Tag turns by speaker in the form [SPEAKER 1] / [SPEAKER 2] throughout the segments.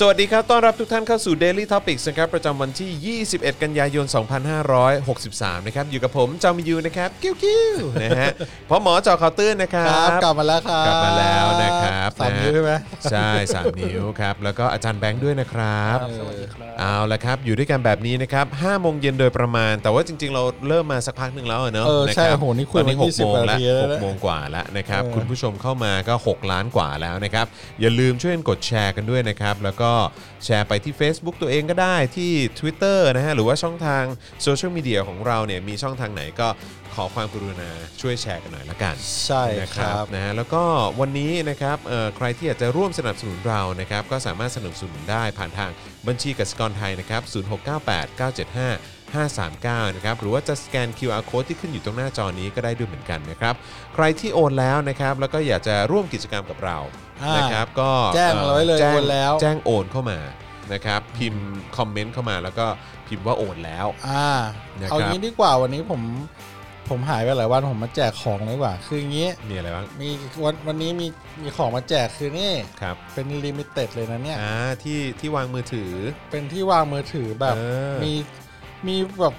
[SPEAKER 1] สวัสดีครับ ต้อนรับทุกท่านเข้าสู่ Daily Topics นะครับ ประจำวันที่ 21 กันยายน 2563 นะครับ อยู่กับผมจอมยูนะครับ กิ้วกิ้วๆนะฮะ พอหมอเจอข่าวตื้นนะครั
[SPEAKER 2] ครับ บกลับมาแล้วครับ
[SPEAKER 1] กลับมาแล้วนะครับ
[SPEAKER 2] สาม
[SPEAKER 1] นะ
[SPEAKER 2] นิ้วใช่ไหม
[SPEAKER 1] ใช่สามนิ้วครับ แล้วก็อาจารย์แบงค์ด้วยนะครับ
[SPEAKER 2] ครับสวัสดีครับ
[SPEAKER 1] เอาละครับ อยู่ด้วยกันแบบนี้นะครับ5โมงเย็นโดยประมาณ แต่ว่าจริง ๆ เราเริ่มมาสักพักหนึ่งแล้วะเนอะ
[SPEAKER 2] เออใช่
[SPEAKER 1] ะรับ
[SPEAKER 2] โอ้โหนี่คุย
[SPEAKER 1] ตอนนี้
[SPEAKER 2] มา
[SPEAKER 1] หกโมง
[SPEAKER 2] 20
[SPEAKER 1] แล้ว
[SPEAKER 2] นาทีแล้ว
[SPEAKER 1] หกโมงกว่าแล้วนะครับ
[SPEAKER 2] เออ
[SPEAKER 1] คุณผู้ชมเข้ามาก็ 6 ล้านกว่าแล้วนะครับ อย่าลืมช่วยกันกดแชร์กันด้วยนะครับ แล้วก็แชร์ไปที่ Facebook ตัวเองก็ได้ที่ Twitter นะฮะหรือว่าช่องทางโซเชียลมีเดียของเราเนี่ยมีช่องทางไหนก็ขอความกรุณาช่วยแชร์กันหน่อยละกัน
[SPEAKER 2] ใช่
[SPEAKER 1] นะค
[SPEAKER 2] ค
[SPEAKER 1] รั
[SPEAKER 2] รั
[SPEAKER 1] บบ นะฮะแล้วก็วันนี้นะครับเอ่อใครที่อยากจะร่วมสนับสนุนเรานะครับก็สามารถสนับสนุนได้ผ่านทางบัญชีกสิกรไทยนะครับ0698 975 539นะครับหรือว่าจะสแกน QR code ที่ขึ้นอยู่ตรงหน้าจอนี้ก็ได้ด้วยเหมือนกันนะครับใครที่โอนแล้วนะครับแล้วก็อยากจะร่วมกิจกรรมกับเรา
[SPEAKER 2] อ่าน
[SPEAKER 1] นะครับก็
[SPEAKER 2] แจ้งเราไว้เลย
[SPEAKER 1] แจ้ง
[SPEAKER 2] โอนแล้ว
[SPEAKER 1] แจ้งโอนเข้ามานะครับพิมพ์คอมเมนต์เข้ามาแล้วก็พิมพ์ว่าโอนแล้ว
[SPEAKER 2] อ่า
[SPEAKER 1] นะครับ
[SPEAKER 2] เอางี้ดีกว่าวันนี้ผมผมหายไปหลายวันผมมาแจกของเลยดีกว่า คืออย่างงี้
[SPEAKER 1] มีอะไรบ้าง
[SPEAKER 2] มีวันวันนี้มีมีของมาแจกคือนี่
[SPEAKER 1] ครับ
[SPEAKER 2] เป็นลิมิเต็ดเลยนะเนี่ย
[SPEAKER 1] อ่าที่ที่วางมือถือ
[SPEAKER 2] เป็นที่วางมือถือแบบ
[SPEAKER 1] เออ
[SPEAKER 2] มีมีแบบ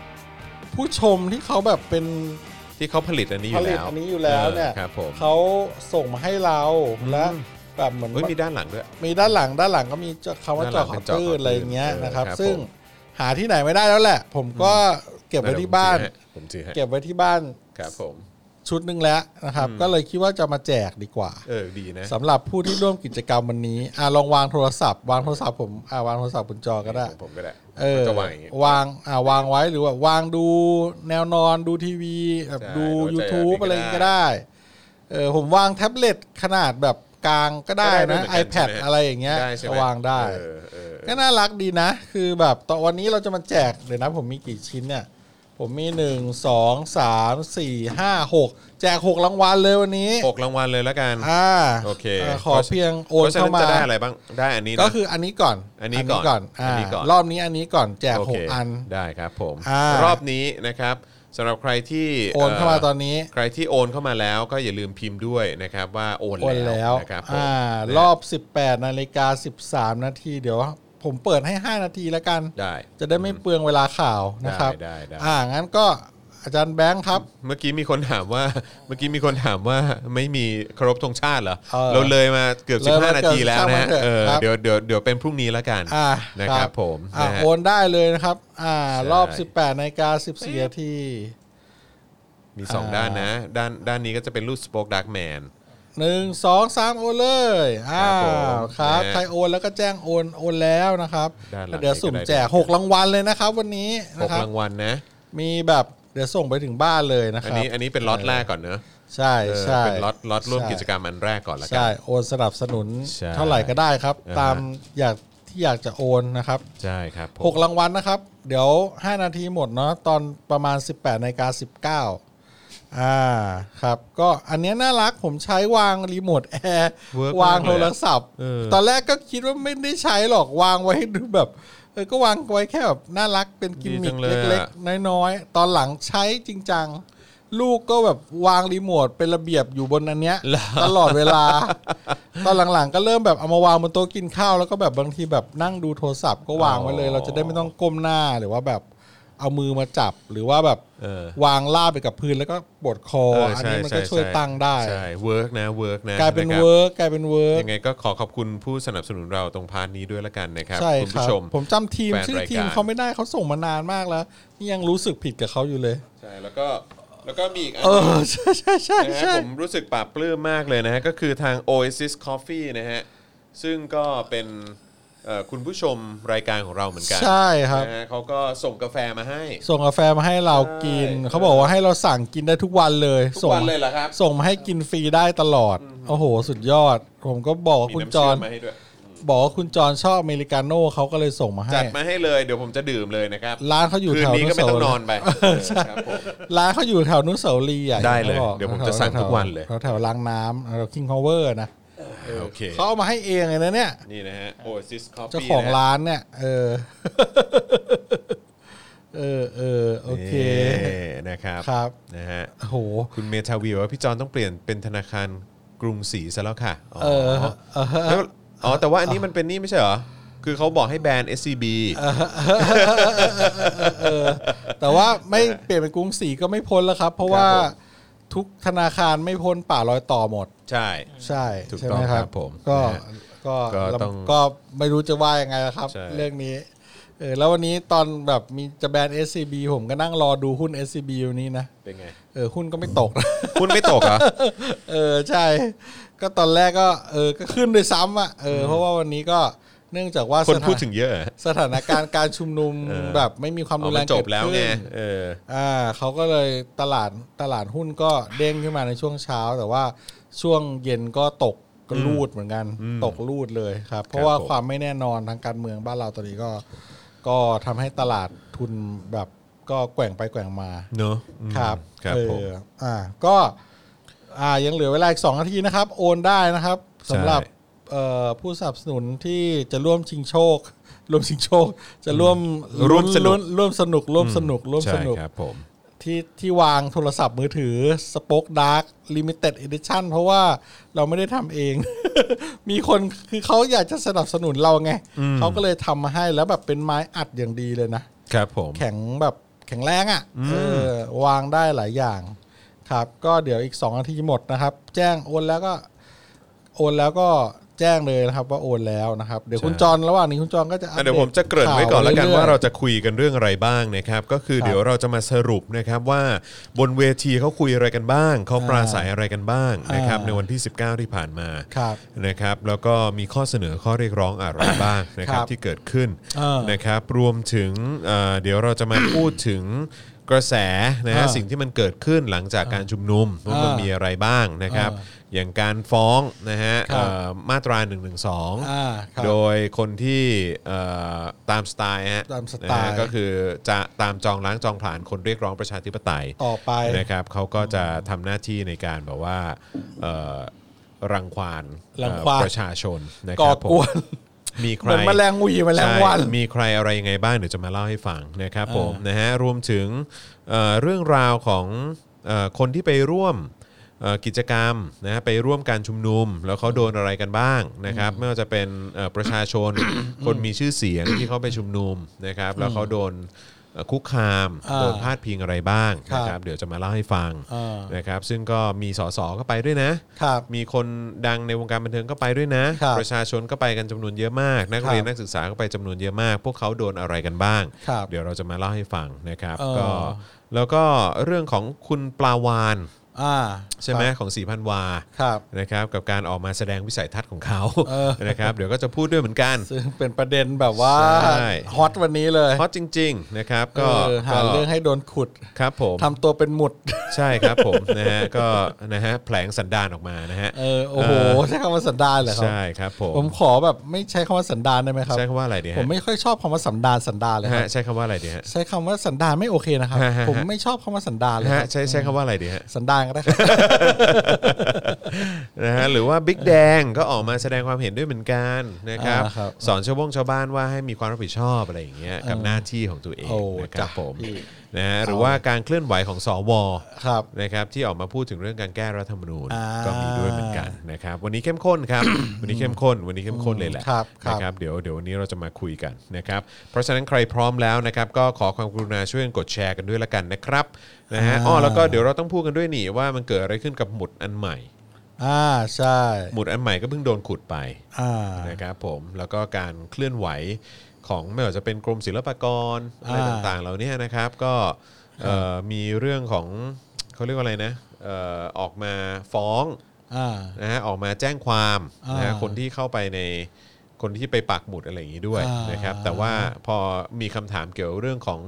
[SPEAKER 2] ผู้ชมที่เขาแบบเป็น
[SPEAKER 1] ที่เขาผลิตอันนี้อ
[SPEAKER 2] ผ
[SPEAKER 1] ยู่
[SPEAKER 2] ลิต
[SPEAKER 1] แล้ว
[SPEAKER 2] อันนี้อยู่แล้วเนี่ย
[SPEAKER 1] ออครับผม
[SPEAKER 2] เขาส่งมาให้เราและแบบเหมือน
[SPEAKER 1] เฮ้ยมีด้านหลังด้วย
[SPEAKER 2] มีด้านหลังด้านหลังก็มีคำว่า
[SPEAKER 1] ด้านห
[SPEAKER 2] จ
[SPEAKER 1] ลั
[SPEAKER 2] อง ข
[SPEAKER 1] เป็
[SPEAKER 2] อน
[SPEAKER 1] จอ
[SPEAKER 2] ตื้นอะไรอย่างเงี้ย
[SPEAKER 1] เออ
[SPEAKER 2] นะครับ
[SPEAKER 1] ครับ
[SPEAKER 2] ซึ่ง
[SPEAKER 1] ผม
[SPEAKER 2] หาที่ไหนไม่ได้แล้วแหละ ผมก็เก็บไว้ที่บ้าน
[SPEAKER 1] ผมซื้อให้ผมซื้อให้
[SPEAKER 2] เก็บไว้ที่บ้าน
[SPEAKER 1] ครับผม
[SPEAKER 2] ชุดหนึ่งแล้วนะครับ ก็เลยคิดว่าจะมาแจกดีกว่า
[SPEAKER 1] เออดีนะ
[SPEAKER 2] สำหรับผู้ที่ร่วมกิจกรรมวันนี้อ่ะลองวางโทรศัพท์ วางโทรศัพท์ผมอ่ะวางโทรศัพท์บนจอก็ได้
[SPEAKER 1] ของผมก็ได้
[SPEAKER 2] เออ
[SPEAKER 1] จะวางอย่างงี้
[SPEAKER 2] วางอ่าวางไว้หรือว่าวางดูแนวนอนดูทีวีแบบ
[SPEAKER 1] ใช่
[SPEAKER 2] ดู
[SPEAKER 1] หรือว่าจะ
[SPEAKER 2] YouTube
[SPEAKER 1] อัน
[SPEAKER 2] อะไร
[SPEAKER 1] นี้ก็
[SPEAKER 2] ก็
[SPEAKER 1] ได้
[SPEAKER 2] ได้เออผมวางแท็บเล็ตขนาดแบบกลางก็ได้
[SPEAKER 1] ก็ได้
[SPEAKER 2] นะ
[SPEAKER 1] ด้วยเหมือนกัน
[SPEAKER 2] iPad
[SPEAKER 1] ใช่ไหม
[SPEAKER 2] อะไรอย่างเงี้ย
[SPEAKER 1] ได้ใช่ไหม
[SPEAKER 2] วางได้
[SPEAKER 1] เออเออ
[SPEAKER 2] ก็น่ารักดีนะ คือแบบตอนวันนี้เราจะมาแจกเดี๋ยวนะผมมีกี่ชิ้นเนี่ย ผมมีหนึ่งสองสามสี่ห้าหกแจกหกรางวัลเลยวันนี้
[SPEAKER 1] หกรางวัลเลยแล้วกัน
[SPEAKER 2] อ่า
[SPEAKER 1] โอเค
[SPEAKER 2] าขอเพียงโอน
[SPEAKER 1] เพราะฉะ
[SPEAKER 2] เข้า
[SPEAKER 1] นั้น
[SPEAKER 2] มา
[SPEAKER 1] จะได้อะไรบ้างได้อันนี้นะ
[SPEAKER 2] ก็คืออันนี้ก่อน
[SPEAKER 1] อันนี้ก่อน
[SPEAKER 2] อ่า
[SPEAKER 1] อันนี้ก่อน
[SPEAKER 2] รอบนี้อันนี้ก่อนแจก
[SPEAKER 1] โเค
[SPEAKER 2] หกอัน
[SPEAKER 1] ได้ครับผม
[SPEAKER 2] อ่าร ร
[SPEAKER 1] อบนี้นะครับสำหรับใครที่
[SPEAKER 2] โอนเข้ามาตอนนี้
[SPEAKER 1] ใครที่โอนเข้ามาแล้วก็อย่าลืมพิมพ์ด้วยนะครับว่าโอน
[SPEAKER 2] โอนแล้ว
[SPEAKER 1] นะครับผม
[SPEAKER 2] อ่า
[SPEAKER 1] นะ
[SPEAKER 2] รอบ 18นาฬิกา13 นาทีเดี๋ยว ผมเปิดให้ 5 นาทีแล้วกัน
[SPEAKER 1] ได้
[SPEAKER 2] จะได้ไม่เปลืองเวลาข่าวนะครับ
[SPEAKER 1] ได้ได้ได้
[SPEAKER 2] อ่า งั้นก็อาจารย์แบงค์ครับ
[SPEAKER 1] เมื่อกี้มีคนถามว่า เมื่อกี้มีคนถามว่าไม่มีเคารพธงชาติเหรอ
[SPEAKER 2] เออ
[SPEAKER 1] เราเลยมาเกือบ
[SPEAKER 2] เลยมา
[SPEAKER 1] 15 นาทีแล้วนะฮะ
[SPEAKER 2] เกือบ
[SPEAKER 1] เออ
[SPEAKER 2] ครับ
[SPEAKER 1] เดี๋ยวเดี๋ยวเดี๋ยวเป็นพรุ่งนี้แล้วกัน
[SPEAKER 2] อ่า
[SPEAKER 1] นะครับผม
[SPEAKER 2] อ่า
[SPEAKER 1] นะฮะ
[SPEAKER 2] โอนได้เลยนะครับ อ่า
[SPEAKER 1] ใช่
[SPEAKER 2] รอบ 18นาฬิกา14นาที
[SPEAKER 1] มี 2
[SPEAKER 2] อ่า
[SPEAKER 1] ด้านนะ ด้านด้านนี้ก็จะเป็นรูป Spoke Dark Man
[SPEAKER 2] หนึ่งสองสามโอนเลยอ้า
[SPEAKER 1] ครับ
[SPEAKER 2] ว
[SPEAKER 1] ผม
[SPEAKER 2] ครับ
[SPEAKER 1] นะ
[SPEAKER 2] ใครโอนแล้วก็แจ้งโอนโอนแล้วนะครับ
[SPEAKER 1] ด้านหลัง
[SPEAKER 2] เดี๋ยวสุ่มแจก
[SPEAKER 1] นี้ก็ได้
[SPEAKER 2] หกรางวัลเลยนะครับ วันนี้
[SPEAKER 1] ห
[SPEAKER 2] นะ
[SPEAKER 1] ก
[SPEAKER 2] ครับ
[SPEAKER 1] รางวัลนะ
[SPEAKER 2] มีแบบเดี๋ยวส่งไปถึงบ้านเลยนะค
[SPEAKER 1] อัน
[SPEAKER 2] รับ
[SPEAKER 1] นี้อันนี้เป็นล็อตแรกก่อนเนอะ
[SPEAKER 2] ใช่
[SPEAKER 1] เออ
[SPEAKER 2] ใช่
[SPEAKER 1] เป็นล็อตล็อตร่วม
[SPEAKER 2] ใช่
[SPEAKER 1] กิจกรรมอันแรกก่อนละกัน
[SPEAKER 2] ใช่โอนสนับสนุน
[SPEAKER 1] ใช่
[SPEAKER 2] เท่าไหร่ก็ได้ครับ
[SPEAKER 1] อ่าฮะ
[SPEAKER 2] ตามอยากที่อยากจะโอนนะครับ
[SPEAKER 1] ใช่ครับผม
[SPEAKER 2] หกรางวัลนะครับ เดี๋ยว 5 นาทีหมดเนาะตอนประมาณ 18นาฬิกา19อ่าครับก็อันเนี้ยน่ารักผมใช้วางรีโมทแอร์วางโทรศัพท์
[SPEAKER 1] เออ
[SPEAKER 2] ตอนแรกก็คิดว่าไม่ได้ใช้หรอกวางไว้ดูแบบเออก็วางไว้แค่แบบน่ารักเป็นกิมมิคเล็กๆ น้อยๆ ตอนหลังใช้จริงจังลูกก็แบบวางรีโมทเป็นระเบียบอยู่บนอันเนี้ยตลอดเว ลา ตอนหลังๆ ก็เริ่มแบบเอามาวางบนโต๊ะกินข้าวแล้วก็แบบบางทีแบบนั่งดูโทรศัพท์ก็วางไว้เลย เราจะได้ไม่ต้องก้มหน้าหรือว่าแบบเอามือมาจับหรือว่าแบบ
[SPEAKER 1] เออ
[SPEAKER 2] วางล่าบไปกับพื้นแล้วก็ปวดคอ
[SPEAKER 1] เออ
[SPEAKER 2] อัน
[SPEAKER 1] ใช่
[SPEAKER 2] นี้มัน
[SPEAKER 1] ใช่
[SPEAKER 2] ก็ช่วย
[SPEAKER 1] ใ
[SPEAKER 2] ตั้งได้
[SPEAKER 1] ใช่เวิร์กนะเวิร์กนะ
[SPEAKER 2] กลายเป็นะ
[SPEAKER 1] คบ
[SPEAKER 2] เวิร์กกลายเป็นเวิร์ก
[SPEAKER 1] ยังไงก็ขอขอบคุณผู้สนับสนุนเราตรงพาร์ทนี้ด้วยละกันนะครับ
[SPEAKER 2] ใช่
[SPEAKER 1] คุณ
[SPEAKER 2] ครั
[SPEAKER 1] ผู้
[SPEAKER 2] บ
[SPEAKER 1] ชม
[SPEAKER 2] ผมจำทีม
[SPEAKER 1] แฟน
[SPEAKER 2] ชื่อ
[SPEAKER 1] รายการ
[SPEAKER 2] ทีมเขาไม่ได้เขาส่งมานานมากแล้วนี่ยังรู้สึกผิดกับเขาอยู่เลย
[SPEAKER 1] ใช่แล้วก็แล้วก็มีอีกอัน
[SPEAKER 2] เออ ใช่ใช่ใช่
[SPEAKER 1] นะฮะ
[SPEAKER 2] ใช่
[SPEAKER 1] ผมรู้สึกปลาบปลื้มมากเลยนะฮะ ก็คือทาง Oasis Coffee นะฮะ ซึ่งก็เป็นเอ่อคุณผู้ชมรายการของเราเหมือนกัน
[SPEAKER 2] ใช่ครับ
[SPEAKER 1] นะฮะเขาก็ส่งกาแฟมาให้
[SPEAKER 2] ส่งกาแฟมาให้เรากิน เขาบอกว่าให้เราสั่งกินได้ทุกวันเลย
[SPEAKER 1] ทุก
[SPEAKER 2] ส่ง
[SPEAKER 1] วันเลยเหรอครับ
[SPEAKER 2] ส่งมาให้กินฟรีได้ตลอด โอ้โห สุดยอด ผมก็บอกว่า
[SPEAKER 1] มี
[SPEAKER 2] คุณ
[SPEAKER 1] น้ำ
[SPEAKER 2] จ
[SPEAKER 1] เชื่
[SPEAKER 2] อ
[SPEAKER 1] อน มมาให้ด้วย
[SPEAKER 2] บอกว่าคุณจอนชอบอเมริกาโน่เขาก็เลยส่งมาให้
[SPEAKER 1] จัดมาให้เลย เดี๋ยวผมจะดื่มเลยนะครับ
[SPEAKER 2] ร้านเขาอยู่
[SPEAKER 1] คื
[SPEAKER 2] แถ
[SPEAKER 1] น
[SPEAKER 2] ว
[SPEAKER 1] นี้ก็ไม่ต้องนอนไปครับผม
[SPEAKER 2] ร้านเขาอยู่แถวนุสาวรีย์อ่ะ
[SPEAKER 1] ได้เลย
[SPEAKER 2] ขาบอก
[SPEAKER 1] เดี๋ยวผมจะสั่งทุกวันเลย
[SPEAKER 2] แถวแถวรางน้ำแถวคิงพาวเวอร์นะ
[SPEAKER 1] โอเค
[SPEAKER 2] เขาเอามาให้เองเลยนะเนี่ย
[SPEAKER 1] นี่นะฮะ Oasis Coffee
[SPEAKER 2] เจ้าของ
[SPEAKER 1] นะฮะ
[SPEAKER 2] ร้านเนี่ย เออ เออเออโอเค
[SPEAKER 1] นะครับ
[SPEAKER 2] ครับ
[SPEAKER 1] นะฮะ
[SPEAKER 2] โอ้โห
[SPEAKER 1] คุณเมทาวีบอกว่าพี่จอนต้องเปลี่ยนเป็นธนาคาร กรุงศรีซะแล้วค่ะอ๋อ
[SPEAKER 2] เออเออ
[SPEAKER 1] แล้วอ๋อแต่ว่าอันนี้มันเป็นนี่ไม่ใช่เหรอ คือเขาบอกให้แบน SCB
[SPEAKER 2] แต่ว่าไม่เปลี่ยนเป็นกรุงศรีก็ไม่พ้นแล้วครับ เพราะว่า
[SPEAKER 1] ครับผม
[SPEAKER 2] ทุกธนาคารไม่พ้นป่ารอยต่อหมด
[SPEAKER 1] ใช่
[SPEAKER 2] ใช่
[SPEAKER 1] ถูก
[SPEAKER 2] ใช่
[SPEAKER 1] ต้อ
[SPEAKER 2] ไห
[SPEAKER 1] ง
[SPEAKER 2] ม
[SPEAKER 1] ค
[SPEAKER 2] ค
[SPEAKER 1] รั
[SPEAKER 2] รั
[SPEAKER 1] บบ ผม
[SPEAKER 2] ก็
[SPEAKER 1] นะฮะ
[SPEAKER 2] ก็
[SPEAKER 1] ก็ต้อง
[SPEAKER 2] ก็ไม่รู้จะว่ายังไงแล้วครับ
[SPEAKER 1] ใช่
[SPEAKER 2] เรื่องนี้เออแล้ววันนี้ตอนแบบมีจะแบน SCB ผมก็นั่งรอดูหุ้น SCB อยู่นี้นะ
[SPEAKER 1] เป็นไง
[SPEAKER 2] เออหุ้นก็ไม่ตกนะ
[SPEAKER 1] คุณไม่ตกเหรอ
[SPEAKER 2] เออใช่ ก็ตอนแรกก็เออก็ขึ้นด้วยซ้ำอ่ะเออเพราะว่าวันนี้ก็เนื่องจากว่า
[SPEAKER 1] คน
[SPEAKER 2] สถา
[SPEAKER 1] พูดถึงเยอะเหรอ
[SPEAKER 2] สถานการณ์การชุมนุม
[SPEAKER 1] เออ
[SPEAKER 2] แบบไม่มีความ
[SPEAKER 1] อ๋
[SPEAKER 2] รุ
[SPEAKER 1] อน มั
[SPEAKER 2] แร
[SPEAKER 1] น
[SPEAKER 2] ง
[SPEAKER 1] จ
[SPEAKER 2] เกิ
[SPEAKER 1] บ
[SPEAKER 2] ด
[SPEAKER 1] แล้ว
[SPEAKER 2] ขึ้
[SPEAKER 1] ไง
[SPEAKER 2] น
[SPEAKER 1] เออ
[SPEAKER 2] อ่าเขาก็เลยตลาดตลาดหุ้นก็เด้งขึ้นมาในช่วงเช้า แต่ว่าช่วงเย็นก็ตกก็รูดเหมือนกัน ตกรูดเลยครับ เพราะว่า
[SPEAKER 1] ผม
[SPEAKER 2] ความไม่แน่นอนทางการเมืองบ้านเราตอนนี้ก็ ก็ทำให้ตลาดทุนแบบก็แกว่งไปแกว่งมา
[SPEAKER 1] เนอะอืม
[SPEAKER 2] ครับ
[SPEAKER 1] ครับ
[SPEAKER 2] เอ
[SPEAKER 1] ผม
[SPEAKER 2] ออ่าก็อ่ายังเหลือเวลาอีกสองนาทีนะครับ โอนได้นะครับ
[SPEAKER 1] ใช่
[SPEAKER 2] สำหรับเอ่อผู้สนับสนุนที่จะร่วมชิงโชค ร่วมชิงโชค จะร่วม
[SPEAKER 1] ร่วมสนุก
[SPEAKER 2] ลุ้ร่วมสนุกร่วมสนุกร่วมสนุก
[SPEAKER 1] ใช่ครับผม
[SPEAKER 2] ที่ที่วางโทรศัพท์มือถือ Spoke Dark Limited Edition เพราะว่าเราไม่ได้ทำเอง มีคนคือเขาอยากจะสนับสนุนเราไงเขาก็เลยทำมาให้แล้วแบบเป็นไม้อัดอย่างดีเลยนะ
[SPEAKER 1] ครับผม
[SPEAKER 2] แข็งแบบแข็งแรงอะ่ะเออวางได้หลายอย่างครับ ก็เดี๋ยวอีก2นาทีหมดนะครับ แจ้งโอนแล้วก็ โอนแล้วก็แจ้งเลยนะครับ ว่าโอนแล้วนะครับ เดี๋ยวคุณ
[SPEAKER 1] ใช่
[SPEAKER 2] จรระหว่างนี้คุณจรก็จะอัป
[SPEAKER 1] อ่ะเดี๋ยวผมจะเกริ่นไว้ก่อนแล้วกัน
[SPEAKER 2] ข่
[SPEAKER 1] ว่าเรา
[SPEAKER 2] ยๆ
[SPEAKER 1] จะคุยกันเรื่องอะไรบ้างนะครับ ก็คือ
[SPEAKER 2] ครับ
[SPEAKER 1] เดี๋ยวเราจะมาสรุปนะครับว่าบนเวทีเขาคุยอะไรกันบ้างเขาปราศัยอะไรกันบ้างนะครับ
[SPEAKER 2] อ่า
[SPEAKER 1] ในวันที่ 19 ที่ผ่านมา
[SPEAKER 2] ครับ
[SPEAKER 1] นะครับ แล้วก็มีข้อเสนอข้อเรียกร้องอะไรบ้างนะครับ
[SPEAKER 2] ครับ
[SPEAKER 1] ที่เกิดขึ้น
[SPEAKER 2] เออ
[SPEAKER 1] นะครับ รวมถึงเอ่อเดี๋ยวเราจะมาพูดถึงกระแสนะฮะ
[SPEAKER 2] เออ
[SPEAKER 1] สิ่งที่มันเกิดขึ้นหลังจากการชุมนุมว่ามัน
[SPEAKER 2] เออ
[SPEAKER 1] มีอะไรบ้างนะครับ
[SPEAKER 2] เอ
[SPEAKER 1] อย่างการฟ้องนะฮะ
[SPEAKER 2] ครับ
[SPEAKER 1] เอ่อมาตรา1นึ
[SPEAKER 2] อ่าครับ
[SPEAKER 1] โดยคนที่เอ่อตามสไตล์ฮะ
[SPEAKER 2] ตามสไตล์
[SPEAKER 1] นะฮะก็คือจะตามจองล้างจองผลานคนเรียกร้องประชาธิปไตย
[SPEAKER 2] ต่อไป
[SPEAKER 1] นะครับเขาก็จะทำหน้าที่ในการแบบว่าเอ่อรังควาน
[SPEAKER 2] รังควาน
[SPEAKER 1] เอ่อประชาชนนะค
[SPEAKER 2] ก่อ
[SPEAKER 1] รับผม
[SPEAKER 2] กวน
[SPEAKER 1] มีใค
[SPEAKER 2] เห
[SPEAKER 1] ร
[SPEAKER 2] มือนแมลงวีแมลงวัน
[SPEAKER 1] ใช่มีใครอะไรยังไงบ้างเดี๋ยวจะมาเล่าให้ฟังนะครับ
[SPEAKER 2] อ่า
[SPEAKER 1] ผมนะฮะรวมถึงเอ่อเรื่องราวของเอ่อคนที่ไปร่วมเอ่อกิจกรรมนะฮะไปร่วมการชุมนุม แล้วเขาโดนอะไรกันบ้างนะครับไม่ว่าจะเป็นเอ่อประชาช น คนมีชื่อเสียงที่เขาไปชุมนุมนะครับแล้วเขาโดนเอ่อคุกคาม
[SPEAKER 2] อ่า
[SPEAKER 1] โดนพาดพิงอะไรบ้าง
[SPEAKER 2] ครับ
[SPEAKER 1] นะครับเดี๋ยวจะมาเล่าให้ฟัง
[SPEAKER 2] อ่าน
[SPEAKER 1] นะครับซึ่งก็มีสสก็ไปด้วยนะ
[SPEAKER 2] ครับ
[SPEAKER 1] มีคนดังในวงการบันเทิงก็ไปด้วยนะ
[SPEAKER 2] ครับ
[SPEAKER 1] ประชาชนก็ไปกันจำนวนเยอะมาก นัก
[SPEAKER 2] ครับ
[SPEAKER 1] เรียนนักศึกษาก็ไปจำนวนเยอะมาก พวกเขาโดนอะไรกันบ้าง
[SPEAKER 2] ครับ
[SPEAKER 1] เดี๋ยวเราจะมาเล่าให้ฟังนะครับ
[SPEAKER 2] เออ
[SPEAKER 1] ก็แล้วก็เรื่องของคุณปลาวาน
[SPEAKER 2] อ่า
[SPEAKER 1] ใช่ไหมของสีพันวา
[SPEAKER 2] ครับ
[SPEAKER 1] นะครับกับการออกมาแสดงวิสัยทัศน์ของเขา
[SPEAKER 2] เออ
[SPEAKER 1] นะครับเดี๋ยวก็จะพูดด้วยเหมือนกัน
[SPEAKER 2] ซึ่งเป็นประเด็นแบบว่า
[SPEAKER 1] ใช่
[SPEAKER 2] ฮอตวันนี้เลย
[SPEAKER 1] เพราะจริง ๆนะครับก็
[SPEAKER 2] เออหาเรื่องให้โดนขุด
[SPEAKER 1] ครับผม
[SPEAKER 2] ทำตัวเป็นหมุด
[SPEAKER 1] ใช่ครับผม นะฮะก็นะฮะแผลงสันดานออกมานะฮะ
[SPEAKER 2] เออโอ้โหใช้คำว่าสันดานเหรอครับ
[SPEAKER 1] ใช่ครับผม
[SPEAKER 2] ผมขอแบบไม่ใช้คำว่าสันดานได้ไหมครับ
[SPEAKER 1] ใช้คำว่าอะไรดีฮะ
[SPEAKER 2] ผมไม่ค่อยชอบคำว่าสันดานสันดานเลย
[SPEAKER 1] นะ
[SPEAKER 2] ครั
[SPEAKER 1] ฮะ
[SPEAKER 2] บ
[SPEAKER 1] ใช้คำว่าอะไรดีฮะ
[SPEAKER 2] ใช้คำว่าสันดานไม่โอเคนะครับ
[SPEAKER 1] ฮะฮะฮะ
[SPEAKER 2] ผมไม่ชอบคำว่าสันดานเลย
[SPEAKER 1] นะ
[SPEAKER 2] ค
[SPEAKER 1] ฮะ
[SPEAKER 2] รับ
[SPEAKER 1] ใช้ใช้คำว่าอะไรดีฮะ
[SPEAKER 2] สันดานก็ได้ครับ
[SPEAKER 1] นะฮะหรือว่าบิ๊กแดงก็ออกมาแสดงความเห็นด้วยเหมือนกันนะครับ
[SPEAKER 2] อ่าครับ
[SPEAKER 1] สอนชาวบงชาวบ้านว่าให้มีความรับผิดชอบอะไรอย่างเงี้ยกับหน้าที่ของตัวเอง
[SPEAKER 2] โอ้
[SPEAKER 1] นะครับ
[SPEAKER 2] จ้ะ
[SPEAKER 1] ผม
[SPEAKER 2] พี่
[SPEAKER 1] นะฮะหรือว่าการเคลื่อนไหวของสว
[SPEAKER 2] ครับ
[SPEAKER 1] นะครับที่ออกมาพูดถึงเรื่องการแก้รัฐธรรมนูญ
[SPEAKER 2] อ่า
[SPEAKER 1] ก็มีด้วยเหมือนกันนะครับ วันนี้เข้มข้น ครับ วันนี้เข้มข้นวันนี้เข้มข้นเลยแหละ
[SPEAKER 2] ครับครับ
[SPEAKER 1] นะครับเดี๋ยวเดี๋ยววันนี้เราจะมาคุยกันนะครับ เพราะฉะนั้นใครพร้อมแล้วนะครับก็ขอความกรุณาช่วยกันกดแชร์กันด้วยละกันนะครับนะฮะอ๋อแล้วก็เดี๋ยวเราต้องพูดกันด้วยนี่ว่ามันเกิดอะไรขึ้นกับหมุดอันใหม่
[SPEAKER 2] อ่าใช่
[SPEAKER 1] หมุดอันใหม่ก็เพิ่งโดนขุดไป
[SPEAKER 2] อ่า
[SPEAKER 1] นะครับผมแล้วก็การเคลื่อนไหวของไม่ว่าจะเป็นกรมศิลปากรอะไร
[SPEAKER 2] อ่า
[SPEAKER 1] ต่างๆเหล่านี้นะครับ ก็เอ่อมีเรื่องของเขาเรียกว่าอะไรนะเอ่อออกมาฟ้อง
[SPEAKER 2] อ่า
[SPEAKER 1] นะฮะออกมาแจ้งความนะฮะ
[SPEAKER 2] อ่า
[SPEAKER 1] คนที่เข้าไปในคนที่ไปปักหมุดอะไรอย่างนี้ด้วย
[SPEAKER 2] อ่าน
[SPEAKER 1] นะครับ แต่ว่าพอมีคำถามเกี่ยวเรื่องของ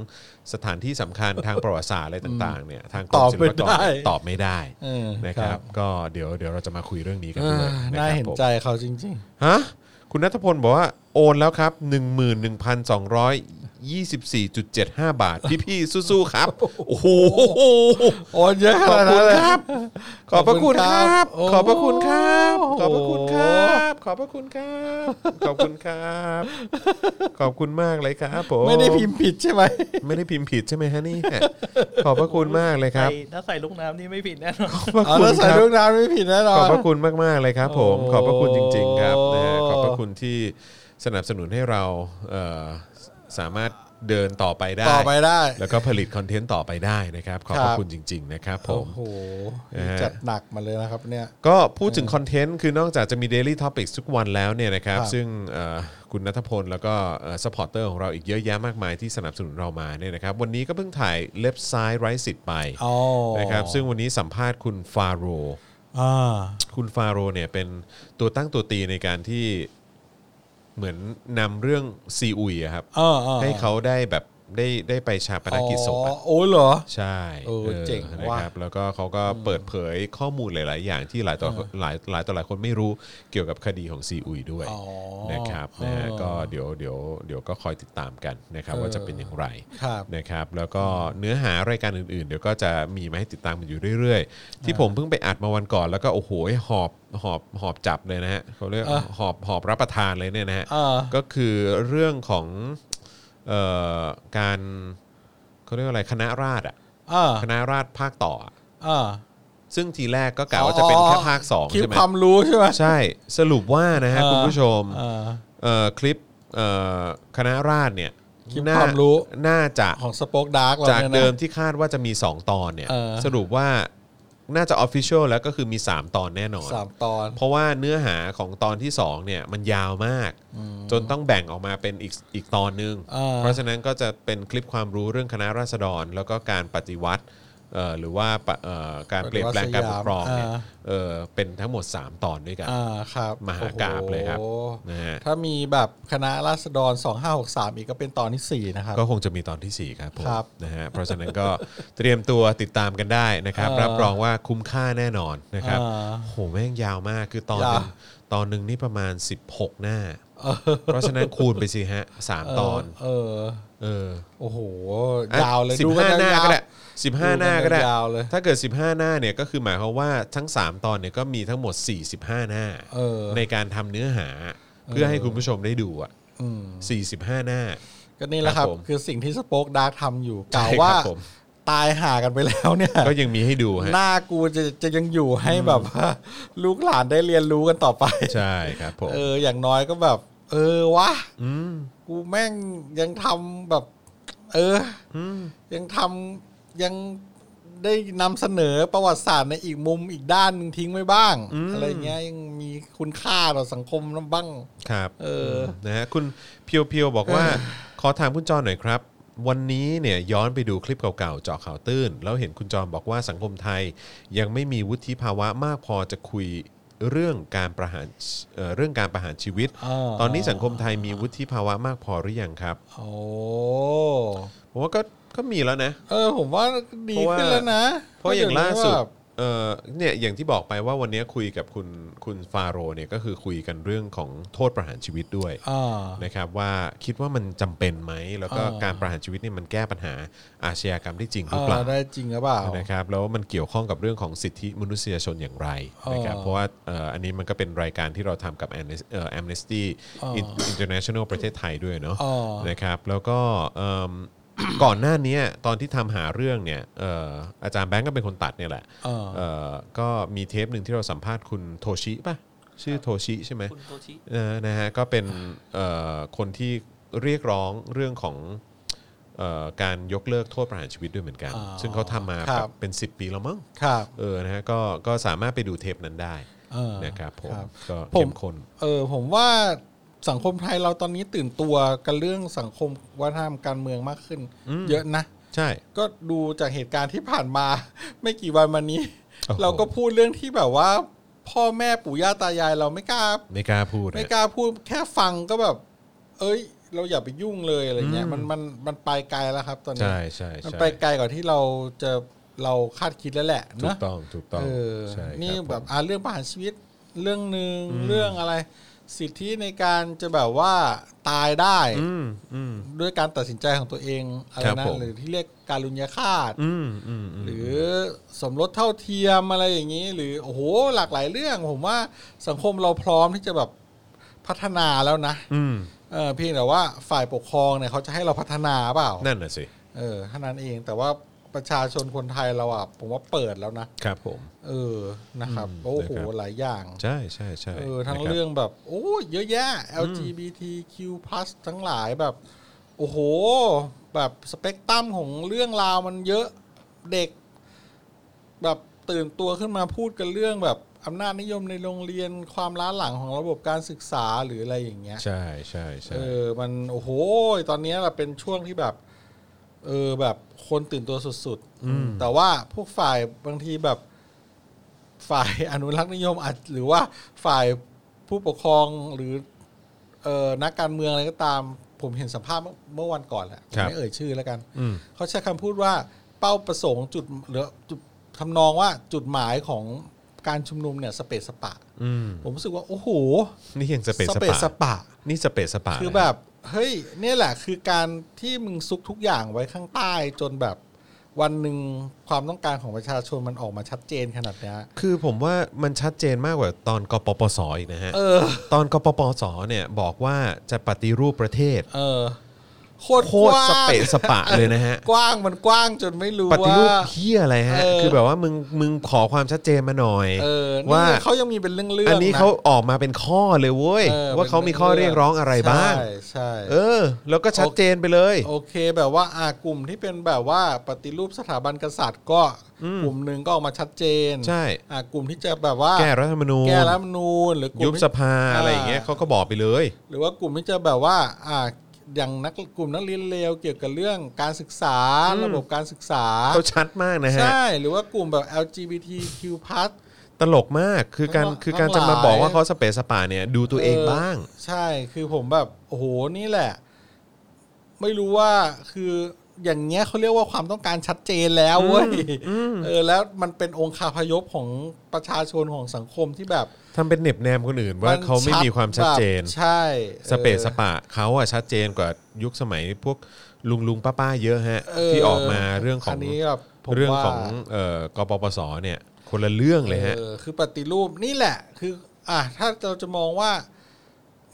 [SPEAKER 1] สถานที่สำ คัญทางประวัติศาสตร์อะไรต่างๆเนี่ยทางกรมศิลปาก
[SPEAKER 2] ตอบ
[SPEAKER 1] รตอบ
[SPEAKER 2] ไม่ได้
[SPEAKER 1] ไม่ได้
[SPEAKER 2] เออ
[SPEAKER 1] นะค
[SPEAKER 2] ครั
[SPEAKER 1] รับ
[SPEAKER 2] บ
[SPEAKER 1] ก็เดี๋ยวเดี๋ยวเราจะมาคุยเรื่องนี้กัน
[SPEAKER 2] เอ
[SPEAKER 1] ด้
[SPEAKER 2] อ
[SPEAKER 1] วะ
[SPEAKER 2] ยน่า
[SPEAKER 1] ครับ
[SPEAKER 2] เห็น
[SPEAKER 1] ผม
[SPEAKER 2] ใจเขาจริง
[SPEAKER 1] ฮะคุณนัทพลบอกว่าโอนแล้วครับ 24.75 บา ท พี่ๆสู้ๆครับ โอ้โห
[SPEAKER 2] โอนเยอะข
[SPEAKER 1] ขอบคุ
[SPEAKER 2] นาดนั้น
[SPEAKER 1] ณ
[SPEAKER 2] เลย
[SPEAKER 1] ครับ ข
[SPEAKER 2] ข
[SPEAKER 1] อ
[SPEAKER 2] อ
[SPEAKER 1] บบ พ
[SPEAKER 2] พ
[SPEAKER 1] ระ
[SPEAKER 2] ระคุ
[SPEAKER 1] คุณ
[SPEAKER 2] ณ
[SPEAKER 1] ค
[SPEAKER 2] ครั
[SPEAKER 1] รับ
[SPEAKER 2] บโอ้
[SPEAKER 1] ขอบพระคุณครับ ขอบพระคุณครับ
[SPEAKER 2] โอ้โห
[SPEAKER 1] ขอบพระคุณครับ ขอบคุณครับ ขอบคุณมากเลยครับผม
[SPEAKER 2] ไม่ได้พิมพ์ผิดใช่ไหม
[SPEAKER 1] ไม่ได้พิมพ์ผิดใช่ไหมฮะนี่ ขอบพระคุณมากเลยครับ
[SPEAKER 3] ใส่ถ้าใส่ลูกน้ำนี่ไม่ผิดแน่นอน
[SPEAKER 1] ขอบพ
[SPEAKER 2] เอา
[SPEAKER 1] ระคุณ
[SPEAKER 2] แล้วใส่
[SPEAKER 1] ครับ
[SPEAKER 2] ลูกน้ำไม่ผิดแน่นอ
[SPEAKER 1] ขอบ
[SPEAKER 2] น
[SPEAKER 1] พระคุณมาก ๆ เลยครับผม
[SPEAKER 2] โอ้
[SPEAKER 1] ขอบพระคุณจริง ๆ ครับนะฮะขอบพระคุณที่สนับสนุนให้เราเอ่อสามารถเดินต่อไปได้
[SPEAKER 2] ต่อไปได้
[SPEAKER 1] แล้วก็ผลิตคอนเทนต์ต่อไปได้นะครับ ขอบพ
[SPEAKER 2] ค
[SPEAKER 1] ระ
[SPEAKER 2] รับ
[SPEAKER 1] คุณจริง ๆ นะครับผม
[SPEAKER 2] โอ้โหนี่
[SPEAKER 1] นะฮะ
[SPEAKER 2] จัดหนักมาเลยนะครับเนี่ย
[SPEAKER 1] ก็พูดถึงคอนเทนต์ คือนอกจากจะมี Daily Topics ทุกวันแล้วเนี่ยนะครับ
[SPEAKER 2] ครับ
[SPEAKER 1] ซึ่งเอ่อคุณนัทพล แล้วก็สปอร์เตอร์ของเราอีกเยอะแยะมากมายที่สนับสนุนเรามาเนี่ยนะครับ วันนี้ก็เพิ่งถ่ายเล็บซ้ายไร้สิทธิ์ไป
[SPEAKER 2] อ๋อ
[SPEAKER 1] นะครับซึ่งวันนี้สัมภาษณ์คุณฟาโร
[SPEAKER 2] อ่า
[SPEAKER 1] คุณฟาโรห์เนี่ยเป็นตัวตั้งตัวตีในการที่เหมือนนำเรื่องซีอุยอะครับ
[SPEAKER 2] เออเออ
[SPEAKER 1] ให้เขาได้แบบได้ได้ไปชาปนกิจศพ
[SPEAKER 2] อ๋
[SPEAKER 1] อะ
[SPEAKER 2] อโอ้เหรอ
[SPEAKER 1] ใช่
[SPEAKER 2] เออเจ๋ง
[SPEAKER 1] นะ
[SPEAKER 2] ว่ะ
[SPEAKER 1] ครับแล้วก็เขาก็เปิดเผยข้อมูลหลาย ๆ อย่างที่หลายต่อหลายหลายต่อหลายคนไม่รู้เกี่ยวกับคดีของซีอุยด้วย
[SPEAKER 2] อ๋อ
[SPEAKER 1] นะครับนะฮะก็เดี๋ยวเดี๋ยวเดี๋ยวก็คอยติดตามกันนะครับ ว่าจะเป็นอย่างไร
[SPEAKER 2] ครับ
[SPEAKER 1] นะครับแล้วก็เนื้อหารายการอื่นๆ เดี๋ยวก็จะมีมาให้ติดตามกันอยู่เรื่อยๆ ที่ผมเพิ่งไปอัดมาวันก่อนแล้วก็โอ้โหหอบหอบหอบจับเลยนะฮะเขาเรียก
[SPEAKER 2] อ่ะ
[SPEAKER 1] หอบหอบรับประทานเลยเนี่ยนะฮะ
[SPEAKER 2] อ่า
[SPEAKER 1] ก็คือเรื่องของเอ่อการเขาเรียกว่าอะไรคณะราษฎรอะ
[SPEAKER 2] อ่า
[SPEAKER 1] คณะราษฎรภาคต่ออะ
[SPEAKER 2] อ่า
[SPEAKER 1] ซึ่งทีแรกก็กะว่าจะเป็น
[SPEAKER 2] อ๋อ
[SPEAKER 1] แค่ภาคสอง
[SPEAKER 2] คิด
[SPEAKER 1] ใช่ไหม
[SPEAKER 2] ความรู้ใช่ไหม
[SPEAKER 1] ใช่สรุปว่านะฮะ
[SPEAKER 2] อ่า
[SPEAKER 1] คุณผู้ชม
[SPEAKER 2] อ่า
[SPEAKER 1] เอ่อคลิปเอ่อคณะราษฎรเนี่ย
[SPEAKER 2] คลิป
[SPEAKER 1] น่
[SPEAKER 2] ความรู้
[SPEAKER 1] น่าจะ
[SPEAKER 2] ของสปอคดาร์กเรา
[SPEAKER 1] จาก
[SPEAKER 2] นี่ยนะ
[SPEAKER 1] เดิมที่คาดว่าจะมี 2 ตอนเนี่ย
[SPEAKER 2] เออ
[SPEAKER 1] สรุปว่าน่าจะออฟฟิเชียลแล้วก็คือมี 3 ตอนแน่นอน
[SPEAKER 2] สามตอน
[SPEAKER 1] เพราะว่าเนื้อหาของตอนที่ 2 เนี่ย มันยาวมาก จนต้องแบ่งออกมาเป็นอีกอีกตอนหนึง
[SPEAKER 2] เออ
[SPEAKER 1] เพราะฉะนั้นก็จะเป็นคลิปความรู้เรื่องคณะราษฎร แล้วก็การปฏิวัติเอ่อหรือว่าปะเอ่อการเปลี่ยนแปลงการปกครองเนี่ย
[SPEAKER 2] เออ
[SPEAKER 1] เอ่อเป็นทั้งหมด 3 ตอนด้วยกัน
[SPEAKER 2] อ่าครับ
[SPEAKER 1] มหากาพย์เลยครับ
[SPEAKER 2] โอ้โห
[SPEAKER 1] นะฮะ
[SPEAKER 2] ถ้ามีแบบคณะราษฎร 2563 อีกก็เป็นตอนที่ 4 นะครับ
[SPEAKER 1] ก็คงจะมีตอนทีสี่ 4 ครับผม
[SPEAKER 2] ครับ
[SPEAKER 1] นะฮะเพราะฉะนั้นก็เตรียมตัวติดตามกันได้นะครับ
[SPEAKER 2] เออ
[SPEAKER 1] รับรองว่าคุ้มค่าแน่นอนนะครับ
[SPEAKER 2] เออ
[SPEAKER 1] โหแม่งยาวมากคือตอนหนึ่ง
[SPEAKER 2] ยาว
[SPEAKER 1] ตอนหนึ่งนี่ประมาณ 16 หน้า เพราะฉะนั้นคูณไปสิฮะสามตอน
[SPEAKER 2] เออ
[SPEAKER 1] เออ
[SPEAKER 2] โอ้โห
[SPEAKER 1] อ่ะ
[SPEAKER 2] ยาวเลย
[SPEAKER 1] สิบ
[SPEAKER 2] ดูกั
[SPEAKER 1] ห้าหน้าก็
[SPEAKER 2] ยาว
[SPEAKER 1] ได้สิบห้าหน้าก็ได้
[SPEAKER 2] ยาวเลย
[SPEAKER 1] ถ้าเกิด 15 หน้าเนี่ยก็คือหมายความว่าทั้ง 3 ตอนเนี่ยก็มีทั้งหมด 45 หน้า
[SPEAKER 2] เออ
[SPEAKER 1] ในการทำเนื้อหาเพื่อให้คุณผู้ชมได้ดูอ่ะ
[SPEAKER 2] อืม
[SPEAKER 1] 45 หน้า
[SPEAKER 2] ก็นี่แห
[SPEAKER 1] ค
[SPEAKER 2] ละค
[SPEAKER 1] รั
[SPEAKER 2] รั
[SPEAKER 1] บบ ผม
[SPEAKER 2] คือสิ่งที่สปอคดาร์กทำอยู่
[SPEAKER 1] ใช่
[SPEAKER 2] กล่า
[SPEAKER 1] ค
[SPEAKER 2] ว
[SPEAKER 1] รับ
[SPEAKER 2] ว่า
[SPEAKER 1] ผม
[SPEAKER 2] ตายห่ากันไปแล้วเนี่ย
[SPEAKER 1] ก็ยังมีให้ดูฮะ
[SPEAKER 2] หน้ากูจะจะยังอยู่ให้แบบว่า ลูกหลานได้เรียนรู้กันต่อไป
[SPEAKER 1] ใช่ครับผม
[SPEAKER 2] เออ อย่างน้อยก็แบบ เออวะ
[SPEAKER 1] ม
[SPEAKER 2] กูแม่งยังทำแบบ เอออยังทำยังได้นำเสนอประวัติศาสตร์ในอีกมุมอีกด้านหนึงทิ้งไว้บ้าง อะไรเงี้ยยังมีคุณค่าต่อสังคมน้ำบ้าง
[SPEAKER 1] ครับ
[SPEAKER 2] เออ
[SPEAKER 1] นะฮะคุณเพียวเพียวๆบอก ว่า ขอถามคุณจอนหน่อยครับ วันนี้เนี่ยย้อนไปดูคลิปเก่าๆเจาะข่าวตื้น แล้วเห็นคุณจอนบอกว่าสังคมไทย ยังไม่มีวุฒิภาวะมากพอจะคุยเรื่องการประหารเอ่อเรื่องการประหารชีวิต
[SPEAKER 2] อ่า
[SPEAKER 1] ตอนนี้สังคมไทยมีวุฒิภาวะมากพอหรือยังครับ
[SPEAKER 2] โอ้
[SPEAKER 1] ผมว่าก็ก็มีแล้วนะ
[SPEAKER 2] เออ ผมว่าดี
[SPEAKER 1] เพราะว่า
[SPEAKER 2] ขึ้นแล้วนะ
[SPEAKER 1] เพราะอย่างล่าสุด
[SPEAKER 2] เดี๋วนี้แบบ
[SPEAKER 1] เออเนี่ยอย่างที่บอกไปว่าวันนี้คุยกับคุณคุณฟาโรห์เนี่ยก็คือคุยกันเรื่องของโทษประหารชีวิตด้วย
[SPEAKER 2] อ่า
[SPEAKER 1] นะครับว่าคิดว่ามันจำเป็นไหม แล้วก็
[SPEAKER 2] เออ
[SPEAKER 1] การประหารชีวิตเนี่ยมันแก้ปัญหาอาชญากรรมได้จริงหรือเปล่า
[SPEAKER 2] เออได้จริงหรือเปล่า
[SPEAKER 1] นะครับแล้วมันเกี่ยวข้องกับเรื่องของสิทธิมนุษยชนอย่างไรนะครับ
[SPEAKER 2] เออ
[SPEAKER 1] เพราะว่าเอ่ออันนี้มันก็เป็นรายการที่เราทำกับ Amnes- เอ่อ Amnesty
[SPEAKER 2] เออ
[SPEAKER 1] International ประเทศไทยด้วยเนาะ
[SPEAKER 2] เออ
[SPEAKER 1] นะครับแล้วก็เอิ่ม ก่อนหน้านี้ตอนที่ทำหาเรื่องเนี่ยเอ่ออาจารย์แบงก์ก็เป็นคนตัดเนี่ยแหละ
[SPEAKER 2] เออ
[SPEAKER 1] เอ่อก็มีเทปหนึ่งที่เราสัมภาษณ์คุณโทชิป่ะชื่อโทชิใช่ไหม
[SPEAKER 3] คุณโตชิ
[SPEAKER 1] เออนะฮะก็เป็นเอ่อคนที่เรียกร้องเรื่องของเอ่อการยกเลิกโทษประหารชีวิตด้วยเหมือนกัน
[SPEAKER 2] อ๋อ
[SPEAKER 1] ซึ่งเขาทำมา
[SPEAKER 2] ครับ
[SPEAKER 1] แบบเป็น 10 ปีแล้วมั้ง
[SPEAKER 2] ครับ
[SPEAKER 1] เออนะฮะก็ก็สามารถไปดูเทปนั้นได้
[SPEAKER 2] เออ
[SPEAKER 1] นะครับผม
[SPEAKER 2] ครับ
[SPEAKER 1] ก็
[SPEAKER 2] ผม
[SPEAKER 1] เข้มข้น
[SPEAKER 2] เออ ผมว่าสังคมไทยเราตอนนี้ตื่นตัวกันเรื่องสังคมวัฒนธรรมการเมืองมากขึ้น เยอะนะ
[SPEAKER 1] ใช่
[SPEAKER 2] ก็ดูจากเหตุการณ์ที่ผ่านมา ไม่กี่วันมานี้
[SPEAKER 1] โอ้โห
[SPEAKER 2] เราก็พูดเรื่องที่แบบว่า พ่อแม่ปู่ย่าตายายเราไม่กล้า
[SPEAKER 1] ไม่กล้าพูด
[SPEAKER 2] ไม่
[SPEAKER 1] นะ
[SPEAKER 2] กล้าพูดแค่ฟังก็แบบ เอ้ย เราอย่าไปยุ่งเลยอะไรเงี้ย
[SPEAKER 1] อืม
[SPEAKER 2] มันมันมันไปไกลแล้วครับ ตอนนี้
[SPEAKER 1] ใช่ใช่
[SPEAKER 2] มัน
[SPEAKER 1] ใช่
[SPEAKER 2] ไปไกลกว่าที่เราจะเราคาดคิดแล้วแหละ
[SPEAKER 1] ถู
[SPEAKER 2] เน
[SPEAKER 1] ก
[SPEAKER 2] อะ
[SPEAKER 1] ต้องถูกต้อง
[SPEAKER 2] เออ
[SPEAKER 1] ใช่ครับ
[SPEAKER 2] นี่แบบ
[SPEAKER 1] ผม
[SPEAKER 2] อ่าเรื่องประหารชีวิตเรื่องหนึ่งเรื่องอะไร สิทธิในการจะแบบว่าตายได้
[SPEAKER 1] อืมอืม
[SPEAKER 2] ด้วยการตัดสินใจของตัวเองอะไร
[SPEAKER 1] ครับ
[SPEAKER 2] นะ
[SPEAKER 1] ผม
[SPEAKER 2] หรือที่เรียกการลุญยฆาต
[SPEAKER 1] อืมอืมอืม
[SPEAKER 2] หรือสมรสเท่าเทียมอะไรอย่างนี้ หรือโอ้โหหลากหลายเรื่อง ผมว่าสังคมเราพร้อมที่จะแบบพัฒนาแล้วนะ
[SPEAKER 1] อืม
[SPEAKER 2] เออเพียงแต่ว่าฝ่ายปกครองเนี่ยเขาจะให้เราพัฒนาเปล่า
[SPEAKER 1] นั่นน่ะสิ
[SPEAKER 2] เออเท่านั้นเองแต่ว่าประชาชนคนไทยเราอ่ะผมว่าเปิดแล้วนะครับ
[SPEAKER 1] ผม
[SPEAKER 2] เออนะครับ
[SPEAKER 1] อืม
[SPEAKER 2] โอ้
[SPEAKER 1] นะ
[SPEAKER 2] โห
[SPEAKER 1] ครับ
[SPEAKER 2] หลายอย่าง
[SPEAKER 1] ใช่ใช่ใช่
[SPEAKER 2] เออทั้ง
[SPEAKER 1] นะครับ
[SPEAKER 2] เรื่องแบบโอ้เยอะแยะ LGBTQ+ ทั้งหลายแบบโอ้โห แบบสเปกตรัมของเรื่องราวมันเยอะเด็ก แบบตื่นตัวขึ้นมาพูดกันเรื่องแบบอำนาจนิยมในโรงเรียนความล้าหลังของระบบการศึกษาหรืออะไรอย่างเงี้ย
[SPEAKER 1] ใช่ใช่ใช่
[SPEAKER 2] เออมันโอ้โหตอนเนี้ยเราเป็นช่วงที่แบบเออแบบคนตื่นตัวสุดๆแต่ว่าพวกฝ่ายบางทีแบบ ฝ่ายอนุรักษ์นิยมอาจหรือว่าฝ่ายผู้ปกครองหรือเออนักการเมืองอะไรก็ตาม ผมเห็นสัมภาษณ์เมื่อเมื่อวันก่อนแหละผมไม่เอ่ยชื่อแล้วกัน
[SPEAKER 1] อืม
[SPEAKER 2] เขาใช้คำพูดว่าเป้าประสงค์จุดหรือจุดทำนองว่าจุดหมายของการชุมนุมเนี่ยสเปซสปะ
[SPEAKER 1] อืม
[SPEAKER 2] ผมรู้สึกว่า โอ้โห
[SPEAKER 1] นี่ยังสเปซส
[SPEAKER 2] ส
[SPEAKER 1] ปา
[SPEAKER 2] ปะ
[SPEAKER 1] นี่สเปซสปา
[SPEAKER 2] คือแบบ เฮ้ยเนี่ยแหละคือการที่มึงซุกทุกอย่างไว้ข้างใต้จนแบบวันหนึ่งความต้องการของประชาชนมันออกมาชัดเจนขนาดเนี้ย
[SPEAKER 1] คือผมว่ามันชัดเจนมากกว่าตอนกปปสอีกนะฮะ
[SPEAKER 2] เออ
[SPEAKER 1] ตอนกปปสเนี่ยบอกว่าจะปฏิรูปประเทศ
[SPEAKER 2] เออ โคตร
[SPEAKER 1] โค
[SPEAKER 2] ก
[SPEAKER 1] ตร
[SPEAKER 2] ว้าง
[SPEAKER 1] สเปซสปาเลยนะฮะ
[SPEAKER 2] กว้างมันกว้างจนไม่รู้
[SPEAKER 1] ปฏิ
[SPEAKER 2] ว่า
[SPEAKER 1] รูปเฮียอะไรฮะ
[SPEAKER 2] เออ
[SPEAKER 1] คือแบบว่ามึงมึงขอความชัดเจนมาหน่อย
[SPEAKER 2] เออนี่
[SPEAKER 1] ว่า
[SPEAKER 2] เขายังมีเป็นเรื่องเรื่อง
[SPEAKER 1] อันนี้เขาออกมาเป็นข้อเลยเว้ย ว่าเขามีข้อเรียกร้องอะไรบ้าง
[SPEAKER 2] ใช่
[SPEAKER 1] เออ แล้วก็ชัดเจนไปเลย
[SPEAKER 2] โอเคแบบว่าอ่ากลุ่มที่เป็นแบบว่าปฏิรูปสถาบันกษัตริย์ก็กลุ่มหนึ่งก็ออกมาชัดเจน
[SPEAKER 1] ใช่
[SPEAKER 2] อ่ากลุ่มที่จะแบบว่า
[SPEAKER 1] แก้รัฐธรรมนูญ
[SPEAKER 2] แก้รัฐธรรมนูญหรือกลุ่
[SPEAKER 1] ยุ
[SPEAKER 2] ม
[SPEAKER 1] บ
[SPEAKER 2] ที่
[SPEAKER 1] สภาอะไรอย่างเงี้ยเขาก็บอกไปเลย
[SPEAKER 2] หรือว่ากลุ่มที่จะแบบว่าอ่าอย่างนักกลุ่มนักเรียนเลวเกี่ยวกับเรื่องการศึกษาระบบการศึกษา
[SPEAKER 1] เขาชัดมากนะฮะ
[SPEAKER 2] ใช่หรือว่ากลุ่มแบบ LGBTQ+
[SPEAKER 1] ตลกมากคือการ
[SPEAKER 2] ทั้งหลาย
[SPEAKER 1] คือการจะมาบอกว่าเขาสเปซสปาเนี่ยดูตัวเองบ้าง
[SPEAKER 2] ใช่คือผมแบบโอ้โหนี่แหละ ไม่รู้ว่าคืออย่างเงี้ยเขาเรียกว่าความต้องการชัดเจนแล้วเว้ยเออ แล้วมันเป็นองค์คาพยพของประชาชนของสังคมที่แบบ
[SPEAKER 1] ทำเป็นเหน็บแนมคนอื่นว่าเขาไม่มีความชัดเจน
[SPEAKER 2] แบบใช่ออ
[SPEAKER 1] สเปซสปะเขาอะชัดเจนกว่ายุคสมัยพวกลุงลุงป้าป้าๆเยอะฮะ
[SPEAKER 2] เออ
[SPEAKER 1] ที่ออกมาเรื่องขอน ง
[SPEAKER 2] นี้แบบผมว่า
[SPEAKER 1] เรื่องของเอ่อกปปสเนี่ยคนละเรื่องเลยฮะ
[SPEAKER 2] เออคือปฏิรูปนี่แหละ คือ อ่ะถ้าเราจะมองว่า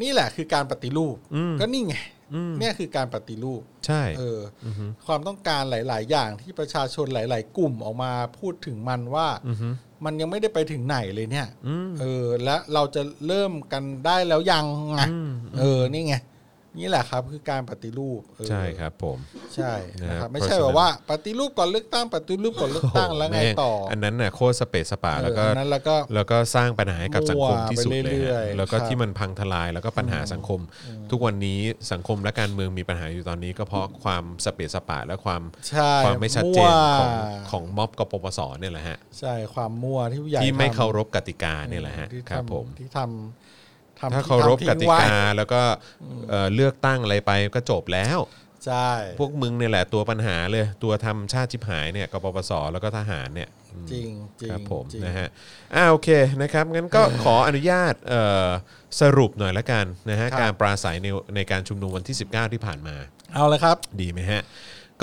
[SPEAKER 2] นี่แหละคือการปฏิรูป
[SPEAKER 1] อืม
[SPEAKER 2] ก็นี่ไงเนี่ยคือการปฏิรูป
[SPEAKER 1] ใช่
[SPEAKER 2] เอออความต้องการหลาย ๆ อย่างที่ประชาชนหลาย ๆ กลุ่มออกมาพูดถึงมันว่ามันยังไม่ได้ไปถึงไหนเลยเนี่ยเออ และเราจะเริ่มกันได้แล้วยังไงเออนี่ไงนี่แหละครับ คือการปฏิรูปเออ
[SPEAKER 1] ใช่ครับผม
[SPEAKER 2] ใช่นะ
[SPEAKER 1] นะค
[SPEAKER 2] ครับ
[SPEAKER 1] รับ
[SPEAKER 2] ไม่ใช่แบบว่าปฏิรูปก่อนเลือกตั้งปฏิรูปก่อนเลือกตั้งแล้วไง
[SPEAKER 1] โโหม่
[SPEAKER 2] ต่อ
[SPEAKER 1] อันนั้นน่ะโคตรสเปซสปะ
[SPEAKER 2] เออ
[SPEAKER 1] แล้วก็
[SPEAKER 2] อันนั้นแล้วก็
[SPEAKER 1] แล้วก็สร้างปัญหาให้กับสังคม
[SPEAKER 2] มั่ว
[SPEAKER 1] ที่สุด
[SPEAKER 2] ไป
[SPEAKER 1] เลย
[SPEAKER 2] เรื่อ
[SPEAKER 1] ฮะ
[SPEAKER 2] ยๆ
[SPEAKER 1] แล้วก็
[SPEAKER 2] ครับ
[SPEAKER 1] ที่มันพังทลายแล้วก็ปัญหาสังคม ทุกวันนี้สังคมและการเมืองมีปัญหาอยู่ตอนนี้ ก็เพราะความสเปซสปะและความ
[SPEAKER 2] ใช่
[SPEAKER 1] ความไม่ชัดเจนของ
[SPEAKER 2] มั่ว
[SPEAKER 1] ของม็อบกปปสเนี่ยแหละฮะ
[SPEAKER 2] ใช่ความมั่วที่ผู้ใหญ่
[SPEAKER 1] ที่ไม่
[SPEAKER 2] ทำ
[SPEAKER 1] เคารพกติกาเนี่ยแหละฮะ
[SPEAKER 2] ที่ทำ
[SPEAKER 1] ครับผม
[SPEAKER 2] ที่ทำทำ
[SPEAKER 1] ถ้า
[SPEAKER 2] ที่
[SPEAKER 1] เคารพก
[SPEAKER 2] ทำทิ้ง
[SPEAKER 1] ติ
[SPEAKER 2] ไว้
[SPEAKER 1] กาแล้วก็เอ่อเลือกตั้งอะไรไปก็จบแล้ว
[SPEAKER 2] ใช่
[SPEAKER 1] พวกมึงเนี่ยแหละตัวปัญหาเลยตัวทำชาติชิบหายเนี่ยกปปสแล้วก็ทหารเนี่ยอืม
[SPEAKER 2] จริงจริง
[SPEAKER 1] ครับผม
[SPEAKER 2] จริง
[SPEAKER 1] นะฮะอ่าโอเคนะครับงั้นก็ขออนุญาตเอ่อสรุปหน่อยละกันนะฮะ
[SPEAKER 2] ครับ
[SPEAKER 1] การปราศัยในในการชุมนุมวันที่ 19 ที่ผ่านมา
[SPEAKER 2] เอาเลยครับ
[SPEAKER 1] ดีไหมฮะ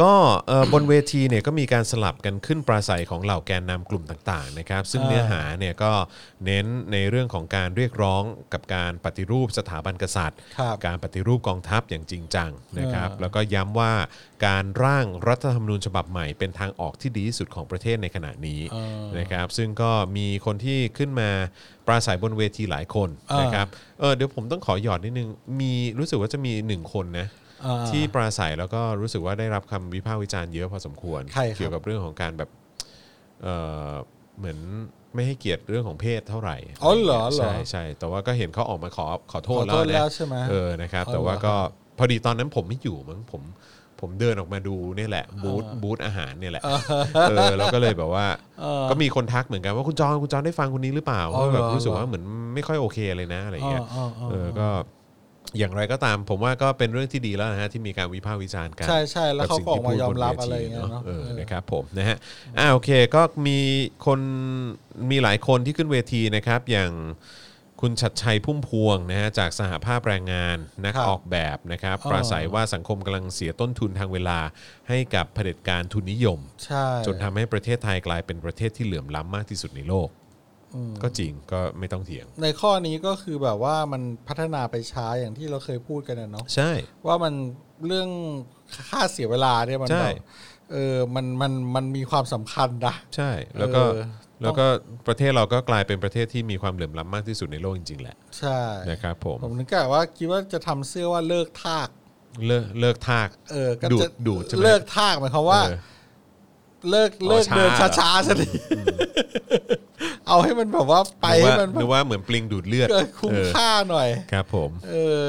[SPEAKER 1] ก็เอ่อบนเวทีเนี่ยก็มีการสลับกันขึ้นปราศัยของเหล่าแกนนำกลุ่มต่างๆนะครับ ซึ่ง
[SPEAKER 2] อ่า
[SPEAKER 1] เนื้อหาเนี่ยก็เน้นในเรื่องของการเรียกร้องกับการปฏิรูปสถาบันกษัตริย์
[SPEAKER 2] ครับ
[SPEAKER 1] การปฏิรูปกองทัพอย่างจริงจังนะครับ แล้วก็ย้ำว่าการร่างรัฐธรรมนูญฉบับใหม่เป็นทางออกที่ดีที่สุดของประเทศในขณะนี้
[SPEAKER 2] เออ
[SPEAKER 1] นะครับ ซึ่งก็มีคนที่ขึ้นมาปราศัยบนเวทีหลายคน
[SPEAKER 2] เออ
[SPEAKER 1] นะครับเออเดี๋ยวผมต้องขอหยอดนิดนึงมีรู้สึกว่าจะมีหนึ่งคนนะ
[SPEAKER 2] อ่า
[SPEAKER 1] ที่ปราศัยแล้วก็รู้สึกว่าได้รับคำวิพากษ์วิจารณ์เยอะพอสมควร
[SPEAKER 2] ใครครับ
[SPEAKER 1] เกี่ยวกับเรื่องของการแบบเอ่อเหมือนไม่ให้เกียรติเรื่องของเพศเท่าไหร่
[SPEAKER 2] อ๋อเหรอเหรอ
[SPEAKER 1] ใช่ใช่แต่ว่าก็เห็นเขาออกมาขอขอโทษ
[SPEAKER 2] ขอ
[SPEAKER 1] แล้
[SPEAKER 2] โท
[SPEAKER 1] ว
[SPEAKER 2] ษ
[SPEAKER 1] นะ
[SPEAKER 2] แล้วใช่ไหม
[SPEAKER 1] เออนะครับ
[SPEAKER 2] อ๋อ
[SPEAKER 1] แต่ว่า
[SPEAKER 2] เหรอ
[SPEAKER 1] ก็พอดีตอนนั้นผมไม่อยู่มั้งผมผมเดินออกมาดูเนี่ยแหละบูธบูธอาหารเนี่ยแหละเออแล้วก็เลยแบบว่า
[SPEAKER 2] เออ
[SPEAKER 1] ก็มีคนทักเหมือนกันว่าคุณจอนคุณจอนได้ฟังคนนี้หรือเปล่า
[SPEAKER 2] อ๋อเหรอ
[SPEAKER 1] แบบรู้สึกว่า
[SPEAKER 2] เหรอ
[SPEAKER 1] เหมือนไม่ค่อยโอเคเลยนะอะไรอย่างเงี้ย
[SPEAKER 2] อ๋ออ๋อ
[SPEAKER 1] เอ
[SPEAKER 2] อ๋อ
[SPEAKER 1] อก็อย่างไรก็ตามผมว่าก็เป็นเรื่องที่ดีแล้วนะฮะที่มีการวิพากษ์วิจารณ์กัน
[SPEAKER 2] ใช่ใช่แล้ว
[SPEAKER 1] บ
[SPEAKER 2] เขา
[SPEAKER 1] สิ่ง
[SPEAKER 2] ก็ออก
[SPEAKER 1] ที่พู
[SPEAKER 2] มา
[SPEAKER 1] ด
[SPEAKER 2] ยอมรับ
[SPEAKER 1] นว
[SPEAKER 2] อะไร
[SPEAKER 1] ที
[SPEAKER 2] อย่างเงี้ยเนาะ
[SPEAKER 1] เออ
[SPEAKER 2] เออ
[SPEAKER 1] นะครับผมนะฮะอ่าโอเคก็มีคนมีหลายคนที่ขึ้นเวทีนะครับ อย่าง คุณชัดชัยพุ่มพวงนะฮะจากสหภาพแรงงานนัก
[SPEAKER 2] ครับ
[SPEAKER 1] ออกแบบนะครับ
[SPEAKER 2] อ๋อ
[SPEAKER 1] ปราศัยว่าสังคมกำลังเสียต้นทุนทางเวลาให้กับเผด็จการทุนนิยม
[SPEAKER 2] ใช่
[SPEAKER 1] จนทำให้ประเทศไทยกลายเป็นประเทศที่เหลื่อมล้ำมากที่สุดในโลก ก็จริงก็ไม่ต้องเถียง
[SPEAKER 2] ในข้อนี้ก็คือแบบว่ามันพัฒนาไปช้าอย่างที่เราเคยพูดกันนะเนาะ
[SPEAKER 1] ใช่
[SPEAKER 2] ว่ามันเรื่องค่าเสียเวลาเนี่ยมัน
[SPEAKER 1] ใช่
[SPEAKER 2] แบบเออมันมันมันมีความสำคัญนะ
[SPEAKER 1] ใช่แล้วก็
[SPEAKER 2] เออ
[SPEAKER 1] แล้วก็ประเทศเราก็กลายเป็นประเทศที่มีความเหลื่อมล้ำมากที่สุดในโลกจริงๆแหละ
[SPEAKER 2] ใช่
[SPEAKER 1] นะครับผม
[SPEAKER 2] ผมนึกว่าคิดว่าจะทำเสื้อว่าเลิกทาก
[SPEAKER 1] เลิกเลิกทาก
[SPEAKER 2] เออก็
[SPEAKER 1] ดู
[SPEAKER 2] จะ
[SPEAKER 1] ดดูดใช่ไหม
[SPEAKER 2] เลิกทากหมายความว่า
[SPEAKER 1] เออ
[SPEAKER 2] เลิกเลิก
[SPEAKER 1] ช้า
[SPEAKER 2] เดินช้าๆสักทีเอาให้มันแบบว่าไป
[SPEAKER 1] หรือว่า
[SPEAKER 2] ให้มัน
[SPEAKER 1] หรือว่าเหมือนปลิงดูดเลือด
[SPEAKER 2] เกิดคุ้ม
[SPEAKER 1] เออ
[SPEAKER 2] ค่าหน่อย
[SPEAKER 1] ครับผม
[SPEAKER 2] เออ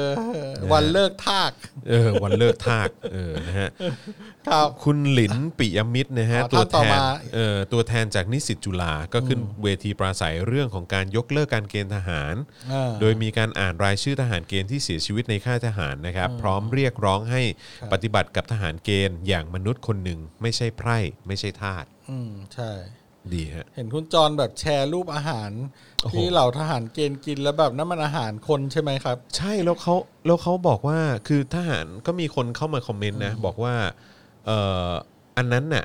[SPEAKER 2] วันเลิกทาก
[SPEAKER 1] เออวันเลิกทากเออนะฮะ
[SPEAKER 2] ครับ
[SPEAKER 1] คุณหลินปิยมิตรนะฮะ
[SPEAKER 2] อ๋อ
[SPEAKER 1] ตัว
[SPEAKER 2] ท่านต่
[SPEAKER 1] แท
[SPEAKER 2] อน มา
[SPEAKER 1] เอ่อตัวแทนจากนิสิตจุฬาก็ขึ้นเวทีปราศัยเรื่องของการยกเลิกการเกณฑ์ทหาร
[SPEAKER 2] อ่า
[SPEAKER 1] โดยมีการอ่านรายชื่อทหารเกณฑ์ที่เสียชีวิตในค่ายทหารนะครับ พร้อมเรียกร้องให้
[SPEAKER 2] ครับ
[SPEAKER 1] ปฏิบัติกับทหารเกณฑ์อย่างมนุษย์คนหนึ่งไม่ใช่ไพร่ไม่ใช่ทาส
[SPEAKER 2] อืมใช่
[SPEAKER 1] ดีฮะ
[SPEAKER 2] เห็นคุณจรแบบแชร์รูปอาหาร
[SPEAKER 1] โอ้โห
[SPEAKER 2] ที่เหล่าทหารเกณฑ์กินแล้วแบบนั่นมันอาหารคนใช่ไหมครับ
[SPEAKER 1] ใช่แล้วเขาแล้วเขาบอกว่าคือทหารก็มีคนเข้ามาคอมเมนต์นะ บอกว่าเอ่ออันนั้นน่ะ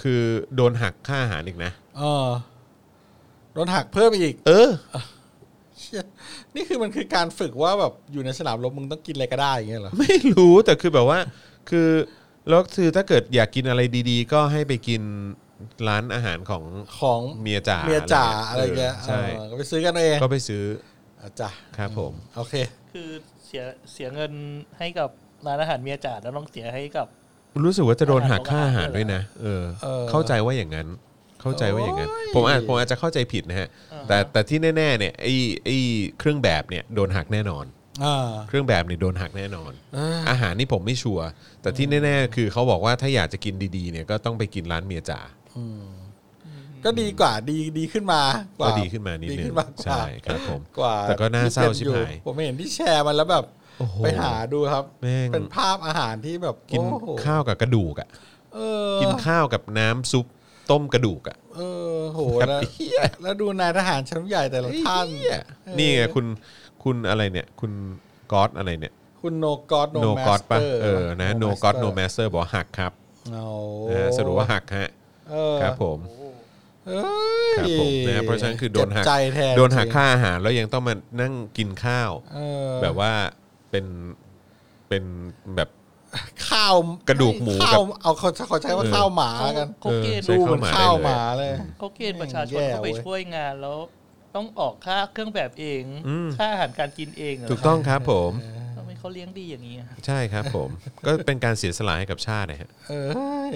[SPEAKER 1] คือโดนหักค่าอาหารอีกนะ
[SPEAKER 2] เออโดนหักเพิ่มอีก
[SPEAKER 1] เออ
[SPEAKER 2] เชี่ยนี่คือมันคือการฝึกว่าแบบอยู่ในสนามรบมึงต้องกินอะไรก็ได้อย่างเงี้ยเหรอ
[SPEAKER 1] ไม่รู้แต่คือแบบว่าคือแล้วคือถ้าเกิดอยากกินอะไรดีๆ ก็ให้ไปกินร้านอาหารของ
[SPEAKER 2] ของ
[SPEAKER 1] เมียจ่า
[SPEAKER 2] เมียจ่าอะไรเงี้ย
[SPEAKER 1] ใช่
[SPEAKER 2] เออก็ไปซื้อกันเอาเอง
[SPEAKER 1] ก็ไปซื้อ
[SPEAKER 2] อ่ะจ้ะ
[SPEAKER 1] ครับผม
[SPEAKER 2] โอเค
[SPEAKER 3] คือเสียเสียเงินให้กับร้านอาหารเมียจ่าแล้วต้องเสียให้กับ
[SPEAKER 1] รู้สึกว่าจะโดนหักค่าอาหารด้วยนะเออ
[SPEAKER 2] เออ
[SPEAKER 1] เข้าใจว่าอย่างนั้น เข้าใจว่าอย่างนั้น
[SPEAKER 2] โอ้ย
[SPEAKER 1] ผมอาจผมอาจจะเข้าใจผิดนะฮะ
[SPEAKER 3] อ่า
[SPEAKER 1] แต่แต่ที่แน่ๆเนี่ยไอ้ไอ้เครื่องแบบเนี่ยโดนหักแน่นอน
[SPEAKER 2] อ่า
[SPEAKER 1] เครื่องแบบเนี่ยโดนหักแน่นอน
[SPEAKER 2] อ่า
[SPEAKER 1] อาหารนี่ผมไม่ชัวร์แต่ที่แน่ๆ คือเขาบอกว่าถ้าอยากจะกินดีๆเนี่ยก็ต้องไปกินร้านเมียจ่า
[SPEAKER 2] ก็ดีกว่าดีดีขึ้นมาก
[SPEAKER 1] ก็
[SPEAKER 2] ว่า
[SPEAKER 1] ดีขึ้นมานิด
[SPEAKER 2] ดี
[SPEAKER 1] นึง
[SPEAKER 2] ขึ้นมากว่า
[SPEAKER 1] ใช่ครับผม
[SPEAKER 2] กว่า
[SPEAKER 1] แต่ก็น่าเศร้า
[SPEAKER 2] ที่ป็น
[SPEAKER 1] ชิบ
[SPEAKER 2] อ
[SPEAKER 1] หาย
[SPEAKER 2] ผมเห็นที่แชร์มันแล้วแบบ
[SPEAKER 1] โอ้โห
[SPEAKER 2] ไปหาดูครับ
[SPEAKER 1] แม่ง
[SPEAKER 2] เป็นภาพอาหารที่แบบ
[SPEAKER 1] กิน
[SPEAKER 2] โอ้โห
[SPEAKER 1] ข้าวกับกระดูกอ่ะ
[SPEAKER 2] เออ
[SPEAKER 1] กินข้าวกับน้ำซุปต้มกระดูกอ่ะ
[SPEAKER 2] เออโห
[SPEAKER 1] ครับ
[SPEAKER 2] แล้ว
[SPEAKER 1] ไอ้เหี้ย
[SPEAKER 2] แล้วดูนายทหารชั้นผู้ใหญ่แต่ละท่าน
[SPEAKER 1] ไอ้เหี้ย
[SPEAKER 2] เออ
[SPEAKER 1] นี่ไงคุณคุณอะไรเนี่ย คุณก๊อตอะไรเนี่ย
[SPEAKER 2] คุณโนกอดโน
[SPEAKER 1] โน
[SPEAKER 2] มา
[SPEAKER 1] ก็อ
[SPEAKER 2] ส
[SPEAKER 1] ด
[SPEAKER 2] เต
[SPEAKER 1] ป่ะ
[SPEAKER 2] อร์
[SPEAKER 1] เออนะโนก็อดโนแมสเตอร์บอกว่าหักครับ
[SPEAKER 2] เอา
[SPEAKER 1] นะฮะสรุปว่าหักฮะ
[SPEAKER 2] เออ
[SPEAKER 1] ครับผม
[SPEAKER 2] เอ้ย
[SPEAKER 1] ครับผมนะฮะเพราะฉะนั้นคือโดนหัก
[SPEAKER 2] เจ็บใจแทน
[SPEAKER 1] โดนหักค่าอาหารแล้วยังต้องมานั่งกินข้าว
[SPEAKER 2] เออ
[SPEAKER 1] แบบว่าเป็นเป็นแบบ
[SPEAKER 2] ข้าว
[SPEAKER 1] กระดูกหมู
[SPEAKER 2] ข้าว
[SPEAKER 1] กับ
[SPEAKER 2] เอาเขาเขาใช้ว่าข้าวหมากัน
[SPEAKER 3] เขาเกณฑ์
[SPEAKER 1] ใช้
[SPEAKER 2] ดู
[SPEAKER 1] ข้าว
[SPEAKER 2] เหมือนข้าวหมาเลย
[SPEAKER 3] เขาเกณฑ์ประชาชนเข้า
[SPEAKER 2] แย่
[SPEAKER 3] ไป
[SPEAKER 2] เว้ย
[SPEAKER 3] ช่วยงานแล้ว ต้องออกค่าเครื่องแบบเอง
[SPEAKER 1] อืม
[SPEAKER 3] ค่าอาหารการกินเองเหร
[SPEAKER 1] ถูกต้องครับผม
[SPEAKER 3] ทำไมเขาเลี้ยงดีอย่างนี้อะ
[SPEAKER 1] ใช่ครับผม ก็เป็นการเสียสละให้กับชาตินะฮะ
[SPEAKER 2] เออ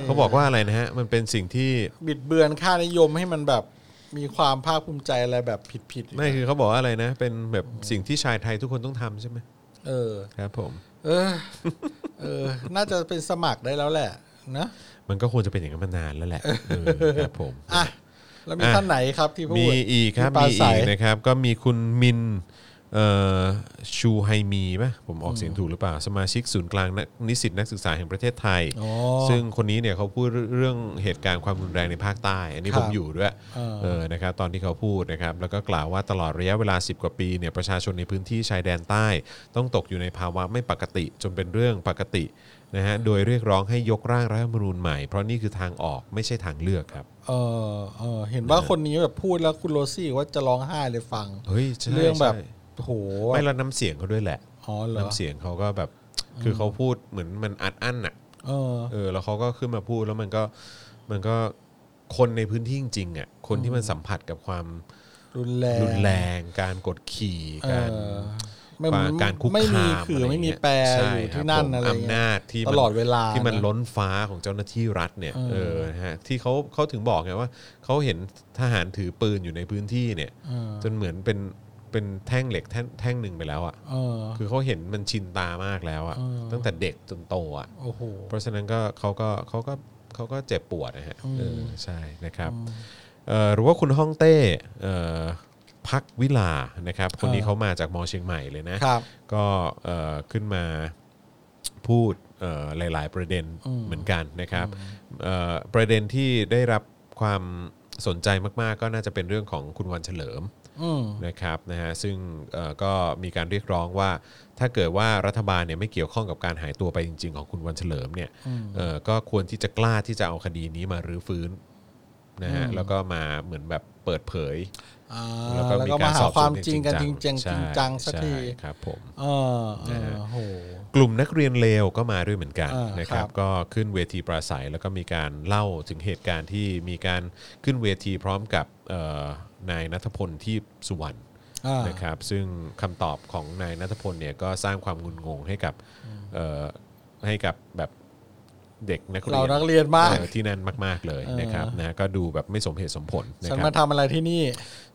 [SPEAKER 1] เขาบอกว่าอะไรนะฮะ มันเป็นสิ่งที่
[SPEAKER 2] บิดเบือนค่านิยมให้มันแบบมีความภาคภูมิใจอะไรแบบผิดผิดๆ
[SPEAKER 1] ไม่คือเขาบอกว่าอะไรนะ เป็นแบบสิ่งที่ชายไทยทุกคนต้องทำใช่ไหม
[SPEAKER 2] เออ
[SPEAKER 1] ครับผม
[SPEAKER 2] เออ เออ น่าจะเป็นสมัครได้แล้วแหละนะ
[SPEAKER 1] มันก็ควรจะเป็นอย่างนั้นมานานแล้วแหละเออครับผม
[SPEAKER 2] อ่ะ แล้วมี
[SPEAKER 1] อ่ะ
[SPEAKER 2] ท่านไหนครับที่พูด
[SPEAKER 1] มีอีกครับ
[SPEAKER 2] ที่ปา
[SPEAKER 1] มีอี
[SPEAKER 2] ศัย
[SPEAKER 1] กนะครับ ก็มีคุณมินเอ่อชูไฮมีป่ะผมออกเสียงถูกหรือเปล่า สมาชิกศูนย์กลางนักนิสิตนักศึกษาแห่งประเทศไทย
[SPEAKER 2] อ๋อ
[SPEAKER 1] ซึ่งคนนี้เนี่ยเขาพูดเรื่องเหตุการณ์ความรุนแรงในภาคใต้ อันนี้
[SPEAKER 2] ครั
[SPEAKER 1] ผ
[SPEAKER 2] บ
[SPEAKER 1] มอยู่ด้วย
[SPEAKER 2] เออ
[SPEAKER 1] เออนะครับตอนที่เขาพูดนะครับแล้วก็กล่าวว่าตลอดระยะเวลา 10 กว่าปีเนี่ยประชาชนในพื้นที่ชายแดนใต้ ต้องตกอยู่ในภาวะไม่ปกติ จนเป็นเรื่องปกตินะฮะโดยเรียกร้องให้ยกร่างรัฐธรรมนูญใหม่ เพราะนี่คือทางออกไม่ใช่ทางเลือกครับ
[SPEAKER 2] เออเออ เห็นว่าคนนี้แบบพูดแล้วคุณโรซี่ว่าจะร้องไห้เลยฟัง
[SPEAKER 1] เฮ้ยใช่
[SPEAKER 2] เรื่องแบบ
[SPEAKER 1] ใช่
[SPEAKER 2] โห
[SPEAKER 1] ไม่แล้วน้ำเสียงเขาด้วยแหละ
[SPEAKER 2] อ๋อเหรอ
[SPEAKER 1] น้ำเสียงเขาก็แบบ คือเขาพูดเหมือนมันอัดอั้นอ่ะ
[SPEAKER 2] เออ
[SPEAKER 1] เออ แล้วเขาก็ขึ้นมาพูดแล้วมันก็ มันก็คนในพื้นที่จริงๆอ่ะ คนที่มันสัมผัสกับความ
[SPEAKER 2] รุนแรง
[SPEAKER 1] รุนแรง การกดขี่
[SPEAKER 2] เอ
[SPEAKER 1] การ
[SPEAKER 2] อไม่
[SPEAKER 1] ความการคุก
[SPEAKER 2] ไม่มี
[SPEAKER 1] คาม
[SPEAKER 2] ขื่อ
[SPEAKER 1] อะร
[SPEAKER 2] ไม่มี
[SPEAKER 1] เงี้ย
[SPEAKER 2] แปร
[SPEAKER 1] ใช่
[SPEAKER 2] อยู่
[SPEAKER 1] ค
[SPEAKER 2] ที่
[SPEAKER 1] บ
[SPEAKER 2] นั่น
[SPEAKER 1] ผม
[SPEAKER 2] อะไรเงี้ย
[SPEAKER 1] อำนาจที่มัน
[SPEAKER 2] ตลอดเวลา
[SPEAKER 1] ที่มัน
[SPEAKER 2] นะ
[SPEAKER 1] ล้นฟ้าของเจ้าหน้าที่รัฐเนี่ย
[SPEAKER 2] เออ
[SPEAKER 1] เออนะฮะที่เขาเขาถึงบอกไงว่าเขาเห็นทหารถือปืนอยู่ในพื้นที่เนี่ย
[SPEAKER 2] เออ
[SPEAKER 1] จนเหมือนเป็นเป็นแท่งเหล็กแท่งแท่งหนึ่งไปแล้วอ่ะ
[SPEAKER 2] เออ
[SPEAKER 1] คือเขาเห็นมันชินตามากแล้วอะ
[SPEAKER 2] เออ
[SPEAKER 1] ตั้งแต่เด็กจนโตอะ
[SPEAKER 2] โอ้โห
[SPEAKER 1] เพราะฉะนั้นก็เขาก็เขาก็เขาก็เจ็บปวดนะฮะ
[SPEAKER 2] อืม
[SPEAKER 1] เออใช่นะครับเอ่อหรือว่าคุณฮ่องเต้เอ่อพักวิลานะครับ คนนี้เขามาจากมอเชียงใหม่เลยนะ
[SPEAKER 2] ครับ
[SPEAKER 1] ก็เอ่อขึ้นมาพูดเอ่อหลาย ๆ ประเด็นเหมือนกันนะครับเอ่อประเด็นที่ได้รับความ สนใจมากๆ ก็น่าจะเป็นเรื่องของคุณวันเฉลิม
[SPEAKER 2] อืม
[SPEAKER 1] นะครับนะฮะซึ่งเอ่อก็มีการเรียกร้องว่า ถ้าเกิดว่ารัฐบาลเนี่ยไม่เกี่ยวข้องกับการหายตัวไปจริง ๆ ของคุณวันเฉลิมเนี่ยเอ่อก็ควรที่จะกล้าที่จะเอาคดีนี้มารื้อฟื้นนะฮะแล้วก็มาเหมือนแบบเปิดเผย
[SPEAKER 2] อ่า
[SPEAKER 1] แล้
[SPEAKER 2] แล้วว
[SPEAKER 1] ก็
[SPEAKER 2] ก็
[SPEAKER 1] มีกา
[SPEAKER 2] มา
[SPEAKER 1] ห
[SPEAKER 2] หา
[SPEAKER 1] สอบ
[SPEAKER 2] ค
[SPEAKER 1] สว
[SPEAKER 2] วาน ม
[SPEAKER 1] อย่
[SPEAKER 2] จริงกันจริงจังจ
[SPEAKER 1] ใช่
[SPEAKER 2] ริงจังสักที
[SPEAKER 1] ใช่ครับผม
[SPEAKER 2] เออเออโห
[SPEAKER 1] กลุ่มนักเรียนเลวก็มาด้วยเหมือนกัน
[SPEAKER 2] อ่าน
[SPEAKER 1] นะครับ
[SPEAKER 2] ครับ
[SPEAKER 1] ก็ขึ้นเวทีปราศัยแล้วก็มีการเล่าถึงเหตุการณ์ที่มีการขึ้นเวทีพร้อมกับเอ่อนายนัทพลที่สุวรรณ
[SPEAKER 2] อ่า
[SPEAKER 1] นะครับซึ่งคำตอบของนายนัทพลเนี่ยก็สร้างความงุนงงให้กับเอ่อให้กับแบบเด็กนักเรียน
[SPEAKER 2] เรานักเรียนมาก
[SPEAKER 1] เอ่อที่นั่นมาก ๆ เลยนะครับนะก็ดูแบบไม่สมเหตุสมผลนะ
[SPEAKER 2] ฉัน
[SPEAKER 1] ครั
[SPEAKER 2] มา
[SPEAKER 1] บ
[SPEAKER 2] ทำอะไรที่นี่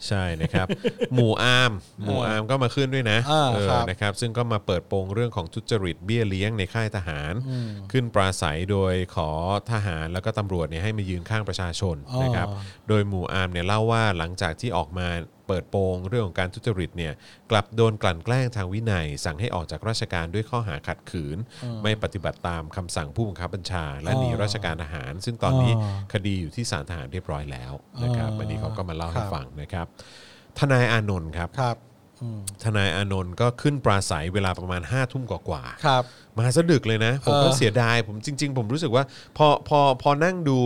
[SPEAKER 1] ใช่ นะครับ หมู่อาร์มหมู่อาร์มก็มาขึ้นด้วยนะ
[SPEAKER 2] อ่า
[SPEAKER 1] เออ
[SPEAKER 2] ครับ
[SPEAKER 1] นะครับซึ่งก็มาเปิดโปงเรื่องของทุจริตเบี้ยเลี้ยงในค่ายทหาร ขึ้นปราศัยโดยขอทหารแล้วก็ตำรวจเนี่ยให้มายืนข้างประชาชนนะครับ โดยหมู่อาร์มเนี่ยเล่าว่าหลังจากที่ออกมาเปิดโปงเรื่องของการทุจริตเนี่ยกลับโดนกลั่นแกล้งทางวินัย สั่งให้ออกจากราชการด้วยข้อหาขัดขืน ไม่ปฏิบัติตามคำสั่งผู้บังคับบัญชา และหนีราชการทหาร ซึ่งตอนนี้
[SPEAKER 2] อ๋อ
[SPEAKER 1] คดีอยู่ที่ศาลทหารเรียบร้อยแล้วนะครับ
[SPEAKER 2] อ๋ออั
[SPEAKER 1] อันนี้เขาก็มาเล่า
[SPEAKER 2] ครั
[SPEAKER 1] ให้
[SPEAKER 2] บ
[SPEAKER 1] ฟังนะครับ ทนายอานนท์ครับ
[SPEAKER 2] ครับอืม
[SPEAKER 1] ทนายอานนท์ก็ขึ้นปราศัยเวลาประมาณ5้าทุ่มกว่าๆ
[SPEAKER 2] ครับ
[SPEAKER 1] มาสะดึกเลยนะ ผมก็
[SPEAKER 2] เออ
[SPEAKER 1] เสียดาย ผมจริง ๆ ผมรู้สึกว่า พอพอพอนั่งดู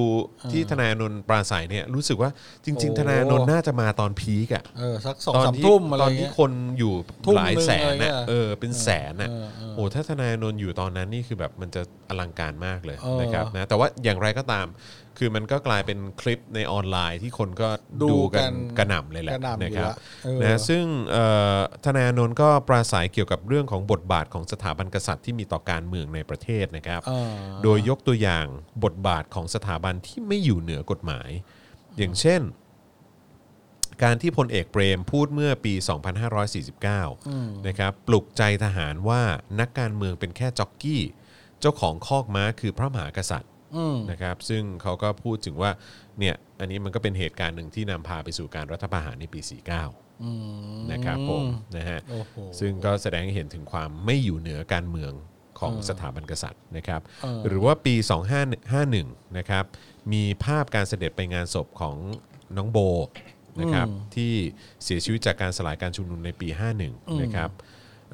[SPEAKER 1] ที่ทนายอานนท์ปราศัยเนี่ยรู้สึกว่าจริง ๆ ทนายอานนท์น่าจะมาตอนพีกอะ
[SPEAKER 2] เออสักสอง
[SPEAKER 1] ตอน
[SPEAKER 2] สาม
[SPEAKER 1] ที่
[SPEAKER 2] ทุ่มอะไร
[SPEAKER 1] ตอนที่
[SPEAKER 2] เงี้ย
[SPEAKER 1] คนอยู่
[SPEAKER 2] ทุ่ม
[SPEAKER 1] หลายแสน
[SPEAKER 2] หนึ่งอะไรเงี้
[SPEAKER 1] น่ะ
[SPEAKER 2] ย
[SPEAKER 1] เออเป็นแสนน่ะ
[SPEAKER 2] เออเออ
[SPEAKER 1] โอ้ถ้าทนายอานนท์อยู่ตอนนั้นนี่คือแบบมันจะอลังการมากเลย
[SPEAKER 2] เออ
[SPEAKER 1] นะครับนะแต่ว่าอย่างไรก็ตาม คือมันก็กลายเป็นคลิปในออนไลน์ที่คนก็
[SPEAKER 2] ดู
[SPEAKER 1] ดู
[SPEAKER 2] กั
[SPEAKER 1] กัน
[SPEAKER 2] น
[SPEAKER 1] กระหน่ำเลยแหละ
[SPEAKER 2] กระหน่ำอยู่
[SPEAKER 1] นะครับ
[SPEAKER 2] ละเออ
[SPEAKER 1] นะซึ่งเอ่อทนายอานนท์ก็ปราศัยเกี่ยวกับเรื่องของบทบาทของสถาบันกษัตริย์ที่มีต่อการเมืองในประเทศนะครับ
[SPEAKER 2] เออ
[SPEAKER 1] โดยยกตัวอย่างบทบาทของสถาบันที่ไม่อยู่เหนือกฎหมาย อย่างเช่น การที่พลเอกเปรมพูดเมื่อปี 2549 นะครับปลุกใจทหารว่านักการเมืองเป็นแค่จ็อกกี้ เจ้าของคอกม้าคือพระมหากษัตริย์
[SPEAKER 2] อืม
[SPEAKER 1] นะครับซึ่งเขาก็พูดถึงว่าเนี่ยอันนี้มันก็เป็นเหตุการณ์หนึ่งที่นำพาไปสู่การรัฐประหารในปี 49
[SPEAKER 2] อืม
[SPEAKER 1] นะครับผมนะฮะ
[SPEAKER 2] โอ้โห
[SPEAKER 1] ซึ่งก็แสดงให้เห็นถึงความไม่อยู่เหนือการเมืองของสถาบันกษัตริย์นะครับ
[SPEAKER 2] เออ
[SPEAKER 1] หรือว่าปี 2551 นะครับ มีภาพการเสด็จไปงานศพของน้องโบนะครับที่เสียชีวิตจากการสลายการชุมนุมในปี 51 นะครับ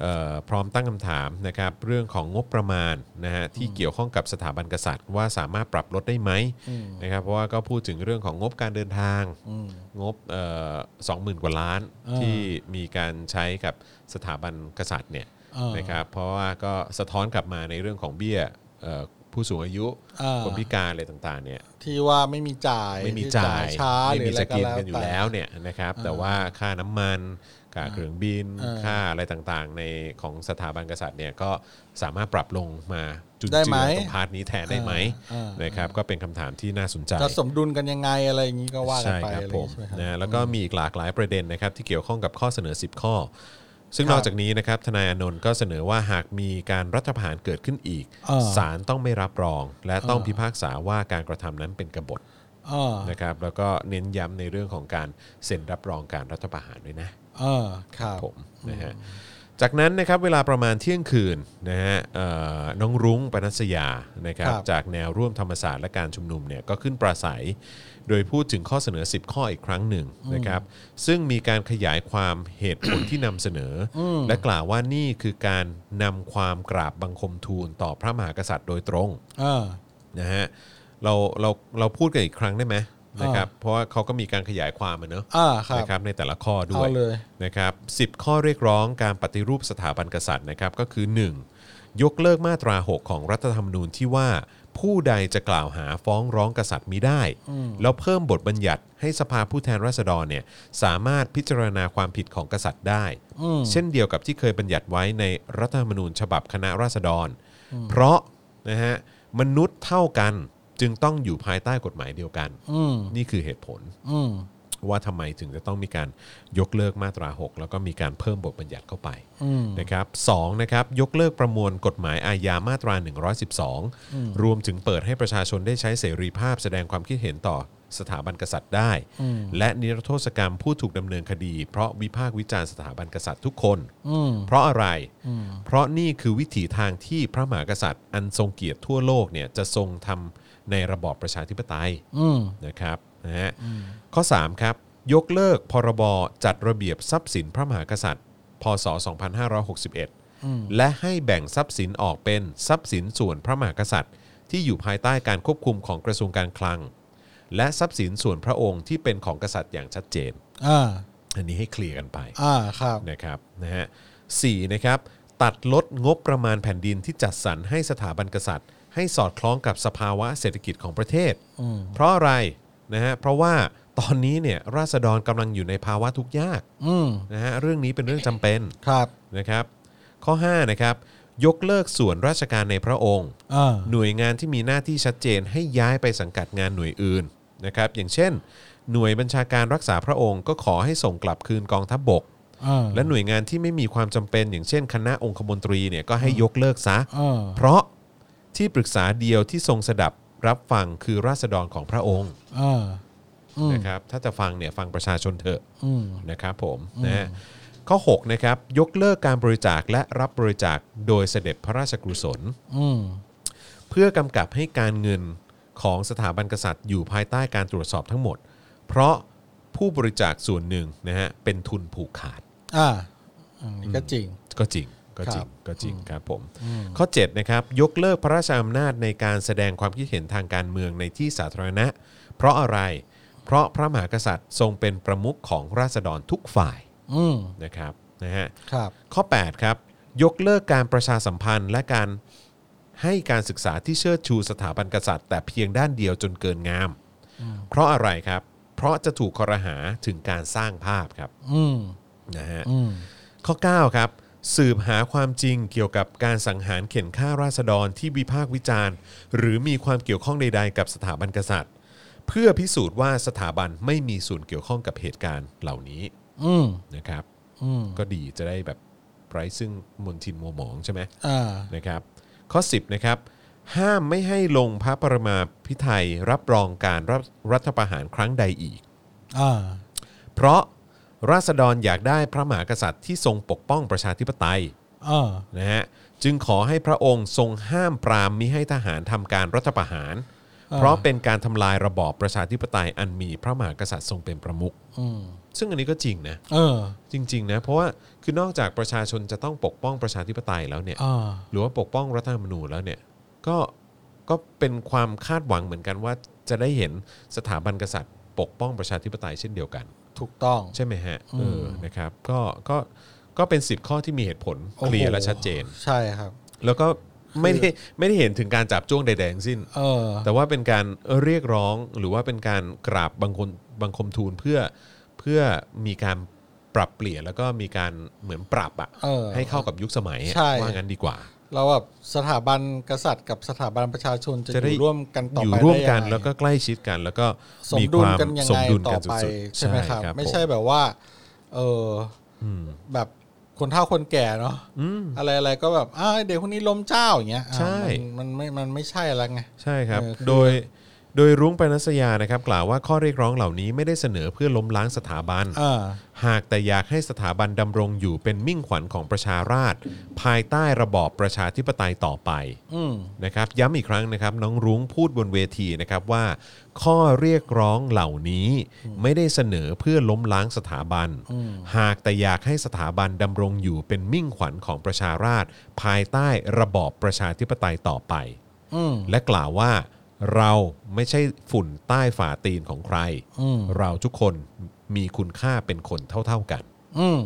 [SPEAKER 1] เอ่อพร้อมตั้งคำถามนะครับเรื่องของงบประมาณนะฮะที่เกี่ยวข้องกับสถาบันกษัตริย์ ว่าสามารถปรับลดได้ไหมนะครับเพราะว่าก็พูดถึงเรื่องของงบการเดินทาง งบสองหมื่นกว่าล้านที่มีการใช้กับสถาบันกษัตริย์เนี่ย
[SPEAKER 2] เออ
[SPEAKER 1] นะครับเพราะว่าก็สะท้อนกลับมาในเรื่องของเบี้ยเอ่อผู้สูงอายุ
[SPEAKER 2] เออ
[SPEAKER 1] คนพิการอะไรต่างๆเนี่ย
[SPEAKER 2] ที่ว่าไม่มีจ่าย
[SPEAKER 1] ไม่มี
[SPEAKER 2] ที่
[SPEAKER 1] จ่าย
[SPEAKER 2] ช้า
[SPEAKER 1] ไม่
[SPEAKER 2] หรือ
[SPEAKER 1] มี
[SPEAKER 2] อะไร
[SPEAKER 1] จะ
[SPEAKER 2] ก็
[SPEAKER 1] กิน
[SPEAKER 2] แล้ว
[SPEAKER 1] กันอยู่
[SPEAKER 2] แต่
[SPEAKER 1] แล้วเนี่ยนะครับแต่ว่าค่าน้ำมันค่าเครื่องบิน
[SPEAKER 2] เออ
[SPEAKER 1] ค่าอะไรต่างๆ ในของสถาบันกษัตริย์เนี่ยก็สามารถปรับลงมาจุน
[SPEAKER 2] ได้
[SPEAKER 1] เจื
[SPEAKER 2] ไหม
[SPEAKER 1] อตรงพาร์ทนี้แทนได้ไหม
[SPEAKER 2] เออเออ
[SPEAKER 1] นะครับก็เป็นคำถามที่น่าสนใจ
[SPEAKER 2] จะสมดุลกันยังไงอะไรอย่างนี้ก็ว่ากันไป
[SPEAKER 1] ใช่ค
[SPEAKER 2] อะ
[SPEAKER 1] รั
[SPEAKER 2] ไร
[SPEAKER 1] บ
[SPEAKER 2] อ
[SPEAKER 1] ผ
[SPEAKER 2] ย่าง
[SPEAKER 1] ม
[SPEAKER 2] งี้ใช่ไหมครับ
[SPEAKER 1] นะแล้วก็มีอีกหลากหลายประเด็นนะครับที่เกี่ยวข้องกับข้อเสนอ 10 ข้อ ซึ่ง
[SPEAKER 2] ครับ
[SPEAKER 1] นอกจากนี้นะครับทนายอานนท์ก็เสนอว่าหากมีการรัฐประหารเกิดขึ้นอีก
[SPEAKER 2] เออ
[SPEAKER 1] ศาลต้องไม่รับรอง และต้องพิพากษาว่าการกระทำนั้นเป็นกบฏ
[SPEAKER 2] เออ
[SPEAKER 1] นะครับแล้วก็เน้นย้ำในเรื่องของการเซ็นรับรองการรัฐประหารด้วยนะ
[SPEAKER 2] เออครับ
[SPEAKER 1] ผมนะฮะจากนั้นนะครับเวลาประมาณเที่ยงคืนนะฮะเอ่อน้องรุ้งปนัสยานะครับ
[SPEAKER 2] ครับ
[SPEAKER 1] จากแนวร่วมธรรมศาสตร์และการชุมนุมเนี่ยก็ขึ้นปราศัย โดยพูดถึงข้อเสนอ 10 ข้ออีกครั้งหนึ่งนะครับ ซึ่งมีการขยายความเหตุผล ที่นำเสนออและกล่าวว่านี่คือการนำความกราบบังคมทูลต่อพระมหากษัตริย์โดยตรง
[SPEAKER 2] เออ
[SPEAKER 1] นะฮะเราเราเราพูดกันอีกครั้งได้ไหมนะครับเพราะว่าเขาก็มีการขยายความอะเนอะ
[SPEAKER 2] อ่าครับ
[SPEAKER 1] นะครับในแต่ละข้อด้วย
[SPEAKER 2] เอาเลย
[SPEAKER 1] นะครับสิข้อเรียกร้องการปฏิรูปสถาบันกษัตริย์นะครับก็คือ 1. ยกเลิกมาตรา 6 ของรัฐธรรมนูญที่ว่าผู้ใดจะกล่าวหาฟ้องร้องกษัตริย์มิได้ แล้วเพิ่มบทบัญญัติให้สภาผู้แทนราษฎรเนี่ยสามารถพิจารณาความผิดของกษัตริย์ได้
[SPEAKER 2] อืม
[SPEAKER 1] เช่นเดียวกับที่เคยบัญญัติไว้ในรัฐธรรมนูญฉบับคณะราษฎร เพราะนะฮะมนุษย์เท่ากันจึงต้องอยู่ภายใต้กฎหมายเดียวกัน
[SPEAKER 2] อืม
[SPEAKER 1] นี่คือเหตุผล
[SPEAKER 2] อืม
[SPEAKER 1] ว่าทำไมถึงจะต้องมีการยกเลิกมาตรา 6 แล้วก็มีการเพิ่มบทบัญญัติเข้าไป
[SPEAKER 2] อืม
[SPEAKER 1] นะครับสองนะครับยกเลิกประมวลกฎหมายอาญามาตรา 112 รวมถึงเปิดให้ประชาชนได้ใช้เสรีภาพแสดงความคิดเห็นต่อสถาบันกษัตริย์ได้ และนิรโทษกรรมผู้ถูกดำเนินคดี เพราะวิพากษ์วิจารณ์สถาบันกษัตริย์ทุกคน
[SPEAKER 2] อืม
[SPEAKER 1] เพราะอะไร เพราะนี่คือวิถีทางที่พระมหากษัตริย์ อันทรงเกียรติทั่วโลกเนี่ยจะทรงทำในระบอบประชาธิปไตย
[SPEAKER 2] อืม
[SPEAKER 1] นะครับ นะฮะข้อ 3 ครับ ยกเลิกพรบจัดระเบียบทรัพย์สินพระมหากษัตริย์ พศ 2561 และให้แบ่งทรัพย์สินออกเป็นทรัพย์สินส่วนพระมหากษัตริย์ ที่อยู่ภายใต้การควบคุมของกระทรวงการคลัง และทรัพย์สินส่วนพระองค์ที่เป็นของกษัตริย์อย่างชัดเจน
[SPEAKER 2] อ่า
[SPEAKER 1] อันนี้ให้เคลียร์กันไป
[SPEAKER 2] อ่าครับ
[SPEAKER 1] นะครับนะฮะสี่นะครับตัดลดงบประมาณแผ่นดินที่จัดสรรให้สถาบันกษัตริย์ ให้สอดคล้องกับสภาวะเศรษฐกิจของประเทศ เพราะอะไรนะฮะเพราะว่าตอนนี้เนี่ยราษฎรกำลังอยู่ในภาวะทุกข์ยาก
[SPEAKER 2] อืม
[SPEAKER 1] นะฮะเรื่องนี้เป็นเรื่องจำเป็น
[SPEAKER 2] ครับ
[SPEAKER 1] นะครับข้อ5นะครับยกเลิกส่วนราชการในพระองค์
[SPEAKER 2] อ่า
[SPEAKER 1] หน่วยงานที่มีหน้าที่ชัดเจนให้ย้ายไปสังกัดงานหน่วยอื่นนะครับอย่างเช่น หน่วยบัญชาการรักษาพระองค์ก็ขอให้ส่งกลับคืนกองทัพบก
[SPEAKER 2] อ่า
[SPEAKER 1] และหน่วยงานที่ไม่มีความจำเป็นอย่างเช่น คณะองคมนตรีเนี่ยก็ให้ยกเลิกซะ
[SPEAKER 2] อ่า
[SPEAKER 1] เพราะที่ปรึกษาเดียวที่ทรงสดับรับฟังคือราษฎรของพระองค์
[SPEAKER 2] อ่าอืม
[SPEAKER 1] นะครับถ้าจะฟังเนี่ยฟังประชาชนเถอะ
[SPEAKER 2] อืม
[SPEAKER 1] นะครับผมนะฮะข้อ6นะครับยกเลิกการบริจาคและรับบริจาคโดยเสด็จพระราชกุศล
[SPEAKER 2] อืม
[SPEAKER 1] เพื่อกำกับให้การเงินของสถาบันกษัตริย์ อยู่ภายใต้การตรวจสอบทั้งหมด เพราะผู้บริจาคส่วนหนึ่งนะฮะเป็นทุนผูกขาด
[SPEAKER 2] อ่าอันนี้ก็จริง
[SPEAKER 1] ก็จริงก็จริ
[SPEAKER 2] ครั
[SPEAKER 1] ง
[SPEAKER 2] บ
[SPEAKER 1] ก็จริงครับผมข้อ7นะครับยกเลิกพระราชอำนาจในการแสดงความคิดเห็นทางการเมืองในที่สาธารณะ เพราะอะไร เพราะพระมหากษัตริย์ทรงเป็นประมุขของราษฎรทุกฝ่าย
[SPEAKER 2] อืม
[SPEAKER 1] นะครับนะฮะ
[SPEAKER 2] ครับ
[SPEAKER 1] ข้อ8ครับยกเลิกการประชาสัมพันธ์และการให้การศึกษาที่เชิดชูสถาบันกษัตริย์ แต่เพียงด้านเดียวจนเกินงาม เพราะอะไรครับ เพราะจะถูกคอรหาถึงการสร้างภาพครับ
[SPEAKER 2] อืม
[SPEAKER 1] นะฮะ
[SPEAKER 2] อืม
[SPEAKER 1] ข้อ 9 ครับ สืบหาความจริงเกี่ยวกับการสังหารเข็นฆ่าราษฎรที่วิพากษ์วิจารณ์ หรือมีความเกี่ยวข้องใด ๆ กับสถาบันกษัตริย์ เพื่อพิสูจน์ว่าสถาบันไม่มีส่วนเกี่ยวข้องกับเหตุการณ์เหล่านี้
[SPEAKER 2] อืม
[SPEAKER 1] นะครับ
[SPEAKER 2] อืม
[SPEAKER 1] ก็ดีจะได้แบบไร้ซึ่งมนทินมัวหมองใช่ไหม
[SPEAKER 2] อ่า
[SPEAKER 1] นะครับข้อ 10 นะครับ ห้ามไม่ให้ลงพระปรมาพิไทยรับรองการรัฐรัฐประหารครั้งใดอีก
[SPEAKER 2] อ่า
[SPEAKER 1] เพราะราษฎรอยากได้พระมหากษัตริย์ที่ทรงปกป้องประชาธิปไตย
[SPEAKER 2] อ่า
[SPEAKER 1] นะฮะจึงขอให้พระองค์ทรงห้ามปรามมิให้ทหารทำการรัฐประหาร เพราะเป็นการทำลายระบอบประชาธิปไตยอันมีพระมหากษัตริย์ทรงเป็นประมุข
[SPEAKER 2] อืม
[SPEAKER 1] ซึ่งอันนี้ก็จริงนะ
[SPEAKER 2] เออ
[SPEAKER 1] จริง ๆ นะ เพราะว่าคือนอกจากประชาชนจะต้องปกป้องประชาธิปไตยแล้วเนี่ย
[SPEAKER 2] อ่า
[SPEAKER 1] หรือว่าปกป้องรัฐธรรมนูญแล้วเนี่ยก็ก็เป็นความคาดหวังเหมือนกันว่าจะได้เห็นสถาบันกษัตริย์ ปกป้องประชาธิปไตยเช่นเดียวกัน
[SPEAKER 2] ถูกต้อง
[SPEAKER 1] ใช่ไหมฮะ
[SPEAKER 2] อืม
[SPEAKER 1] เออนะครับก็ก็ก็เป็นสิบข้อที่มีเหตุผลเคลียร์และชัดเจน
[SPEAKER 2] ใช่ครับ
[SPEAKER 1] แล้วก็ไม่ได้ไม่ได้เห็นถึงการจับจ้วงใดๆทั้งสิ้น
[SPEAKER 2] เออ
[SPEAKER 1] แต่ว่าเป็นการเรียกร้องหรือว่าเป็นการกราบบังคมบังคมทูลเพื่อเพื่อมีการปรับเปลี่ยนแล้วก็มีการเหมือนปรับอะ
[SPEAKER 2] เออ
[SPEAKER 1] ให้เข้ากับยุคสมัยอะ
[SPEAKER 2] ใช่
[SPEAKER 1] ว่างั้นดีกว่า
[SPEAKER 2] เราแบบสถาบันกษัตริย์กับสถาบันประชาชนจะ
[SPEAKER 1] จะ
[SPEAKER 2] อ
[SPEAKER 1] ได้
[SPEAKER 2] ยู่ร่วมกันต่อ
[SPEAKER 1] อยู่
[SPEAKER 2] ไป
[SPEAKER 1] ร่วม
[SPEAKER 2] ได้ยัง
[SPEAKER 1] กัน
[SPEAKER 2] ไง
[SPEAKER 1] แล้วก็ใกล้ชิดกัน แล้วก็
[SPEAKER 2] สม
[SPEAKER 1] มี
[SPEAKER 2] ดุ
[SPEAKER 1] ค
[SPEAKER 2] ล
[SPEAKER 1] วาม
[SPEAKER 2] กันยัง
[SPEAKER 1] ส
[SPEAKER 2] ไง
[SPEAKER 1] มดุล
[SPEAKER 2] ต่
[SPEAKER 1] กั
[SPEAKER 2] อน ไป
[SPEAKER 1] สุดๆ
[SPEAKER 2] ใช่ไหมครับ ไม่ใช่
[SPEAKER 1] ผ
[SPEAKER 2] แบบว่า เออ
[SPEAKER 1] อืม
[SPEAKER 2] แบบคนเฒ่าคนแก่เนาะ
[SPEAKER 1] อืม
[SPEAKER 2] อะไรอะไรก็แบบอ้าวไอ้เด็กคนนี้ล้มเจ้าอย่างเงี้ยอ้าว
[SPEAKER 1] ใช่
[SPEAKER 2] มันมันไม่มันไม่ใช่แล้วไง
[SPEAKER 1] ใช่ครับ
[SPEAKER 2] เออคือ
[SPEAKER 1] โดยโดยรุ้งปนัสยานะครับ กล่าวว่าข้อเรียกร้องเหล่านี้ไม่ได้เสนอเพื่อล้มล้างสถาบัน
[SPEAKER 2] อ่า
[SPEAKER 1] หากแต่อยากให้สถาบันดำรงอยู่เป็นมิ่งขวัญของประชาราษฎร์ภายใต้ระบอบประชาธิปไตยต่อไป
[SPEAKER 2] อืม
[SPEAKER 1] นะครับย้ำอีกครั้งนะครับน้องรุ้งพูดบนเวทีนะครับว่า ข้อเรียกร้องเหล่านี้ไม่ได้เสนอเพื่อล้มล้างสถาบัน หากแต่อยากให้สถาบันดำรงอยู่เป็นมิ่งขวัญของประชาราษฎร์ภายใต้ระบอบประชาธิปไตยต่อไป
[SPEAKER 2] อืม
[SPEAKER 1] และกล่าวว่าเราไม่ใช่ฝุ่นใต้ฝ่าตีนของใคร
[SPEAKER 2] อืม
[SPEAKER 1] เราทุกคนมีคุณค่าเป็นคนเท่าๆกัน
[SPEAKER 2] อืม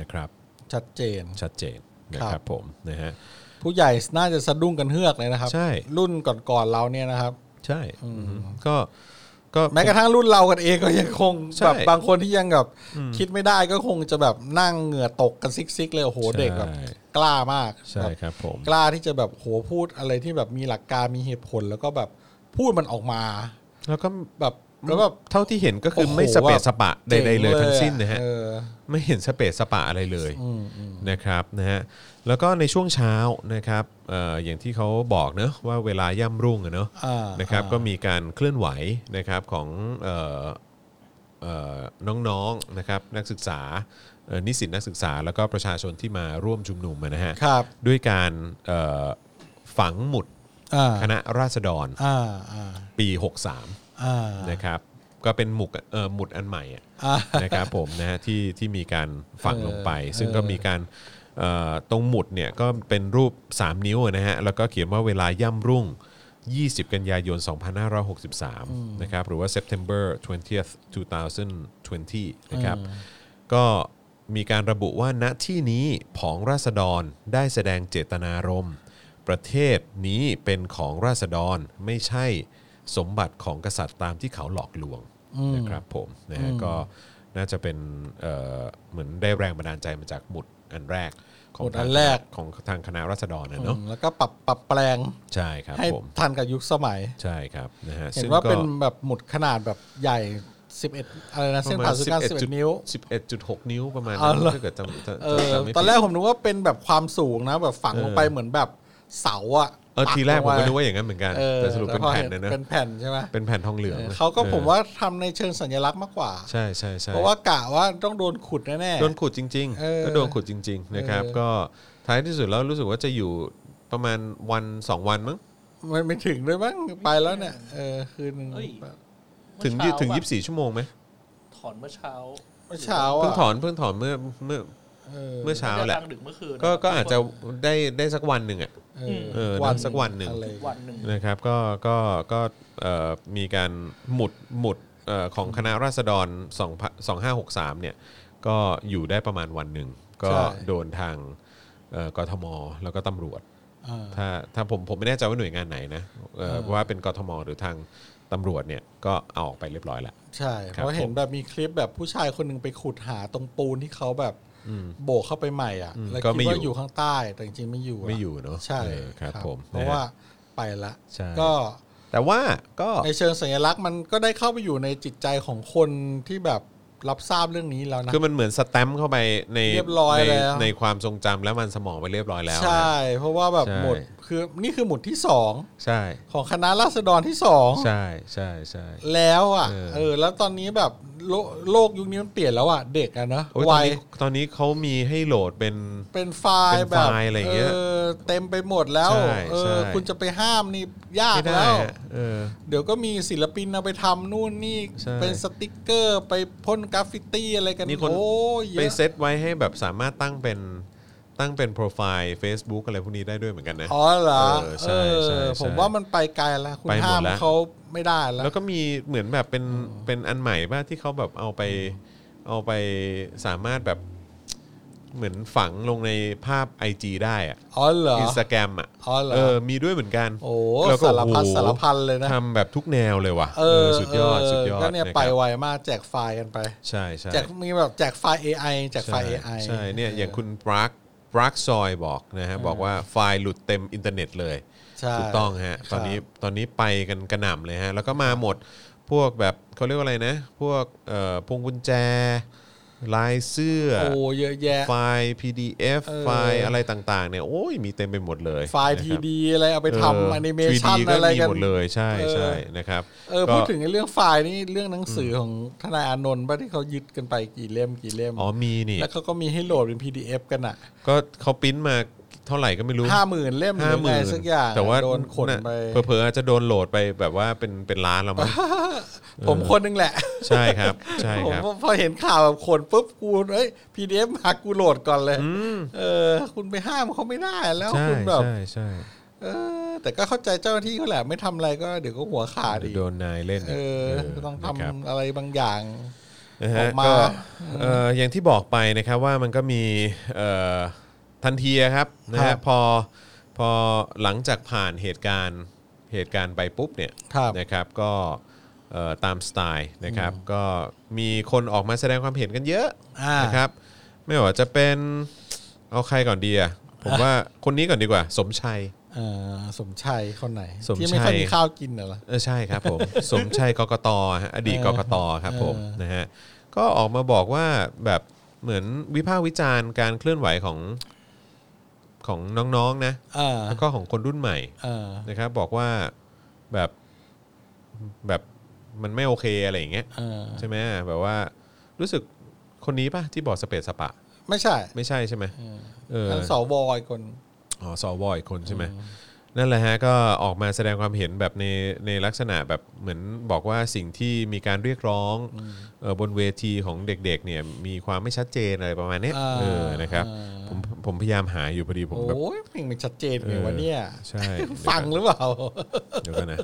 [SPEAKER 1] นะครับ
[SPEAKER 2] ชัดเจน
[SPEAKER 1] ชัดเจนนะค
[SPEAKER 2] ครั
[SPEAKER 1] รับบ ผมนะฮะ
[SPEAKER 2] ผู้ใหญ่น่าจะสะดุ้งกันเฮือกเลยนะครับ
[SPEAKER 1] ใช่
[SPEAKER 2] รุ่นก่อนๆเราเนี่ยนะครับ
[SPEAKER 1] ใช่ก็ก็
[SPEAKER 2] แม้กระทั่งรุ่นเรากันเองก็ยังคง
[SPEAKER 1] ใช่
[SPEAKER 2] แบบบางคนที่ยังแบบคิดไม่ได้ก็คงจะแบบนั่งเหงื่อตกกันซิกๆเลยโอ้โห
[SPEAKER 1] ใช่
[SPEAKER 2] เด็กแบบกล้ามาก
[SPEAKER 1] ใช่
[SPEAKER 2] แบบ
[SPEAKER 1] ครับผม
[SPEAKER 2] กล้าที่จะแบบโหพูดอะไรที่แบบมีหลักการมีเหตุผลแล้วก็แบบพูดมันออกมา
[SPEAKER 1] แล้วก็
[SPEAKER 2] แบบแล้วแบบ
[SPEAKER 1] เท่าที่เห็นก็คือ
[SPEAKER 2] โอ้โห
[SPEAKER 1] ไม่สเปซ
[SPEAKER 2] แบบ
[SPEAKER 1] สปะใด
[SPEAKER 2] จ๋
[SPEAKER 1] ๆเลยทั้งสิ้น
[SPEAKER 2] อ
[SPEAKER 1] นะฮะ
[SPEAKER 2] เออ
[SPEAKER 1] ไม่เห็นสเปซสปะอะไรเลย
[SPEAKER 2] อืมอืม
[SPEAKER 1] นะครับนะฮะแล้วก็ในช่วงเช้านะครับเอ่ออย่างที่เขาบอกเนอะว่าเวลาย่ำรุ่งอะเนอะ
[SPEAKER 2] อ่า
[SPEAKER 1] นะครับก็มีการเคลื่อนไหวนะครับของเอ่อเอ่อน้องๆนะครับนักศึกษาเอ่อนิสิตนักศึกษา แล้วก็ประชาชนที่มาร่วมชุมนุมอะนะฮะ
[SPEAKER 2] ครับ
[SPEAKER 1] ด้วยการเอ่อฝังหมุด
[SPEAKER 2] อ่า
[SPEAKER 1] คณะราษฎร
[SPEAKER 2] อ่าอ่า
[SPEAKER 1] ปี
[SPEAKER 2] อ่า
[SPEAKER 1] 63 นะครับ ก็เป็นหมุกเอ่อหมุดอันใหม่อะ
[SPEAKER 2] อ่า
[SPEAKER 1] นะครับผมนะฮะที่ที่มีการฝังลงไป
[SPEAKER 2] เออ
[SPEAKER 1] ซึ่งก็มีการเอ่อตรงหมุดเนี่ยก็เป็นรูป 3 นิ้วนะฮะแล้วก็เขียนว่าเวลาย่ำรุ่ง 20 กันยายน 2563 นะครับ หรือว่า September 20th 2020 นะครับ ก็มีการระบุว่าณที่นี้ผองราษฎรได้แสดงเจตนารมณ์ประเทศนี้เป็นของราษฎรไม่ใช่สมบัติของกษัตริย์ตามที่เขาหลอกลวงนะครับผมนะฮะก็น่าจะเป็นเอ่อเหมือนได้แรงบันดาลใจมาจากหมุดอันแรกขง
[SPEAKER 2] หมุดอันแรก
[SPEAKER 1] ทางคณะของทางคณะราษฎรนะเนาะ
[SPEAKER 2] อืมแล้วก็ปรับปรับแปลง
[SPEAKER 1] ใช่ครับ
[SPEAKER 2] ให้
[SPEAKER 1] ผม
[SPEAKER 2] ทันกับยุคสมัย
[SPEAKER 1] ใช่ครับนะฮะ
[SPEAKER 2] เห็
[SPEAKER 1] ซึ่
[SPEAKER 2] น
[SPEAKER 1] ง
[SPEAKER 2] ว่า
[SPEAKER 1] ก็
[SPEAKER 2] เป็นแบบหมุดขนาดแบบใหญ่ 11 อะไรนะ เส้นผ่าศูนย์กลาง
[SPEAKER 1] ประมาณ
[SPEAKER 2] 11 นิ้ว
[SPEAKER 1] 11.6 นิ้วประมาณ
[SPEAKER 2] อ๋อ
[SPEAKER 1] นั้น
[SPEAKER 2] เหรอ
[SPEAKER 1] ถ้าเกิดจำจำ
[SPEAKER 2] เออ
[SPEAKER 1] จำไม่
[SPEAKER 2] ตอน
[SPEAKER 1] ผิด
[SPEAKER 2] แรกผมนึกว่าเป็นแบบความสูงนะ แบบฝังลงไปเหมือนแบบเสาอะ
[SPEAKER 1] เออทีแรกผมก็นึก
[SPEAKER 2] ปัลงไป
[SPEAKER 1] ว่าอย่างนั้นเหมือนกัน
[SPEAKER 2] เออ
[SPEAKER 1] แต่สรุปเป็น
[SPEAKER 2] ล้วพอ
[SPEAKER 1] แผ่น
[SPEAKER 2] ห็
[SPEAKER 1] นะนะ
[SPEAKER 2] เป็นแผ่นใช่ไหม
[SPEAKER 1] เป็นแผ่นทองเหลืองลย
[SPEAKER 2] เขาก็
[SPEAKER 1] ออ
[SPEAKER 2] ผมว่าทำในเชิงสัญลักษณ์มากกว่า
[SPEAKER 1] ใช่ใช่ใช่
[SPEAKER 2] เพราะว่ากะว่าต้องโดนขุดแน่
[SPEAKER 1] โดนขุดจริง
[SPEAKER 2] เออ
[SPEAKER 1] ก็โดนขุดจริง ๆ นะครับ
[SPEAKER 2] เออ
[SPEAKER 1] ก็ท้ายที่สุดแล้วรู้สึกว่าจะอยู่ประมาณวัน 2 วันมั้ง
[SPEAKER 2] ๆไม่ไม่ถึงด้วยมั้งไปแล้วเนี่ยเออคืนหนึ่ง
[SPEAKER 3] เอ้ย
[SPEAKER 1] ถึง
[SPEAKER 3] เมื่อ
[SPEAKER 1] ยี่
[SPEAKER 3] เช้า
[SPEAKER 1] ถึง
[SPEAKER 3] อะ
[SPEAKER 1] 24 ชั่วโมงไหม
[SPEAKER 3] ถอนเมื่อเช้า
[SPEAKER 2] เมื่อเช้า
[SPEAKER 1] เพิ่ง
[SPEAKER 2] อ่ะ
[SPEAKER 1] ถอนเพิ่งถอนเมื่อเมื่อเมื่อเช้าแหละ
[SPEAKER 3] กลางดึกเมื่อคืน
[SPEAKER 1] ก็ก็อาจจะได้ได้สักวันหนึ่งอ่ะ
[SPEAKER 2] เออ
[SPEAKER 1] เออ
[SPEAKER 2] วั
[SPEAKER 1] สักวันหนึ่ง
[SPEAKER 2] อะไร
[SPEAKER 3] วันหนึ่ง
[SPEAKER 1] นะครับก็ก็ก็เอ่อมีการหมุดหมุดเอ่อของคณะราษฎร2 2563เนี่ยก็อยู่ได้ประมาณวันหนึ่งก็โดนทางเอ่อกทมแล้วก็ตำรวจ
[SPEAKER 2] เออ
[SPEAKER 1] ถ้าถ้าผมผมไม่แน่ใจว่าหน่วยงานไหนนะเอ่อ
[SPEAKER 2] เออ
[SPEAKER 1] ว่าเป็นกทมหรือทางตำรวจเนี่ยก็เอาออกไปเรียบร้อยแล้ว
[SPEAKER 2] ใช่
[SPEAKER 1] ครับ
[SPEAKER 2] เพราะเห็น
[SPEAKER 1] ผม
[SPEAKER 2] แบบมีคลิปแบบผู้ชายคนหนึ่งไปขุดหาตรงปูนที่เขาแบบโบกเข้าไปใหม่อ่ะ
[SPEAKER 1] อืม
[SPEAKER 2] แล้ว
[SPEAKER 1] ก็
[SPEAKER 2] คิ
[SPEAKER 1] ไม่
[SPEAKER 2] ด
[SPEAKER 1] อยู่
[SPEAKER 2] ว่าอยู่ข้างใต้แต่จริงๆไม่อยู่ะ
[SPEAKER 1] ไม่อยู่เนาะ
[SPEAKER 2] ใช่
[SPEAKER 1] เออครับผม
[SPEAKER 2] เพ
[SPEAKER 1] น
[SPEAKER 2] ราะ
[SPEAKER 1] ฮ
[SPEAKER 2] ว่าไปละ
[SPEAKER 1] ใช่
[SPEAKER 2] ก็
[SPEAKER 1] แต่ว่าก็
[SPEAKER 2] ในเชิงสัญลักษณ์มันก็ได้เข้าไปอยู่ในจิตใจของคนที่แบบรับทราบเรื่องนี้แล้วนะ
[SPEAKER 1] คือมันเหมือนสแตมป์เข้าไปใน
[SPEAKER 2] เรียบร้อย
[SPEAKER 1] ใน
[SPEAKER 2] แล้ว
[SPEAKER 1] ในความทรงจำและมันสมองไปเรียบร้อยแล้วนะ
[SPEAKER 2] ใช่ เพราะว่าแบบ
[SPEAKER 1] ใช่
[SPEAKER 2] หมดคือนี่คือหมุดที่สอง
[SPEAKER 1] ใช่
[SPEAKER 2] ของคณะราษฎรที่สอง
[SPEAKER 1] ใช่ใช่ใช่
[SPEAKER 2] แล้วอ่ะ
[SPEAKER 1] เออ
[SPEAKER 2] เออ แล้วตอนนี้แบบโลกโลกยุคนี้มันเปลี่ยนแล้วอ่ะเด็กอะเนอะ
[SPEAKER 1] โอ้ยตอ
[SPEAKER 2] วัน ย
[SPEAKER 1] นี้ตอนนี้เขามีให้โหลดเป็น
[SPEAKER 2] เป็นไฟ
[SPEAKER 1] เป็น
[SPEAKER 2] ล์แบ
[SPEAKER 1] ไฟล์
[SPEAKER 2] บ
[SPEAKER 1] อะไรอย่างเงี้ย
[SPEAKER 2] อเต็มไปหมดแล้ว
[SPEAKER 1] ใช่
[SPEAKER 2] เอ
[SPEAKER 1] ใช่
[SPEAKER 2] อคุณจะไปห้ามนี่ยาก
[SPEAKER 1] ไม่ได้
[SPEAKER 2] แล้ว
[SPEAKER 1] อะเออ
[SPEAKER 2] เดี๋ยวก็มีศิลปินเอาไปทำนู่นนี่
[SPEAKER 1] ใช่
[SPEAKER 2] เป็นสติกเกอร์ไปพ่นกราฟฟิตี้อะไรกัน
[SPEAKER 1] มีคน
[SPEAKER 2] โอ้ยเย
[SPEAKER 1] ไป
[SPEAKER 2] อะ
[SPEAKER 1] เซตไว้ให้แบบสามารถตั้งเป็นตั้งเป็นโปรไฟล์ Facebook อะไรพวกนี้ได้ด้วยเหมือนกันนะ
[SPEAKER 2] อ๋อเหรอ
[SPEAKER 1] เออใช่
[SPEAKER 2] เอ
[SPEAKER 1] ใช่
[SPEAKER 2] อ
[SPEAKER 1] ใช่
[SPEAKER 2] ผมว่ามันไปไกลแล้วคุณ
[SPEAKER 1] ไปหมด
[SPEAKER 2] ห้าม
[SPEAKER 1] แล้ว
[SPEAKER 2] เขาไม่ได้แล้ว
[SPEAKER 1] แล้วก็มีเหมือนแบบเป็นเป็นอันใหม่ป่ะที่เขาแบบเอาไปเอาไปสามารถแบบเหมือนฝังลงในภาพ IG ได้อะ
[SPEAKER 2] อ๋อเหรอ
[SPEAKER 1] อินสตาแกรมอ่ะ
[SPEAKER 2] อ๋อเหรอ
[SPEAKER 1] เออมีด้วยเหมือนกัน
[SPEAKER 2] โอ้
[SPEAKER 1] แล้วก็
[SPEAKER 2] สารพัด
[SPEAKER 1] โอ้โห
[SPEAKER 2] สารพันเลยนะ
[SPEAKER 1] ทำแบบทุกแนวเลยว่ะ
[SPEAKER 2] เออ
[SPEAKER 1] สุดยอด
[SPEAKER 2] เ
[SPEAKER 1] สุดยอด
[SPEAKER 2] ก็เนี่ย
[SPEAKER 1] ะ
[SPEAKER 2] ไป
[SPEAKER 1] ครับ
[SPEAKER 2] ไวมากแจกไฟล์กันไป
[SPEAKER 1] ใช่ใช่
[SPEAKER 2] แจกมีแบบแจกไฟล์ AI แจกไฟล์ AI
[SPEAKER 1] ใช่เนี่ยอย่างคุณปรักปรักซอยบอกนะฮะบอกว่าไฟล์หลุดเต็มอินเทอร์เน็ตเลย
[SPEAKER 2] ใช่
[SPEAKER 1] ถูกต้องฮะตอนนี้ตอนนี้ไปกันกระหน่ำเลยฮะ แล้วก็มาหมดพวกแบบเขาเรียกว่าอะไรนะ พวกเอ่อพวงกุญแจ ลายเสื้อ
[SPEAKER 2] โอ้เยอะแยะ
[SPEAKER 1] ไฟล์ PDF
[SPEAKER 2] เออ
[SPEAKER 1] ไฟล์อะไรต่างๆเนี่ยโอ้ยมีเต็มไปหมดเลย
[SPEAKER 2] ไฟล์ทีดีอะไรเอาไปทำแอนิเมชัน
[SPEAKER 1] น
[SPEAKER 2] อะไรกัน
[SPEAKER 1] หมดเลยใช่
[SPEAKER 2] เออ
[SPEAKER 1] ใช่นะครับ
[SPEAKER 2] เออ
[SPEAKER 1] ก็
[SPEAKER 2] พูดถึงไอ้เรื่องไฟล์นี่เรื่องหนังสืออของทนายอานนท์ป่ะที่เขายึดกันไปกี่เล่มกี่เล่ม
[SPEAKER 1] อ๋อมีนี่
[SPEAKER 2] แล้วเขาก็มีให้โหลดเป็น PDF กันอ่ะ
[SPEAKER 1] ก็เขาปริ้นมาเท่าไหร่ก็ไม่รู้
[SPEAKER 2] ห้าหมื่นเล่มหรื
[SPEAKER 1] ห้า
[SPEAKER 2] อ
[SPEAKER 1] ห
[SPEAKER 2] ไง
[SPEAKER 1] มื่น
[SPEAKER 2] สักอย่าง
[SPEAKER 1] แต่ว่า
[SPEAKER 2] โดนขนไป
[SPEAKER 1] ะเผลอๆอาจจะโดนโหลดไปแบบว่าเป็นเป็นล้านแล้ว มั้ง
[SPEAKER 2] ผมคนหนึงแหละ
[SPEAKER 1] ใช่ครับ ใช่
[SPEAKER 2] ผม
[SPEAKER 1] ครับ
[SPEAKER 2] พอเห็นข่าวแบบขนปุ๊บกูเอ้ย PDF มากูโหลดก่อนเลยเออ คุณไปห้ามเขาไม่ได้แล้ว
[SPEAKER 1] ใช่
[SPEAKER 2] คุณแบบ
[SPEAKER 1] ใช่ใช่
[SPEAKER 2] เออ แต่ก็เข้าใจเจ้าหน้าที่เขาแหละไม่ทำอะไรก็เดี๋ยวก็หัวขาด
[SPEAKER 1] เดี๋ย
[SPEAKER 2] อี
[SPEAKER 1] ว
[SPEAKER 2] ก
[SPEAKER 1] โดนนายเล่น
[SPEAKER 2] เออก็ต้องทำ
[SPEAKER 1] นะครับ
[SPEAKER 2] อะไรบางอย่าง
[SPEAKER 1] นะฮะ
[SPEAKER 2] ออกมา
[SPEAKER 1] ก็เอ่ออย่างที่บอกไปนะครับว่ามันก็มีเอ่อทันทีอะครับนะฮะพอพอหลังจากผ่านเหตุการณ์เหตุการณ์ไปปุ๊บเนี่ย
[SPEAKER 2] ครับ
[SPEAKER 1] นะครับก็เอ่อตามสไตล์นะครับก็มีคนออกมาแสดงความเห็นกันเยอะ
[SPEAKER 2] อ่าน
[SPEAKER 1] นะครับไม่ว่าจะเป็นเอาใครก่อนดีอ่ะผมว่าคนนี้ก่อนดีกว่า สมชัย
[SPEAKER 2] เอ่อสมชัยคนไหน
[SPEAKER 1] สมชัย
[SPEAKER 2] ที่ไม่ค่อยมีข้าวกินน่ะเหรอ
[SPEAKER 1] เออใช่ครับผม สมชัยกกตฮะอดีต
[SPEAKER 2] เออก
[SPEAKER 1] กตครับผม
[SPEAKER 2] เออ
[SPEAKER 1] นะฮะก็ออกมาบอกว่าแบบเหมือนวิพากษ์วิจารณ์การเคลื่อนไหวของของน้องๆนะ
[SPEAKER 2] เออ
[SPEAKER 1] แล้วก็ของคนรุ่นใหม่
[SPEAKER 2] เออ
[SPEAKER 1] นะครับบอกว่าแบบแบบมันไม่โอเคอะไรอย่างเงี้ย
[SPEAKER 2] เออ
[SPEAKER 1] ใช่ไหมแบบว่ารู้สึกคนนี้ป่ะที่บอกสเปซสปะ
[SPEAKER 2] ไม่ใช่
[SPEAKER 1] ไม่ใช่ใช่ไหมเออ
[SPEAKER 2] อันสวอีกคน
[SPEAKER 1] อ๋อสวอีกคนใช่ไหม นั่นแหละฮะก็ออกมาแสดงความเห็นแบบในในลักษณะแบบเหมือนบอกว่าสิ่งที่มีการเรียกร้องเออบนเวทีของเด็กๆเนี่ยมีความไม่ชัดเจนอะไรประมาณเนี้ย
[SPEAKER 2] อ่า
[SPEAKER 1] เออนะครับผมผมพยายามหาอยู่พอดีผมแบบ
[SPEAKER 2] โอ้ยเพลงมันชัดเจนไง
[SPEAKER 1] เออ
[SPEAKER 2] วะเนี่ย
[SPEAKER 1] ใช่
[SPEAKER 2] ฟังหรือเปล่า
[SPEAKER 1] เดี๋ยวกันนะ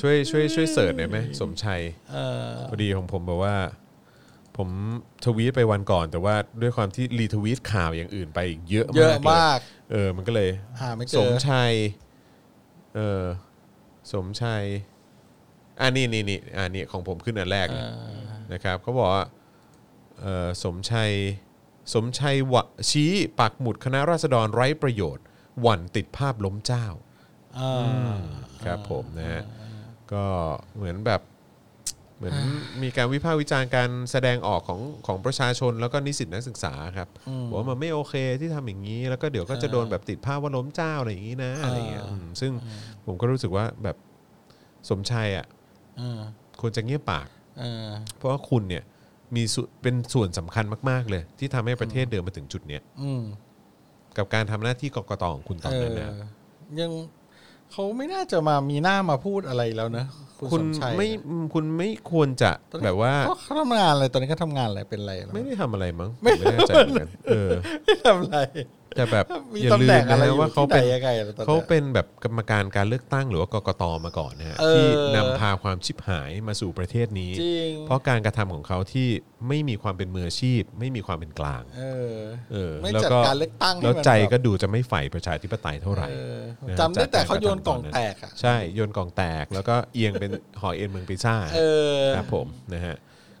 [SPEAKER 1] ช่วยช่วยช่วยเสิร์ชหน่อยไหมสมชัย
[SPEAKER 2] เออ
[SPEAKER 1] พอดีของผมแบบว่า ผมทวีตไปวันก่อน แต่ว่าด้วยความที่รีทวีตข่าวอย่างอื่นไปอีกเยอะ
[SPEAKER 2] เยอะ
[SPEAKER 1] มาม
[SPEAKER 2] าก ก
[SPEAKER 1] เลยเออมันก็เลย
[SPEAKER 2] หาไม่เจ
[SPEAKER 1] สม
[SPEAKER 2] อ
[SPEAKER 1] ชัย เออ สมชัยอ่านี่นี่นี่อ่านี่ของผมขึ้นอันแรกเลยนะครับ เขาบอกว่า เออสมชัย สมชัยวะชี้ปักหมุดคณะราษฎรไร้ประโยชน์ หวั่นติดภาพล้มเจ้า
[SPEAKER 2] อ่า
[SPEAKER 1] ครับผมนะฮะก็เหมือนแบบเหมือนมีการวิพากษ์วิจารณ์การแสดงออกของของประชาชนแล้วก็นิสิตนักศึกษาครับบอกว่ามันไม่โอเคที่ทำอย่างนี้ แล้วก็เดี๋ยวก็จะโดนแบบติดภาพว่าล้มเจ้าอะไรอย่างนี้นะอะไรอย่างเงี้ยอืมซึ่งผมก็รู้สึกว่าแบบสมชัยอ่ะ
[SPEAKER 2] อ่า
[SPEAKER 1] ควรจะเงียบปาก
[SPEAKER 2] อ่า
[SPEAKER 1] เพราะว่าคุณเนี่ยมีส่วนเป็นส่วนสำคัญมาก ๆ เลย ที่ทำให้ประเทศเดินมาถึงจุดเนี้ย
[SPEAKER 2] อืม
[SPEAKER 1] กับการทำหน้าที่กกตของคุณตอนนั้นนะ
[SPEAKER 2] เออยังเขาไม่น่าจะมามีหน้ามาพูดอะไรแล้วนะ
[SPEAKER 1] คุ
[SPEAKER 2] คุณ
[SPEAKER 1] ณ
[SPEAKER 2] สมชัย
[SPEAKER 1] ไม่คุณไม่ควรจะแบบว่า
[SPEAKER 2] เขาเขาทำงานอะไรตอนนี้เขาทำงานอะไรเป็นอะไรแล้ว
[SPEAKER 1] ไม่ได้ทำอะไรมั้งผมไม่แน่ใจเหมือนกันเออ
[SPEAKER 2] ไม่ทำอะไร
[SPEAKER 1] แต่แบบ
[SPEAKER 2] มี
[SPEAKER 1] อย่า
[SPEAKER 2] ตำ
[SPEAKER 1] ลื
[SPEAKER 2] แหน่
[SPEAKER 1] ม
[SPEAKER 2] ง
[SPEAKER 1] นะ
[SPEAKER 2] อะไรอยู่
[SPEAKER 1] ว่าเขา
[SPEAKER 2] ที่ไหน
[SPEAKER 1] เป็น
[SPEAKER 2] ยังไงล่ะตอนนี้ย
[SPEAKER 1] เขาเป็นแบบกรรมการการเลือกตั้งหรือว่ากกตมาก่อนนะฮะ
[SPEAKER 2] เออ
[SPEAKER 1] ที่นำพาความชิบหายมาสู่ประเทศนี้
[SPEAKER 2] จริง
[SPEAKER 1] เพราะการกระทำของเขาที่ไม่มีความเป็นมืออาชีพ ไม่มีความเป็นกลาง
[SPEAKER 2] เออ
[SPEAKER 1] เออ
[SPEAKER 2] ไม่
[SPEAKER 1] แล้ว
[SPEAKER 2] จัด
[SPEAKER 1] ก็
[SPEAKER 2] การเลือกตั้งห้
[SPEAKER 1] แล้ว
[SPEAKER 2] มัน
[SPEAKER 1] ใจ
[SPEAKER 2] แบบ
[SPEAKER 1] ก็ดูจะไม่ใฝ่ประชาธิปไตยเท่าไหร่
[SPEAKER 2] เออ
[SPEAKER 1] นะฮะ
[SPEAKER 2] จำได้
[SPEAKER 1] จก
[SPEAKER 2] แต่เขา
[SPEAKER 1] ร
[SPEAKER 2] โยนกล่อง
[SPEAKER 1] ระทำ
[SPEAKER 2] แตกอ่ะ
[SPEAKER 1] ใช่โยนกล่องแตกแล้วก็เอียงเป็น หอยเอ็นเมืองปิซ่า
[SPEAKER 2] เออ
[SPEAKER 1] ครับผมนะฮะ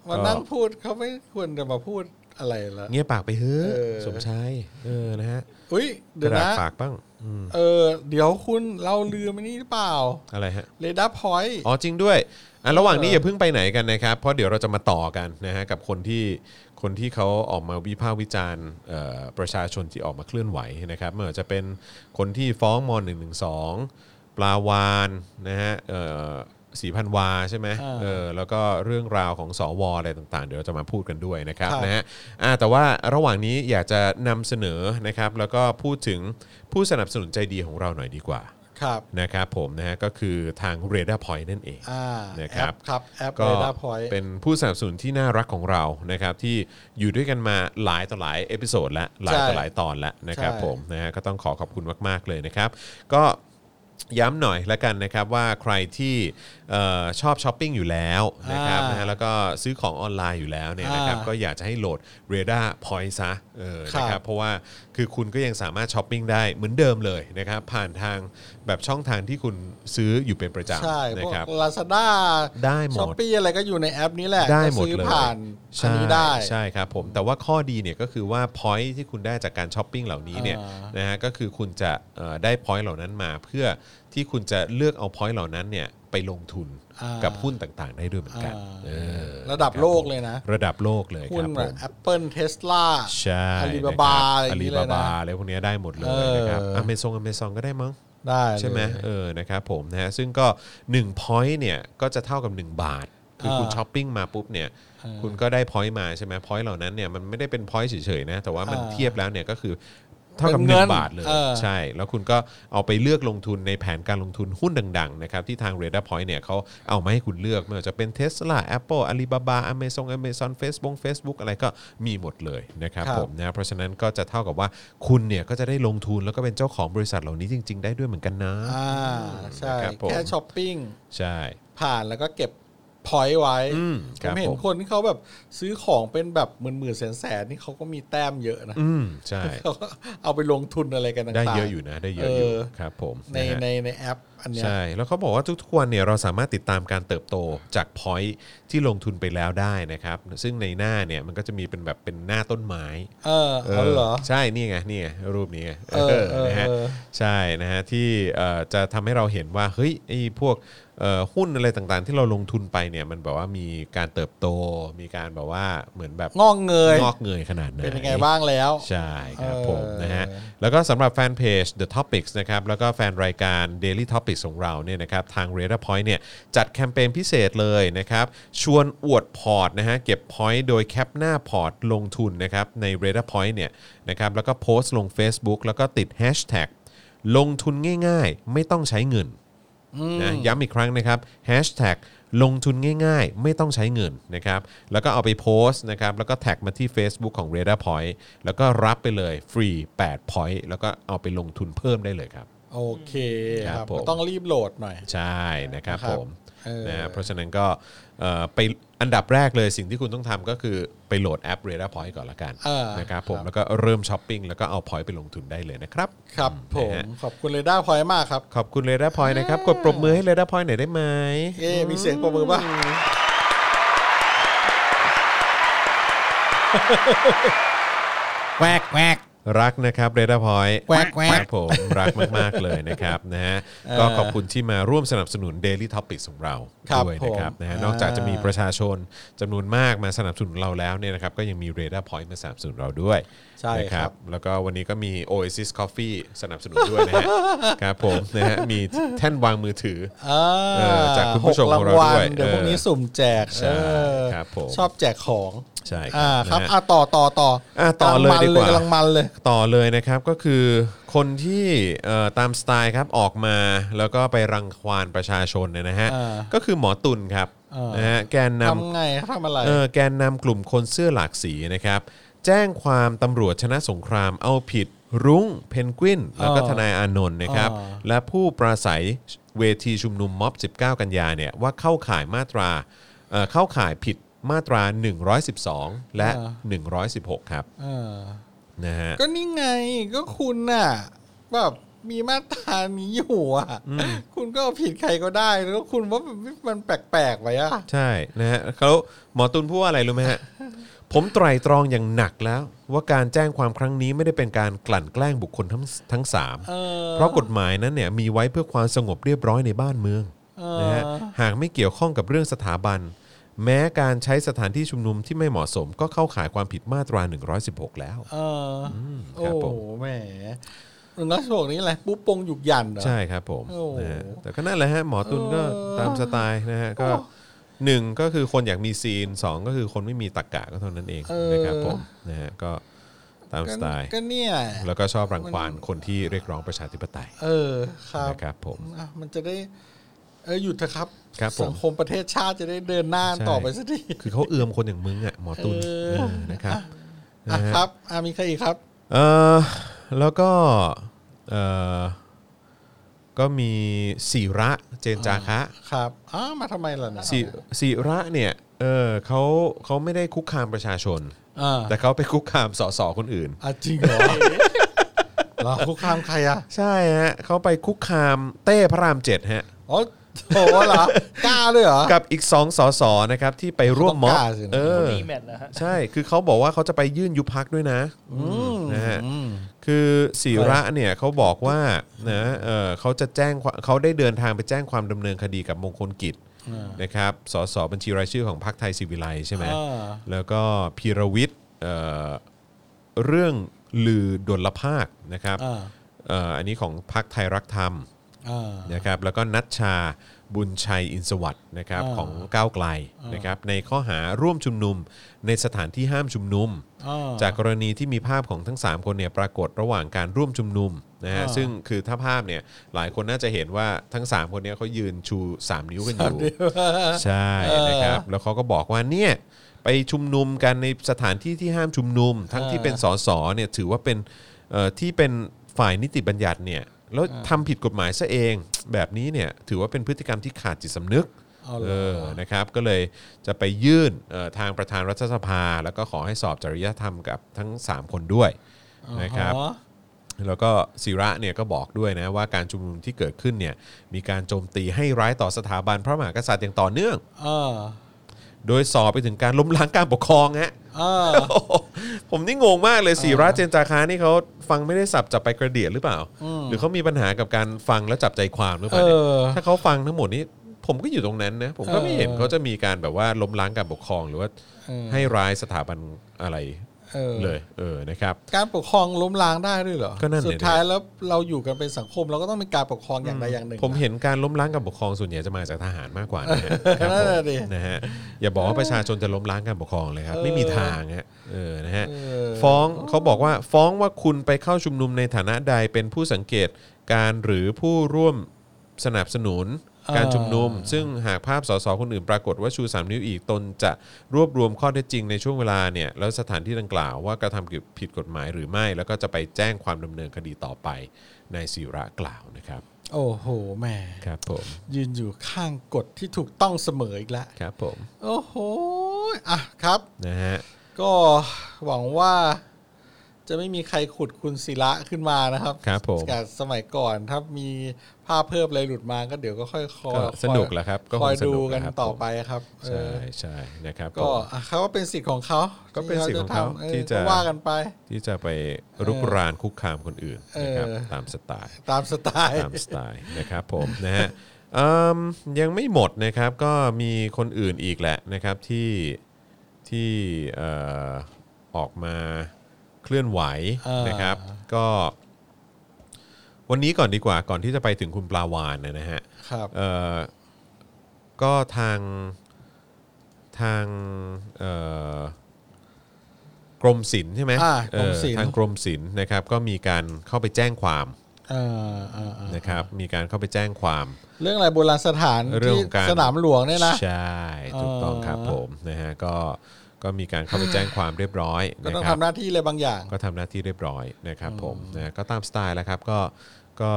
[SPEAKER 2] มานั่งพูดเขาไม่ควรจะมาพูดอะไรละ
[SPEAKER 1] เงียบปากไปเฮ้
[SPEAKER 2] เออ
[SPEAKER 1] อะสมชายเออนะฮะ
[SPEAKER 2] อุ้ย
[SPEAKER 1] ก
[SPEAKER 2] เดี๋ย
[SPEAKER 1] ระ
[SPEAKER 2] ว
[SPEAKER 1] ดาษ
[SPEAKER 2] นะ
[SPEAKER 1] ปากบ้างอืม
[SPEAKER 2] เออ เดี๋ยวคุณเราลืมอันนี้หรือเปล่า
[SPEAKER 1] อะไรฮะ
[SPEAKER 2] เรดาร์พอยต์
[SPEAKER 1] อ๋อจริงด้วยอ่ะระหว่างนี้
[SPEAKER 2] เอ
[SPEAKER 1] อ
[SPEAKER 2] อ
[SPEAKER 1] ย่าเพิ่งไปไหนกันนะครับ เพราะเดี๋ยวเราจะมาต่อกันนะฮะกับคนที่คนที่เขาออกมาวิพากษ์วิจารณ์เอ่อประชาชนที่ออกมาเคลื่อนไหวนะครับไม่ว่าจะเป็นคนที่ฟ้องม1 1 2 ปลาวานนะฮะเอ่อสีพันวาใช่ไหมเออแล้วก็เรื่องราวของสวอะไรต่างๆ เดี๋ยวเราจะมาพูดกันด้วยนะครับ
[SPEAKER 2] ครับ
[SPEAKER 1] นะฮะอ่ะแต่ว่าระหว่างนี้อยากจะนำเสนอนะครับแล้วก็พูดถึงผู้สนับสนุนใจดีของเราหน่อยดีกว่า
[SPEAKER 2] ครับ
[SPEAKER 1] นะครับผมนะฮะก็คือทางเรดาร์พอยต์นั่นเอง
[SPEAKER 2] อ่า
[SPEAKER 1] นะครับ
[SPEAKER 2] แอปครับ แอปเร
[SPEAKER 1] ก็
[SPEAKER 2] ดาร์พอยต์
[SPEAKER 1] เป็นผู้สนับสนุนที่น่ารักของเรานะครับที่อยู่ด้วยกันมาหลายต่อหลายเอพิโซดและหลายต่อหลายตอนและนะครับผมนะฮะก็ต้องขอขอบคุณมาก ๆ เลยนะครับ ก็ย้ำหน่อยละกันนะครับว่าใครที่เอ่อชอบช้อปปิ้งอยู่แล้วนะครับนะฮะแล้วก็ซื้อของออนไลน์อยู่แล้วเนี่ยนะครับก็อยากจะให้โหลด r a d a r Point ซะเออนะครับ เพราะว่าคือคุณก็ยังสามารถช้อปปิ้งได้เหมือนเดิมเลยนะครับผ่านทางแบบช่องทางที่คุณซื้ออยู่เป็นประจ
[SPEAKER 2] ใช่
[SPEAKER 1] ำ
[SPEAKER 2] พ
[SPEAKER 1] นะ
[SPEAKER 2] วก
[SPEAKER 1] ครับ
[SPEAKER 2] ลาซาด้า
[SPEAKER 1] ได้หมด
[SPEAKER 2] ช้อปปี้อะไรก็อยู่ในแอปนี้แหละ
[SPEAKER 1] ได้หมด
[SPEAKER 2] ก็ซื้อ
[SPEAKER 1] เลย
[SPEAKER 2] ผ่านอันนี้ได้
[SPEAKER 1] ใช่ครับผมแต่ว่าข้อดีเนี่ยก็คือว่า point ที่คุณได้จากการช้อปปิ้งเหล่านี้เนี่ย
[SPEAKER 2] อ่าน
[SPEAKER 1] นะฮะก็คือคุณจะเอ่อได้ point เหล่านั้นมาเพื่อที่คุณจะเลือกเอา point เหล่านั้นเนี่ยไปลงทุน
[SPEAKER 2] อ่ากั
[SPEAKER 1] กับหุ้นต่างๆ ได้ด้วยเหมือนกัน
[SPEAKER 2] อ่า
[SPEAKER 1] เออ
[SPEAKER 2] ระดับโลกเลยนะ
[SPEAKER 1] ระดับโลกเลย
[SPEAKER 2] หุ้
[SPEAKER 1] คน รับผม
[SPEAKER 2] แอปเปิลเทสลา
[SPEAKER 1] ใช่
[SPEAKER 2] อาลี
[SPEAKER 1] นะค
[SPEAKER 2] บาบาอะไรอ
[SPEAKER 1] อา
[SPEAKER 2] ย่าง
[SPEAKER 1] ลี
[SPEAKER 2] นี้เลยนะ
[SPEAKER 1] บาบาอะไรพวกเนี้ยได้หมดเลยนะครับ
[SPEAKER 2] เออ
[SPEAKER 1] อเมซองอเมซองก็ได้มั้ง
[SPEAKER 2] ได้เลย
[SPEAKER 1] ใช่ไหมเออนะครับผมนะฮะซึ่งก็1 point เนี่ยก็จะเท่ากับ 1 บาท คือคุณ
[SPEAKER 2] อ่า
[SPEAKER 1] ช้อปปิ้งมาปุ๊บเนี่ยคุณก็ได้ point มาใช่ไหม point เหล่านั้นเนี่ยมันไม่ได้เป็น point เฉยๆนะแต่ว่ามัน
[SPEAKER 2] อ่า
[SPEAKER 1] เทียบแล้วเนี่ยก็คือเท่ากับ
[SPEAKER 2] เป็นเงิน
[SPEAKER 1] 1 บาทเลย
[SPEAKER 2] เออ
[SPEAKER 1] ใช่ แล้วคุณก็เอาไปเลือกลงทุนในแผนการลงทุนหุ้นดังๆนะครับที่ทาง r a d a r Point เนี่ยเขาเอามาให้คุณเลือกไม่ว่าจะเป็น Tesla Apple Alibaba Amazon Amazon Facebook Facebook อะไรก็มีหมดเลยนะครับ
[SPEAKER 2] ครับ
[SPEAKER 1] ผมนะเพราะฉะนั้นก็จะเท่ากับว่าคุณเนี่ยก็จะได้ลงทุนแล้วก็เป็นเจ้าของบริษัทเหล่านี้จริง ๆ ได้ด้วยเหมือนกันนะ
[SPEAKER 2] อ่าใช่
[SPEAKER 1] ครับผม
[SPEAKER 2] แค่ช้อปปิ้ง
[SPEAKER 1] ใช่
[SPEAKER 2] ผ่านแล้วก็เก็บพอยต์ไว้
[SPEAKER 1] อืม
[SPEAKER 2] ผ
[SPEAKER 1] ครับ
[SPEAKER 2] มเห็
[SPEAKER 1] ผ
[SPEAKER 2] น
[SPEAKER 1] ม
[SPEAKER 2] คนที่เขาแบบซื้อของเป็นแบบหมื่นหมื่นแสนแสนๆนี่เขาก็มีแต้มเยอะนะ
[SPEAKER 1] อืมใช่
[SPEAKER 2] เขาก็เอาไปลงทุนอะไรกันต่างๆ
[SPEAKER 1] ได้เยอะอยู่นะ ได้เยอะอยู่
[SPEAKER 2] เออ
[SPEAKER 1] ครับผม
[SPEAKER 2] ใน
[SPEAKER 1] ะฮะ
[SPEAKER 2] ในในแอปอันเนี้ย
[SPEAKER 1] ใช่ แล้วเขาบอกว่าทุกๆวันเนี่ยเราสามารถติดตามการเติบโตจากพอยที่ลงทุนไปแล้วได้นะครับ ซึ่งในหน้าเนี่ยมันก็จะมีเป็นแบบเป็นหน้าต้นไม้
[SPEAKER 2] เออเอาเหรอ
[SPEAKER 1] ใช่นี่ไงนี่ไงรูปนี้ไง
[SPEAKER 2] เออเออ
[SPEAKER 1] นะฮะ
[SPEAKER 2] เออ
[SPEAKER 1] ใช่นะฮะที่เอ่อจะทำให้เราเห็นว่าเฮ้ยไอ้พวกเอ่อหุ้นอะไรต่างๆ ที่เราลงทุนไปเนี่ยมันแบบว่ามีการเติบโต มีการแบบว่าเหมือนแบบ
[SPEAKER 2] งอกเงย
[SPEAKER 1] งอกเงยขนาดไหน
[SPEAKER 2] เป็นยังไงบ้างแล้ว
[SPEAKER 1] ใช่ครับ
[SPEAKER 2] เออ
[SPEAKER 1] ผมนะฮะแล้วก็สำหรับแฟนเพจ The Topics นะครับแล้วก็แฟนรายการ Daily Topics ของเราเนี่ยนะครับทาง r a d a r Point เนี่ยจัดแคมเปญพิเศษเลยนะครับชวนอวดพอร์ตนะฮะเก็บพอยต์โดยแคปหน้าพอร์ตลงทุนนะครับใน r a d a r Point เนี่ยนะครับแล้วก็โพสต์ลง Facebook แล้วก็ติด Hashtag ลงทุนง่ายๆ ไม่ต้องใช้เงินนะย้ำอีกครั้งนะครับ hashtag ลงทุนง่ายๆ ไม่ต้องใช้เงินนะครับ แล้วก็เอาไปโพสต์นะครับ แล้วก็แท็กมาที่ Facebook ของ r a d a r Point แล้วก็รับไปเลยฟรี8 point แล้วก็เอาไปลงทุนเพิ่มได้เลยครับ
[SPEAKER 2] โอเค
[SPEAKER 1] ค
[SPEAKER 2] ครับ รับ
[SPEAKER 1] ผม
[SPEAKER 2] ต้องรีบโหลดหน่อย
[SPEAKER 1] ใช่นะครับ
[SPEAKER 2] ครับ
[SPEAKER 1] ผม
[SPEAKER 2] เออ
[SPEAKER 1] นะเพราะฉะนั้นก็เอ่อไปอันดับแรกเลยสิ่งที่คุณต้องทำก็คือไปโหลดแอป r a d a r Point ก่อนละกัน
[SPEAKER 2] เออ
[SPEAKER 1] นะครับผมแล้วก็เริ่มช้อปปิ้งแล้วก็เอา point ไปลงทุนได้เลยนะครับ
[SPEAKER 2] ครับผม
[SPEAKER 1] นะฮะ
[SPEAKER 2] ขอบคุณเรด้าพอยมากครับ
[SPEAKER 1] ขอบคุณ r a d a r Point นะครับ กดปรบมือให้ r a d a r Point หน่อยได้ไหม
[SPEAKER 2] เอ๊ะมีเสียงปรบมือป่ะ
[SPEAKER 4] แควกแควก
[SPEAKER 1] รักนะครับเรดาพอย
[SPEAKER 4] แกวกแกวก
[SPEAKER 1] ผมรักมาก ๆ เลยนะครับ นะฮะก็ขอบคุณที่มาร่วมสนับสนุน Daily Topics ของเรา
[SPEAKER 2] ครับ
[SPEAKER 1] ด้วยนะครับ
[SPEAKER 2] ผม
[SPEAKER 1] นะฮะ
[SPEAKER 2] อ่าน
[SPEAKER 1] อกจากจะมีประชาชนจำนวนมากมาสนับสนุนเราแล้วเนี่ยนะครับก็ยังมีเรดาพอยมาสนับสนุนเราด้วย
[SPEAKER 2] ใช่
[SPEAKER 1] นะครับ แล้วก็วันนี้ก็มี Oasis Coffee สนับสนุนด้วยนะฮ ะ ครับผมนะฮะมีแท่นวางมือถือ
[SPEAKER 2] อ่า
[SPEAKER 1] เออจากคุณผู้ชม
[SPEAKER 2] ห
[SPEAKER 1] ของ
[SPEAKER 2] กราง
[SPEAKER 1] เราด้
[SPEAKER 2] วัล
[SPEAKER 1] วย
[SPEAKER 2] เดี๋ยว
[SPEAKER 1] เออ
[SPEAKER 2] พวกนี้สุ่มแจก
[SPEAKER 1] ใช่
[SPEAKER 2] เออ
[SPEAKER 1] ครับผม
[SPEAKER 2] ชอบแจกของ
[SPEAKER 1] ใช่
[SPEAKER 2] อ่า
[SPEAKER 1] นะฮะ
[SPEAKER 2] ครับอ่าต่อต่อต่อ
[SPEAKER 1] อ่ะต่อเลยดีกว่า
[SPEAKER 2] กำลังมันเลย
[SPEAKER 1] ต่อเลยนะครับก็คือคนที่เอ่อตามสไตล์ครับออกมาแล้วก็ไปรังควานประชาชนเนี่ยนะฮะ
[SPEAKER 2] เออ
[SPEAKER 1] ก็คือหมอตุนครับ
[SPEAKER 2] เออ
[SPEAKER 1] นะฮะแกนน
[SPEAKER 2] ทำไงทำอะไร
[SPEAKER 1] ำเออแกนนำกลุ่มคนเสื้อหลากสีนะครับ แจ้งความตำรวจชนะสงครามเอาผิด รุ้งเพนกวิน แล้วก็
[SPEAKER 2] เออ
[SPEAKER 1] ทนายอานนท์นะครับ
[SPEAKER 2] เออ
[SPEAKER 1] และผู้ปราศัยเวทีชุมนุมม็อบ 19 กันยาเนี่ยว่าเข้าข่ายมาตราเอ่อเข้าข่ายผิดมาตรา 112 และ 116 ครับ
[SPEAKER 2] เออ
[SPEAKER 1] นะฮะ
[SPEAKER 2] ก็นี่ไงก็คุณน่ะแบบมีมาตรานี้อยู่อ่ะคุณก็เอาผิดใครก็ได้ แล้วคุณว่ามันแปลกๆไปอ่ะ
[SPEAKER 1] ใช่นะฮะเขาหมอตุนพูดว่าอะไรรู้ไหมฮะ ผมไตร่ตรองอย่างหนักแล้ว ว่าการแจ้งความครั้งนี้ไม่ได้เป็นการกลั่นแกล้งบุคคลทั้งทั้งสาม
[SPEAKER 2] เออ
[SPEAKER 1] เพราะกฎหมายนั้นเนี่ยมีไว้เพื่อความสงบเรียบร้อยในบ้านเมืองนะฮะหากไม่เกี่ยวข้องกับเรื่องสถาบัน แม้การใช้สถานที่ชุมนุมที่ไม่เหมาะสม ก็เข้าข่ายความผิดมาตรา 116 แล้ว
[SPEAKER 2] เอออ
[SPEAKER 1] ครั
[SPEAKER 2] โอ้
[SPEAKER 1] บผม
[SPEAKER 2] โหแหมหนึ่งร้อยสิบหกนี้อะไรปุ๊บปงหยุกหยันเหรอ
[SPEAKER 1] ใช่ครับผม
[SPEAKER 2] โอ้โห
[SPEAKER 1] นะฮะแต่ก็นั่นแหละฮะหมอตุนก็ตามสไตล์นะฮะก็หนึ่งก็คือคนอยากมีซีนสองก็คือคนไม่มีตรกกะก็เท่านั้นเอง
[SPEAKER 2] เออ
[SPEAKER 1] นะครับผมนะฮะก็ตามสไตล์
[SPEAKER 2] ก็เนี่ย
[SPEAKER 1] แล้วก็ชอบรังควานคนที่เรียกร้องประชาธิปไตย
[SPEAKER 2] เออครับ
[SPEAKER 1] นะครับผม
[SPEAKER 2] อ่ะมันจะได้ เออหยุดเถอะครับ
[SPEAKER 1] ครับผม
[SPEAKER 2] สังคมประเทศชาติจะได้เดินหน้า
[SPEAKER 1] ใช่
[SPEAKER 2] ต่อไปสักที
[SPEAKER 1] คือเขาเอื้อมคนอย่างมึงอ่ะหมอตุน
[SPEAKER 2] เออ
[SPEAKER 1] เออนะครับ
[SPEAKER 2] อ่ะ
[SPEAKER 1] นะฮะ
[SPEAKER 2] ครับอ่ะมีใครอีกครับ
[SPEAKER 1] เออแล้วก็เออก็มีศิระเจนจาคะ
[SPEAKER 2] ครับอ้าวมาทำไมล่ะนะ
[SPEAKER 1] ศิศิระเนี่ยเออเขาเขาไม่ได้คุกคามประชาชน
[SPEAKER 2] อ่า
[SPEAKER 1] แต่เขาไปคุกคามสสคนอื่น
[SPEAKER 2] อ่ะจริงเหรอเหรอคุกคามใครอ่ะ
[SPEAKER 1] ใช่ฮะเขาไปคุกคามเต้พระรามเจ็ดฮะ
[SPEAKER 2] อ๋อโหเหรอกล้าด้วยเหรอ
[SPEAKER 1] กับอีก 2สสนะครับที่ไปร่วมม็อบ
[SPEAKER 2] ต้องกล้าสินะ
[SPEAKER 1] เออ
[SPEAKER 3] รีแมทนะฮะ
[SPEAKER 1] ใช่คือเขาบอกว่าเขาจะไปยื่นยุบพักด้วยนะนะฮะคือศิระเนี่ยเขาบอกว่านะเออเขาจะแจ้งความเขาได้เดินทางไปแจ้งความดำเนินคดีกับมงคลกิจนะครับสสบัญชีรายชื่อของพรรคไทยศิวิไลใช่ไหม
[SPEAKER 2] อ่า
[SPEAKER 1] แล้วก็พีรวิทย์เอ่อเรื่องลือดลภาคนะครับ
[SPEAKER 2] อ่า
[SPEAKER 1] เอ่ออันนี้ของพักไทยรักธรรม
[SPEAKER 2] อ่า
[SPEAKER 1] นะครับแล้วก็นัชชาบุญชัยอินสวัสด์นะครับ
[SPEAKER 2] อ่า
[SPEAKER 1] ของก้าวไกลนะครับในข้อหาร่วมชุมนุมในสถานที่ห้ามชุมนุม
[SPEAKER 2] อ่า
[SPEAKER 1] จากกรณีที่มีภาพของทั้ง 3 คนเนี่ยปรากฏระหว่างการร่วมชุมนุมนะฮะ
[SPEAKER 2] อ่า
[SPEAKER 1] ซึ่งคือถ้าภาพเนี่ยหลายคนน่าจะเห็นว่าทั้ง 3 คนเนี่ยเขายืนชู 3 นิ้วกันอยู่ ใช่นะครับแล้วเขาก็บอกว่าเนี่ยไปชุมนุมกันในสถานที่ที่ห้ามชุมนุม ทั้งที่เป็นสสเนี่ยถือว่าเป็นเอ่อที่เป็นฝ่ายนิติบัญญัติเนี่ยแล้วทำผิดกฎหมายซะเอง แบบนี้เนี่ยถือว่าเป็นพฤติกรรมที่ขาดจิตสำนึก
[SPEAKER 2] เอาเหรอ
[SPEAKER 1] เออนะครับก็เลยจะไปยื่นเอ่อทางประธานรัฐสภา แล้วก็ขอให้สอบจริยธรรมกับทั้ง 3 คนด้วยนะครับ
[SPEAKER 2] อ๋อ
[SPEAKER 1] แล้วก็ศิระเนี่ยก็บอกด้วยนะว่าการชุมนุมที่เกิดขึ้นเนี่ยมีการโจมตีให้ร้ายต่อสถาบันพระมหากษัตริย์อย่างต่อเนื่อง
[SPEAKER 2] เออ
[SPEAKER 1] โดยสอบไปถึงการล้มล้างการปกครองฮะ
[SPEAKER 2] เออ
[SPEAKER 1] ผมนี่งงมากเลยศิระเจนจาคานี่เขาฟังไม่ได้สับจับไปกระเดียดหรือเปล่า หรือเขามีปัญหากับการฟังแล้วจับใจความหรือเปล่าเนี่ย
[SPEAKER 2] เออ
[SPEAKER 1] ถ้าเขาฟังทั้งหมดนี้ ผมก็อยู่ตรงนั้นนะ ผมก็ไม่เห็น
[SPEAKER 2] เออ
[SPEAKER 1] เขาจะมีการแบบว่าล้มล้างการปกครอง หรือว่า
[SPEAKER 2] เออ
[SPEAKER 1] ให้ร้ายสถาบันอะไร
[SPEAKER 2] เออ
[SPEAKER 1] เลยเออนะครับ
[SPEAKER 2] การปกครองล้มล้างได้ด้วยเหรอ
[SPEAKER 1] ก็นั่น
[SPEAKER 2] สุ
[SPEAKER 1] เนี่
[SPEAKER 2] ด
[SPEAKER 1] ย
[SPEAKER 2] ท้ายแล้วเราอยู่กันเป็นสังคมเราก็ต้องมีการปกครองอย่างใดอย่างหนึ่ง
[SPEAKER 1] ผมเห็นการล้มล้างการปกครองส่วนใหญ่จะมาจากทหารมากกว่านะฮะครับผ
[SPEAKER 2] นั่น
[SPEAKER 1] ม
[SPEAKER 2] น่ะดิ
[SPEAKER 1] นะฮะอย่าบอกว่าประชาชนจะล้มล้างการปกครองเลยครับ
[SPEAKER 2] เออ
[SPEAKER 1] ไม่มีทางฮะเออนะฮะ
[SPEAKER 2] เออ
[SPEAKER 1] ฟ้องเขาบอกว่าฟ้องว่าคุณไปเข้าชุมนุมในฐานะใดเป็นผู้สังเกต การหรือผู้ร่วมสนับสนุน
[SPEAKER 2] อ่า
[SPEAKER 1] การชุมนุม ซึ่งหากภาพสสคนอื่นปรากฏว่าชู 3 นิ้วอีกตนจะรวบรวมข้อเท็จจริงในช่วงเวลาเนี่ยแล้วสถานที่ดังกล่าวว่ากระทำผิดกฎหมายหรือไม่ แล้วก็จะไปแจ้งความดำเนินคดีต่อไปในศิระกล่าวนะครับ
[SPEAKER 2] โอ้โหแหม่
[SPEAKER 1] ครับผม
[SPEAKER 2] ยืนอยู่ข้างกฎที่ถูกต้องเสมออีกแล้ว
[SPEAKER 1] ครับผม
[SPEAKER 2] โอ้โหอ่ะครับ
[SPEAKER 1] นะฮะ
[SPEAKER 2] ก็หวังว่าจะไม่มีใครขุดคุณศิระขึ้นมานะครับ
[SPEAKER 1] ครับผม
[SPEAKER 2] จากสมัยก่อนถ้ามีภาพเพิ่มอะไรหลุดมาก็เดี๋ยวก็ค่อยคอ
[SPEAKER 1] ก็
[SPEAKER 2] ย
[SPEAKER 1] สนุกแหละครับก็
[SPEAKER 2] ค
[SPEAKER 1] ค
[SPEAKER 2] อง ย
[SPEAKER 1] ส
[SPEAKER 2] ดู
[SPEAKER 1] นุกแห
[SPEAKER 2] กั
[SPEAKER 1] ละ
[SPEAKER 2] น
[SPEAKER 1] ครับ
[SPEAKER 2] ต่อ
[SPEAKER 1] ผม
[SPEAKER 2] ไปครับเอ
[SPEAKER 1] ใช่
[SPEAKER 2] อ
[SPEAKER 1] ใช่นะครับ
[SPEAKER 2] ก็
[SPEAKER 1] ผม
[SPEAKER 2] อ่ะเขาก็เป็นสิทธิ์ของเขา
[SPEAKER 1] ก็เป็นสิทธิ์ของเขาที่
[SPEAKER 2] ที่จะทำ
[SPEAKER 1] จะ
[SPEAKER 2] เออก็ว่ากันไป
[SPEAKER 1] ที่จะไปรุกรานคุกคามคนอื่นนะครับ
[SPEAKER 2] เออ
[SPEAKER 1] ตามสไตล์
[SPEAKER 2] ตามสไตล์
[SPEAKER 1] ตามสไตล์นะครับผมนะฮะเอิ่มยังไม่หมดนะครับก็มีคนอื่นอีกแหละนะครับที่ที่เอ่อออกมาเคลื่อนไหว
[SPEAKER 2] อ่าน
[SPEAKER 1] นะครับ ก็ วันนี้ก่อนดีกว่าก่อนที่จะไปถึงคุณปลาวานนะฮะ
[SPEAKER 2] ครับ
[SPEAKER 1] เอ่อก็ทางทางเอ่อกรมศิลป์ใช่ไหม
[SPEAKER 2] อ่า
[SPEAKER 1] เอ่อก
[SPEAKER 2] รมศิลป์
[SPEAKER 1] ทางกรมศิลป์นะครับ ก็มีการเข้าไปแจ้งความ
[SPEAKER 2] เออเออเออ
[SPEAKER 1] นะครับ มีการเข้าไปแจ้งความ
[SPEAKER 2] เรื่องอะไรโบราณสถาน
[SPEAKER 1] เรื่อง
[SPEAKER 2] ที่
[SPEAKER 1] ของการ
[SPEAKER 2] สนามหลวงเนี่ยนะ
[SPEAKER 1] ใช่ถูกต้องครับ
[SPEAKER 2] เออ
[SPEAKER 1] ผมนะฮะก็ก็มีการเข้าไปแจ้งความเรียบร้อย
[SPEAKER 2] ก็
[SPEAKER 1] นะ
[SPEAKER 2] ต้อง
[SPEAKER 1] ครั
[SPEAKER 2] ทำ
[SPEAKER 1] บ
[SPEAKER 2] หน้าที่อะไรบางอย่าง
[SPEAKER 1] ก็ทำหน้าที่เรียบร้อยนะครับผมนะก็ตามสไตล์แล้วครับก็ก็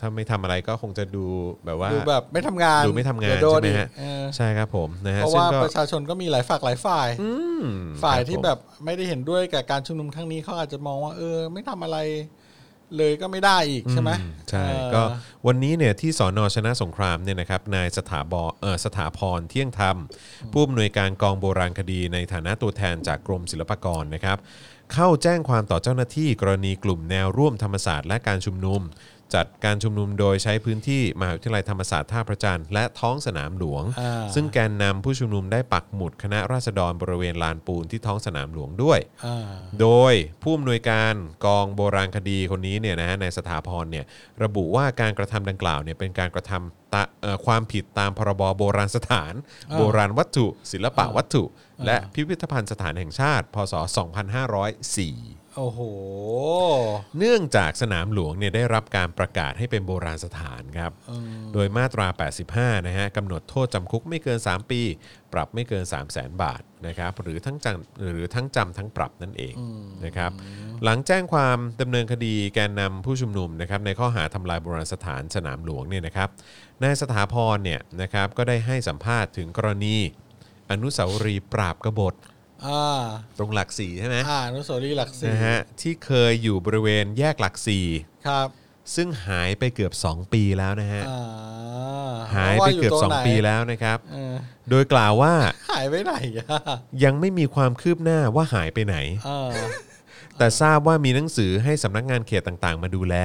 [SPEAKER 1] ถ้าไม่ทำอะไรก็คงจะดูแบบว่า
[SPEAKER 2] ดูแบบไม่ทำงาน
[SPEAKER 1] ดูไม่ทำงาน
[SPEAKER 2] เดี๋ยวโดน
[SPEAKER 1] ใช่ไหมฮะ
[SPEAKER 2] อีกเออ
[SPEAKER 1] ใช่ครับผมนะฮะ
[SPEAKER 2] เพราะ
[SPEAKER 1] ซึ่ง
[SPEAKER 2] ว่า
[SPEAKER 1] ก็
[SPEAKER 2] ประชาชนก็มีหลายฝักหลายฝ่าย ฝ่ายที่แบบไม่ได้เห็นด้วยกับการชุมนุมครั้งนี้เขาอาจจะมองว่า เออ ไม่ทำอะไร เลยก็ไม่ได้อีกใช่ไหม
[SPEAKER 1] อืใช่
[SPEAKER 2] เออ
[SPEAKER 1] ก็วันนี้เนี่ยที่สอนอชนะสงครามเนี่ยนะครับนายสถาบอเออสถาพรเที่ยงธรรม ผู้อำนวยการกองโบราณคดีในฐานะตัวแทนจากกรมศิลปากรนะครับ เข้าแจ้งความต่อเจ้าหน้าที่กรณีกลุ่มแนวร่วมธรรมศาสตร์และการชุมนุม จัดการชุมนุมโดยใช้พื้นที่มหาวิทยาลัยธรรมศาสตร์ท่าพระจันทร์และท้องสนามหลวง ซึ่งแกนนำผู้ชุมนุมได้ปักหมุดคณะราษฎรบริเวณลานปูนที่ท้องสนามหลวงด้วย
[SPEAKER 2] อ่า
[SPEAKER 1] โดยผู้อำนวยการกองโบราณคดีคนนี้เนี่ยนะฮะในายสถาพรเนี่ยระบุว่าการกระทำดังกล่าวเนี่ยเป็นการกระทำตะเอ่อความผิดตามพรบโบราณสถาน โบราณวัตถุ ศิลปะวัตถุ และพิพิธภัณฑสถานแห่งชาติ พศ 2504
[SPEAKER 2] โอ้โห
[SPEAKER 1] เนื่องจากสนามหลวงเนี่ยได้รับการประกาศให้เป็นโบราณสถานครับ โดยมาตรา 85 นะฮะกำหนดโทษจำคุกไม่เกิน 3 ปี ปรับไม่เกิน 3 0 0 0 0 0 บาทนะครับหรือทั้งจำหรือทั้งจำทั้งปรับนั่นเองนะครับหลังแจ้งความดำเนินคดีแกนนำผู้ชุมนุมนะครับในข้อหาทำลายโบราณสถานสนามหลวงเนี่ยนะครับนายสถาพรเนี่ยนะครับก็ได้ให้สัมภาษณ์ถึงกรณี อนุสาวรีย์ปราบกบฏ
[SPEAKER 2] อ่า
[SPEAKER 1] ตรงหลักสี่ใช่ไหม
[SPEAKER 2] อ่าอนุสาวรีย์หลักสี่
[SPEAKER 1] นะฮะที่เคยอยู่บริเวณแยกหลักสี่
[SPEAKER 2] ครับ
[SPEAKER 1] ซึ่งหายไปเกือบ 2 ปีแล้วนะฮะ
[SPEAKER 2] อ่า
[SPEAKER 1] หายไปเกือบ
[SPEAKER 2] พราะว่ายู่ตรงไหน
[SPEAKER 1] 2 ปีแล้วนะครับ
[SPEAKER 2] เออ
[SPEAKER 1] โดยกล่าวว่า
[SPEAKER 2] หายไปไหนอ่ะ
[SPEAKER 1] ยังไม่มีความคืบหน้าว่าหายไปไหน
[SPEAKER 2] เออ
[SPEAKER 1] แต่ทราบว่ามีหนังสือให้สำนักงานเขตต่างๆ มาดูแล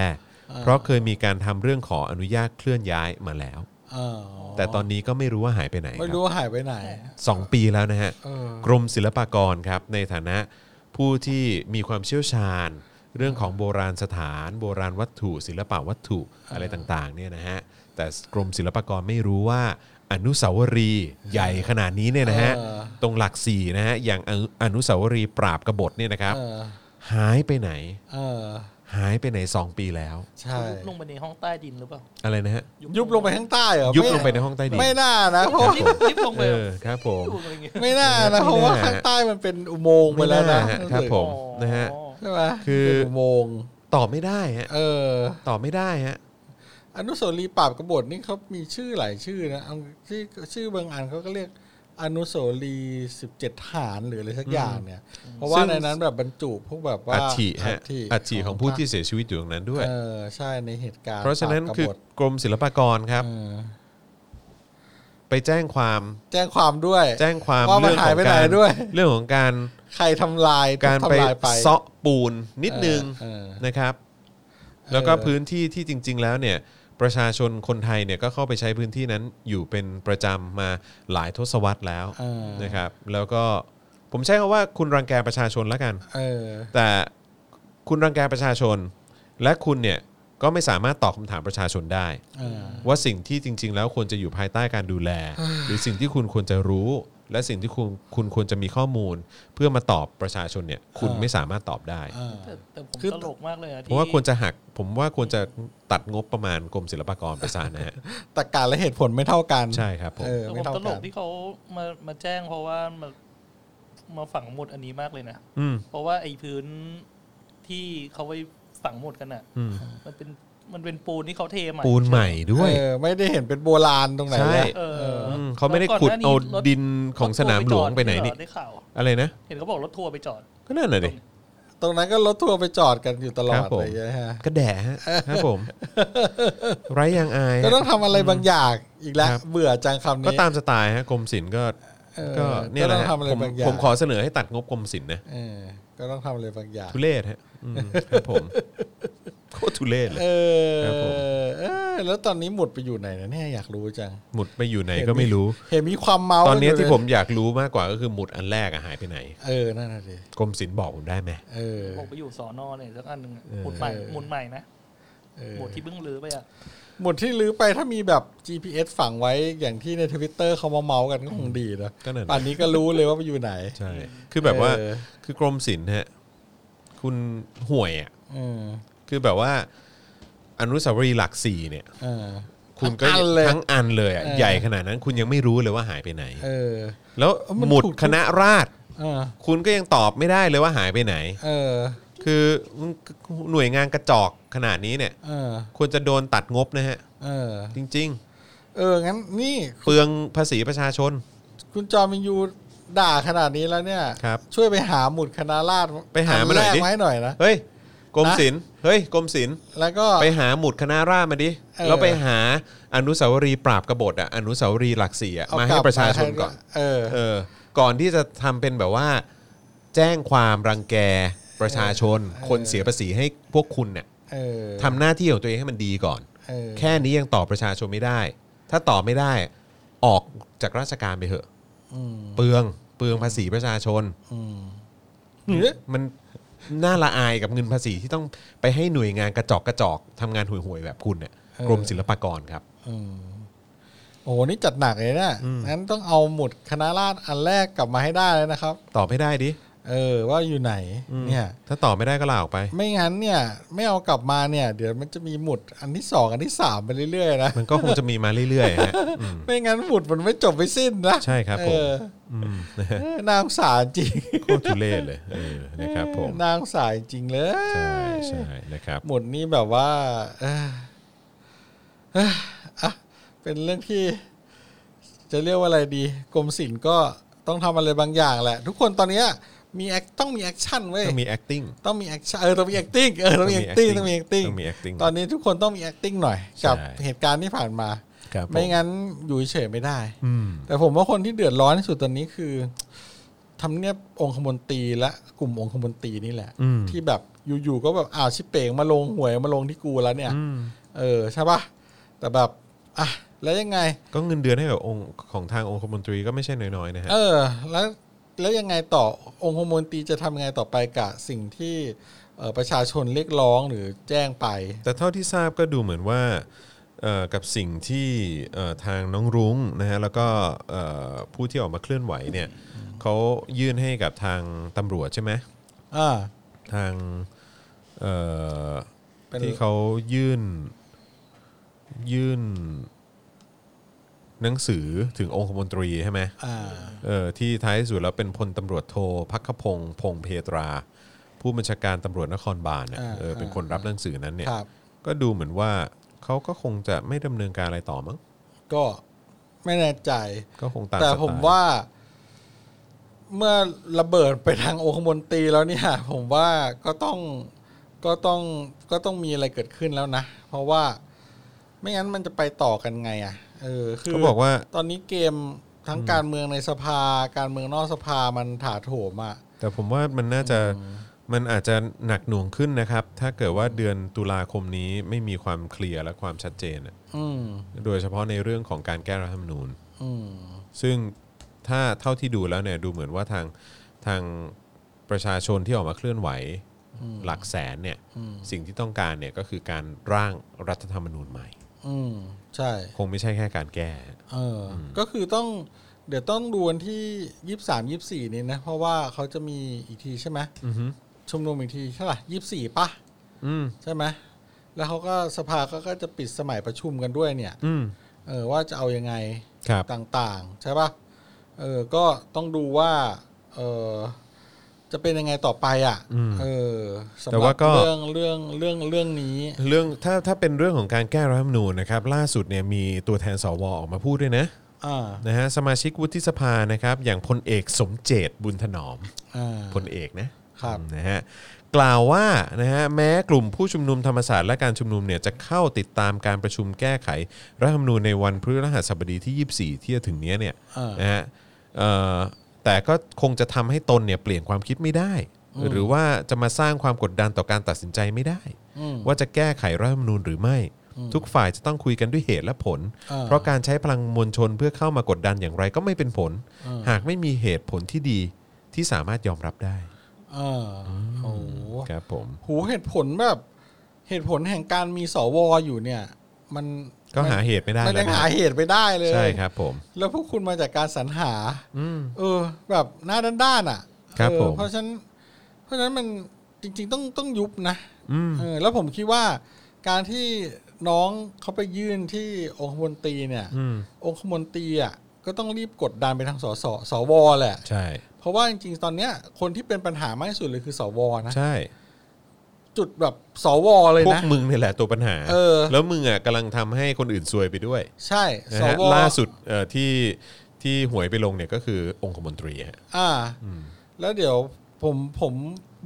[SPEAKER 1] เพราะเคยมีการทำเรื่องขออนุญาตเคลื่อนย้ายมาแล้ว
[SPEAKER 2] เออ
[SPEAKER 1] แต่ตอนนี้ก็ไม่รู้ว่าหายไปไหนค
[SPEAKER 2] ไม่
[SPEAKER 1] รับ
[SPEAKER 2] รู้ว่าหายไปไหน
[SPEAKER 1] สองปีแล้วนะฮะ
[SPEAKER 2] เออ
[SPEAKER 1] กรมศิลปากรครับ ในฐานะผู้ที่มีความเชี่ยวชาญ เรื่องของโบราณสถาน โบราณวัตถุ ศิลปะวัตถุอะไรต่างๆเนี่ยนะฮะแต่กรมศิลปากรไม่รู้ว่าอนุสาวรีย์ใหญ่ขนาดนี้เนี่ยนะฮะ
[SPEAKER 2] เออ
[SPEAKER 1] ตรงหลักสี่นะฮะอย่างอนุอนุสาวรีย์ปราบกบฏเนี่ยนะครับ
[SPEAKER 2] เออ
[SPEAKER 1] หายไปไหน
[SPEAKER 2] เออ
[SPEAKER 1] หายไปไหน 2 ปีแล้ว
[SPEAKER 2] ใช่
[SPEAKER 3] ยุบลงไปในห้องใต้ดินหรือเปล่า
[SPEAKER 1] อะไรนะฮะ
[SPEAKER 2] ยุบลงไปข้างใต้เหรอ
[SPEAKER 1] ยุบลงไปในห้องใต้ดิน
[SPEAKER 2] ไม่น่านะเพราะว่า
[SPEAKER 3] รีบรีบลงไป
[SPEAKER 1] เออครับผม
[SPEAKER 3] ลงไปอย่างเงี้ย
[SPEAKER 2] ไม่น่านะเพราะว่าข้างใต้มันเป็นอุโมงค์ไปแล้วนะ
[SPEAKER 1] ไม่น่าฮะครับผม นะฮะ
[SPEAKER 3] อ๋อ
[SPEAKER 2] ใช่ไหม
[SPEAKER 1] คือ
[SPEAKER 2] เป็นอุโมงค์
[SPEAKER 1] ตอบไม่ได้ฮะ
[SPEAKER 2] เออ
[SPEAKER 1] ตอบไม่ได้ฮะ
[SPEAKER 2] อนุสาวรีย์ปราบกบฏนี่เขามีชื่อหลายชื่อนะเอาชื่อชื่อบางอันเขาก็เรียกอนุสาวรีย์สิบเจ็ดฐานหรืออะไรสักอย่างเนี่ย เพราะว่า
[SPEAKER 1] ซึ่ง
[SPEAKER 2] ในนั้นแบบบรรจุพวกแบบว่า
[SPEAKER 1] อัฐิฮะอัฐิของผู้ที่
[SPEAKER 2] พระ
[SPEAKER 1] เสียชีวิตอยู่ตรงนั้นด้วย
[SPEAKER 2] เออใช่ในเหตุการณ์
[SPEAKER 1] เพราะฉะนั้น
[SPEAKER 2] ปบกบฏ
[SPEAKER 1] คือกรมศิลปากรครับ
[SPEAKER 2] เออ
[SPEAKER 1] ไปแจ้งความ
[SPEAKER 2] แจ้งความด้วย
[SPEAKER 1] แจ้งความ
[SPEAKER 2] ว่ามัน
[SPEAKER 1] เรื่องข
[SPEAKER 2] หา
[SPEAKER 1] อ
[SPEAKER 2] ย
[SPEAKER 1] ง
[SPEAKER 2] ไปไหน
[SPEAKER 1] การ
[SPEAKER 2] ด้วย
[SPEAKER 1] เรื่องของการ
[SPEAKER 2] ใครทำลาย
[SPEAKER 1] การไป
[SPEAKER 2] ทำลายไป
[SPEAKER 1] เซาะปูนนิดนึง
[SPEAKER 2] เออ
[SPEAKER 1] นะครับ แล้วก็
[SPEAKER 2] เออ
[SPEAKER 1] พื้นที่ที่จริง ๆ แล้วเนี่ยประชาชนคนไทยเนี่ยก็เข้าไปใช้พื้นที่นั้นอยู่เป็นประจำมาหลายทศวรรษแล้ว
[SPEAKER 2] เออ
[SPEAKER 1] นะครับ แล้วก็ผมใช้คำว่าคุณรังแกประชาชนแล้วกัน
[SPEAKER 2] เออ
[SPEAKER 1] แต่คุณรังแกประชาชน และคุณเนี่ยก็ไม่สามารถตอบคำถามประชาชนได้
[SPEAKER 2] เออ
[SPEAKER 1] ว่าสิ่งที่จริง ๆ แล้วควรจะอยู่ภายใต้การดูแล หรือสิ่งที่คุณควรจะรู้ และสิ่งที่คุณคุณควรจะมีข้อมูล เพื่อมาตอบประชาชน เนี่ยคุณ
[SPEAKER 2] อ่า
[SPEAKER 1] ไม่สามารถตอบได้
[SPEAKER 2] อ่า
[SPEAKER 3] แต่แต่ผม
[SPEAKER 2] คือ
[SPEAKER 3] ตลกมากเลยอะ
[SPEAKER 1] เพ
[SPEAKER 3] ที่
[SPEAKER 1] ราะว่าควรจะหักผมว่าควรจะตัดงบประมาณกรมศิลปากรไปซะ นะฮะ
[SPEAKER 2] แต่การและเหตุผลไม่เท่ากัน
[SPEAKER 1] ใช่ครับผม
[SPEAKER 2] เออ
[SPEAKER 3] แต่ผ
[SPEAKER 2] ไม่
[SPEAKER 3] ม
[SPEAKER 2] เท่า
[SPEAKER 3] ตล
[SPEAKER 2] กั
[SPEAKER 3] ก
[SPEAKER 2] น
[SPEAKER 3] ที่เขามามาแจ้งเพราะว่ามามาฝังหมุดอันนี้มากเลยนะ
[SPEAKER 1] อืม
[SPEAKER 3] เพราะว่าไอ้พื้นที่เขาไว้ฝังหมุดกันอ่ะ
[SPEAKER 1] อืม
[SPEAKER 3] มันเป็นมันเป็นปูนที่เขาเทใหม่
[SPEAKER 1] ปูนใหม่ด้วย
[SPEAKER 2] เออไม่ได้เห็นเป็นโบราณตรงไหน
[SPEAKER 1] ใช่
[SPEAKER 2] เลย
[SPEAKER 3] เออ
[SPEAKER 2] เออ
[SPEAKER 1] มเขาไม่ได้ขุด
[SPEAKER 3] แล้วก่
[SPEAKER 1] เอา
[SPEAKER 3] อนหน้านี้รถ
[SPEAKER 1] ดินของสนามหลวงไปไหน
[SPEAKER 3] รถทัวร์จอด
[SPEAKER 1] นี่
[SPEAKER 3] ได้ข่าว
[SPEAKER 1] อะไรนะ
[SPEAKER 3] เห็นเขาบอกรถทัวร์ไปจอด
[SPEAKER 1] ก็นั่นน่ะดิ
[SPEAKER 2] ตรงนั้นก็รถทัวร์ไปจอดกันอยู่ตลอ
[SPEAKER 1] ครั
[SPEAKER 2] ด
[SPEAKER 1] บผม
[SPEAKER 2] อะไรอย่างเงี้ยฮะ
[SPEAKER 1] ก็แดะฮะครับผม ไร้ยางอาย
[SPEAKER 2] ก็ต้องทำอะไรบางอย่างอีกแล้ว
[SPEAKER 1] ครับ
[SPEAKER 2] เบื่อจังคำนี้
[SPEAKER 1] ก็ตามสไตล์ฮะกรมศิลป์ก็
[SPEAKER 2] เออ
[SPEAKER 1] ก็เนี่ยแห
[SPEAKER 2] ก็
[SPEAKER 1] ละ
[SPEAKER 2] ต้อง
[SPEAKER 1] ฮะ
[SPEAKER 2] ทำอะไร
[SPEAKER 1] ผม
[SPEAKER 2] บางอย่าง
[SPEAKER 1] ผมขอเสนอให้ตัดงบกรมศิลป์นะ
[SPEAKER 2] เออก็ต้องทำอะไรบางอย่าง
[SPEAKER 1] ทุเรศฮะอืมครับผมโคตรทุเรศเล
[SPEAKER 2] เอย อ
[SPEAKER 1] ครับผม
[SPEAKER 2] เออ แล้วตอนนี้หมุดไปอยู่ไหนนะเนี่ยอยากรู้จัง
[SPEAKER 1] หมุดไปอยู่ไหนก็ไม่รู้
[SPEAKER 2] เห็นมีความเมาส์
[SPEAKER 1] ตอนเนี้ย
[SPEAKER 2] กั
[SPEAKER 1] ที่
[SPEAKER 2] ยู่เลย
[SPEAKER 1] ผมอยากรู้มากกว่าก็คือหมุดอันแรกอะหายไปไหน
[SPEAKER 2] เออนั่นน่ะดิ
[SPEAKER 1] กรมศิลป์บอกผมได้ไหม
[SPEAKER 2] เออ
[SPEAKER 3] ผมไปอยู่สอนอเนี่ยสักอันหนึ่งอะ
[SPEAKER 1] เออ
[SPEAKER 3] หมุดใหม่
[SPEAKER 2] เออ
[SPEAKER 3] หมุดใหม่นะ
[SPEAKER 2] เออ
[SPEAKER 3] หมุดที่เพิ่งรื้อไปอ่ะ
[SPEAKER 2] หมุดที่ลื้อไปถ้ามีแบบ GPS ฝังไว้อย่างที่ในทวิตเตอร์เขามาเมาส์กันก็คงดีนะ
[SPEAKER 1] ก็นั่น
[SPEAKER 2] ป่า
[SPEAKER 1] น่ะ
[SPEAKER 2] นนี้ก็รู้เลยว่าไปอยู่ไหน
[SPEAKER 1] ใช่ คือแบบว่า
[SPEAKER 2] เออ
[SPEAKER 1] คือกรมศิลป์ฮะคุณห่วยอะ
[SPEAKER 2] เออ
[SPEAKER 1] คือแบบว่า อนุสาวรีย์หลักสี่เนี่ย
[SPEAKER 2] เออ
[SPEAKER 1] คุณก็
[SPEAKER 2] ทั้งอันเลย
[SPEAKER 1] ทั้งอันเลยอะ
[SPEAKER 2] เออ
[SPEAKER 1] ใหญ่ขนาดนั้นคุณยังไม่รู้เลยว่าหายไปไหน
[SPEAKER 2] เออ
[SPEAKER 1] แล้ว
[SPEAKER 2] เออมัน
[SPEAKER 1] หมุด
[SPEAKER 2] ถูก
[SPEAKER 1] คณะราษฎร
[SPEAKER 2] เออ
[SPEAKER 1] คุณก็ยังตอบไม่ได้เลยว่าหายไปไหน
[SPEAKER 2] เออ
[SPEAKER 1] คือหน่วยงานกระจอกขนาดนี้เนี่ย
[SPEAKER 2] เออ
[SPEAKER 1] ควรจะโดนตัดงบนะฮะ
[SPEAKER 2] เออ
[SPEAKER 1] จริง
[SPEAKER 2] เออ งั้นนี่
[SPEAKER 1] ๆ เปลืองภาษีประชาชน
[SPEAKER 2] คุณจอมินยูด่าขนาดนี้แล้วเนี่ย
[SPEAKER 1] ครับ
[SPEAKER 2] ช่วยไปหาหมุดคณะราษฎร
[SPEAKER 1] ไปหามาหน่อย
[SPEAKER 2] แรก
[SPEAKER 1] ดิ
[SPEAKER 2] มาให้หน่อยนะ
[SPEAKER 1] เฮ้ยกรมศิลป์เฮ้ยกรมศิลป์
[SPEAKER 2] แล้วก็
[SPEAKER 1] ไปหาหมุดคณะราษฎรมาดิ
[SPEAKER 2] เออ
[SPEAKER 1] แล้วไปหาอนุสาวรีย์ปราบกบฏอ่ะอนุสาวรีย์หลักสี่อ่ะ
[SPEAKER 2] เอ
[SPEAKER 1] มาให้
[SPEAKER 2] ลับ
[SPEAKER 1] ประชาชนก่อน
[SPEAKER 2] เออ
[SPEAKER 1] เออก่อนที่จะทำเป็นแบบว่า แจ้งความรังแกประชาชน
[SPEAKER 2] เออ
[SPEAKER 1] คนเสียภาษีให้พวกคุณเนี่ย
[SPEAKER 2] เออ
[SPEAKER 1] ทำหน้าที่ของตัวเองให้มันดีก่อน
[SPEAKER 2] เออ
[SPEAKER 1] แค่นี้ยังตอบประชาชนไม่ได้ ถ้าตอบไม่ได้ออกจากราชการไปเถอะ
[SPEAKER 2] อืม
[SPEAKER 1] เปลืองเปลืองภาษีประชาชน
[SPEAKER 2] อืม
[SPEAKER 1] มันน่าละอายกับเงินภาษีที่ต้องไปให้หน่วยงานกระจอกกระจอกทำงานห่วยๆแบบคุณเนี่ย
[SPEAKER 2] เออ
[SPEAKER 1] กรมศิลปากรครับ
[SPEAKER 2] อืมโอ้โหนี่จัดหนักเลยนะงั้นต้องเอาหมุดคณะราษฎรอันแรกกลับมาให้ได้เลยนะครับ
[SPEAKER 1] ตอบไม่ได้ดิ
[SPEAKER 2] เออ ว่าอยู่ไหน เนี่ย
[SPEAKER 1] ถ้าตอบไม่ได้ก็ลาออกไป
[SPEAKER 2] ไม่งั้นเนี่ย ไม่เอากลับมาเนี่ย เดี๋ยวมันจะมีหมุดอันที่สองอันที่สามไปเรื่อยๆนะ
[SPEAKER 1] มันก็คงจะมีมาเรื่อยๆฮะอืม
[SPEAKER 2] ไม่งั้นหมุดมันไม่จบไม่สิ้นนะ
[SPEAKER 1] ใช่ครับผม
[SPEAKER 2] เออ
[SPEAKER 1] อืม
[SPEAKER 2] เออนาสงสารจริง
[SPEAKER 1] โคตรทุเรศเลยเออนะครับผม
[SPEAKER 2] นาสงสารจริงเลย
[SPEAKER 1] ใช่ใช่นะครับ
[SPEAKER 2] หมุดนี่แบบว่าเออเอ้ออ่ะเป็นเรื่องที่ จะเรียกว่าอะไรดี กรมศิลป์ก็ต้องทำอะไรบางอย่างแหละ ทุกคนตอนเนี้ยมีแอคต้องมีแอคชั่นเว้ย
[SPEAKER 1] ต้องมี acting
[SPEAKER 2] ต้องมีแอคชั่นเออต้องมีแอคติ้งเออต้องมีแอคติ้งต้องมีแอคติ้ง
[SPEAKER 1] ต้องมี acting
[SPEAKER 2] ตอนนี้ทุกคนต้องมีแอคติ้งหน่อย กับ
[SPEAKER 1] ใช่
[SPEAKER 2] เหตุการณ์ที่ผ่านมา
[SPEAKER 1] ครับผ
[SPEAKER 2] ไม่งั้นอยู่เฉยๆไม่ได้
[SPEAKER 1] อืม
[SPEAKER 2] แต่ผมว่าคนที่เดือดร้อนที่สุดตอนนี้คือทำเนียบองคมนตรีและกลุ่มองคมนตรีนี่แหละ
[SPEAKER 1] อืม
[SPEAKER 2] ที่แบบอยู่ๆก็แบบอ้าวชิเป่งมาลงหวยมาลงที่กูแล้วเนี่ย
[SPEAKER 1] อืม
[SPEAKER 2] เออใช่ปะแต่แบบ อ่ะ แล้วยังไง
[SPEAKER 1] ก็เงินเดือนให้กับองค์ของทางองคมนตรีก็ไม่ใช่น้อยๆนะฮะ
[SPEAKER 2] เออ แล้วแล้วยังไงต่อองคมนตรีจะทำไงต่อไปกับสิ่งที่เอ่อประชาชนเรียกร้องหรือแจ้งไป
[SPEAKER 1] แต่เท่าที่ทราบก็ดูเหมือนว่าเอ่อกับสิ่งที่เอ่อทางน้องรุ้งนะฮะแล้วก็เอ่อผู้ที่ออกมาเคลื่อนไหวเนี่ยเขายื่นให้กับทางตำรวจใช่ไหม
[SPEAKER 2] อ่า
[SPEAKER 1] ทางเอ่อ
[SPEAKER 2] เป็น
[SPEAKER 1] ที่เขายื่นยื่นหนังสือถึงองคมนตรีใช่ไหม
[SPEAKER 2] อ่า
[SPEAKER 1] เออที่ท้ายที่สุดแล้วเป็นพลตำรวจโทพักขพงศ์พงเพตรา ผู้บัญชาการตำรวจนครบาลเนี่ย
[SPEAKER 2] อ่า
[SPEAKER 1] เออเป็น
[SPEAKER 2] อ่า
[SPEAKER 1] คนรับหนังสือนั้นเนี่ย
[SPEAKER 2] ครับ
[SPEAKER 1] ก็ดูเหมือนว่าเขาก็คงจะไม่ดำเนินการอะไรต่อมั้ง
[SPEAKER 2] ก็ไม่แน่ใจ
[SPEAKER 1] ก็คงตาม
[SPEAKER 2] แต่
[SPEAKER 1] สไล์
[SPEAKER 2] ผมว่าเมื่อระเบิดไปทางโอคมนตรีแล้วเนี่ย ผมว่าก็ต้องก็ต้องก็ต้องมีอะไรเกิดขึ้นแล้วนะ เพราะว่าไม่งั้นมันจะไปต่อกันไงอ่ะเออคือ
[SPEAKER 1] เขาบอกว่า
[SPEAKER 2] ตอนนี้เกมทั้งการเมืองในสภา การเมืองนอกสภามันถาโถมอ่ะ
[SPEAKER 1] แต่ผมว่ามันน่าจะมันอาจจะหนักหน่วงขึ้นนะครับ ถ้าเกิดว่าเดือนตุลาคมนี้ไม่มีความเคลียร์และความชัดเจนอะ
[SPEAKER 2] อืม
[SPEAKER 1] โดยเฉพาะในเรื่องของการแก้รัฐธรรมนูญ
[SPEAKER 2] อืม
[SPEAKER 1] ซึ่งถ้าเท่าที่ดูแล้วเนี่ยดูเหมือนว่าทางทางประชาชนที่ออกมาเคลื่อนไหวหลักแสนเนี่ย
[SPEAKER 2] อืม
[SPEAKER 1] สิ่งที่ต้องการเนี่ยก็คือการร่างรัฐธรรมนูญใหม่
[SPEAKER 2] อืม ใช่
[SPEAKER 1] คงไม่ใช่แค่การแก้
[SPEAKER 2] เอออก็คือต้อง เดี๋ยวต้องดูวันที่ยี่สามยี่สี่นี้นะ เพราะว่าเขาจะมีอีกทีใช่ไหม
[SPEAKER 1] อือฮึ
[SPEAKER 2] ชุมนุมอีกทีเท่าไหร่ยี่สี่ปะ
[SPEAKER 1] อืม
[SPEAKER 2] ใช่ไหมแล้วเขาก็สภาก็ก็จะปิดสมัยประชุมกันด้วยเนี่ย
[SPEAKER 1] อืม
[SPEAKER 2] เออว่าจะเอายังไง
[SPEAKER 1] ครับ
[SPEAKER 2] ต่างๆ ใช่ปะเออก็ต้องดูว่าเออจะเป็นยังไงต่อไปอ่ะ
[SPEAKER 1] อืม
[SPEAKER 2] เออสำห
[SPEAKER 1] แต่
[SPEAKER 2] รั
[SPEAKER 1] ว่า
[SPEAKER 2] บ
[SPEAKER 1] ก็
[SPEAKER 2] เรื่องเรื่องเรื่องเรื่องนี้
[SPEAKER 1] เรื่องถ้าถ้าเป็นเรื่องของการแก้รัฐธรรมนูญนะครับ ล่าสุดเนี่ยมีตัวแทนสวออกมาพูดด้วยนะ
[SPEAKER 2] อ่า
[SPEAKER 1] นะฮะสมาชิกวุฒิสภานะครับ อย่างพลเอกสมเจตบุญถนอม
[SPEAKER 2] อ่า
[SPEAKER 1] พลเอกนะครับ นะฮะกล่าวว่านะฮะแม้กลุ่มผู้ชุมนุมธรรมศาสตร์และการชุมนุมเนี่ยจะเข้าติดตามการประชุมแก้ไขรัฐธรรมนูญในวันพฤหัสบดีที่ 24 ที่จะถึงเนี้ยเนี่ย
[SPEAKER 2] อ่าน
[SPEAKER 1] นะฮะเอ่อแต่ก็คงจะทำให้ตนเนี่ยเปลี่ยนความคิดไม่ได้ หรือว่าจะมาสร้างความกดดันต่อการตัดสินใจไม่ได้
[SPEAKER 2] อืม
[SPEAKER 1] ว่าจะแก้ไขรัฐธรรมนูญหรือไม่ ทุกฝ่ายจะต้องคุยกันด้วยเหตุและผล
[SPEAKER 2] อ่า
[SPEAKER 1] เพราะการใช้พลังมวลชนเพื่อเข้ามากดดันอย่างไรก็ไม่เป็นผล หากไม่มีเหตุผลที่ดีที่สามารถยอมรับได้
[SPEAKER 2] เออโอ้โห
[SPEAKER 1] ครับผม
[SPEAKER 2] หูเหตุผลแบบ เหตุผลแห่งการมีสวอยู่เนี่ย มัน
[SPEAKER 1] ก็หาเหตุไม่ได้
[SPEAKER 2] มัน
[SPEAKER 1] แล้
[SPEAKER 2] ยั
[SPEAKER 1] ว
[SPEAKER 2] ง
[SPEAKER 1] นะ
[SPEAKER 2] หาเหตุไปได้เลย
[SPEAKER 1] ใช่ครับผม
[SPEAKER 2] แล้วพวกคุณมาจากการสรรหา
[SPEAKER 1] อืม
[SPEAKER 2] เออ แบบหน้าด้านๆอ่ะ
[SPEAKER 1] ครับ
[SPEAKER 2] เออ
[SPEAKER 1] ผม
[SPEAKER 2] เพราะฉะนั้น เพราะฉะนั้นมันจริง ๆ ต้องต้องยุบนะ
[SPEAKER 1] อืม
[SPEAKER 2] เออ แล้วผมคิดว่า การที่น้องเขาไปยื่นที่องคมนตรีเนี่ย
[SPEAKER 1] อืม
[SPEAKER 2] องคมนตรีอ่ะก็ต้องรีบกดดันไปทางสสสวแหละ
[SPEAKER 1] ใช่
[SPEAKER 2] เพราะว่าจริงๆตอนเนี้ยคนที่เป็นปัญหามากที่สุดเลยคือสวนะ
[SPEAKER 1] ใช่
[SPEAKER 2] จุดแบบสวเลย
[SPEAKER 1] พวก
[SPEAKER 2] นะ
[SPEAKER 1] มึงนี่แหละตัวปัญหา
[SPEAKER 2] เออ
[SPEAKER 1] แล้วมึงอ่ะกำลังทำให้คนอื่นซวยไปด้วย
[SPEAKER 2] ใช่
[SPEAKER 1] นะ
[SPEAKER 2] ส
[SPEAKER 1] ฮะ
[SPEAKER 2] ว
[SPEAKER 1] ล่าสุดเอ่อที่ที่หวยไปลงเนี่ยก็คือองคมนตรีฮะ
[SPEAKER 2] อ่า แล้วเดี๋ยวผมผม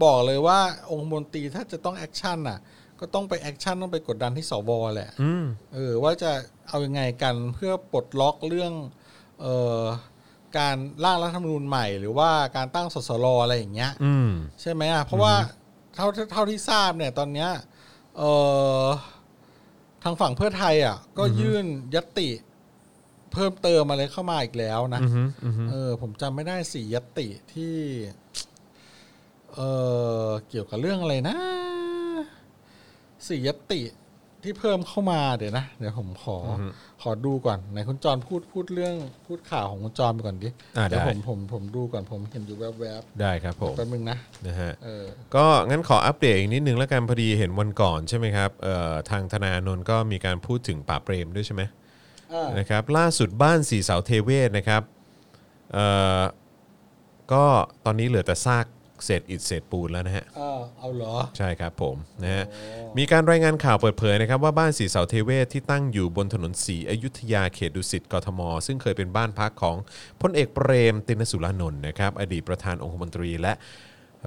[SPEAKER 2] บอกเลยว่าองค์มนตรีถ้าจะต้องแอคชั่นน่ะ ก็ต้องไปแอคชั่นต้องไปกดดันที่สวแหละ
[SPEAKER 1] อืม
[SPEAKER 2] เออ ว่าจะเอายังไงกันเพื่อปลดล็อกเรื่อง เอ่อการร่างรัฐธรรมนูญใหม่ หรือว่าการตั้งสสรอะไรอย่างเงี้ย
[SPEAKER 1] อืม
[SPEAKER 2] ใช่ไหมอ่ะเพราะว่าเท่าเท่าที่ทราบเนี่ยตอนเนี้ยเอ่อทางฝั่งเพื่อไทยอ่ะก็ยื่นยตติ เพิ่มเติมอะไรเข้ามาอีกแล้วนะ
[SPEAKER 1] อืมอืม
[SPEAKER 2] เออผมจำไม่ได้สี่ยตติที่ เออเกี่ยวกับเรื่องอะไรนะสี่ยตติที่เพิ่มเข้ามาเดี๋ยวนะ เดี๋ยวผมขออขอดูก่อนไหนคุณจรพูดพูดเรื่องพูดข่าวของคุณจรไปก่อนดิ
[SPEAKER 1] อ่า
[SPEAKER 2] เดี๋ยว
[SPEAKER 1] ได้
[SPEAKER 2] ผมผมผมดูก่อนผมเห็นอยู่แวบ
[SPEAKER 1] ได้ครับผม
[SPEAKER 2] ๆแป๊บนึงนะ
[SPEAKER 1] นะฮะ
[SPEAKER 2] เออ
[SPEAKER 1] ก็งั้นขออัปเดตอีกนิดนึงแล้วกันพอดีเห็นวันก่อนใช่ไหมครับเอ่อทางธนาโนนท์ก็มีการพูดถึงป่าบเปรมด้วยใช่ไหม
[SPEAKER 2] อ่าน
[SPEAKER 1] นะครับล่าสุดบ้านสีเสาเทเวศนะครับเอ่อก็ตอนนี้เหลือแต่ซากเศษอิฐเศษปูนแล้วนะฮะ
[SPEAKER 2] เออเอาเหรอ
[SPEAKER 1] ใช่ครับผมนะฮะมีการรายงานข่าวเปิดเผยนะครับว่าบ้านสีเสาเทเวศที่ตั้งอยู่บนถนนศรีอยุธยาเขตดุสิตกทม ซึ่งเคยเป็นบ้านพักของพลเอกเปรมตินสุรานนท์นะครับอดีตประธานองคมนตรีและ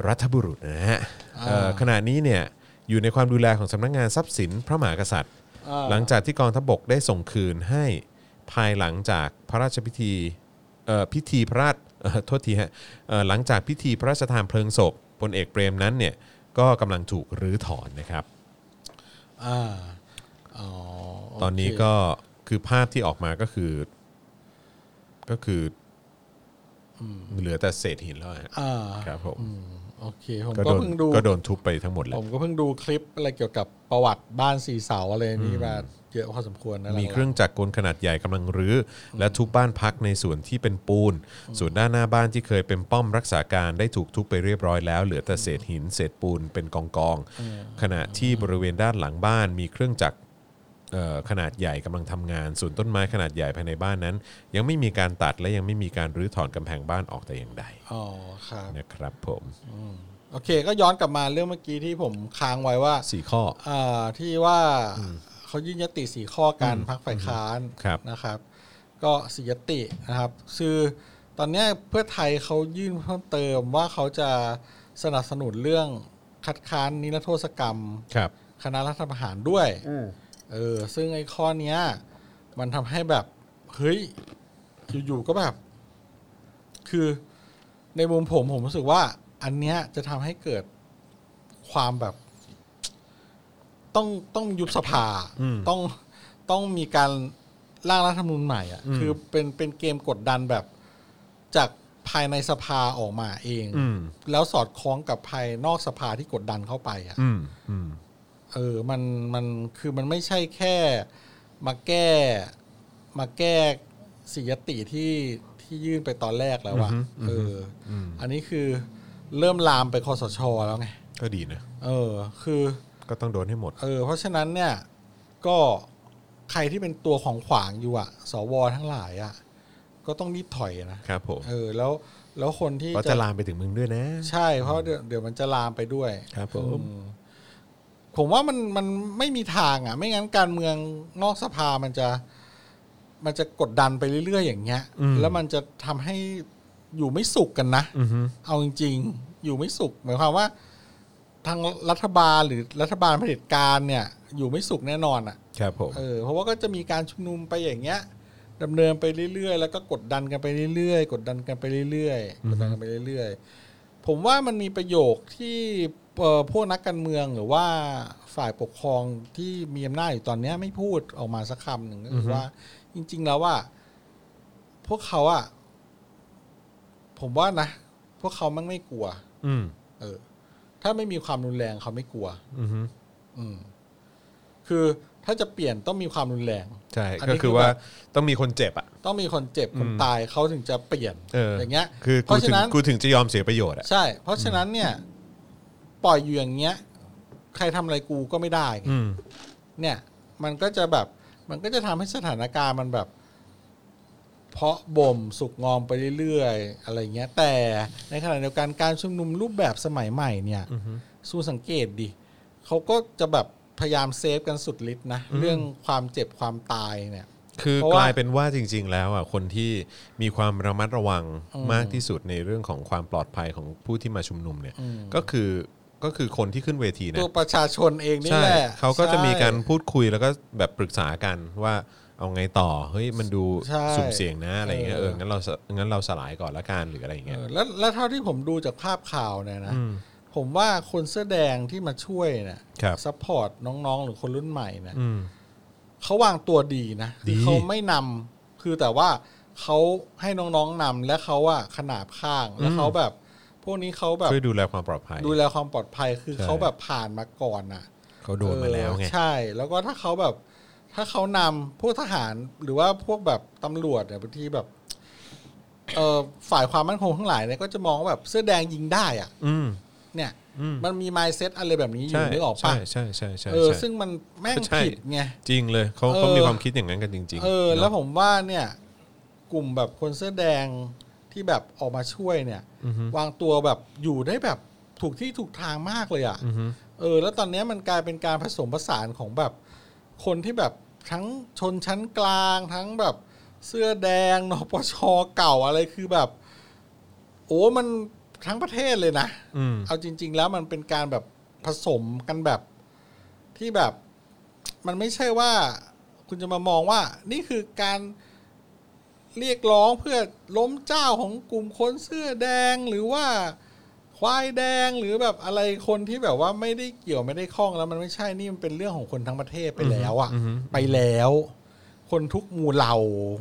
[SPEAKER 1] รัฐบุรุษนะฮะเอ่อขณะนี้เนี่ยอยู่ในความดูแลของสำนักงานทรัพย์สินพระมหากษัตริย์
[SPEAKER 2] อ่า
[SPEAKER 1] หลังจากที่กองทัพบกได้ส่งคืนให้ภายหลังจากพระราชพิธีเอ่อพิธีพระราชเอ่อโทษทีฮะเอ่อหลังจากพิธีพระราชทานเพลิงศพพลเอกเปรมนั้นเนี่ยก็กำลังถูกรื้อถอนนะครับ
[SPEAKER 2] อ่าอ๋อโเค
[SPEAKER 1] ตอนนี้ก็คือภาพที่ออกมาก็คือ ก็คืออเหลือแต่เศษหินแล้วฮะ
[SPEAKER 2] อ่า
[SPEAKER 1] ครับผม
[SPEAKER 2] อืมโอเค ผม
[SPEAKER 1] ก็โด
[SPEAKER 2] ก็
[SPEAKER 1] น
[SPEAKER 2] เพิ่งดู
[SPEAKER 1] ก็โดนทุบไปทั้งหมดแหล้
[SPEAKER 2] ผ
[SPEAKER 1] ว
[SPEAKER 2] มก็เพิ่งดูคลิปอะไรเกี่ยวกับประวัติบ้านสีเสาอะไรนี่มาเยอะพอสมควรนะ
[SPEAKER 1] มี
[SPEAKER 2] หลังๆ
[SPEAKER 1] เครื่องจักรกลขนาดใหญ่กำลังรื้ออและทุบบ้านพักในส่วนที่เป็นปูน ส่วนด้านหน้าบ้านที่เคยเป็นป้อมรักษาการได้ถูกทุบไปเรียบร้อยแล้ว เหลือแต่เศษหินเศษปูนเป็นกองกองๆขณะที่บริเวณด้านหลังบ้าน มีเครื่องจักรเอ่อขนาดใหญ่กำลังทำงาน ส่วนต้นไม้ขนาดใหญ่ภายในบ้านนั้น ยังไม่มีการตัดและยังไม่มีการรื้อถอนกำแพงบ้านออกแต่อย่างใด
[SPEAKER 2] อ๋อครับ
[SPEAKER 1] นะครับผม
[SPEAKER 2] โอเค ก็ย้อนกลับมาเรื่องเมื่อกี้ที่ผมค้างไว้ว่า
[SPEAKER 1] สี่ข้อ
[SPEAKER 2] อ่าที่ว่าเขายื่นยติสีข้อการพักฝ่ายค้าน
[SPEAKER 1] ครับ
[SPEAKER 2] นะครับ ก็สียตินะครับ คือตอนเนี้ยเพื่อไทยเขายื่นเพิ่มเติมว่าเขาจะสนับสนุนเรื่องคัดค้านนิรโทษกรรม
[SPEAKER 1] ครับ
[SPEAKER 2] คณะรัฐประหารด้วย เออ ซึ่งไอ้ข้อเนี้ย มันทำให้แบบ เฮ้ย อยู่ๆก็แบบ คือในมุมผมผมรู้สึกว่า อันเนี้ยจะทำให้เกิดความแบบ ต้องต้องยุบสภา
[SPEAKER 1] อืม
[SPEAKER 2] ต้องต้องมีการร่างรัฐธรรมนูญใหม่อ่ะ
[SPEAKER 1] อืม
[SPEAKER 2] คือเป็นเป็นเกมกดดันแบบจากภายในสภาออกมาเอง
[SPEAKER 1] อืม
[SPEAKER 2] แล้วสอดคล้องกับภายนอกสภาที่กดดันเข้าไปอ่ะ
[SPEAKER 1] อืมอืม
[SPEAKER 2] เออ มัน มัน คือ มันไม่ใช่แค่ มาแก้ มาแก้สิยติที่ ท ที่ยื่นไปตอนแรกแล้วอะเอออ อันนี้คือเริ่มลามไปคอสชแล้วไง
[SPEAKER 1] ก็ดีนะ
[SPEAKER 2] เออ คือ
[SPEAKER 1] ก็ต้องโดนให้หมด
[SPEAKER 2] เออ เพราะฉะนั้นเนี่ย ก็ใครที่เป็นตัวของขวางอยู่อะสวทั้งหลายอะก็ต้องรีบถอยนะครับ
[SPEAKER 1] ผม
[SPEAKER 2] เออ แล้ว แล้วคนที่
[SPEAKER 1] ก็จะลามไปถึงมึงด้วยนะ
[SPEAKER 2] ใช่เพราะเดี๋ยวเดี๋ยวมันจะลามไปด้วย
[SPEAKER 1] ครับผม
[SPEAKER 2] อืผมว่ามันมันไม่มีทางอ่ะ ไม่งั้นการเมืองนอกสภามันจะ มันจะกดดันไปเรื่อยๆอย่างเงี้ย แล้วมันจะทำให้อยู่ไม่สุขกันนะ
[SPEAKER 1] อือฮึ
[SPEAKER 2] เอาจริง ๆ อยู่ไม่สุขหมายความว่า ทางรัฐบาลหรือรัฐบาลเผด็จการเนี่ย อยู่ไม่สุขแน่นอนอ่ะ
[SPEAKER 1] ครับผม
[SPEAKER 2] เออเพราะว่าก็จะมีการชุมนุมไปอย่างเงี้ยดำเนินไปเรื่อยๆ แล้วก็กดดันกันไปเรื่อยๆ กดดันกันไปเรื่อยๆ กดดันกันไปเรื่อยๆ ผมว่ามันมีประโยคที่เอ่อพวกนักการเมืองหรือว่าฝ่ายปกครองที่มีอำนาจอยู่ตอนเนี้ยไม่พูดออกมาสักคำหนึ่งก็คือว่า จริง ๆ แล้วว่า พวกเขาอะผมว่านะ พวกเขามันไม่กลัว
[SPEAKER 1] อืม
[SPEAKER 2] เออ ถ้าไม่มีความรุนแรงเขาไม่กลัว
[SPEAKER 1] อือฮึ
[SPEAKER 2] อืม คือถ้าจะเปลี่ยนต้องมีความรุนแรง
[SPEAKER 1] ใช่
[SPEAKER 2] อันนี้
[SPEAKER 1] ก็
[SPEAKER 2] คื
[SPEAKER 1] คือ อ
[SPEAKER 2] แบบ
[SPEAKER 1] ว่าต้องมีคนเจ็บอ่ะ
[SPEAKER 2] ต้องมีคนเจ็บคน
[SPEAKER 1] อืม
[SPEAKER 2] ตายเขาถึงจะเปลี่ยน
[SPEAKER 1] เออ
[SPEAKER 2] อย่างเงี้ย
[SPEAKER 1] คือ
[SPEAKER 2] เพ
[SPEAKER 1] กู
[SPEAKER 2] ราะ
[SPEAKER 1] ถึ
[SPEAKER 2] ฉะ
[SPEAKER 1] ง
[SPEAKER 2] นั้น
[SPEAKER 1] กูถึงจะยอมเสียประโยชน์อ่ะ
[SPEAKER 2] ใช่ เพราะฉะนั้นเนี่ย ปล่อยอยู่อย่างเงี้ย ใครทำอะไรกูก็ไม่ได้ไง
[SPEAKER 1] อืม
[SPEAKER 2] เนี่ย มันก็จะแบบ มันก็จะทำให้สถานการณ์มันแบบ เพาะบ่มสุกงอมไปเรื่อยๆอะไรเงี้ย แต่ในขณะเดียวกันการชุมนุมรูปแบบสมัยใหม่เนี่ย
[SPEAKER 1] อือฮึ
[SPEAKER 2] สู้สังเกตดิเขาก็จะแบบพยายามเซฟกันสุดฤทธิ์นะ
[SPEAKER 1] อืม
[SPEAKER 2] เรื่องความเจ็บความตายเนี่ย
[SPEAKER 1] คือ
[SPEAKER 2] เพราะ
[SPEAKER 1] ก
[SPEAKER 2] ว่า
[SPEAKER 1] ลายเป็นว่าจริง ๆ แล้วอ่ะคนที่มีความระมัดระวังมากที่สุดในเรื่องของความปลอดภัยของผู้ที่มาชุมนุมเนี่ย ก็คือก็คือคนที่ขึ้นเวทีนะ
[SPEAKER 2] ตัวประชาชนเองนี่
[SPEAKER 1] ใช่
[SPEAKER 2] แหละ
[SPEAKER 1] เขาก็จะมี
[SPEAKER 2] ใช่
[SPEAKER 1] การพูดคุยแล้วก็แบบปรึกษากันว่าเอาไงต่อเฮ้ยมันดู
[SPEAKER 2] ใช่
[SPEAKER 1] สุ่มเสี่ยงนะอะไรอย่างเงี้ย
[SPEAKER 2] เอ
[SPEAKER 1] เอ
[SPEAKER 2] อ
[SPEAKER 1] องั้นเราสงั้นเราสลายก่อนละกันหรืออะไรอย่างเงี้ย
[SPEAKER 2] เออแล้วแล้วเท่าที่ผมดูจากภาพข่าวเนี่ยนะ
[SPEAKER 1] อืม
[SPEAKER 2] ผมว่าคนเสื้อแดงที่มาช่วยเนี่ย
[SPEAKER 1] ครับ
[SPEAKER 2] ซัพพอร์ตน้องๆ หรือคนรุ่นใหม่เนี่ย
[SPEAKER 1] อืม
[SPEAKER 2] เขาวางตัวดีนะ
[SPEAKER 1] ดี
[SPEAKER 2] คือเขาไม่นำคือแต่ว่าเขาให้น้องๆนำและเขาอะขนาบข้างแล้วเขาแบบ พวกนี้เขาแบบ
[SPEAKER 1] ช่วยดูแลความปลอดภัย
[SPEAKER 2] ดูแลความปลอดภัยคือ
[SPEAKER 1] ใช่
[SPEAKER 2] เขาแบบผ่านมาก่อนอะ
[SPEAKER 1] เขาโดนมาแล้วไง
[SPEAKER 2] เออใช่ แล้วก็ถ้าเขาแบบ ถ้าเขานำพวกทหารหรือว่าพวกแบบตำรวจเนี่ยบางทีแบบเอ่อฝ่ายความมั่นคงทั้งหลายเนี่ยก็จะมองว่าแบบเสื้อแดงยิงได้อะ
[SPEAKER 1] อืม
[SPEAKER 2] เนี่ย
[SPEAKER 1] อืม
[SPEAKER 2] มันมีไมเซ็ตอะไรแบบนี้อ
[SPEAKER 1] ใช่
[SPEAKER 2] ยู่นึกออกปะ
[SPEAKER 1] ใช่ใช่ใช่ใช่
[SPEAKER 2] เออ
[SPEAKER 1] ใช่
[SPEAKER 2] ซึ่งมันแม่ง
[SPEAKER 1] ใช่
[SPEAKER 2] ผิดไง
[SPEAKER 1] จริงเลยเขา
[SPEAKER 2] เออ
[SPEAKER 1] เขามีความคิดอย่างนั้นกันจริง
[SPEAKER 2] เออ แล้วผมว่าเนี่ย กลุ่มแบบคนเสื้อแดงที่แบบออกมาช่วยเนี่ย
[SPEAKER 1] อือฮึ
[SPEAKER 2] วางตัวแบบอยู่ได้แบบถูกที่ถูกทางมากเลยอ่ะ
[SPEAKER 1] อือฮึ
[SPEAKER 2] เออ แล้วตอนเนี้ยมันกลายเป็นการผสมผสานของแบบ คนที่แบบทั้งชนชั้นกลาง ทั้งแบบเสื้อแดงนปชเก่าอะไรคือแบบ โอ้มันทั้งประเทศเลยนะ
[SPEAKER 1] อืม
[SPEAKER 2] เอาจริง ๆ แล้วมันเป็นการแบบผสมกันแบบที่แบบ มันไม่ใช่ว่า คุณจะมามองว่า นี่คือการเรียกร้องเพื่อล้มเจ้าของกลุ่มคนเสื้อแดงหรือว่าควายแดงหรือแบบอะไรคนที่แบบว่าไม่ได้เกี่ยวไม่ได้ข้องแล้วมันไม่ใช่นี่มันเป็นเรื่องของคนทั้งประเทศไปแล้วอะ
[SPEAKER 1] อือฮึ
[SPEAKER 2] ไปแล้ว คนทุกหมู่เหล่า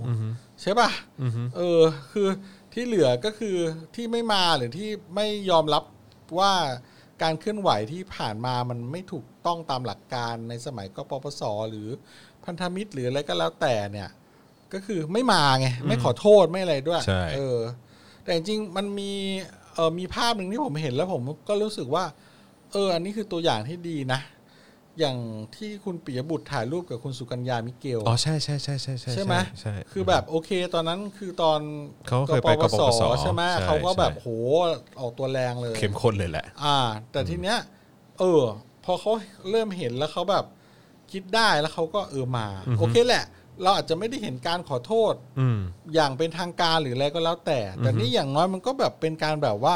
[SPEAKER 1] อือฮึ
[SPEAKER 2] ใช่ปะ
[SPEAKER 1] อือฮึ
[SPEAKER 2] เออคือที่เหลือก็คือที่ไม่มาหรือที่ไม่ยอมรับว่าการเคลื่อนไหวที่ผ่านมามันไม่ถูกต้องตามหลักการในสมัยกปปสหรือพันธมิตรหรืออะไรก็แล้วแต่เนี่ย ก็คือไม่มาไงไม่ขอโทษไม่อะไรด้วย
[SPEAKER 1] ใช่
[SPEAKER 2] เออ แต่จริงๆมันมีเออมีภาพหนึ่งที่ผมเห็นแล้วผมก็รู้สึกว่า เออ อันนี้คือตัวอย่างที่ดีนะ อย่างที่คุณปิยบุตรถ่ายรูปกับคุณสุกัญญามิเกล
[SPEAKER 1] อ๋อใช่ใช่ใช่ใช่ใช่
[SPEAKER 2] ใช่ไหม
[SPEAKER 1] ใช่
[SPEAKER 2] คือแบบโอเคตอนนั้นคือตอน
[SPEAKER 1] เขาเคยไปกปปส
[SPEAKER 2] ใช่ไหม
[SPEAKER 1] ใช่
[SPEAKER 2] เขาก็แบบ
[SPEAKER 1] ใช่
[SPEAKER 2] โหออกตัวแรงเลย
[SPEAKER 1] เข้มข้นเลยแหละ
[SPEAKER 2] อ่า แต่ทีเนี้ย เออ พอเขาเริ่มเห็นแล้วเขาแบบคิดได้แล้วเขาก็เออมา
[SPEAKER 1] อือฮึ
[SPEAKER 2] โอเคแหละ เราอาจจะไม่ได้เห็นการขอโทษ
[SPEAKER 1] อืม
[SPEAKER 2] อย่างเป็นทางการหรืออะไรก็แล้วแต่ แต่นี่อย่างน้อยมันก็แบบเป็นการแบบว่า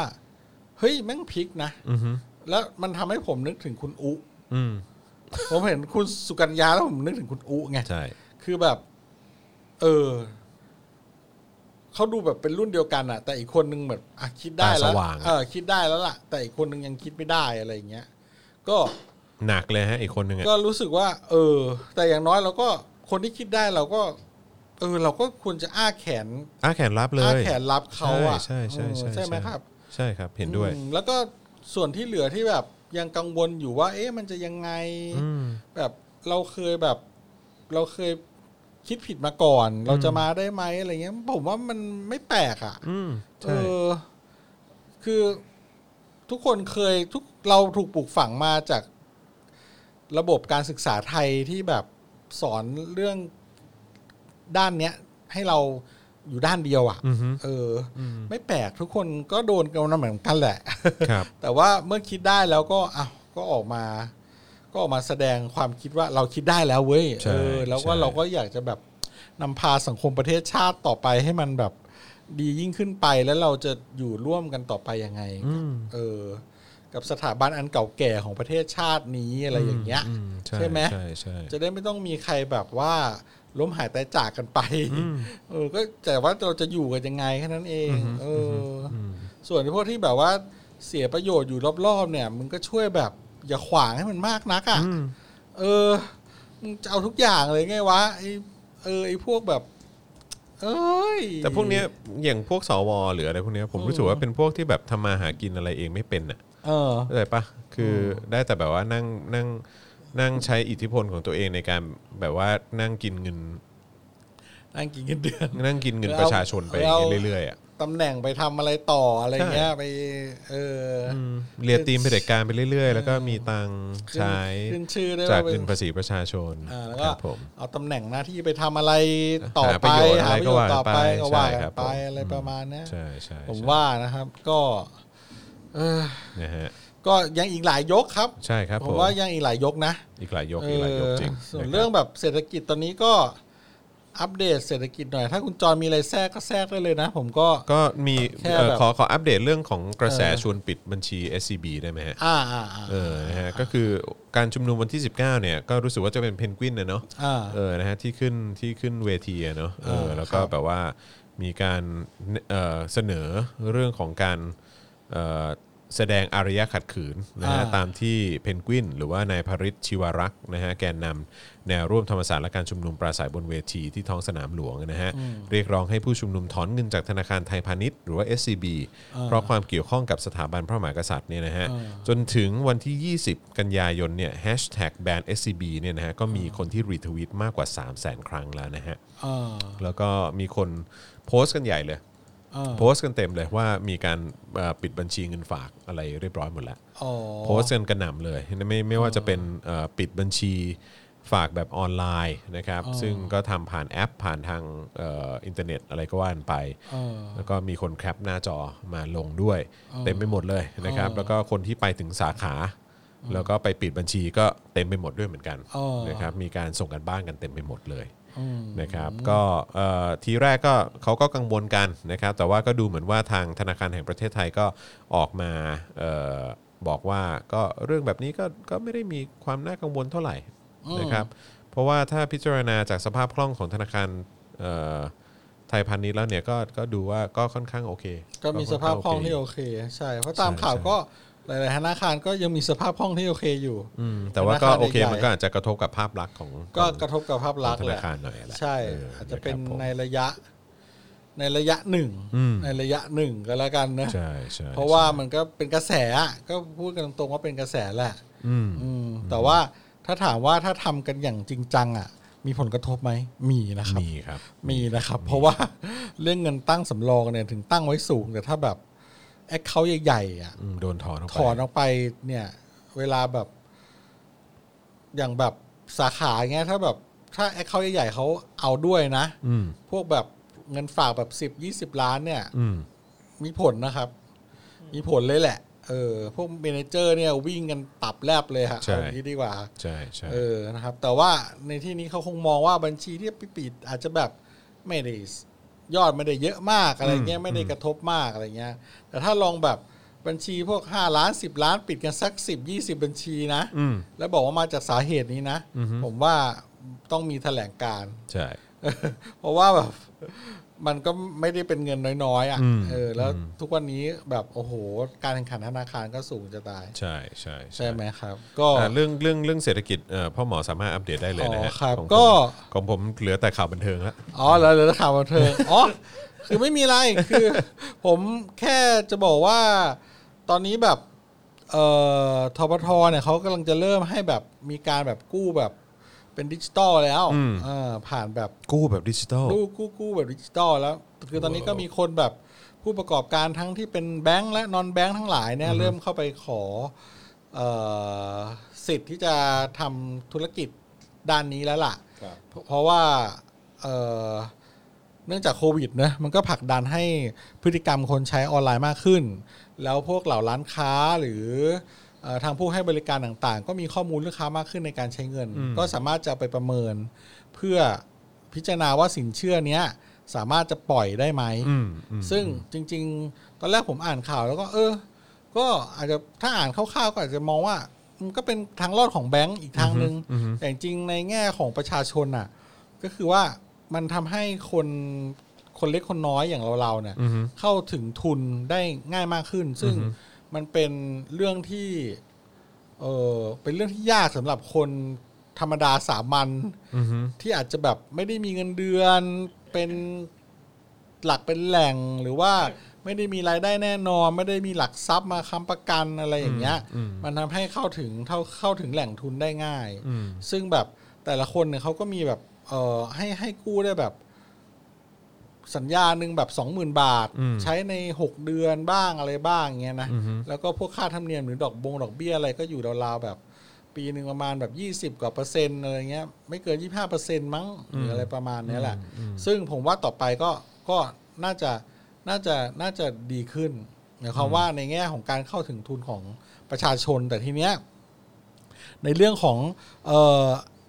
[SPEAKER 2] เฮ้ยแม่งพลิกนะ
[SPEAKER 1] อือฮึ
[SPEAKER 2] แล้วมันทำให้ผมนึกถึงคุณอุ
[SPEAKER 1] อืม
[SPEAKER 2] ผมเห็นคุณสุกัญญาแล้วผมนึกถึงคุณอุไง
[SPEAKER 1] ใช่
[SPEAKER 2] คือแบบ เออเขาดูแบบเป็นรุ่นเดียวกันอะแต่อีกคนนึงแบบอ่ะคิดได้แล้ว
[SPEAKER 1] ตาสว่างอะ
[SPEAKER 2] เออคิดได้แล้วล่ะ แต่อีกคนนึงยังคิดไม่ได้อะไรอย่างเงี้ย ก็
[SPEAKER 1] หนักเลยฮะอีกคนหนึ่งอะ
[SPEAKER 2] ก็รู้สึกว่า เออ แต่อย่างน้อยเราก็คนที่คิดได้เราก็ เออ เราก็ควรจะอ้าแขน
[SPEAKER 1] อ้าแขนรับเล
[SPEAKER 2] อ้าย แขนรับเขาอะ
[SPEAKER 1] ใช่ใช่ใช่
[SPEAKER 2] เออ
[SPEAKER 1] ใช่
[SPEAKER 2] ใช่ไหมครับ
[SPEAKER 1] ใช่ครับเห็นด้วย
[SPEAKER 2] อืมแล้วก็ส่วนที่เหลือที่แบบยังกังวลอยู่ว่า เอ๊ะมันจะยังไง
[SPEAKER 1] อืม
[SPEAKER 2] แบบเราเคยแบบ เราเคย คิดผิดมาก่อน เราจะมาได้ไหมอะไรเงี้ย ผมว่ามันไม่แปลกอ่ะ
[SPEAKER 1] อืม
[SPEAKER 2] เอ
[SPEAKER 1] ใช่
[SPEAKER 2] อคือทุกคนเคยทุกเราถูกปลูกฝังมาจากระบบการศึกษาไทยที่แบบสอนเรื่องด้านเนี้ย ให้เราอยู่ด้านเดียวอะ่ะ
[SPEAKER 1] อือฮึ
[SPEAKER 2] เอออ ไม่แปลกทุกคนก็โดนกันมาเหมือนกันแหละ
[SPEAKER 1] ครับ
[SPEAKER 2] แต่ว่าเมื่อคิดได้แล้วก็อ้าวก็ออกมา ก็ออกมาแสดงความคิดว่าเราคิดได้แล้วเว้ย
[SPEAKER 1] ใช่
[SPEAKER 2] เออ แล้วก็
[SPEAKER 1] ใช่
[SPEAKER 2] เราก็อยากจะแบบนำพาสังคมประเทศชาติต่อไปให้มันแบบดียิ่งขึ้นไปแล้วเราจะอยู่ร่วมกันต่อไปยังไงเออ กับสถาบันอันเก่าแก่ของประเทศชาตินี้อะไรอย่างเงี้ย
[SPEAKER 1] อืม
[SPEAKER 2] ใช่ไหม
[SPEAKER 1] ใช่ใช่
[SPEAKER 2] จะได้ไม่ต้องมีใครแบบว่าล้มหายตายจากกันไปเออ ก็แต่ว่าเราจะอยู่กันยังไงแค่นั้นเอง เอออส่วนพวกที่แบบว่าเสียประโยชน์อยู่รอบๆ เนี่ยมึงก็ช่วยแบบอย่าขวางให้มันมากนักอ่ะเออมึงจะเอาทุกอย่างเลยไงวะไอเออไอพวกแบบ เอ้ย
[SPEAKER 1] แต่พวกเนี้ยอย่างพวกสวหรืออะไรพวกเนี้ยผมรู้สึกว่าเป็นพวกที่แบบทำมาหากินอะไรเองไม่เป็นอ่ะ
[SPEAKER 2] เออ
[SPEAKER 1] เข้าใจปะคือได้แต่แบบว่านั่งนั่งนั่งใช้อิทธิพลของตัวเองในการแบบว่านั่งกินเงิน
[SPEAKER 2] นั่งกินเงินเดือน
[SPEAKER 1] นั่งกินเงินประชาชนไปอย่างนี้เรื่อยๆอ่ะ
[SPEAKER 2] ตำแหน่งไปทำอะไรต่ออะไรเงี้ยไป เอออ
[SPEAKER 1] เรียนตีมเผด็จการไปเรื่อย ๆ แล้วก็มีตังค์ใช้
[SPEAKER 2] ขึ้นชื่อได้ว่
[SPEAKER 1] จาก
[SPEAKER 2] ป็
[SPEAKER 1] เงินภาษีประชาชน
[SPEAKER 2] อ่าแล้ว
[SPEAKER 1] ค
[SPEAKER 2] ก็
[SPEAKER 1] รับผม
[SPEAKER 2] เอาตำแหน่งหน้าที่ไปทำอะไรต่อ
[SPEAKER 1] หาป
[SPEAKER 2] ไประ
[SPEAKER 1] โยชน์อะไร
[SPEAKER 2] หาประโยชน์ต่อไป
[SPEAKER 1] ก็
[SPEAKER 2] ก็
[SPEAKER 1] ว่า
[SPEAKER 2] ว่า
[SPEAKER 1] กันไป
[SPEAKER 2] กัน
[SPEAKER 1] ใช่ครับผม
[SPEAKER 2] ไปอะไรประมาณเนี้ย
[SPEAKER 1] ใช่ใช่
[SPEAKER 2] ผม
[SPEAKER 1] ใช่
[SPEAKER 2] ว่านะครับก็เออ
[SPEAKER 1] นะฮะ
[SPEAKER 2] ก็ยังอีกหลายยกครับ
[SPEAKER 1] ใช่ครับ
[SPEAKER 2] ผ
[SPEAKER 1] ผม ม
[SPEAKER 2] ว่ายังอีกหลายยกนะ
[SPEAKER 1] อีกหลายยก
[SPEAKER 2] เอ
[SPEAKER 1] อีกหลายยก
[SPEAKER 2] อ
[SPEAKER 1] จริง
[SPEAKER 2] ส่วน
[SPEAKER 1] นะคบ
[SPEAKER 2] เรื่องแบบเศรษฐกิจตอนนี้ก็อัปเดตเศรษฐกิจหน่อย ถ้าคุณจอยมีอะไรแทรกก็แทรกได้เลยนะ ผมก็
[SPEAKER 1] ก็มี
[SPEAKER 2] แค่
[SPEAKER 1] เอ่อ
[SPEAKER 2] แบบ
[SPEAKER 1] ขอขออัปเดตเรื่องของกระแส
[SPEAKER 2] เออ
[SPEAKER 1] ชวนปิดบัญชี SCB ได้ไหมฮะ
[SPEAKER 2] อ่าอ่าอ่า
[SPEAKER 1] เออนะฮะก็คือการชุมนุมวันที่ 19เนี่ยก็รู้สึกว่าจะเป็นเพนกวินนะเนาะ
[SPEAKER 2] อ่า
[SPEAKER 1] เออ นะฮะ ที่ขึ้น ที่ขึ้นเวทีอะเนาะ เออ
[SPEAKER 2] อ่า
[SPEAKER 1] แล้วก็
[SPEAKER 2] ครับ
[SPEAKER 1] แบบว่า มีการเอ่อเสนอเรื่องของการเอ่อแสดงอารยะขัดขืนนะฮะ
[SPEAKER 2] อ่า
[SPEAKER 1] ตามที่เพนกวิน หรือว่านายพริชชิวรักษ์นะฮะ แกนนำแนวร่วมธรรมศาสตร์และการชุมนุมปราศัยบนเวทีที่ท้องสนามหลวงนะฮะ เรียกร้องให้ผู้ชุมนุมถอนเงินจากธนาคารไทยพาณิชย์หรือว่า SCB เพราะความเกี่ยวข้องกับสถาบันพระมหากษัตริย์เนี่ยนะฮะ จนถึงวันที่ 20 กันยายนเนี่ย hashtag ban SCB เนี่ยนะฮะ ก็มีคนที่รีทวิตมากกว่า 3 0 0 0 0 0 ครั้งแล้วนะฮะ
[SPEAKER 2] อ่า
[SPEAKER 1] แล้วก็มีคนโพสต์กันใหญ่เลย
[SPEAKER 2] อ่า
[SPEAKER 1] โพสต์กันเต็มเลยว่ามีการเอ่อปิดบัญชีเงินฝากอะไรเรียบร้อยหมดแล้ว
[SPEAKER 2] อ๋อ
[SPEAKER 1] โพสต์กันกระหน่ำเลยไม่ไม่ไม่ว่าจะเป็นเอ่อปิดบัญชีฝากแบบออนไลน์นะครับ ซึ่งก็ทำผ่านแอปผ่านทางเอ่ออินเทอร์เน็ตอะไรก็ว่ากันไป
[SPEAKER 2] เออ
[SPEAKER 1] แล้วก็มีคนแคปหน้าจอมาลงด้วย เต็มไปหมดเลยนะครับ แล้วก็คนที่ไปถึงสาขา แล้วก็ไปปิดบัญชีก็เต็มไปหมดด้วยเหมือนกัน
[SPEAKER 2] อ๋อ
[SPEAKER 1] นะครับมีการส่งกันบ้านกันเต็มไปหมดเลยนะครับก็เอ่อทีแรกก็เขาก็กังวลกันนะครับ แต่ว่าก็ดูเหมือนว่าทางธนาคารแห่งประเทศไทยก็ออกมาเอ่อบอกว่าก็เรื่องแบบนี้ก็ก็ไม่ได้มีความน่ากังวลเท่าไหร่นะครับเพราะว่าถ้าพิจารณาจากสภาพคล่องของธนาคารเอ่อ ไทยพันธุ์นี้แล้วเนี่ยก็ก็ดูว่าก็ค่อนข้างโอเค
[SPEAKER 2] ก็มีสภาพคล่องที่
[SPEAKER 1] โอ
[SPEAKER 2] โอ
[SPEAKER 1] เค
[SPEAKER 2] เค ใช่เพราะตาม
[SPEAKER 1] ใช่
[SPEAKER 2] ข่าว
[SPEAKER 1] ใช่
[SPEAKER 2] ก็หลายๆธนาคารก็ยังมีสภาพคล่องที่โอเคอยู่
[SPEAKER 1] อืมแต่ว่าก็
[SPEAKER 2] ธนาคาร
[SPEAKER 1] โอเค
[SPEAKER 2] ใหญ่
[SPEAKER 1] มันก็อาจจะกระทบกับภาพลักษณ์ของ
[SPEAKER 2] ก็
[SPEAKER 1] ของ
[SPEAKER 2] กระทบกับภาพลัก
[SPEAKER 1] ข
[SPEAKER 2] ษณ์
[SPEAKER 1] องธ
[SPEAKER 2] แห
[SPEAKER 1] นา
[SPEAKER 2] ละ
[SPEAKER 1] คารหน่อยแหละ
[SPEAKER 2] ใช่
[SPEAKER 1] เ
[SPEAKER 2] อาจจะเป็น
[SPEAKER 1] ครับผม
[SPEAKER 2] ในระยะในระยะหนึ่ง
[SPEAKER 1] อืม
[SPEAKER 2] ในระยะหนึ่งก็แล้วกันนะ
[SPEAKER 1] ใช่ใช่
[SPEAKER 2] เพราะว่ามันก็เป็นกระแสอะก็พูดกันตรงๆว่าเป็นกระแสแหละ
[SPEAKER 1] อืม
[SPEAKER 2] อืมแต่ว่าถ้าถามว่าถ้าทำกันอย่างจริงจังอ่ะ มีผลกระทบไหมมีนะครับ
[SPEAKER 1] มีครับ
[SPEAKER 2] มีนะครับ เพราะว่าเรื่องเงินตั้งสำรองเนี่ยถึงตั้งไว้สูงแต่ถ้าแบบแอคเคาท์ใหญ่ๆอ่ะ
[SPEAKER 1] อืมโดนถอนออกไป
[SPEAKER 2] ถอนออกไปเนี่ย เวลาแบบ อย่างแบบสาขาเงี้ยถ้าแบบ ถ้าแอคเคาท์ใหญ่ๆเขาเอาด้วยนะ
[SPEAKER 1] อืม
[SPEAKER 2] พวกแบบเงินฝากแบบสิบยี่สิบล้านเนี่ย
[SPEAKER 1] อืม
[SPEAKER 2] มีผลนะครับ มีผลเลยแหละ เออ พวกเมเนเจอร์เนี่ยวิ่งกันตับแลบเลยฮะเอาอย่างนี้ดีกว่า
[SPEAKER 1] ใช่ใช่
[SPEAKER 2] เออนะครับ แต่ว่าในที่นี้เขาคงมองว่าบัญชีที่ปิดอาจจะแบบไม่ได้ยอดไม่ได้เยอะมากอะไรเงี้ยไม่ได้กระทบมากอะไรเงี้ย แต่ถ้าลองแบบบัญชีพวก 5 ล้าน 10 ล้านปิดกันสัก 10 20 บัญชีนะ
[SPEAKER 1] อืม
[SPEAKER 2] แล้วบอกว่ามาจากสาเหตุนี้นะ ผมว่าต้องมีแถลงการณ์
[SPEAKER 1] ใช่
[SPEAKER 2] เพราะว่าแบบมันก็ไม่ได้เป็นเงินน้อยๆอ่ะ
[SPEAKER 1] อืม
[SPEAKER 2] เออแล้วทุกวันนี้แบบโอ้โห การแข่งขันธนาคารก็สูงจะตาย
[SPEAKER 1] ใช่ใช่
[SPEAKER 2] ใช่ไหมครับ ก็
[SPEAKER 1] อ่าเรื่องเรื่องเรื่องเศรษฐกิจเอ่อพ่อหมอสามารถอัปเดตได้เลยนะฮะ
[SPEAKER 2] อ๋อครับ
[SPEAKER 1] ของผม
[SPEAKER 2] ก็
[SPEAKER 1] ของผมเหลือแต่ข่าวบันเทิงละ
[SPEAKER 2] อ๋อแล้วแล้วข่าวบันเทิงอ๋อ คือไม่มีอะไร คือ ผมแค่จะบอกว่า ตอนนี้แบบ เอ่อทบทเนี่ยเขากำลังจะเริ่มให้แบบมีการแบบกู้แบบ เป็นดิจิตอลแล้วเออผ่านแบบ
[SPEAKER 1] กู้แบบดิจิทัล
[SPEAKER 2] กู้กู้กู้แบบดิจิตอลแล้ว คือตอนนี้ก็มีคนแบบผู้ประกอบการทั้งที่เป็นแบงก์และนอนแบงก์ทั้งหลายเนี่ยเริ่มเข้าไปขอเอ่อสิทธิ์ที่จะทำธุรกิจด้านนี้แล้วล่ะ เพราะเพราะว่าเอ่อเนื่องจากโควิดนะมันก็ผลักดันให้พฤติกรรมคนใช้ออนไลน์มากขึ้น แล้วพวกเหล่าร้านค้าหรือเอ่อทางผู้ให้บริการต่างๆ ก็มีข้อมูลลูกค้ามากขึ้นในการใช้เงิน ก็สามารถจะไปประเมินเพื่อพิจารณาว่าสินเชื่อเนี้ยสามารถจะปล่อยได้ไหม
[SPEAKER 1] อืมอืม
[SPEAKER 2] ซึ่งจริง ๆ ตอนแรกผมอ่านข่าวแล้วก็ เออ ก็อาจจะถ้าอ่านคร่าวๆก็อาจจะมองว่ามันก็เป็นทางรอดของแบงก์อีกทางหนึ่งแต่จริงๆในแง่ของประชาชนอ่ะ ก็คือว่ามันทำให้คนคนเล็กคนน้อยอย่างเราๆเนี่ย
[SPEAKER 1] อืม
[SPEAKER 2] เข้าถึงทุนได้ง่ายมากขึ้น ซึ่ง
[SPEAKER 1] อือฮึ
[SPEAKER 2] มันเป็นเรื่องที่เออเป็นเรื่องที่ยากสำหรับคนธรรมดาสามัญ
[SPEAKER 1] อืม
[SPEAKER 2] ที่อาจจะแบบไม่ได้มีเงินเดือนเป็นหลักเป็นแหล่งหรือว่าไม่ได้มีรายได้แน่นอน ไม่ได้มีหลักทรัพย์มาค้ำประกันอะไรอย่างเงี้ย
[SPEAKER 1] อืมอืม
[SPEAKER 2] มันทำให้เข้าถึงเข้าเข้าถึงแหล่งทุนได้ง่าย
[SPEAKER 1] อืม
[SPEAKER 2] ซึ่งแบบแต่ละคนเนี่ยเขาก็มีแบบเออให้ให้กู้ได้แบบสัญญาหนึ่งแบบสองหมื่นบาท
[SPEAKER 1] อืม
[SPEAKER 2] ใช้ในหกเดือนบ้างอะไรบ้างเงี้ยนะ
[SPEAKER 1] อือฮึ
[SPEAKER 2] แล้วก็พวกค่าธรรมเนียมหรือดอกบงดอกเบี้ยอะไรก็อยู่ราวๆแบบปีหนึ่งประมาณแบบยี่สิบ20 กว่าเปอร์เซ็นต์อะไรเงี้ยไม่เกินยี่ห้าเปอร์เซ็นต์มั้งหรืออะไรประมาณเนี้ยแหละ ซึ่งผมว่าต่อไปก็ก็น่าจะน่าจะน่าจะดีขึ้นหมายความว่าในแง่ของการเข้าถึงทุนของประชาชนแต่ทีเนี้ย ในเรื่องของเออ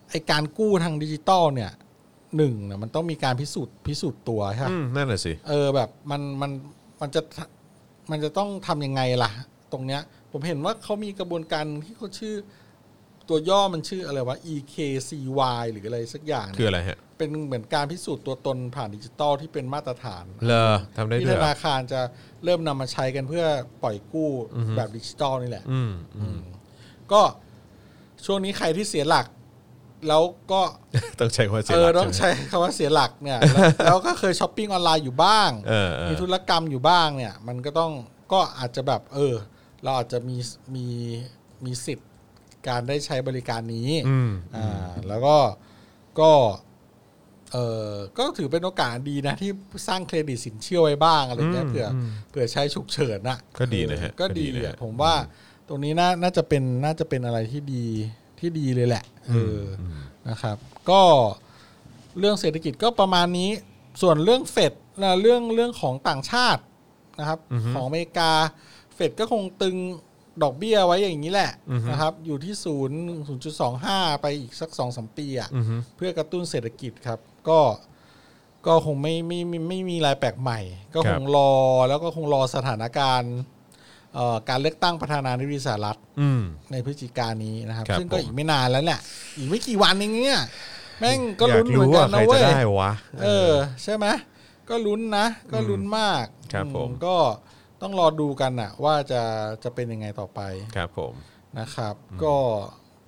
[SPEAKER 2] ไอการกู้ทางดิจิตอลเนี่ยหนึ่งนะมันต้องมีการพิสูจน์พิสูจน์ตัวใช่ปะ
[SPEAKER 1] อืมนั่นแหละสิ
[SPEAKER 2] เออแบบมันมันมันจะมันจะต้องทำยังไงล่ะ ตรงเนี้ย ผมเห็นว่าเขามีกระบวนการที่เขาชื่อตัวย่อมันชื่ออะไรวะ EKCY หรืออะไรสักอย่าง
[SPEAKER 1] คือ
[SPEAKER 2] เนี่ย
[SPEAKER 1] อะไรฮะ
[SPEAKER 2] เป็นเหมือนการพิสูจน์ตัวตนผ่านดิจิตอลที่เป็นมาตรฐาน
[SPEAKER 1] เลอทำได้
[SPEAKER 2] ที่
[SPEAKER 1] ด้ว
[SPEAKER 2] ธ
[SPEAKER 1] ยเหรอ
[SPEAKER 2] นาคารจะเริ่มนำมาใช้กันเพื่อปล่อยกู้แบบดิจิตอลนี่แหละ
[SPEAKER 1] อืมอืม
[SPEAKER 2] ก็ช่วงนี้ใครที่เสียหลัก แล้วก็
[SPEAKER 1] ต้องใช้ความเสีย
[SPEAKER 2] เอ
[SPEAKER 1] ห
[SPEAKER 2] อ
[SPEAKER 1] ลัก
[SPEAKER 2] ต้อง
[SPEAKER 1] ใช่ไหม
[SPEAKER 2] ใช้คำว่าเสียหลัก เนี่ยแล้วแล้วก็เคยช้อปปิ้งออนไลน์อยู่บ้าง
[SPEAKER 1] เออเออ
[SPEAKER 2] มีธุรกรรมอยู่บ้างเนี่ย มันก็ต้องก็อาจจะแบบ เออ เราอาจจะมีมีมีสิทธิ์การได้ใช้บริการนี้
[SPEAKER 1] อืม
[SPEAKER 2] อ่าแล้วก็ก็เออก็ถือเป็นโอกาสดีนะ ที่สร้างเครดิตสินเชื่อไว้บ้างอะไรเงี้ย
[SPEAKER 1] อืม
[SPEAKER 2] เผื่อ
[SPEAKER 1] อืม
[SPEAKER 2] เผื่อใช้ฉุกเฉินอะ
[SPEAKER 1] ก็ดีนะฮะ
[SPEAKER 2] ก็ดี
[SPEAKER 1] ก็ดีนะ
[SPEAKER 2] อะ
[SPEAKER 1] ฮะ
[SPEAKER 2] ผมว่าตรงนี้น่าน่าจะเป็นน่าจะเป็นอะไรที่ดีที่ดีเลยแหละเอออนะครับ ก็ เรื่องเศรษฐกิจก็ประมาณนี้ ส่วนเรื่องเฟดนะเรื่องเรื่องของต่างชาตินะครับ ของอเมริกา เฟดก็คงตึงดอกเบี้ยไว้อย่างนี้แหละนะครับ อยู่ที่ศูนย์ศูนย์จุดสองห้าไปอีกสักสองสามปีอ่ะ
[SPEAKER 1] อือฮึ
[SPEAKER 2] เพื่อกระตุ้นเศรษฐกิจครับ ก็ ก็คงไม่ไม่ไม่ไม่มีอะไรแปลกใหม่ ก็
[SPEAKER 1] ค
[SPEAKER 2] ครับ งรอแล้วก็คงรอสถานการณ์เอ่อการเลือกตั้งประธานาธิบดีสหรัฐ
[SPEAKER 1] อืม
[SPEAKER 2] ในพฤศจิกายนนี้นะครับ
[SPEAKER 1] ครับ
[SPEAKER 2] ซึ่งก็
[SPEAKER 1] ผม
[SPEAKER 2] อีกไม่นานแล้วแหละอีกไม่กี่วันเองเนี่ยแม่งก็
[SPEAKER 1] อยา
[SPEAKER 2] ลุ้
[SPEAKER 1] ก
[SPEAKER 2] นเหมือ
[SPEAKER 1] รู้
[SPEAKER 2] นกั
[SPEAKER 1] ว่าน ใคร
[SPEAKER 2] นะเว้
[SPEAKER 1] จะ
[SPEAKER 2] ย
[SPEAKER 1] ได้วะ
[SPEAKER 2] เออ ใช่ไหมก็ลุ้นนะ ก็ลุ้นมาก
[SPEAKER 1] ครับ
[SPEAKER 2] อื
[SPEAKER 1] ผม
[SPEAKER 2] ก็ต้องรอดูกันอะว่าจะจะเป็นยังไงต่อไป
[SPEAKER 1] ครับผม
[SPEAKER 2] นะครับ ก็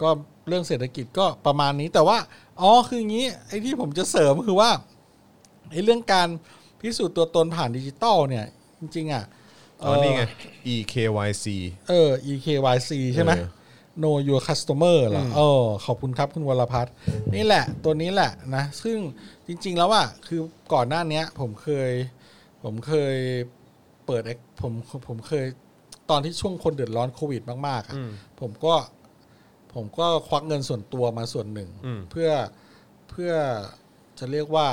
[SPEAKER 2] ก็เรื่องเศรษฐกิจก็ประมาณนี้แต่ว่าอ๋อคืออย่างนี้ไอ้ที่ผมจะเสริมคือว่าไอ้เรื่องการพิสูจน์ตัวตนผ่านดิจิตอลเนี่ย จริงๆอ่ะ
[SPEAKER 1] อ๋อนี่ไง EKYC
[SPEAKER 2] เออ EKYC ใช่ไหม
[SPEAKER 1] เออ
[SPEAKER 2] Know Your Customer เหรอเออขอบคุณครับคุณวรพัฒน์นี่แหละ ตัวนี้แหละนะ ซึ่งจริง ๆ แล้วอ่ะคือก่อนหน้าเนี้ย ผมเคย ผมเคยเปิด ac- ผมผมเคยตอนที่ช่วงคนเดือดร้อนโควิดมากๆอะผมก็ ผมก็ควักเงินส่วนตัวมาส่วนหนึ่ง
[SPEAKER 1] อืม
[SPEAKER 2] เพื่อเพื่อจะเรียกว่า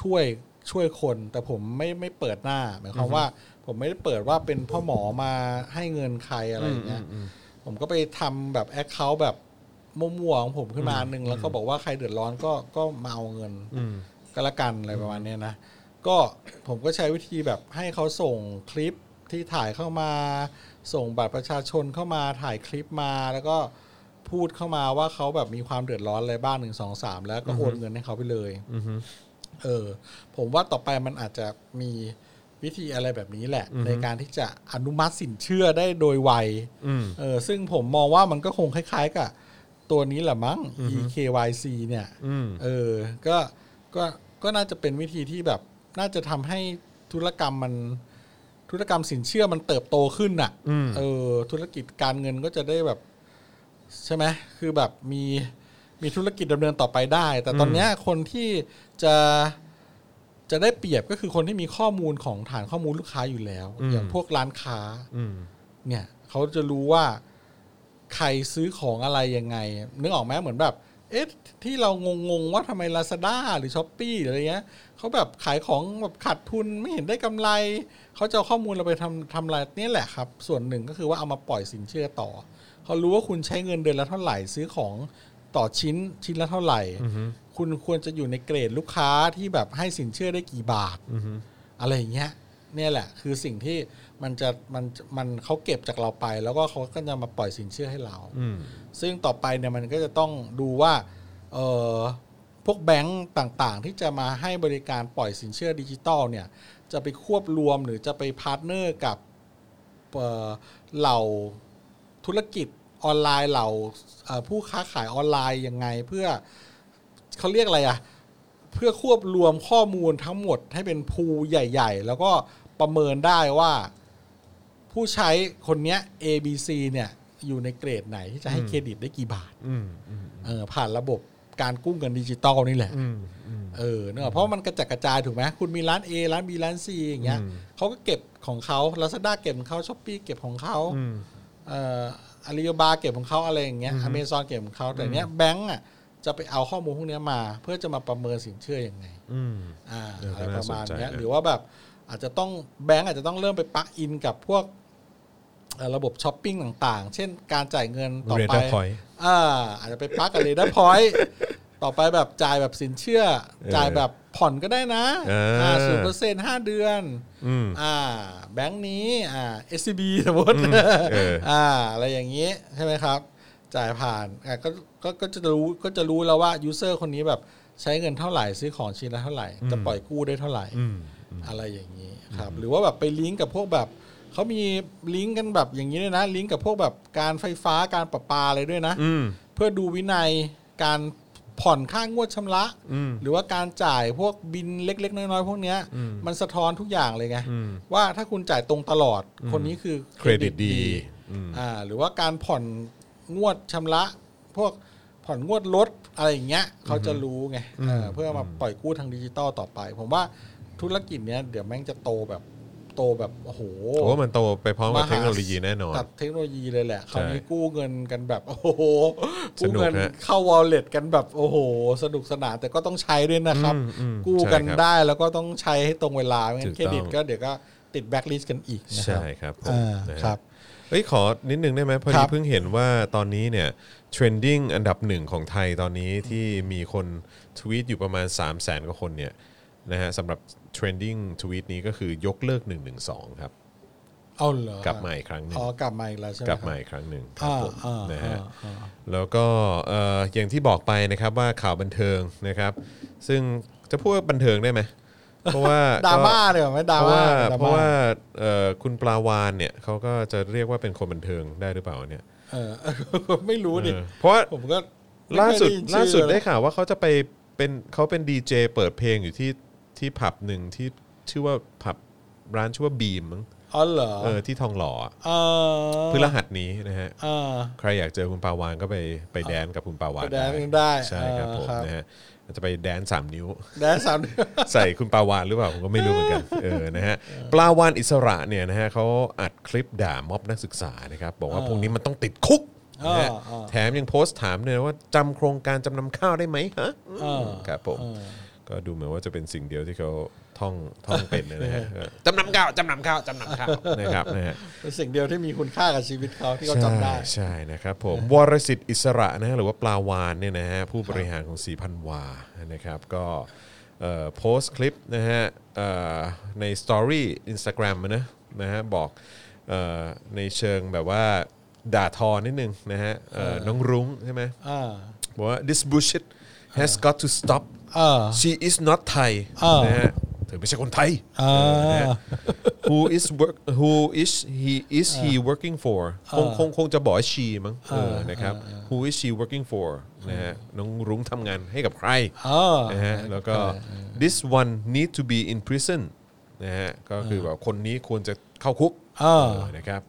[SPEAKER 2] ช่วยช่วยคนแต่ผมไม่ไม่เปิดหน้าหมายความว่า ผมไม่ได้เปิดว่าเป็นพ่อหมอมาให้เงินใครอะไรอย่างเงี้ย ผมก็ไปทำแบบแอคเคาท์แบบมั่วๆของผมขึ้นมาอันหนึ่งแล้วก็บอกว่าใครเดือดร้อนก็ก็มาเอาเงิน
[SPEAKER 1] อืม
[SPEAKER 2] ก็ละกันอะไรประมาณเนี้ยนะ ก็ผมก็ใช้วิธีแบบให้เขาส่งคลิปที่ถ่ายเข้ามา ส่งบัตรประชาชนเข้ามาถ่ายคลิปมาแล้วก็พูดเข้ามาว่าเขาแบบมีความเดือดร้อนอะไรบ้างหนึ่งสองสามแล้วก็โอนเงินให้เขาไปเลย
[SPEAKER 1] อือฮึ
[SPEAKER 2] เออผมว่าต่อไปมันอาจจะมีวิธีอะไรแบบนี้แหละ ในการที่จะอนุมัติสินเชื่อได้โดยไว
[SPEAKER 1] อืม
[SPEAKER 2] เออซึ่งผมมองว่ามันก็คงคล้ายๆกับตัวนี้แหละมั้ง EKYC เนี่ย
[SPEAKER 1] อืม
[SPEAKER 2] เออ ก็ ก็ ก็น่าจะเป็นวิธีที่แบบ น่าจะทำให้ธุรกรรมมัน ธุรกรรมสินเชื่อมันเติบโตขึ้นน่ะ
[SPEAKER 1] อืม
[SPEAKER 2] เออ ธุรกิจการเงินก็จะได้แบบ ใช่ไหม คือแบบมี มีธุรกิจดำเนินต่อไปได้ แต่ตอนเนี้ยคนที่จะจะได้เปรียบก็คือคนที่มีข้อมูลของฐานข้อมูลลูกค้าอยู่แล้ว
[SPEAKER 1] อืม
[SPEAKER 2] อย่างพวกร้านค้า
[SPEAKER 1] อืม
[SPEAKER 2] เนี่ยเขาจะรู้ว่าใครซื้อของอะไรยังไง นึกออกไหมเหมือนแบบ เอ๊ะที่เรางงๆว่าทำไม Lazada หรือ s h อ p e e หรืออะไรเงี้ยเขาแบบขายของแบบขาดทุนไม่เห็นได้กำไร เขาจะเอาข้อมูลเราไปทำทำอะไรนี่แหละครับ ส่วนหนึ่งก็คือว่าเอามาปล่อยสินเชื่อต่อ เขารู้ว่าคุณใช้เงินเดือนละเท่าไหร่ซื้อของต่อชิ้นชิ้นละเท่าไหร่ คุณควรจะอยู่ในเกรดลูกค้าที่แบบให้สินเชื่อได้กี่บาท อะไรอย่างเงี้ยเนี่ยแหละ คือสิ่งที่มันจะมันมันเขาเก็บจากเราไป แล้วก็เขาก็จะมาปล่อยสินเชื่อให้เรา
[SPEAKER 1] อืม
[SPEAKER 2] ซึ่งต่อไปเนี่ยมันก็จะต้องดูว่าเออพวกแบงก์ต่างๆ ที่จะมาให้บริการปล่อยสินเชื่อดิจิตอลเนี่ย จะไปควบรวมหรือจะไปพาร์ทเนอร์กับเอ่อเหล่าธุรกิจออนไลน์เหล่าเอ่อผู้ค้าขายออนไลน์ยังไงเพื่อเขาเรียกอะไรอะ เพื่อควบรวมข้อมูลทั้งหมดให้เป็นพูลใหญ่ ๆ แล้วก็ประเมินได้ว่า ผู้ใช้คนเนี้ย A B C เนี่ยอยู่ในเกรดไหนที่จะให้เครดิตได้กี่บาท
[SPEAKER 1] อืม อืม
[SPEAKER 2] เออผ่านระบบการกู้เงินดิจิตอลนี่แหละ
[SPEAKER 1] อืม อืม
[SPEAKER 2] เออเนอะเพราะมันกระจัดกระจายถูกไหมคุณมีร้าน A ร้าน B ร้าน C อย่างเงี้ย
[SPEAKER 1] อืม
[SPEAKER 2] เขาก็เก็บของเขา Lazada เก็บของเขาช้อปปี้เก็บของเขา
[SPEAKER 1] อืม
[SPEAKER 2] เอ่ออาลีบาเก็บของเขาอะไรอย่างเงี้ยอเมซอนเก็บของเขาแต่เนี้ยแบงก์อ่ะจะไปเอาข้อมูลพวกเนี้ยมา เพื่อจะมาประเมินสินเชื่อยังไง
[SPEAKER 1] อืม
[SPEAKER 2] อา
[SPEAKER 1] เออ
[SPEAKER 2] อะไร
[SPEAKER 1] ก็น่า
[SPEAKER 2] ประมาณ
[SPEAKER 1] สนใจ
[SPEAKER 2] เนี้ย
[SPEAKER 1] เออ
[SPEAKER 2] หรือว่าแบบอาจจะต้องแบงก์อาจจะต้องเริ่มไปปลักอินกับพวกเอ่อระบบช้อปปิ้งต่างๆ เช่นการจ่ายเงินต่อ
[SPEAKER 1] เร
[SPEAKER 2] ไป
[SPEAKER 1] ดาร์พอยต์
[SPEAKER 2] อ่าอาจจะไปปลักกับเรดาร์พอยต์ ต่อไปแบบจ่ายแบบสินเชื่อ จ่ายแบบผ่อนก็ได้นะ
[SPEAKER 1] เอออ่
[SPEAKER 2] ศูนย์เปอร์เซ็นต์ห้าเดือน
[SPEAKER 1] อืม
[SPEAKER 2] อ่าแบงก์นี้อ่า SCB สมมติ
[SPEAKER 1] เออ
[SPEAKER 2] อ่าอะไรอย่างนี้ใช่ไหมครับ จ่ายผ่านอ่ะก็ก็ก็จะรู้ก็จะรู้แล้วว่ายูเซอร์คนนี้แบบใช้เงินเท่าไหร่ซื้อของชิ้นละเท่าไหร่จะปล่อยกู้ได้เท่าไหร่
[SPEAKER 1] อืม
[SPEAKER 2] อะไรอย่างนี้ครับหรือว่าแบบไปลิงก์กับพวกแบบเขามีลิงก์กันแบบอย่างนี้ด้วยนะ ลิงก์กับพวกแบบการไฟฟ้าการประปาอะไรด้วยนะ
[SPEAKER 1] อืม
[SPEAKER 2] เพื่อดูวินัยการผ่อนค่างวดชำระ
[SPEAKER 1] อืม
[SPEAKER 2] หรือว่าการจ่ายพวกบินเล็ก ๆ น้อยๆพวกเนี้ย
[SPEAKER 1] อืม
[SPEAKER 2] มันสะท้อนทุกอย่างเลยไง
[SPEAKER 1] อืม
[SPEAKER 2] ว่าถ้าคุณจ่ายตรงตลอดคนนี้คือ
[SPEAKER 1] เครดิตดีอืม
[SPEAKER 2] อ่าหรือว่าการผ่อนงวดชำระ พวกผ่อนงวดรถอะไรอย่างเงี้ยเขาจะรู้ไงเออเพื่อมาปล่อยกู้ทางดิจิตอลต่อไป ผมว่าธุรกิจเนี้ยเดี๋ยวแม่งจะโตแบบโตแบบโอ้โห
[SPEAKER 1] โอ้มันโตไปพร้อมกับเทคโนโลยีแน่นอน
[SPEAKER 2] กับเทคโนโลยีเลยแหละคราวนี้กู้เงินกันแบบโอ้โห
[SPEAKER 1] ส
[SPEAKER 2] กู้
[SPEAKER 1] นุก
[SPEAKER 2] เงิน
[SPEAKER 1] ฮะ
[SPEAKER 2] เข้าวอลเล็ตกันแบบโอ้โห สนุกสนานแต่ก็ต้องใช้ด้วยนะครับ
[SPEAKER 1] อืมอืม
[SPEAKER 2] กู้
[SPEAKER 1] ใช่
[SPEAKER 2] กัน
[SPEAKER 1] ครับ
[SPEAKER 2] ได้แล้วก็ต้องใช้ให้ตรงเวลาไม่งั้
[SPEAKER 1] ถูก
[SPEAKER 2] นเครดิต
[SPEAKER 1] ต้อง
[SPEAKER 2] ก็ เดี๋ยวก็ติดแบ็คลิสต์กันอีกนะค
[SPEAKER 1] ใช่
[SPEAKER 2] รับ
[SPEAKER 1] ครับผม
[SPEAKER 2] อ่า
[SPEAKER 1] นะฮะ
[SPEAKER 2] ครับ
[SPEAKER 1] เอ้ยขอนิดนึงได้ไหมพอ
[SPEAKER 2] ค
[SPEAKER 1] ดี
[SPEAKER 2] รับ
[SPEAKER 1] เพิ่งเห็นว่าตอนนี้เนี่ยเทรนดิ้งอันดับหนึ่งของไทยตอนนี้ที่มีคนทวีตอยู่ประมาณ 3 0 0แสนกว่าคนเนี่ยนะฮะสำหรับเทรนดิ้งทวีตนี้ก็คือยกเลิก 112 ครับ
[SPEAKER 2] เอาเหรอก
[SPEAKER 1] ลับมาอีกครั้งหนึ่ง
[SPEAKER 2] อ๋อกลับมาอีกแล้วใช่ไหม
[SPEAKER 1] กลับมา
[SPEAKER 2] ครั
[SPEAKER 1] อีกครั้งหนึ่งครับ
[SPEAKER 2] อ่า
[SPEAKER 1] ผม
[SPEAKER 2] อ่า
[SPEAKER 1] นะ
[SPEAKER 2] อ่า
[SPEAKER 1] ฮะ
[SPEAKER 2] อ่า
[SPEAKER 1] แล้วก็เอ่ออย่างที่บอกไปนะครับว่าข่าวบันเทิงนะครับ ซึ่งจะพูดว่าบันเทิงได้ไหมเพราะว่า
[SPEAKER 2] ดราม่าเลยเหรอไหม่ดรา
[SPEAKER 1] เพราะว่า
[SPEAKER 2] ม่าดม่
[SPEAKER 1] เพราะว่าเอ่อคุณปลาวานเนี่ยเขาก็จะเรียกว่าเป็นคนบันเทิงได้หรือเปล่าเนี่ย
[SPEAKER 2] เออ ไม่รู้ดิ
[SPEAKER 1] เออเพราะว่า
[SPEAKER 2] ผมก็
[SPEAKER 1] ล่าสุด
[SPEAKER 2] ไม่เคยไยินชื่อ
[SPEAKER 1] ล่าสุดได้
[SPEAKER 2] เย
[SPEAKER 1] ข่าวว่าเขาจะไปเป็นเขาเป็นดีเจเปิดเพลงอยู่ที่ที่ผับหนึ่งที่ชื่อว่าผับร้านชื่อว่าบีมมั้ง
[SPEAKER 2] อ๋อเหรอ
[SPEAKER 1] เออที่ทองหล่ออะ
[SPEAKER 2] เออ
[SPEAKER 1] พฤหัสนี้นะฮะ
[SPEAKER 2] อ่า
[SPEAKER 1] ใครอยากเจอคุณปาวานก็ไปไปแดนกับคุณปาวาน
[SPEAKER 2] ไปแดนกันได้
[SPEAKER 1] ใช่ครับผม
[SPEAKER 2] เออครับ
[SPEAKER 1] นะฮะจะไปแดนสามนิ้ว
[SPEAKER 2] แดนสาม
[SPEAKER 1] ใส่คุณปาวานหรือเปล่าผมก็ไม่รู้เหมือนกันเออนะฮะปลาวานอิสระเนี่ยนะฮะเขาอัดคลิปด่าม็อบนักศึกษานะครับบอกว่าพวกนี้มันต้องติดคุกนะฮะ
[SPEAKER 2] เออเออ
[SPEAKER 1] แถมยังโพสต์ถามเลยนะว่าจำโครงการจำนำข้าวได้ไหมฮะ
[SPEAKER 2] เออ
[SPEAKER 1] ครับผม
[SPEAKER 2] เออ
[SPEAKER 1] ก็ดูเหมือนว่าจะเป็นสิ่งเดียวที่เขาท่องท่องเป็นนะ ฮะก็
[SPEAKER 4] จำนำข้าวจำนำข้าวจำนำข้าว
[SPEAKER 1] นะครับนะฮะ
[SPEAKER 2] เป็นสิ่งเดียวที่มีคุณค่ากับชีวิตเขาที่เขาจำได้
[SPEAKER 1] ใช่ใช่นะครับผมวรสิทธิ์อิสระนะฮะหรือว่าปลาวานเนี่ยนะฮะผู้บริหารของสีพันวานะครับก็เอ่อโพสต์คลิปนะฮะเอ่อในสตอรี่อินสตาแกรมนะนะฮะบอกเอ่อในเชิงแบบว่าด่าทอนิดนึงนะฮะเอ่อน้องรุ้งใช่ไหม
[SPEAKER 2] อ่า
[SPEAKER 1] บอกว่า this bullshit has got to stop
[SPEAKER 2] เออ
[SPEAKER 1] she is not Thai
[SPEAKER 2] อ่าน
[SPEAKER 1] นะฮะเธอไม่ใช่คนไทย
[SPEAKER 2] อ่า
[SPEAKER 1] who is work who is he is he working for คงคงคงจะบอกว่า she มั้งเออนะครับ who is she working for นะฮะน้องรุ้งทำงานให้กับใคร
[SPEAKER 2] เออ
[SPEAKER 1] นะฮะแล้วก็ this one need to be in prison นะฮะก็คือแบบคนนี้ควรจะเข้าคุก
[SPEAKER 2] เออ
[SPEAKER 1] เออนะครับ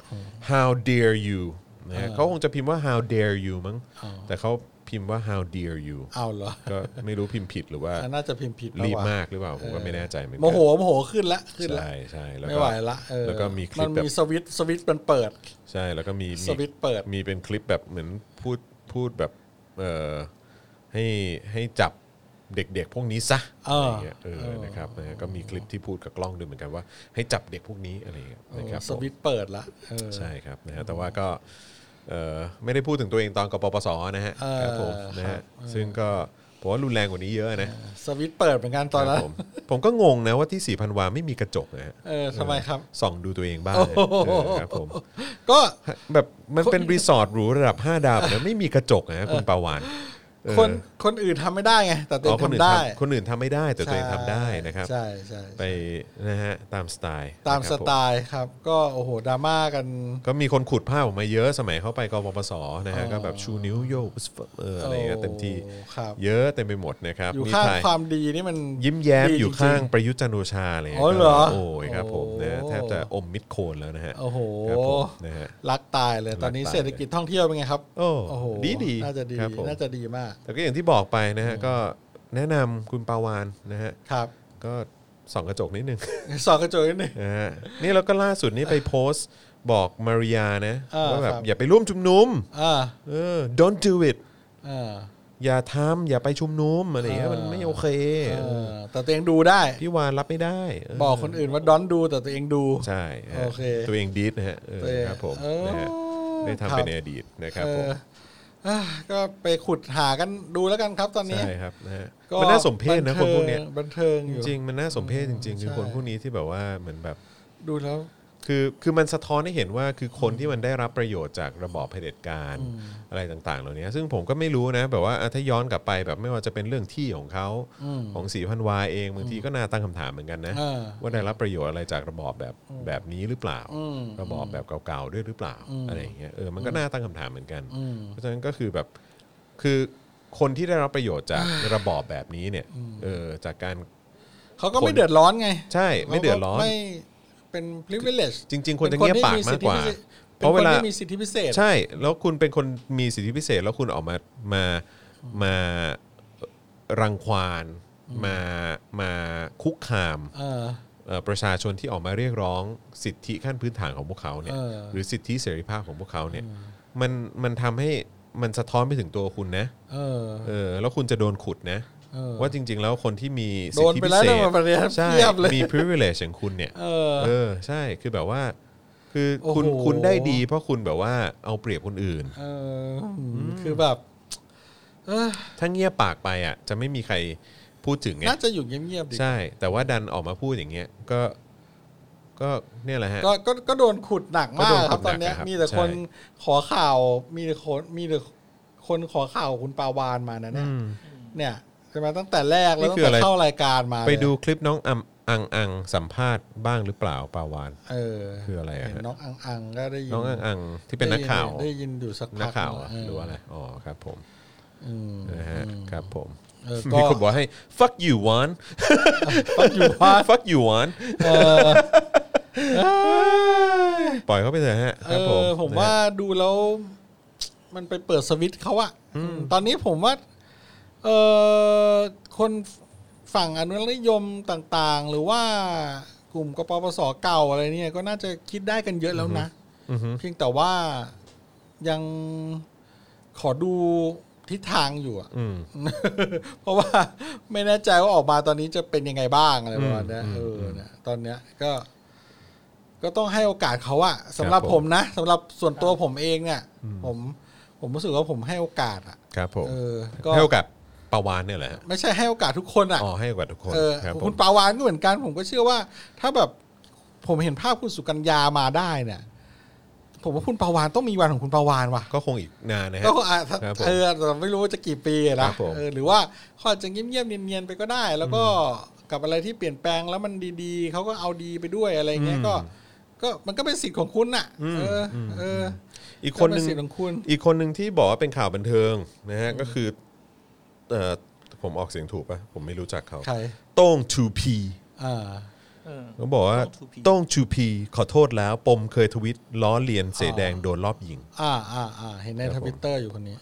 [SPEAKER 1] how dare you นะฮะเขาคงจะพิมพ์ว่า how dare you มั้งแต่เขา พิมพ์ว่า how dare you
[SPEAKER 2] เอาเหรอ
[SPEAKER 1] ก็ไม่รู้พิมพ์ผิดหรือว่า
[SPEAKER 2] อันน่าจะพิมพ์ผิดปะวะ
[SPEAKER 1] รีบมากหรือเปล่าผมก็ไม่แน่ใจเหมือนกั
[SPEAKER 2] โมโหโมโหขึ้นละขึ้นละ
[SPEAKER 1] ใช่ใช่แล้ว
[SPEAKER 2] ไม่
[SPEAKER 1] ก็
[SPEAKER 2] ไหวละเออ
[SPEAKER 1] แล้วก็มีคลิ
[SPEAKER 2] มั
[SPEAKER 1] ป
[SPEAKER 2] น
[SPEAKER 1] แบบ
[SPEAKER 2] มีสวิตช์สวิตช์มันเปิด
[SPEAKER 1] ใช่แล้วก็มีมี
[SPEAKER 2] สวิตช์เปิด
[SPEAKER 1] มีเป็นคลิปแบบเหมือนพูดพูดแบบเออให้ให้จับเด็กๆ พวกนี้ซะ
[SPEAKER 2] เอ
[SPEAKER 1] อะไร
[SPEAKER 2] อ
[SPEAKER 1] เงี้ยเออนะครับนะฮะก็มีคลิปที่พูดกับกล้องด้วยเหมือนกันว่า ให้จับเด็กพวกนี้อะไรเงี้ยนะครับ
[SPEAKER 2] ส
[SPEAKER 1] ผม
[SPEAKER 2] วิตช์เปิดละเออ
[SPEAKER 1] ใช่ครับนะฮะแต่ว่าก็เอ่อไม่ได้พูดถึงตัวเองตอนกปปสนะฮะ
[SPEAKER 2] เอ
[SPEAKER 1] ค
[SPEAKER 2] อ
[SPEAKER 1] รับผมนะ
[SPEAKER 2] ครั
[SPEAKER 1] ฮะ
[SPEAKER 2] บ
[SPEAKER 1] ซึ่งก็ผมว่ารุนแรงกว่านี้เยอะนะ
[SPEAKER 2] สวิตช์เปิดเหมือนกันตอน
[SPEAKER 1] ครั
[SPEAKER 2] นั้น
[SPEAKER 1] บผมผมก็งงนะว่าที่สี่พันวาไม่มีกระจกนะฮะ
[SPEAKER 2] เออทำไมครับ
[SPEAKER 1] ส่องดูตัวเองบ้างนะ
[SPEAKER 2] โอ้โห
[SPEAKER 1] เออครับผม
[SPEAKER 2] ก็
[SPEAKER 1] แบบมันเป็นรีสอร์ทหรูระดับ 5 ดาวนะไม่มีกระจกนะฮะคุณปาวานเออ
[SPEAKER 2] คนคนอื่นทำไม่ได้ไง แต่ตัวเอ
[SPEAKER 1] อ๋อง คนอื่น
[SPEAKER 2] ทำได้
[SPEAKER 1] ทำคนอื่นทำไม่ได้แต่ตัวเองทำได้นะครับ
[SPEAKER 2] ใช่ใช่
[SPEAKER 1] ไปนะฮะตามสไตล์
[SPEAKER 2] ตาม
[SPEAKER 1] นะค
[SPEAKER 2] ส
[SPEAKER 1] รับผ
[SPEAKER 2] ไตล์ครับ ก็โอ้โหดราม่ากัน
[SPEAKER 1] ก็มีคนขุดภาพออกมาเยอะสมัยเข้าไปกปปสนะฮะก็แบบชูนิ้วโยกเอออะไรเงี้ยเต็มที่
[SPEAKER 2] โอ้ครับ
[SPEAKER 1] เยอะเต็มไปหมดนะครับ
[SPEAKER 2] อยู่
[SPEAKER 1] มี
[SPEAKER 2] ข้าง
[SPEAKER 1] ถ่าย
[SPEAKER 2] ความดีนี่มัน
[SPEAKER 1] ยิ้มแย้ม
[SPEAKER 2] ดี
[SPEAKER 1] อยู่
[SPEAKER 2] จริ
[SPEAKER 1] ข้าง งประยุทธ์จันทร์โอชาอะไรเงี้ย
[SPEAKER 2] อ๋อเหรอ
[SPEAKER 1] โอ้ยครับผมนะฮะ
[SPEAKER 2] โอ้
[SPEAKER 1] แทบจะอมมิดโคนแล้วนะฮะ
[SPEAKER 2] ๆโอ้โห
[SPEAKER 1] ครับผมนะฮะ
[SPEAKER 2] รักตายเลยตอนนี้
[SPEAKER 1] รักตาย
[SPEAKER 2] เศรษฐกิจท่องเที่ยวเป็นไงครับ
[SPEAKER 1] โอ้
[SPEAKER 2] โอ้โห
[SPEAKER 1] ดีดี
[SPEAKER 2] น่าจะดี
[SPEAKER 1] ครับผม
[SPEAKER 2] น่าจะดีมาก
[SPEAKER 1] แต่ก็อย่างที่บอกไปนะฮะก็แนะนำคุณปาวานนะฮะ
[SPEAKER 2] ครับ
[SPEAKER 1] ก็ส่องกระจกนิด นึง
[SPEAKER 2] สอบกระโจนดหนึ่ง
[SPEAKER 1] นะฮะนี่แล้วก็ล่าสุดนี่ไปโพสต์บอกมาริยานะ
[SPEAKER 2] เออ
[SPEAKER 1] ว่าแบบ
[SPEAKER 2] ครับ
[SPEAKER 1] อย่าไปร่วมชุมนุม
[SPEAKER 2] อ่า
[SPEAKER 1] เออ don't do it
[SPEAKER 2] อ่า
[SPEAKER 1] อย่าทำอย่าไปชุมนุมอะไรอย่างเงี้ย
[SPEAKER 2] เออ
[SPEAKER 1] มันไม่โอเค
[SPEAKER 2] เอ
[SPEAKER 1] เออ
[SPEAKER 2] อแต่ตัวเองดูได้
[SPEAKER 1] พี่วานรับไม่ได้เ
[SPEAKER 2] บอกคนอื่นว่าดอนดูแต่ตัวเองดู
[SPEAKER 1] ใช่ฮะ
[SPEAKER 2] โอเค
[SPEAKER 1] ตัวเองดีดนะฮะเออ
[SPEAKER 2] ตัวเอง
[SPEAKER 1] ครับผม
[SPEAKER 2] เออ
[SPEAKER 1] นะฮะได้ทำ
[SPEAKER 2] ครับ
[SPEAKER 1] เป็นในอดีตนะครับ
[SPEAKER 2] เอ
[SPEAKER 1] ผม
[SPEAKER 2] ออ่ะก็ไปขุดหากันดูแล้วกันครับตอนนี้
[SPEAKER 1] ใช่ครับนะฮะมันน่าสมเพชนะคนพวกเนี้ย
[SPEAKER 2] บันเทิง
[SPEAKER 1] จ
[SPEAKER 2] อยู่
[SPEAKER 1] ริงๆมันน่าสมเพชจริงๆคือ
[SPEAKER 2] ใช่
[SPEAKER 1] คนพวกนี้ที่แบบว่าเหมือนแบบ
[SPEAKER 2] ดูแล้ว
[SPEAKER 1] คือคือมันสะท้อนให้เห็นว่าคือคนที่มันได้รับประโยชน์จากระบอบเผด็จการอะไรต่างๆ เหล่านี้ซึ่งผมก็ไม่รู้นะแบบว่าอ่ะถ้าย้อนกลับไปแบบไม่ว่าจะเป็นเรื่องที่ของเขาของสีพันวาเองบางทีก็น่าตั้งคำถามเหมือนกันนะ
[SPEAKER 2] เออ
[SPEAKER 1] ว่าได้รับประโยชน์อะไรจากระบอบแบบแบบนี้หรือเปล่า ระบอบแบบเก่าๆด้วยหรือเปล่าอะไรอย่างเงี้ยเออมันก็น่าตั้งคำถามเหมือนกัน เพราะฉะนั้นก็คือแบบคือคนที่ได้รับประโยชน์จากระบอบแบบนี้เนี่ยเออจากการ
[SPEAKER 2] เขาก็ไม่เดือดร้อนไง
[SPEAKER 1] ใช่ไม่เดือดร้อน
[SPEAKER 2] ขาก็ไม่เป็น privilege
[SPEAKER 1] จริง ๆ ควรจะเงียบปากมากกว่า
[SPEAKER 2] เพ
[SPEAKER 1] เพราะ
[SPEAKER 2] ราะ
[SPEAKER 1] เว
[SPEAKER 2] เวลา
[SPEAKER 1] ลา
[SPEAKER 2] มีสิทธิพิเศษ
[SPEAKER 1] ใช่ แล้วคุณเป็นคนมีสิทธิพิเศษ แล้วคุณออกมา มา มารังควานมา มาคุกคาม
[SPEAKER 2] เออ
[SPEAKER 1] เอ่อประชาชนที่ออกมาเรียกร้องสิทธิขั้นพื้นฐานของพวกเขาเนี่ย
[SPEAKER 2] เออ
[SPEAKER 1] หรือสิทธิเสรีภาพของพวกเขาเนี่ย มัน มันทำให้มันสะท้อนไปถึงตัวคุณนะ
[SPEAKER 2] เออ
[SPEAKER 1] เออ แล้วคุณจะโดนขุดนะ
[SPEAKER 2] เออ
[SPEAKER 1] ว่าจริง ๆ แล้วคนที่มีสิ
[SPEAKER 2] โด
[SPEAKER 1] ท
[SPEAKER 2] น
[SPEAKER 1] ธิ
[SPEAKER 2] ไป
[SPEAKER 1] พิ
[SPEAKER 2] แล้ว
[SPEAKER 1] เศ
[SPEAKER 2] นะ
[SPEAKER 1] ษ
[SPEAKER 2] มาเรียบ
[SPEAKER 1] ใช่
[SPEAKER 2] เทียบเลย
[SPEAKER 1] มี privilege ของคุณเนี่ย
[SPEAKER 2] เออ
[SPEAKER 1] เออใช่คือแบบว่า คือคุณ
[SPEAKER 2] โอ้โห
[SPEAKER 1] คุณได้ดี เพราะคุณแบบว่าเอาเปรียบคนอื่น
[SPEAKER 2] เออคือแบบเอ้ย
[SPEAKER 1] ถ้าเงียบปากไปอ่ะจะไม่มีใครพูดถึงไง
[SPEAKER 2] น่าจะอยู่เงียบๆดี
[SPEAKER 1] ใช่ แต่ว่าดันออกมาพูดอย่างเงี้ยก็ก็เนี่ยแหละฮะ
[SPEAKER 2] ก็ก็ก็โดนขุดหนักมา
[SPEAKER 1] ก็โด
[SPEAKER 2] ก
[SPEAKER 1] น
[SPEAKER 2] ค
[SPEAKER 1] ขุ
[SPEAKER 2] รับ
[SPEAKER 1] ด
[SPEAKER 2] ตอนเนี้
[SPEAKER 1] หนั
[SPEAKER 2] ย
[SPEAKER 1] กนะครับ
[SPEAKER 2] มีแต่
[SPEAKER 1] ใช่
[SPEAKER 2] คนขอข่าวมีแต่คนมีแต่คนขอข่าวคุณปาวานมานะเนี่ย
[SPEAKER 1] อืม
[SPEAKER 2] เนี่ยใช่ไหมตั้งแต่แรกแล้
[SPEAKER 1] นี่
[SPEAKER 2] วตั้
[SPEAKER 1] คื
[SPEAKER 2] ง
[SPEAKER 1] ออะไร
[SPEAKER 2] แต่เข้ารายการมา
[SPEAKER 1] ไป
[SPEAKER 2] เลย
[SPEAKER 1] ดูคลิปน้องอังอังอังสัมภาษณ์บ้างหรือเปล่าปาวาน
[SPEAKER 2] เออ
[SPEAKER 1] คืออะไรอะฮะ
[SPEAKER 2] เห็นน้องอังอังก็ได้ยิน
[SPEAKER 1] น้องอังอังที่เป็นนักข่าว
[SPEAKER 2] ได้ยินอยู่สักพั
[SPEAKER 1] นักข่าวอะ
[SPEAKER 2] เ
[SPEAKER 1] หรือว่าอะไรอ๋อครับผม
[SPEAKER 2] อืม
[SPEAKER 1] นะฮะครับผม
[SPEAKER 2] เออก็
[SPEAKER 1] มีคนบอกให้ fuck you one
[SPEAKER 2] ต้องอยู่ว่า
[SPEAKER 1] fuck you one
[SPEAKER 2] เออ
[SPEAKER 1] ปล่อยเขาไปเถอะฮะค
[SPEAKER 2] เอ
[SPEAKER 1] รับผม
[SPEAKER 2] อผมว่าดูแล้ว มันไปเปิดสวิตช์เขาอะตอนนี้ผมว่าเออคนฝั่งอนุรักษ์นิยมต่างๆ หรือว่ากลุ่มกปปสเก่าอะไรเนี่ย ก็น่าจะคิดได้กันเยอะแล้วนะ
[SPEAKER 1] อือฮึ
[SPEAKER 2] เพียงแต่ว่ายังขอดูทิศทางอยู่อะ
[SPEAKER 1] อืม
[SPEAKER 2] เพราะว่าไม่แน่ใจว่าออกมาตอนนี้จะเป็นยังไงบ้างอะไรประมาณเนี้ย
[SPEAKER 1] อืม
[SPEAKER 2] เอ
[SPEAKER 1] อืม
[SPEAKER 2] อเนี่ยตอนเนี้ยก็ ก็ต้องให้โอกาสเขาอะสำหรับ
[SPEAKER 1] ครับ
[SPEAKER 2] ผ
[SPEAKER 1] ผม
[SPEAKER 2] มนะสำหรับส่วนตัวผมเองเนี่ย ผม ผมรู้สึกว่าผมให้โอกาสอะ
[SPEAKER 1] ครับผม
[SPEAKER 2] เออ ก็
[SPEAKER 1] ให้โอกาสปาวานเนี่ยแหละฮะ
[SPEAKER 2] ไม่ใช่ให้โอกาสทุกคนอะ
[SPEAKER 1] อ๋อให้โอกาสทุกคน
[SPEAKER 2] เออ
[SPEAKER 1] ครับผ
[SPEAKER 2] คุณ
[SPEAKER 1] ม
[SPEAKER 2] ปาวานก็เหมือนกัน ผมก็เชื่อว่า ถ้าแบบผมเห็นภาพคุณสุกัญญามาได้เนี่ย ผมว่าคุณปาวานต้องมีวันของคุณปาวานว่ะ
[SPEAKER 1] ก็คงอีกนานนะฮะ
[SPEAKER 2] ก็คงอาจ
[SPEAKER 1] ครับผม
[SPEAKER 2] เออแต่ไม่รู้ว่าจะกี่ปีอะ
[SPEAKER 1] ครั
[SPEAKER 2] นะ
[SPEAKER 1] บผม
[SPEAKER 2] เออหรือว่าเขาอาจจะเงียบๆเนียนๆไปก็ได้ แล้วก็กับอะไรที่เปลี่ยนแปลงแล้วมันดีๆเขาก็เอาดีไปด้วยอะไรเงี้ย
[SPEAKER 1] อืม
[SPEAKER 2] ก็ ก็มันก็เป็นสิทธิ์ของคุณน่ะ
[SPEAKER 1] อืม
[SPEAKER 2] เอออ
[SPEAKER 1] ม
[SPEAKER 2] เออ
[SPEAKER 1] อีกคนห
[SPEAKER 2] เป็
[SPEAKER 1] นึ่ง
[SPEAKER 2] สิทธิ์ของคุณ
[SPEAKER 1] อีกคนหนึ่งที่บอกว่าเป็นข่าวบันเทิงนะฮะก็คือเอ่อผมออกเสียงถูกปะผมไม่รู้จักเขา
[SPEAKER 2] ใคร
[SPEAKER 1] โต้งชูพี
[SPEAKER 2] อ่า
[SPEAKER 3] เออ
[SPEAKER 1] เขาบอกว่า
[SPEAKER 3] โต้งชูพี
[SPEAKER 1] โต้งชูพีขอโทษแล้ว ปมเคยทวิตล้อเลียนเสแดงโดนรอบยิง
[SPEAKER 2] อ่าอ่าอ่าเห็นใน
[SPEAKER 1] ค
[SPEAKER 2] ท
[SPEAKER 1] รับผม
[SPEAKER 2] วิตเตอร์อยู่คนนี้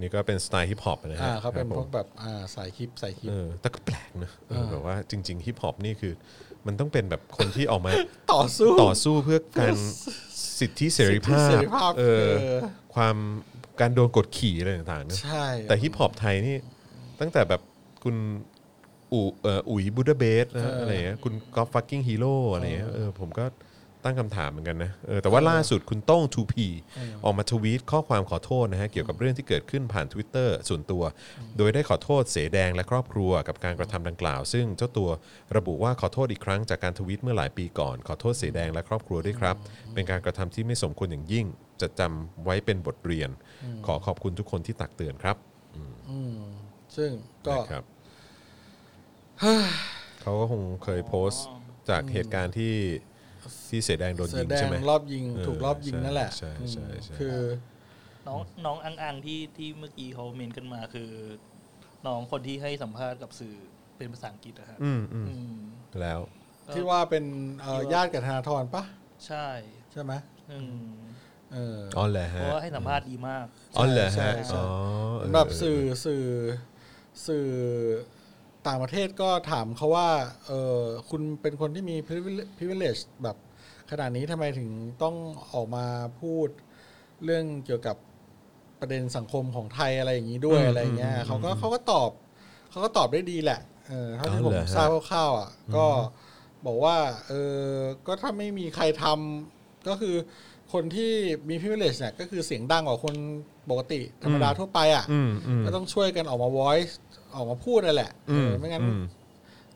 [SPEAKER 1] นี่ก็เป็นสไตล์ฮิปฮอปนะฮะ
[SPEAKER 2] อ่าเขาเป็น
[SPEAKER 1] ครับ
[SPEAKER 2] พ
[SPEAKER 1] ผ
[SPEAKER 2] วก
[SPEAKER 1] ม
[SPEAKER 2] แบบอ่าสายคลิปสายคลิป
[SPEAKER 1] เออแต่ก็แปลกนะเออ
[SPEAKER 2] เออ
[SPEAKER 1] แบบว่าจริง ๆฮิปฮอปนี่คือ มันต้องเป็นแบบคนที่ออกมา
[SPEAKER 2] ต่อสู้
[SPEAKER 1] ต่อสู้เพื่อการสิทธิเสรีภา
[SPEAKER 2] สิท
[SPEAKER 1] พ
[SPEAKER 2] ธิเสรีภาพ
[SPEAKER 1] เออ
[SPEAKER 2] เออ
[SPEAKER 1] ความการโดนกดขี่อะไรต่างๆนะ
[SPEAKER 2] ใช่
[SPEAKER 1] แต่ฮิปฮอปไทยนี่ ตั้งแต่แบบคุณอูเอ่ออุ๋ยบูดาเบสนะอะไรเงี้ยคุณกอล์ฟฟักกิ้งฮีโร่อะไรเงี้ยเออผมก็ตั้งคำถามเหมือนกันนะเออแต่ว่าล่าสุดคุณโต้งทูพีออกมาทวีตข้อความขอโทษนะฮะเกี่ยวกับเรื่องที่เกิดขึ้นผ่าน Twitter ส่วนตัว โดยได้ขอโทษเสแดงและครอบครัวกับการกระทำดังกล่าว ซึ่งเจ้าตัวระบุว่าขอโทษอีกครั้งจากการทวีตเมื่อหลายปีก่อน ขอโทษเสแดงและครอบครัวด้วยครับ เป็นการกระทำที่ไม่สมควรอย่างยิ่ง จะจำไว้เป็นบทเรียน ขอขอบคุณทุกคนที่ตักเตือนครับ
[SPEAKER 2] อืมซึ่งก็
[SPEAKER 1] นะครับ เขาก็คงเคยโพสต์จากเหตุการณ์ที่ที่เสแดงโดน
[SPEAKER 2] เสื
[SPEAKER 1] ยิ
[SPEAKER 2] อง แด
[SPEAKER 1] ใช่
[SPEAKER 2] ง
[SPEAKER 1] ไหม
[SPEAKER 2] รอบยิง
[SPEAKER 1] เออ
[SPEAKER 2] ถูกรอบยิงนั่นแหละ
[SPEAKER 1] ใช่ใช่ใช่
[SPEAKER 2] อืมคือ
[SPEAKER 3] น้องน้องอังอังที่ที่เมื่อกี้เขาเมนกันมาคือ น้องคนที่ให้สัมภาษณ์กับสื่อเป็นภาษาอังกฤษนะครับ
[SPEAKER 1] อืมอืม
[SPEAKER 3] อืม
[SPEAKER 1] แล้ว
[SPEAKER 2] ที่ว่าเป็นเอ่อญาติกับธนาธรปะ
[SPEAKER 3] ใช่
[SPEAKER 2] ใช่ไหม
[SPEAKER 3] อืม
[SPEAKER 2] เออ
[SPEAKER 1] อ๋อเหรอ
[SPEAKER 3] เพ
[SPEAKER 1] ฮะ
[SPEAKER 3] ราะว่าให้สัมภาษณ์ดีมาก
[SPEAKER 1] อ๋อเหรอ
[SPEAKER 2] ใช่
[SPEAKER 1] ฮะ
[SPEAKER 2] ใช่
[SPEAKER 1] อ๋อเ
[SPEAKER 2] แบบสื่อสื่อสื่อต่างประเทศก็ถามเขาว่าเออคุณเป็นคนที่มี privilege- privilege แบบขนาดนี้ทำไมถึงต้องออกมาพูดเรื่องเกี่ยวกับประเด็นสังคมของไทยอะไรอย่างนี้ด้วย
[SPEAKER 1] อืม
[SPEAKER 2] อะไรเงี้ย
[SPEAKER 1] อืม
[SPEAKER 2] เขาก็เขาก็ตอบเขาก็ตอบได้ดีแหละเออเท่าที่
[SPEAKER 1] อ๋
[SPEAKER 2] ผ
[SPEAKER 1] อ
[SPEAKER 2] ม
[SPEAKER 1] เหรอฮะ
[SPEAKER 2] ทราบคร่าวๆอ่ะก็บอกว่าเออก็ถ้าไม่มีใครทำก็คือคนที่มี privilege เนี่ยก็คือเสียงดังกว่าคนปกติธรรมดาทั่วไปอ่ะ
[SPEAKER 1] อืมอืม
[SPEAKER 2] ก็ต้องช่วยกันออกมา voice ออกมาพูดนั่นแหละเออไม่งั้น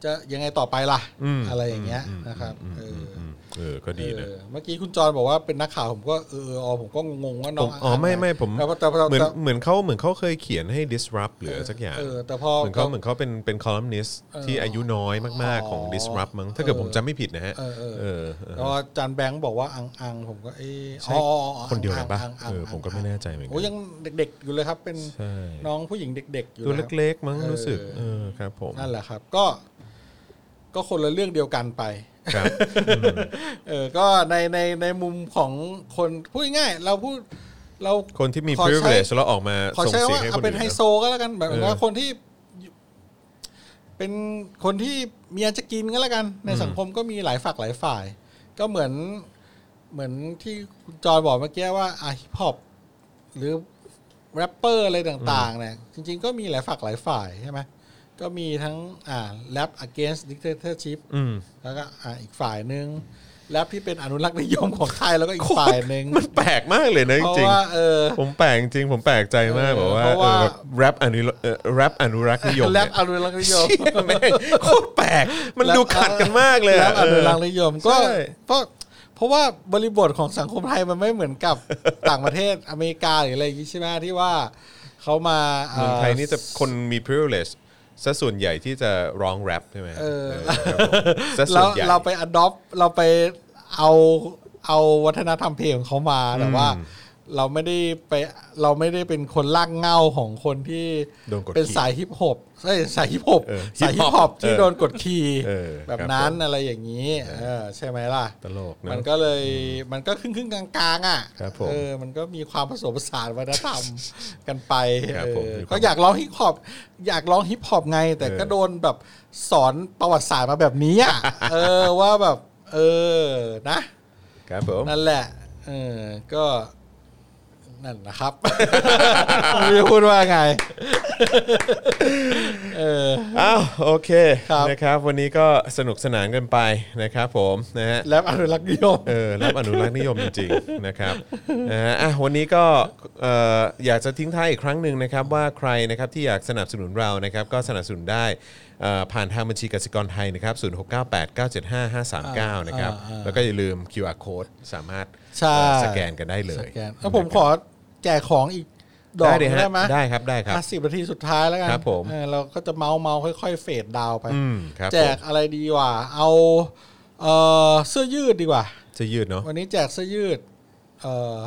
[SPEAKER 2] จะยังไงต่อไปล่ะ
[SPEAKER 1] ม
[SPEAKER 2] อะไรอย่างเงี้ย
[SPEAKER 1] ม
[SPEAKER 2] นะครับ
[SPEAKER 1] อืม
[SPEAKER 2] เอออ
[SPEAKER 1] มเออก็ดีนะ
[SPEAKER 2] เออเมื่อกี้คุณจรบอกว่าเป็นนักข่าวผมก็เอออ๋อผมก็งงๆว่าน้
[SPEAKER 1] ผ
[SPEAKER 2] อง
[SPEAKER 1] มอ๋อไม่ไม่ผม
[SPEAKER 2] แต่พอแต่พอ
[SPEAKER 1] เหมือนเหมือนเขาเหมือนเขาเคยเขียนให้ disrupt หรืออะไรสักอย่าง
[SPEAKER 2] เออแต่พอ
[SPEAKER 1] เหมือนเขาเหมือนเขาเป็นเป็น columnist ที่อายุน้อยมาก ๆ ของ
[SPEAKER 2] อ๋อ
[SPEAKER 1] disrupt มั้งถ้าเกิดผมจำไม่ผิดนะฮะ
[SPEAKER 2] เออเออ
[SPEAKER 1] เออเออ
[SPEAKER 2] แล้วอาจารย์แบงค์บอกว่าอังอังผมก็เออ
[SPEAKER 1] ใช่
[SPEAKER 2] อ๋ออ๋ออ๋อ
[SPEAKER 1] คนเดียวกันปะ
[SPEAKER 2] อังอัง
[SPEAKER 1] เออ
[SPEAKER 2] อัง
[SPEAKER 1] ผมก็ไม่แน่ใจเหมือนกัน
[SPEAKER 2] โอ้ยังเด็กๆอยู่เลยครับ เป็น
[SPEAKER 1] ใช่
[SPEAKER 2] น้องผู้หญิงเด็ก ๆ อยู่
[SPEAKER 1] ตัว
[SPEAKER 2] นะครับ
[SPEAKER 1] เล็ก ๆ มั้ง
[SPEAKER 2] เออ
[SPEAKER 1] รู้สึกเออครับผม
[SPEAKER 2] นั่นแหละครับ ก็ ก็คนละเรื่องเดียวกันไป
[SPEAKER 1] ครับ
[SPEAKER 2] เออ ก็ในในในมุมของคนพูดง่ายๆเราพูดเรา
[SPEAKER 1] คนที่มี
[SPEAKER 2] ขอใช้
[SPEAKER 1] privilege แล้วออกมา
[SPEAKER 2] ขอ
[SPEAKER 1] ส่ง
[SPEAKER 2] ใช้
[SPEAKER 1] เสียง
[SPEAKER 2] ว่า
[SPEAKER 1] ให้
[SPEAKER 2] เอา
[SPEAKER 1] คน
[SPEAKER 2] เป็
[SPEAKER 1] อื่
[SPEAKER 2] น
[SPEAKER 1] น
[SPEAKER 2] ไฮโซ
[SPEAKER 1] นะ
[SPEAKER 2] ก็แล้วกันแบบ
[SPEAKER 1] เออ
[SPEAKER 2] ว่าคนที่อยู่เป็นคนที่มีอันจะกินก็แล้วกัน ในสังคมก็มีหลายฝักหลายฝ่าย ก็เหมือนเหมือนที่คุณจอยบอกเมื่อกี้ว่าอ่ะฮิปฮอปหรือแรปเปอร์อะไรต่างๆเนี่ยจริง ๆ ก็มีหลายฝักหลายฝ่ายใช่ไหมก็มีทั้งอ่าแรป against dictatorship
[SPEAKER 1] อืม
[SPEAKER 2] แล้วก็อ่าอีกฝ่ายหนึ่งแรปที่เป็นอนุรักษ์นิยมของไทยแล้วก็อีกฝ่ายหนึ่ง
[SPEAKER 1] มันแปลกมากเลยนะจ
[SPEAKER 2] เพราะ
[SPEAKER 1] ริงๆ
[SPEAKER 2] ว่าเออ
[SPEAKER 1] ผมแปลกจริงผมแปลกใจมาก
[SPEAKER 2] เออ
[SPEAKER 1] แบบว่า
[SPEAKER 2] เพราะว่า
[SPEAKER 1] เออแบบแรปอนุเอ่อแรปอนุรักษ์ นิยม
[SPEAKER 2] แร
[SPEAKER 1] เนี่
[SPEAKER 2] ป
[SPEAKER 1] ย
[SPEAKER 2] อนุรักษ์นิยม
[SPEAKER 1] เชี่ยแม่งโคตรแปลกมันดูขัดกันมากเลย
[SPEAKER 2] แล้
[SPEAKER 1] อะ
[SPEAKER 2] วอนุรักษ์นิยมก็
[SPEAKER 1] ใช่
[SPEAKER 2] เพราะเพราะว่าบริบทของสังคมไทยมันไม่เหมือน กับ ต่างประเทศอเมริกาหรืออะไรอย่างนี้ใช่ไหมที่ว่าเขามา
[SPEAKER 1] เมืองไทยนี่จะคนมี privilege ซะส่วนใหญ่ที่จะร้องแรปใช่ไหม
[SPEAKER 2] เออ
[SPEAKER 1] เออครับผมซะส่
[SPEAKER 2] แล้ว
[SPEAKER 1] วนใหญ่
[SPEAKER 2] เราไปอดอปเราไปเอาเอาวัฒนธรรมเพลงของเขามาแต่ว่า เราไม่ได้ไปเราไม่ได้เป็นคนลากเหง่าของคนที่
[SPEAKER 1] โดนกดขี่
[SPEAKER 2] เป็นสายฮิปฮอปใช่สายฮิปฮอป
[SPEAKER 1] เออ
[SPEAKER 2] สายฮิปฮอปที่
[SPEAKER 1] เออ
[SPEAKER 2] โดนกดขี่
[SPEAKER 1] เออ
[SPEAKER 2] แบบ
[SPEAKER 1] ครับ
[SPEAKER 2] นั้น
[SPEAKER 1] ผม
[SPEAKER 2] อะไรอย่างนี้เออใช่ไหมล่ะ
[SPEAKER 1] ตลกนะ
[SPEAKER 2] มันก็เลยมันก็ครึ่งครึ่งๆกลางกลางๆอ่ะ
[SPEAKER 1] ครับผม
[SPEAKER 2] เออมันก็มีความผสมผสานวัฒนธรร ม กันไป
[SPEAKER 1] ครับ
[SPEAKER 2] เออ
[SPEAKER 1] ผมมีความ
[SPEAKER 2] ก็อยากร้องฮิปฮอปอยากร้องฮิปฮอปไง แต่
[SPEAKER 1] เออ
[SPEAKER 2] ก็โดนแบบสอนประวัติศาสตร์มาแบบนี้อ่ะ เออว่าแบบ เออนะครับ
[SPEAKER 1] ผม
[SPEAKER 2] นั่นแหละเออก็นั่นนะครับ ไม่รู้จะพูดว่าไง เออ
[SPEAKER 1] อ้าวโอเค
[SPEAKER 2] ครับ
[SPEAKER 1] นะครับ วันนี้ก็สนุกสนานกันไปนะครับผมนะฮะ
[SPEAKER 2] แล้วอนุรักษ์นิยม
[SPEAKER 1] เออรับอนุรักษ์นิยมจริงๆ นะครับนะฮะอ่ะวันนี้ก็เอ่ออยากจะทิ้งท้ายอีกครั้งหนึ่งนะครับว่าใครนะครับที่อยากสนับสนุนเรานะครับก็สนับสนุนได้เอ่อผ่านทางบัญชีกสิกรไทยนะครับ0698975539นะครับ
[SPEAKER 2] อ่า
[SPEAKER 1] แล้วก็อย่าลืม QR code สามารถ
[SPEAKER 2] ใช่
[SPEAKER 1] เอ่อสแกนกันได้เลย
[SPEAKER 2] สแกนแล้วผมขอแจกของอีกดอก
[SPEAKER 1] ได้
[SPEAKER 2] ห
[SPEAKER 1] เล
[SPEAKER 2] นึ่
[SPEAKER 1] ย
[SPEAKER 2] ง
[SPEAKER 1] ฮะ
[SPEAKER 2] ได้ไหม
[SPEAKER 1] ได้ครับได้ครับ
[SPEAKER 2] ห้าสิบนาทีสุดท้ายแล้วกัน
[SPEAKER 1] ครับผม
[SPEAKER 2] เออเราก็จะเมาส์เมาส์ค่อย ๆ เฟดดาวน์ไป
[SPEAKER 1] อืมครับ
[SPEAKER 2] แจกอะไรดีวะเอาเออเสื้อยืดดีกว่า
[SPEAKER 1] จะยืดเนาะ
[SPEAKER 2] วันนี้แจกเสื้อยืดเออ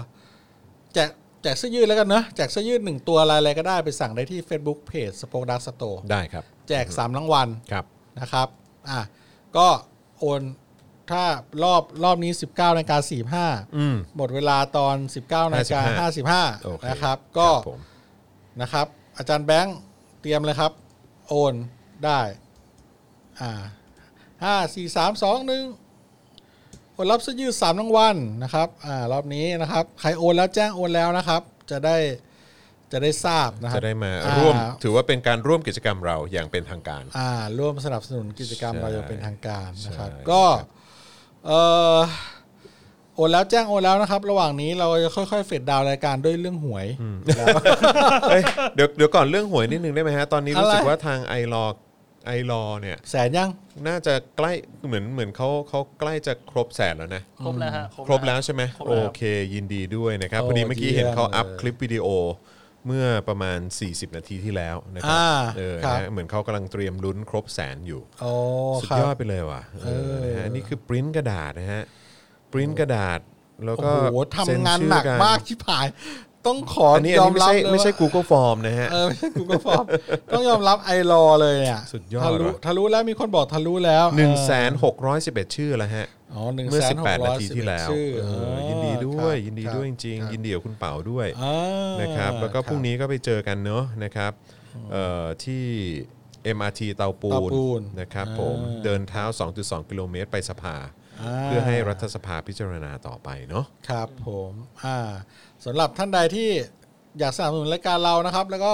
[SPEAKER 2] แจกแจกเสื้อยืดแล้วกันเนอะแจกเสื้อยืดหนึ่งตัวอะไรๆก็ได้ไปสั่งได้ที่ Facebook Page สปอคดักสโต
[SPEAKER 1] ได้ครับ
[SPEAKER 2] แจกสามรางวัล
[SPEAKER 1] ครับ
[SPEAKER 2] นะครับอ่ะก็โอนถ้ารอบรอบนี้ 19นาฬิกา45
[SPEAKER 1] อืม
[SPEAKER 2] หมดเวลาตอน 19นาฬิกา
[SPEAKER 1] 55 โอเค
[SPEAKER 2] 55นะครับ ก็
[SPEAKER 1] ผม
[SPEAKER 2] นะครับ อาจารย์แบงค์เตรียมเลยครับ โอนได้อ่าห้าสี่สามสองหนึ่งผลรับเสื้อยืดสามรางวัลนะครับอ่ารอบนี้นะครับใครโอนแล้วแจ้งโอนแล้วนะครับ จะได้จะได้ทราบนะครับ
[SPEAKER 1] จะได้มาร่วม
[SPEAKER 2] อ่
[SPEAKER 1] ถือว่าเป็นการร่วมกิจกรรมเราอย่างเป็นทางการ
[SPEAKER 2] อ่าร่วมสนับสนุนกิจกรรม
[SPEAKER 1] ใช่
[SPEAKER 2] เราอย่างเป็นทางการนะครับ
[SPEAKER 1] ใช่
[SPEAKER 2] ก็เอ่อโอนแล้วแจ้งโอนแล้วนะครับ ระหว่างนี้เราจะค่อยๆเฟดดาวน์รายการด้วยเรื่องหวย
[SPEAKER 1] เอ้ยเดี๋ยวเดี๋ยวก่อนเรื่องหวยนิดนึงได้ไหมฮะ ตอนนี้รู้สึก
[SPEAKER 2] อะไร
[SPEAKER 1] ว่าทางไอรอไอรอเนี่ย
[SPEAKER 2] แสนยัง
[SPEAKER 1] น่าจะใกล้เหมือนเหมือนเขาเขาใกล้จะครบแสนแล้วนะ
[SPEAKER 3] ครบแล้วฮะ
[SPEAKER 1] ครบแล้วใช่ไหม
[SPEAKER 3] ครบ
[SPEAKER 1] โอ
[SPEAKER 3] แล้ว
[SPEAKER 1] เค ยินดีด้วยนะครับพ
[SPEAKER 2] โอ้
[SPEAKER 1] อดีเมื่อกี้
[SPEAKER 2] เยี่ยม
[SPEAKER 1] เห็นเขาอัพ
[SPEAKER 2] เลย
[SPEAKER 1] คลิปวิดีโอเมื่อประมาณ 40 นาทีที่แล้วนะครั
[SPEAKER 2] อ่า
[SPEAKER 1] เออ
[SPEAKER 2] ครับ
[SPEAKER 1] นะเหมือนเขากำลังเตรียมลุ้นครบแสนอยู่
[SPEAKER 2] โอ้
[SPEAKER 1] สุด
[SPEAKER 2] ครั
[SPEAKER 1] ยอด
[SPEAKER 2] บ
[SPEAKER 1] ไปเลยว่ะเออ
[SPEAKER 2] เออ
[SPEAKER 1] นะฮะนี่คือปริ้นกระดาษนะฮะปริ้นกระดาษแล้ว
[SPEAKER 2] โอ้
[SPEAKER 1] ก็
[SPEAKER 2] โห
[SPEAKER 1] เซ็
[SPEAKER 2] ทำงานหนัก
[SPEAKER 1] ชื่อ
[SPEAKER 2] มากชิบหาย ต้องขอ
[SPEAKER 1] อันนี้
[SPEAKER 2] ย
[SPEAKER 1] อั
[SPEAKER 2] อน ม
[SPEAKER 1] นี้ไม่
[SPEAKER 2] รับ
[SPEAKER 1] ใช่
[SPEAKER 2] เลย
[SPEAKER 1] ไม่ใช่
[SPEAKER 2] ว่า
[SPEAKER 1] Google Form นะฮะ
[SPEAKER 2] เออไม่ใช่กูก็ฟอร์มต้องยอมรับไอรอเลยเนี่ย
[SPEAKER 1] สุดยอด
[SPEAKER 2] ทะลุ
[SPEAKER 1] ว่ะ
[SPEAKER 2] ทะลุแล้วมีคนบอกทะลุแล้ว
[SPEAKER 1] 1 6 1 1 ชื่อแล้วฮะ
[SPEAKER 2] อ๋อหนึ่ง
[SPEAKER 1] เมื่อ
[SPEAKER 2] แสนหก
[SPEAKER 1] 18
[SPEAKER 2] ร้
[SPEAKER 1] นา
[SPEAKER 2] อย
[SPEAKER 1] ที
[SPEAKER 2] สิบ
[SPEAKER 1] ที่แล้ว
[SPEAKER 2] ชื่อ
[SPEAKER 1] เออยินดีด้วย ยินดีด้วยจริงๆ ยินดีกับคุณเป๋าด้วย นะครับแล้วก็พรุ่งนี้ก็ไปเจอกันเนอะนะครับเอ่อที่ MRT เตาปู
[SPEAKER 2] ตาปูน
[SPEAKER 1] นะครับผม
[SPEAKER 2] อ่า
[SPEAKER 1] เดินเท้า 2.2 กิโลเมตรไปสภา เพื่อให้รัฐสภาพิจารณาต่อไปเนาะ
[SPEAKER 2] ครับผมอ่าสำหรับท่านใดที่อยากสนับสนุนรายการเรานะครับ แล้วก็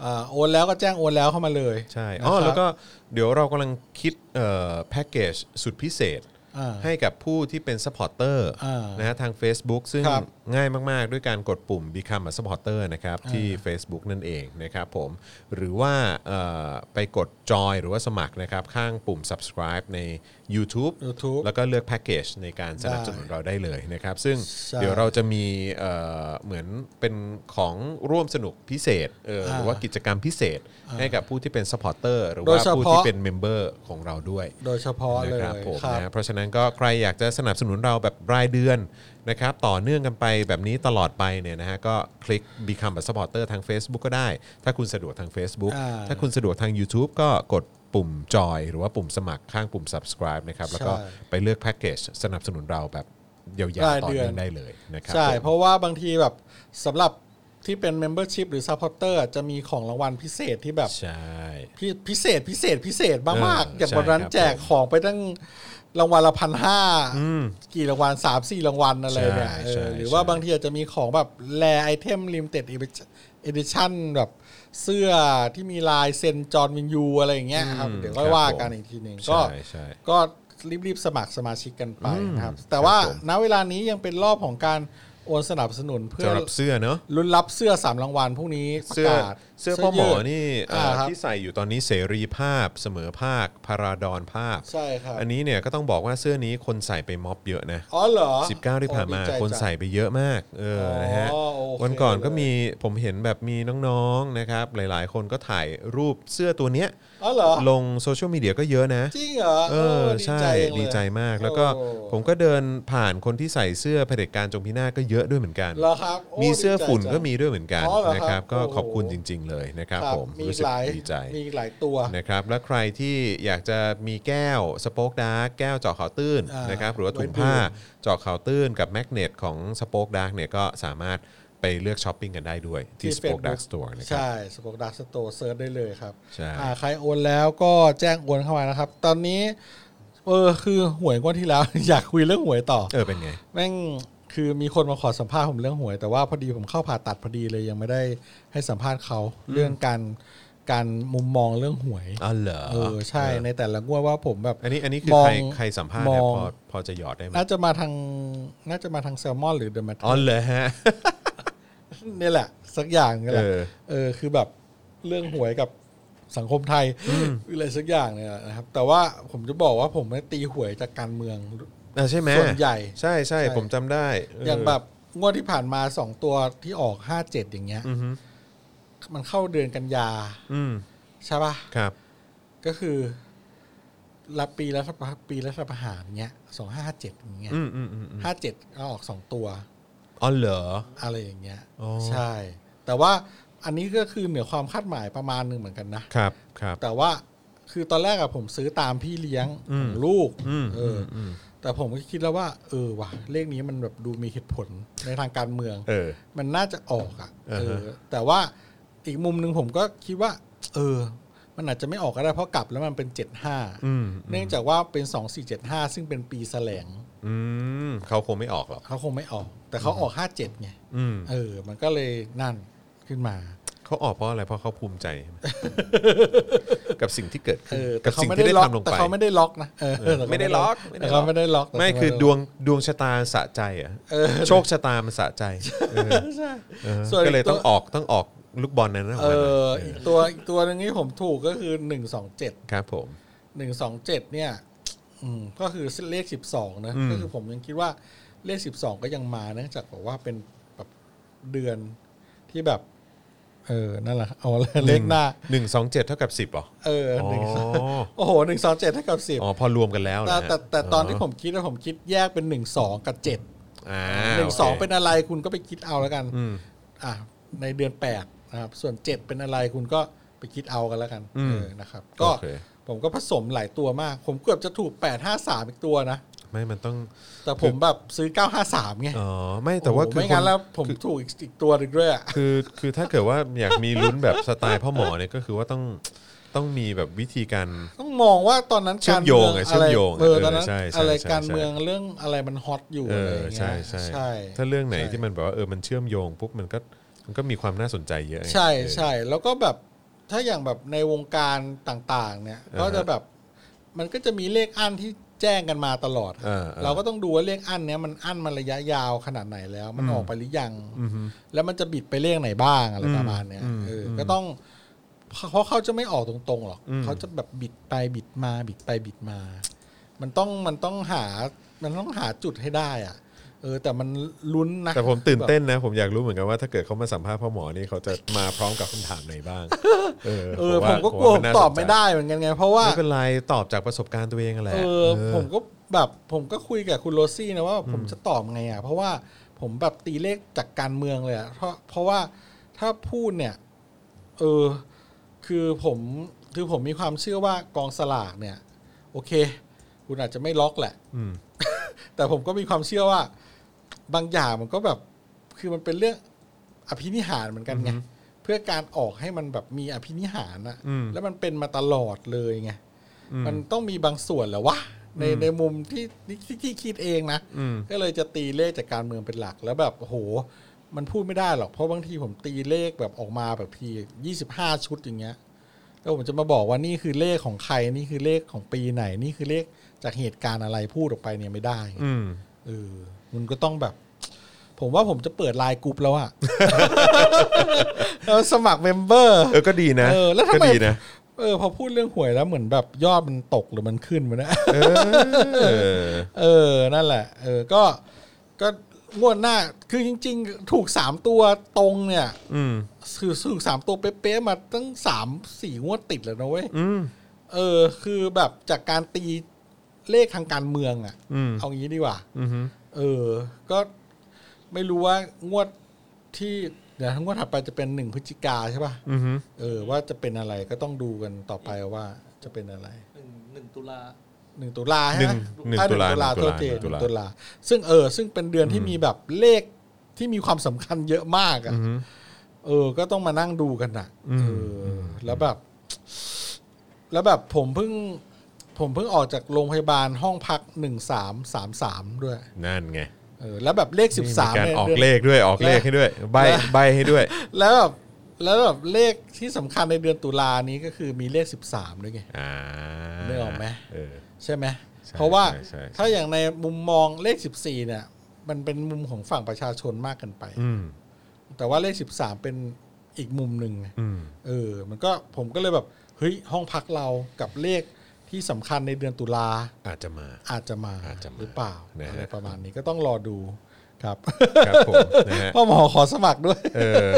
[SPEAKER 2] เอ่อโอนแล้วก็แจ้งโอนแล้วเข้ามาเลย
[SPEAKER 1] ใช่อ๋อ
[SPEAKER 2] นะครับ
[SPEAKER 1] แล้วก็เดี๋ยวเรากำลังคิดเอ่อแพ็กเกจสุดพิเศษ
[SPEAKER 2] อ่า
[SPEAKER 1] ให้กับผู้ที่เป็นซัพพอร์เตอร์
[SPEAKER 2] อ่า
[SPEAKER 1] นะฮะทาง Facebook ซึ่ง
[SPEAKER 2] ครับ
[SPEAKER 1] ง่ายมาก ๆ ด้วยการกดปุ่ม Become a supporter นะครับที่ Facebook นั่นเองนะครับผมหรือว่าเอ่อไปกดจอยหรือว่าสมัครนะครับ ข้างปุ่ม subscribe ใน YouTube,
[SPEAKER 2] YouTube
[SPEAKER 1] แล้วก็เลือกแพ็กเกจในการสนับสนุนเราได้เลยนะครับ ซึ่ง
[SPEAKER 2] ใช่
[SPEAKER 1] เดี๋ยวเราจะมีเอ่อเหมือนเป็นของร่วมสนุกพิเศษเออหรือว่า
[SPEAKER 2] อ่า
[SPEAKER 1] กิจกรรมพิเศษให้กับผู้ที่เป็นซัพพอร์เตอร์หรือ
[SPEAKER 2] โดย
[SPEAKER 1] ว่า
[SPEAKER 2] เฉ
[SPEAKER 1] ผู้
[SPEAKER 2] พาะ
[SPEAKER 1] ที่เป็นเมมเบอร์ของเราด้วย
[SPEAKER 2] โดยเฉพาะเลย
[SPEAKER 1] นะครับผม
[SPEAKER 2] ครับ
[SPEAKER 1] นะเพราะฉะนั้นก็ใครอยากจะสนับสนุนเราแบบรายเดือนนะครับต่อเนื่องกันไปแบบนี้ตลอดไปเนี่ยนะฮะก็คลิก Become a supporter ทาง Facebook ก็ได้ ถ้าคุณสะดวกทาง Facebook
[SPEAKER 2] อ่า
[SPEAKER 1] ถ้าคุณสะดวกทาง YouTube ก็กดปุ่มจอยหรือว่าปุ่มสมัครข้างปุ่ม subscribe นะครับแล้วก็
[SPEAKER 2] ใช่
[SPEAKER 1] ไปเลือกแพ็กเกจสนับสนุนเราแบบยาว
[SPEAKER 2] ราย
[SPEAKER 1] ๆต่อ
[SPEAKER 2] เดือน
[SPEAKER 1] เนื่องได้เลยนะครับ
[SPEAKER 2] ใช่
[SPEAKER 1] ผม
[SPEAKER 2] เพราะว่าบางทีแบบสำหรับที่เป็น Membership หรือ Supporter อะจะมีของรางวัลพิเศษที่แบบ
[SPEAKER 1] ใช่
[SPEAKER 2] พิพิเศษพิเศษพิเศษมาก
[SPEAKER 1] เออ
[SPEAKER 2] ๆ
[SPEAKER 1] อ
[SPEAKER 2] อย่างวันนั้น
[SPEAKER 1] ใช่ครับ
[SPEAKER 2] แจกของไปตั้งรางวัลละพันห้ากี่รางวัลสามสี่รางวัลอะไรเนี่ย
[SPEAKER 1] ใช่
[SPEAKER 2] เอ
[SPEAKER 1] ใช่
[SPEAKER 2] อหรือ
[SPEAKER 1] ใช่
[SPEAKER 2] ว่าบางทีอาจจะมีของแบบแรไอเทมลิมเต็ดเอดิชั่นแบบเสื้อที่มีลายเซ็นจอห์นวินยูอะไรอย่างเงี้ยครับเดี๋ยวค่อยว่ากันอีกทีหนึ่งก็
[SPEAKER 1] ใช่ใช่
[SPEAKER 2] ก็รีบๆสมัครสมาชิกกันไปนะครับ แต่ว่า
[SPEAKER 1] ครับผม
[SPEAKER 2] ณเวลานี้ยังเป็นรอบของการโอนสนับสนุนเพื่อ
[SPEAKER 1] สำหรับเสื้อเนอะ
[SPEAKER 2] ลุ้นรับเสื้อสามรางวัลพรุ่งนี้ประ
[SPEAKER 1] เสื้อก
[SPEAKER 2] าศ
[SPEAKER 1] เสื้อพ่อหมอนี่เอ่อ
[SPEAKER 2] อ่าครับ
[SPEAKER 1] ที่ใส่อยู่ตอนนี้เสรีภาพเสมอภาคพาราดอนภาพ
[SPEAKER 2] ใช่ครับ
[SPEAKER 1] อันนี้เนี่ยก็ต้องบอกว่าเสื้อนี้คนใส่ไปม็อบเยอะนะ
[SPEAKER 2] อ๋อเหรอ
[SPEAKER 1] 19 ที่ผ่านมา
[SPEAKER 2] โอ้ดีใจ
[SPEAKER 1] คนใส่
[SPEAKER 2] จัง
[SPEAKER 1] ไปเยอะมากเอออ
[SPEAKER 2] อ
[SPEAKER 1] นะฮะ
[SPEAKER 2] โอเค
[SPEAKER 1] วันก่อนก็
[SPEAKER 2] เลย
[SPEAKER 1] มีผมเห็นแบบมีน้องๆนะครับ หลายๆ คนก็ถ่ายรูปเสื้อตัวเนี้ย
[SPEAKER 2] อ๋อเหรอ
[SPEAKER 1] ลงโซเชียลมีเดียก็เยอะนะ
[SPEAKER 2] จริงเหรอ
[SPEAKER 1] เออใช่
[SPEAKER 2] จังเลย
[SPEAKER 1] ดีใจมากแล้วก็
[SPEAKER 2] โอ้
[SPEAKER 1] ผมก็เดินผ่านคนที่ใส่เสื้อเผด็จการจงพินาศก็เยอะด้วยเหมือนกัน
[SPEAKER 2] เหรอครับโ
[SPEAKER 1] มีเสื้อฝุ่น
[SPEAKER 2] ดีใจจัง
[SPEAKER 1] ก็มีด้วยเหมือนกัน
[SPEAKER 2] อ๋อเหรอครับ
[SPEAKER 1] นะครับ ก็
[SPEAKER 2] โอ้โห
[SPEAKER 1] ขอบคุณจริง ๆ เลยนะครับ ผม
[SPEAKER 2] มีอี
[SPEAKER 1] รู้
[SPEAKER 2] ก
[SPEAKER 1] สึก
[SPEAKER 2] หลาย
[SPEAKER 1] ดีใจ
[SPEAKER 2] มีอีกหลายตัว
[SPEAKER 1] นะครับและใครที่อยากจะมีแก้วสป็อกดาร์กแก้วเจาะขาวตื้น
[SPEAKER 2] อ่าน
[SPEAKER 1] นะครับหรือว่าถุง
[SPEAKER 2] ไว้
[SPEAKER 1] ผ้า
[SPEAKER 2] ดื่
[SPEAKER 1] เจาะขาวตื้นกับแมกเนตของสป็อกดาร์กเนี่ยก็สามารถไปเลือกช้อปปิ้งกันได้ด้วยที่สป็อกดาร์กสโตร์นะครับ
[SPEAKER 2] ใช่ สปอคดักสโตร์เซิร์ชได้เลยครับ
[SPEAKER 1] ใช่
[SPEAKER 2] อ่าใครโอนแล้วก็แจ้งโอนเข้ามานะครับ ตอนนี้ เออ คือหวยงวดที่แล้ว อยากคุยเรื่องหวยต่อ
[SPEAKER 1] เออเป็นไง
[SPEAKER 2] แม่ง คือมีคนมาขอสัมภาษณ์ผมเรื่องหวย แต่ว่าพอดีผมเข้าผ่าตัดพอดีเลยยังไม่ได้ให้สัมภาษณ์เขาเรื่องการการมุมมองเรื่องหวย
[SPEAKER 1] อ๋อเหรอ
[SPEAKER 2] เออ ใช่ ในแต่ละงวดว่าผมแบบ
[SPEAKER 1] อันนี้อันนี้คือ
[SPEAKER 2] มอง
[SPEAKER 1] ใครใครสัมภาษณ์เนี่ย
[SPEAKER 2] ม
[SPEAKER 1] พ
[SPEAKER 2] อง
[SPEAKER 1] อพอจะหยอดได้ไหม
[SPEAKER 2] น่าจะมาทาง น่าจะมาทางแซลมอนหรือเดอะแมท
[SPEAKER 1] อ๋อเหรอฮะ
[SPEAKER 2] เนี่ยแหละ สักอย่างเนี่ยแหละ
[SPEAKER 1] เออ
[SPEAKER 2] เออคือแบบเรื่องหวยกับสังคมไทยอะไรสักอย่างเนี่ยนะครับ แต่ว่าผมจะบอกว่าผมไม่ตีหวยจากการเมือง
[SPEAKER 1] อ่ะใช่ไหม
[SPEAKER 2] ส่วนใหญ่
[SPEAKER 1] ใช่ใช่
[SPEAKER 2] ใช่
[SPEAKER 1] ผมจำได้เ
[SPEAKER 2] อย่างแบบงวดที่ผ่านมาสองตัวที่ออกห้าเจ็ดอย่างเงี้ย
[SPEAKER 1] อือฮึ
[SPEAKER 2] มันเข้าเดือนกันยา
[SPEAKER 1] อืม
[SPEAKER 2] ใช่ปะ
[SPEAKER 1] ครับ
[SPEAKER 2] ก็คือรับปีรัฐประปีรัฐประหารเงี้ยสองห้าเจ็ดอย่างเงี้ย
[SPEAKER 1] อืมอืมอืมอืม
[SPEAKER 2] ห้าเจ็ดก็ออกสองตัว
[SPEAKER 1] อ๋อเหรอ
[SPEAKER 2] อะไรอย่างเงี้ย
[SPEAKER 1] อ๋อ
[SPEAKER 2] ใช่ แต่ว่าอันนี้ก็คือเหนือความคาดหมายประมาณหนึ่งเหมือนกันนะ
[SPEAKER 1] ครับครับ
[SPEAKER 2] แต่ว่าคือตอนแรกอะผมซื้อตามพี่เลี้ยง
[SPEAKER 1] อื
[SPEAKER 2] ข
[SPEAKER 1] ม
[SPEAKER 2] องลูก
[SPEAKER 1] อืม
[SPEAKER 2] เอออ
[SPEAKER 1] อืม
[SPEAKER 2] แต่ผมก็คิดแล้วว่า เออว่ะเลขนี้มันแบบดูมีเหตุผลในทางการเมือง
[SPEAKER 1] เออ
[SPEAKER 2] มันน่าจะออกอะ
[SPEAKER 1] อ่าฮะ
[SPEAKER 2] เออ แต่ว่า อีกมุมหนึ่งผมก็คิดว่า เออ มันอาจจะไม่ออกก็ได้เพราะกลับแล้วมันเป็นเจ็ดห้า
[SPEAKER 1] อืม
[SPEAKER 2] เนื่องจากว่าเป็นสองสี่เจ็ดห้าซึ่งเป็นปีแสลง
[SPEAKER 1] อืมเขาคงไม่ออกหรอก
[SPEAKER 2] เขาคงไม่ออก แต่เขาออกห้าเจ็ดไง
[SPEAKER 1] อืม
[SPEAKER 2] เออ มันก็เลยนั่นขึ้นมา
[SPEAKER 1] เขาออกเพราะอะไรเพราะเขาภูมิใจ ใช่ไหม กับสิ่งที่เกิด
[SPEAKER 2] เอ
[SPEAKER 1] ขึ้น
[SPEAKER 2] อแต่
[SPEAKER 1] กับ
[SPEAKER 2] เขา
[SPEAKER 1] สิ่ง
[SPEAKER 2] ไม่
[SPEAKER 1] ที่
[SPEAKER 2] ได้
[SPEAKER 1] ได้
[SPEAKER 2] ล็อก
[SPEAKER 1] ทำลง
[SPEAKER 2] แต่
[SPEAKER 1] ไป
[SPEAKER 2] เขาไม่ได้ล็อกนะเออ
[SPEAKER 1] เออไม่ได้ล็อกไม่ได้
[SPEAKER 2] แต่
[SPEAKER 1] ล็อก
[SPEAKER 2] เขาไม่ได้ล็อกแต่
[SPEAKER 1] ไม่
[SPEAKER 2] เขา
[SPEAKER 1] คือ
[SPEAKER 2] ด้
[SPEAKER 1] ด
[SPEAKER 2] ล็ก
[SPEAKER 1] วงดวงชะตาสะใจอ่ะ
[SPEAKER 2] เออ
[SPEAKER 1] โชคชะตามันสะใจเออเออ
[SPEAKER 2] ส่วน
[SPEAKER 1] ก็เลย
[SPEAKER 2] กตั
[SPEAKER 1] ต้
[SPEAKER 2] ว
[SPEAKER 1] องออกต้องออกลูกบอลนั้นนะออกมา
[SPEAKER 2] เอ
[SPEAKER 1] หน่อย
[SPEAKER 2] อ
[SPEAKER 1] เอ
[SPEAKER 2] อีก
[SPEAKER 1] อ
[SPEAKER 2] ตัวอีกตัวหนึ่งที่ผมถูกก็คือหนึ่งสองเจ็ด
[SPEAKER 1] ครับผม
[SPEAKER 2] หนึ่งสองเจ็ดเนี่ย อืมก็คือเลขสิบสองนะ
[SPEAKER 1] อืม
[SPEAKER 2] ก็คือผมยังคิดว่าเลขสิบสองก็ยังมาเนื่องจากแบบว่าเป็นแบบเดือนที่แบบ เออนั่นแหละเอาละเลขหน้า
[SPEAKER 1] หนึ่งสองเจ็ดเท่ากับสิบเหรอ
[SPEAKER 2] เออ
[SPEAKER 1] อ๋อ
[SPEAKER 2] หนึ่งโอ้โหหนึ่งสองเจ็ดเท่ากับสิบ
[SPEAKER 1] อ๋อพอรวมกันแล้ว
[SPEAKER 2] แต่
[SPEAKER 1] นะฮะ
[SPEAKER 2] แต่แต่ตอนที่ผมคิดนะผมคิดแยกเป็นหนึ่งสองกับเจ็ด
[SPEAKER 1] อ่า
[SPEAKER 2] หนึ่งสอง
[SPEAKER 1] โค
[SPEAKER 2] เป็นอะไรคุณก็ไปคิดเอาแล้วกัน
[SPEAKER 1] อืม
[SPEAKER 2] อ่ะในเดือนแปดนะครับส่วนเจ็ดเป็นอะไรคุณก็ไปคิดเอากันแล้วกัน
[SPEAKER 1] อืม
[SPEAKER 2] เออนะครับ ก็
[SPEAKER 1] โอเค
[SPEAKER 2] ผมก็ผสมหลายตัวมาก ผมเกือบจะถูก 853 อีกตัวนะ
[SPEAKER 1] ไม่มันต้อง
[SPEAKER 2] แต่ผมแบบซื้อ 953 ไง
[SPEAKER 1] อ๋อ ไม่แต่ว่า
[SPEAKER 2] โอ้โห
[SPEAKER 1] คือ
[SPEAKER 2] ไม่งั้น
[SPEAKER 1] ค
[SPEAKER 2] แล้วผมถูกอีกอีกตัวหนึ่งด้วยอะ
[SPEAKER 1] คือคือถ้าเกิดว่าอยากมีลุ้นแบบสไตล์พ่อหมอเนี่ยก็คือว่าต้องต้องมีแบบวิธีการ
[SPEAKER 2] ต้องมองว่าตอนนั้น
[SPEAKER 1] เชื่อ
[SPEAKER 2] การ
[SPEAKER 1] มโยง
[SPEAKER 2] มื
[SPEAKER 1] อะ
[SPEAKER 2] อ
[SPEAKER 1] เชื่อมโยงอะ
[SPEAKER 2] เออ
[SPEAKER 1] เออ
[SPEAKER 2] ตอนนั้น
[SPEAKER 1] ใช่ใช่
[SPEAKER 2] อะไร
[SPEAKER 1] ใช่
[SPEAKER 2] การ
[SPEAKER 1] ใช่
[SPEAKER 2] เมืองเรื่องอะไรมันฮอตอยู่
[SPEAKER 1] เอ
[SPEAKER 2] อะไร
[SPEAKER 1] อ
[SPEAKER 2] อย่างเงี้
[SPEAKER 1] ใช่
[SPEAKER 2] ย
[SPEAKER 1] ใช่
[SPEAKER 2] ใช่
[SPEAKER 1] ถ้าเรื่องไหน
[SPEAKER 2] ใช่
[SPEAKER 1] ที่มันแบบว่าเออมันเชื่อมโยงปุ๊บมันก็มันก็มีความน่าสนใจเยอะไง
[SPEAKER 2] ใช่
[SPEAKER 1] เออ
[SPEAKER 2] ใช่แล้วก็แบบถ้าอย่างแบบในวงการต่างๆ เนี่ย
[SPEAKER 1] อ่าฮะ
[SPEAKER 2] ก็จะแบบมันก็จะมีเลขอั้นที่แจ้งกันมาตลอด
[SPEAKER 1] อ่าๆ
[SPEAKER 2] เราก็ต้องดูว่าเลขอั้นเนี้ยมันอั้นมาระยะยาวขนาดไหนแล้ว มันออกไปหรือยังแล้วมันจะบิดไปเลขไหนบ้างอะไร
[SPEAKER 1] อืม
[SPEAKER 2] ประมาณเนี้ย
[SPEAKER 1] อืม
[SPEAKER 2] เอออ
[SPEAKER 1] ม
[SPEAKER 2] ก็ต้องเพราะเขาจะไม่ออกตรงๆหรอก
[SPEAKER 1] อืม
[SPEAKER 2] เขาจะแบบบิดไปบิดมาบิดไปบิดมา มันต้องมันต้องหามันต้องหาจุดให้ได้อ่ะ เออ แต่มันลุ้นนะ
[SPEAKER 1] แต่ผมตื่นเต้นนะ ผมอยากรู้เหมือนกันว่าถ้าเกิดเขามาสัมภาษณ์พ่อหมอนี่เขาจะมาพร้อมกับคำถามไหนบ้าง เออ
[SPEAKER 2] เออ
[SPEAKER 1] ผ
[SPEAKER 2] ผม
[SPEAKER 1] ว่า
[SPEAKER 2] ก็กลัวผม
[SPEAKER 1] น่าสน
[SPEAKER 2] ต
[SPEAKER 1] ใจ
[SPEAKER 2] อบไม่ได้เหมือนกันไง เพราะว่า
[SPEAKER 1] ไม่เป็นไรตอบจากประสบการณ์ตัวเองนั่นแหละ
[SPEAKER 2] เออ
[SPEAKER 1] เออ
[SPEAKER 2] ผมก็แบบผมก็คุยกับคุณโรซี่นะว่าผมจะตอบไงอ่ะเพราะว่าผมแบบตีเลขจากการเมืองเลยอ่ะเพราะเพราะว่าถ้าพูดเนี่ย เออ คือผมคือผมมีความเชื่อว่ากองสลากเนี่ย โอเค คุณอาจจะไม่ล็อกแหละ
[SPEAKER 1] อืม
[SPEAKER 2] แต่ผมก็มีความเชื่อว่า บางอย่างมันก็แบบ คือมันเป็นเรื่องอภินิหารเหมือนกันไงเพื่อการออกให้มันแบบมีอภินิหารอะ
[SPEAKER 1] อืม
[SPEAKER 2] แล้วมันเป็นมาตลอดเลยไง
[SPEAKER 1] อืม
[SPEAKER 2] มันต้องมีบางส่วนแหละวะใน
[SPEAKER 1] อืม
[SPEAKER 2] ในมุมที่ที่ที่ที่คิดเองนะ
[SPEAKER 1] อืม
[SPEAKER 2] ก็เลยจะตีเลขจากการเมืองเป็นหลักแล้วแบบโอ้โห มันพูดไม่ได้หรอก เพราะบางทีผมตีเลขแบบออกมาแบบทียี่สิบห้าชุดอย่างเงี้ย แล้วผมจะมาบอกว่านี่คือเลขของใครนี่คือเลขของปีไหน นี่คือเลขจากเหตุการณ์อะไรพูดออกไปเนี่ยไม่ได้ไง
[SPEAKER 1] อืม
[SPEAKER 2] เออ มันก็ต้องแบบ ผมว่าผมจะเปิดไลน์กลุ่มแล้ว อะ เราสมัครเมมเบอร์
[SPEAKER 1] เออก็ดีนะ
[SPEAKER 2] เออแล้วทำไม
[SPEAKER 1] ก็ดีนะ
[SPEAKER 2] เออ พอพูดเรื่องหวยแล้วเหมือนแบบยอดมันตกหรือมันขึ้นมานะ
[SPEAKER 1] เอ อ
[SPEAKER 2] เออ นั่นแหละ เออ ก็ ก็งวดหน้า คือจริง ๆ ถูกสามตัวตรงเนี่ย
[SPEAKER 1] อืม
[SPEAKER 2] คือถูกสามตัวเป๊ะๆมาตั้งสามสี่งวดติดแล้วนะเว้ย
[SPEAKER 1] อืม
[SPEAKER 2] เออ คือแบบจากการตีเลขทางการเมืองอะ
[SPEAKER 1] อืม
[SPEAKER 2] เอางี้ดีกว่า
[SPEAKER 1] อืม
[SPEAKER 2] เออ ก็ไม่รู้ว่างวดที่เดี๋ยวทั้งงวดถัดไปจะเป็นหนึ่งพฤศจิกาใช่ป่ะ
[SPEAKER 1] อืม
[SPEAKER 2] เออ ว่าจะเป็นอะไรก็ต้องดูกันต่อไปว่าจะเป็นอะไร
[SPEAKER 3] หนึ่งหนึ่งตุลา
[SPEAKER 2] หนึ่งตุลา
[SPEAKER 1] หนึ่
[SPEAKER 2] ใช่ไหม
[SPEAKER 1] งหนึ่ง
[SPEAKER 2] อ่ะ
[SPEAKER 1] ตุลา
[SPEAKER 2] ตุลา
[SPEAKER 1] หนึ่งตุ
[SPEAKER 2] ตัว
[SPEAKER 1] ลา
[SPEAKER 2] เจน
[SPEAKER 1] หนึ่งตุลา
[SPEAKER 2] ตุลา ซึ่งเออ ซึ่งเป็นเดือนที่มีแบบเลขที่มีความสำคัญเยอะมากอ่ะ
[SPEAKER 1] อืม
[SPEAKER 2] เออ ก็ต้องมานั่งดูกันอ่ะ
[SPEAKER 1] อืม
[SPEAKER 2] เออ แล้วแบบ แล้วแบบผมเพิ่ง ผมเพิ่งออกจากโรงพยาบาลห้องพักหนึ่งสามสามสามด้วย
[SPEAKER 1] นั่นไง
[SPEAKER 2] เออ แล้วแบบเลขสิบสาม
[SPEAKER 1] การออกเลขด้วยออกเลขให้ด้วย ใบใบให้ด้วย
[SPEAKER 2] แล้วแบบแล้วแบบเลขที่สำคัญในเดือนตุลานี้ก็คือมีเลข 13 ด้วยไง
[SPEAKER 1] อ่า
[SPEAKER 2] นึกออกไหม
[SPEAKER 1] เออ
[SPEAKER 2] ใช่ไหม
[SPEAKER 1] ใช่
[SPEAKER 2] เพราะว่า
[SPEAKER 1] ใช่ใช่
[SPEAKER 2] ถ้าอย่างในมุมมองเลข 14 เนี่ย มันเป็นมุมของฝั่งประชาชนมากเกินไป
[SPEAKER 1] อืม
[SPEAKER 2] แต่ว่าเลข 13 เป็นอีกมุมหนึ่งไง
[SPEAKER 1] อืม
[SPEAKER 2] เออ มันก็ผมก็เลยแบบเฮ้ยห้องพักเรากับเลขที่สำคัญในเดือนตุลา
[SPEAKER 1] อาจจะมา
[SPEAKER 2] อาจจะมา
[SPEAKER 1] อาจจะมา
[SPEAKER 2] หรือเปล่า
[SPEAKER 1] นะฮะ
[SPEAKER 2] อะไรประมาณนี้ก็ต้องรอดูครับ
[SPEAKER 1] ครับผมนะฮะ
[SPEAKER 2] พ่อหมอขอสมัครด้วย
[SPEAKER 1] เออ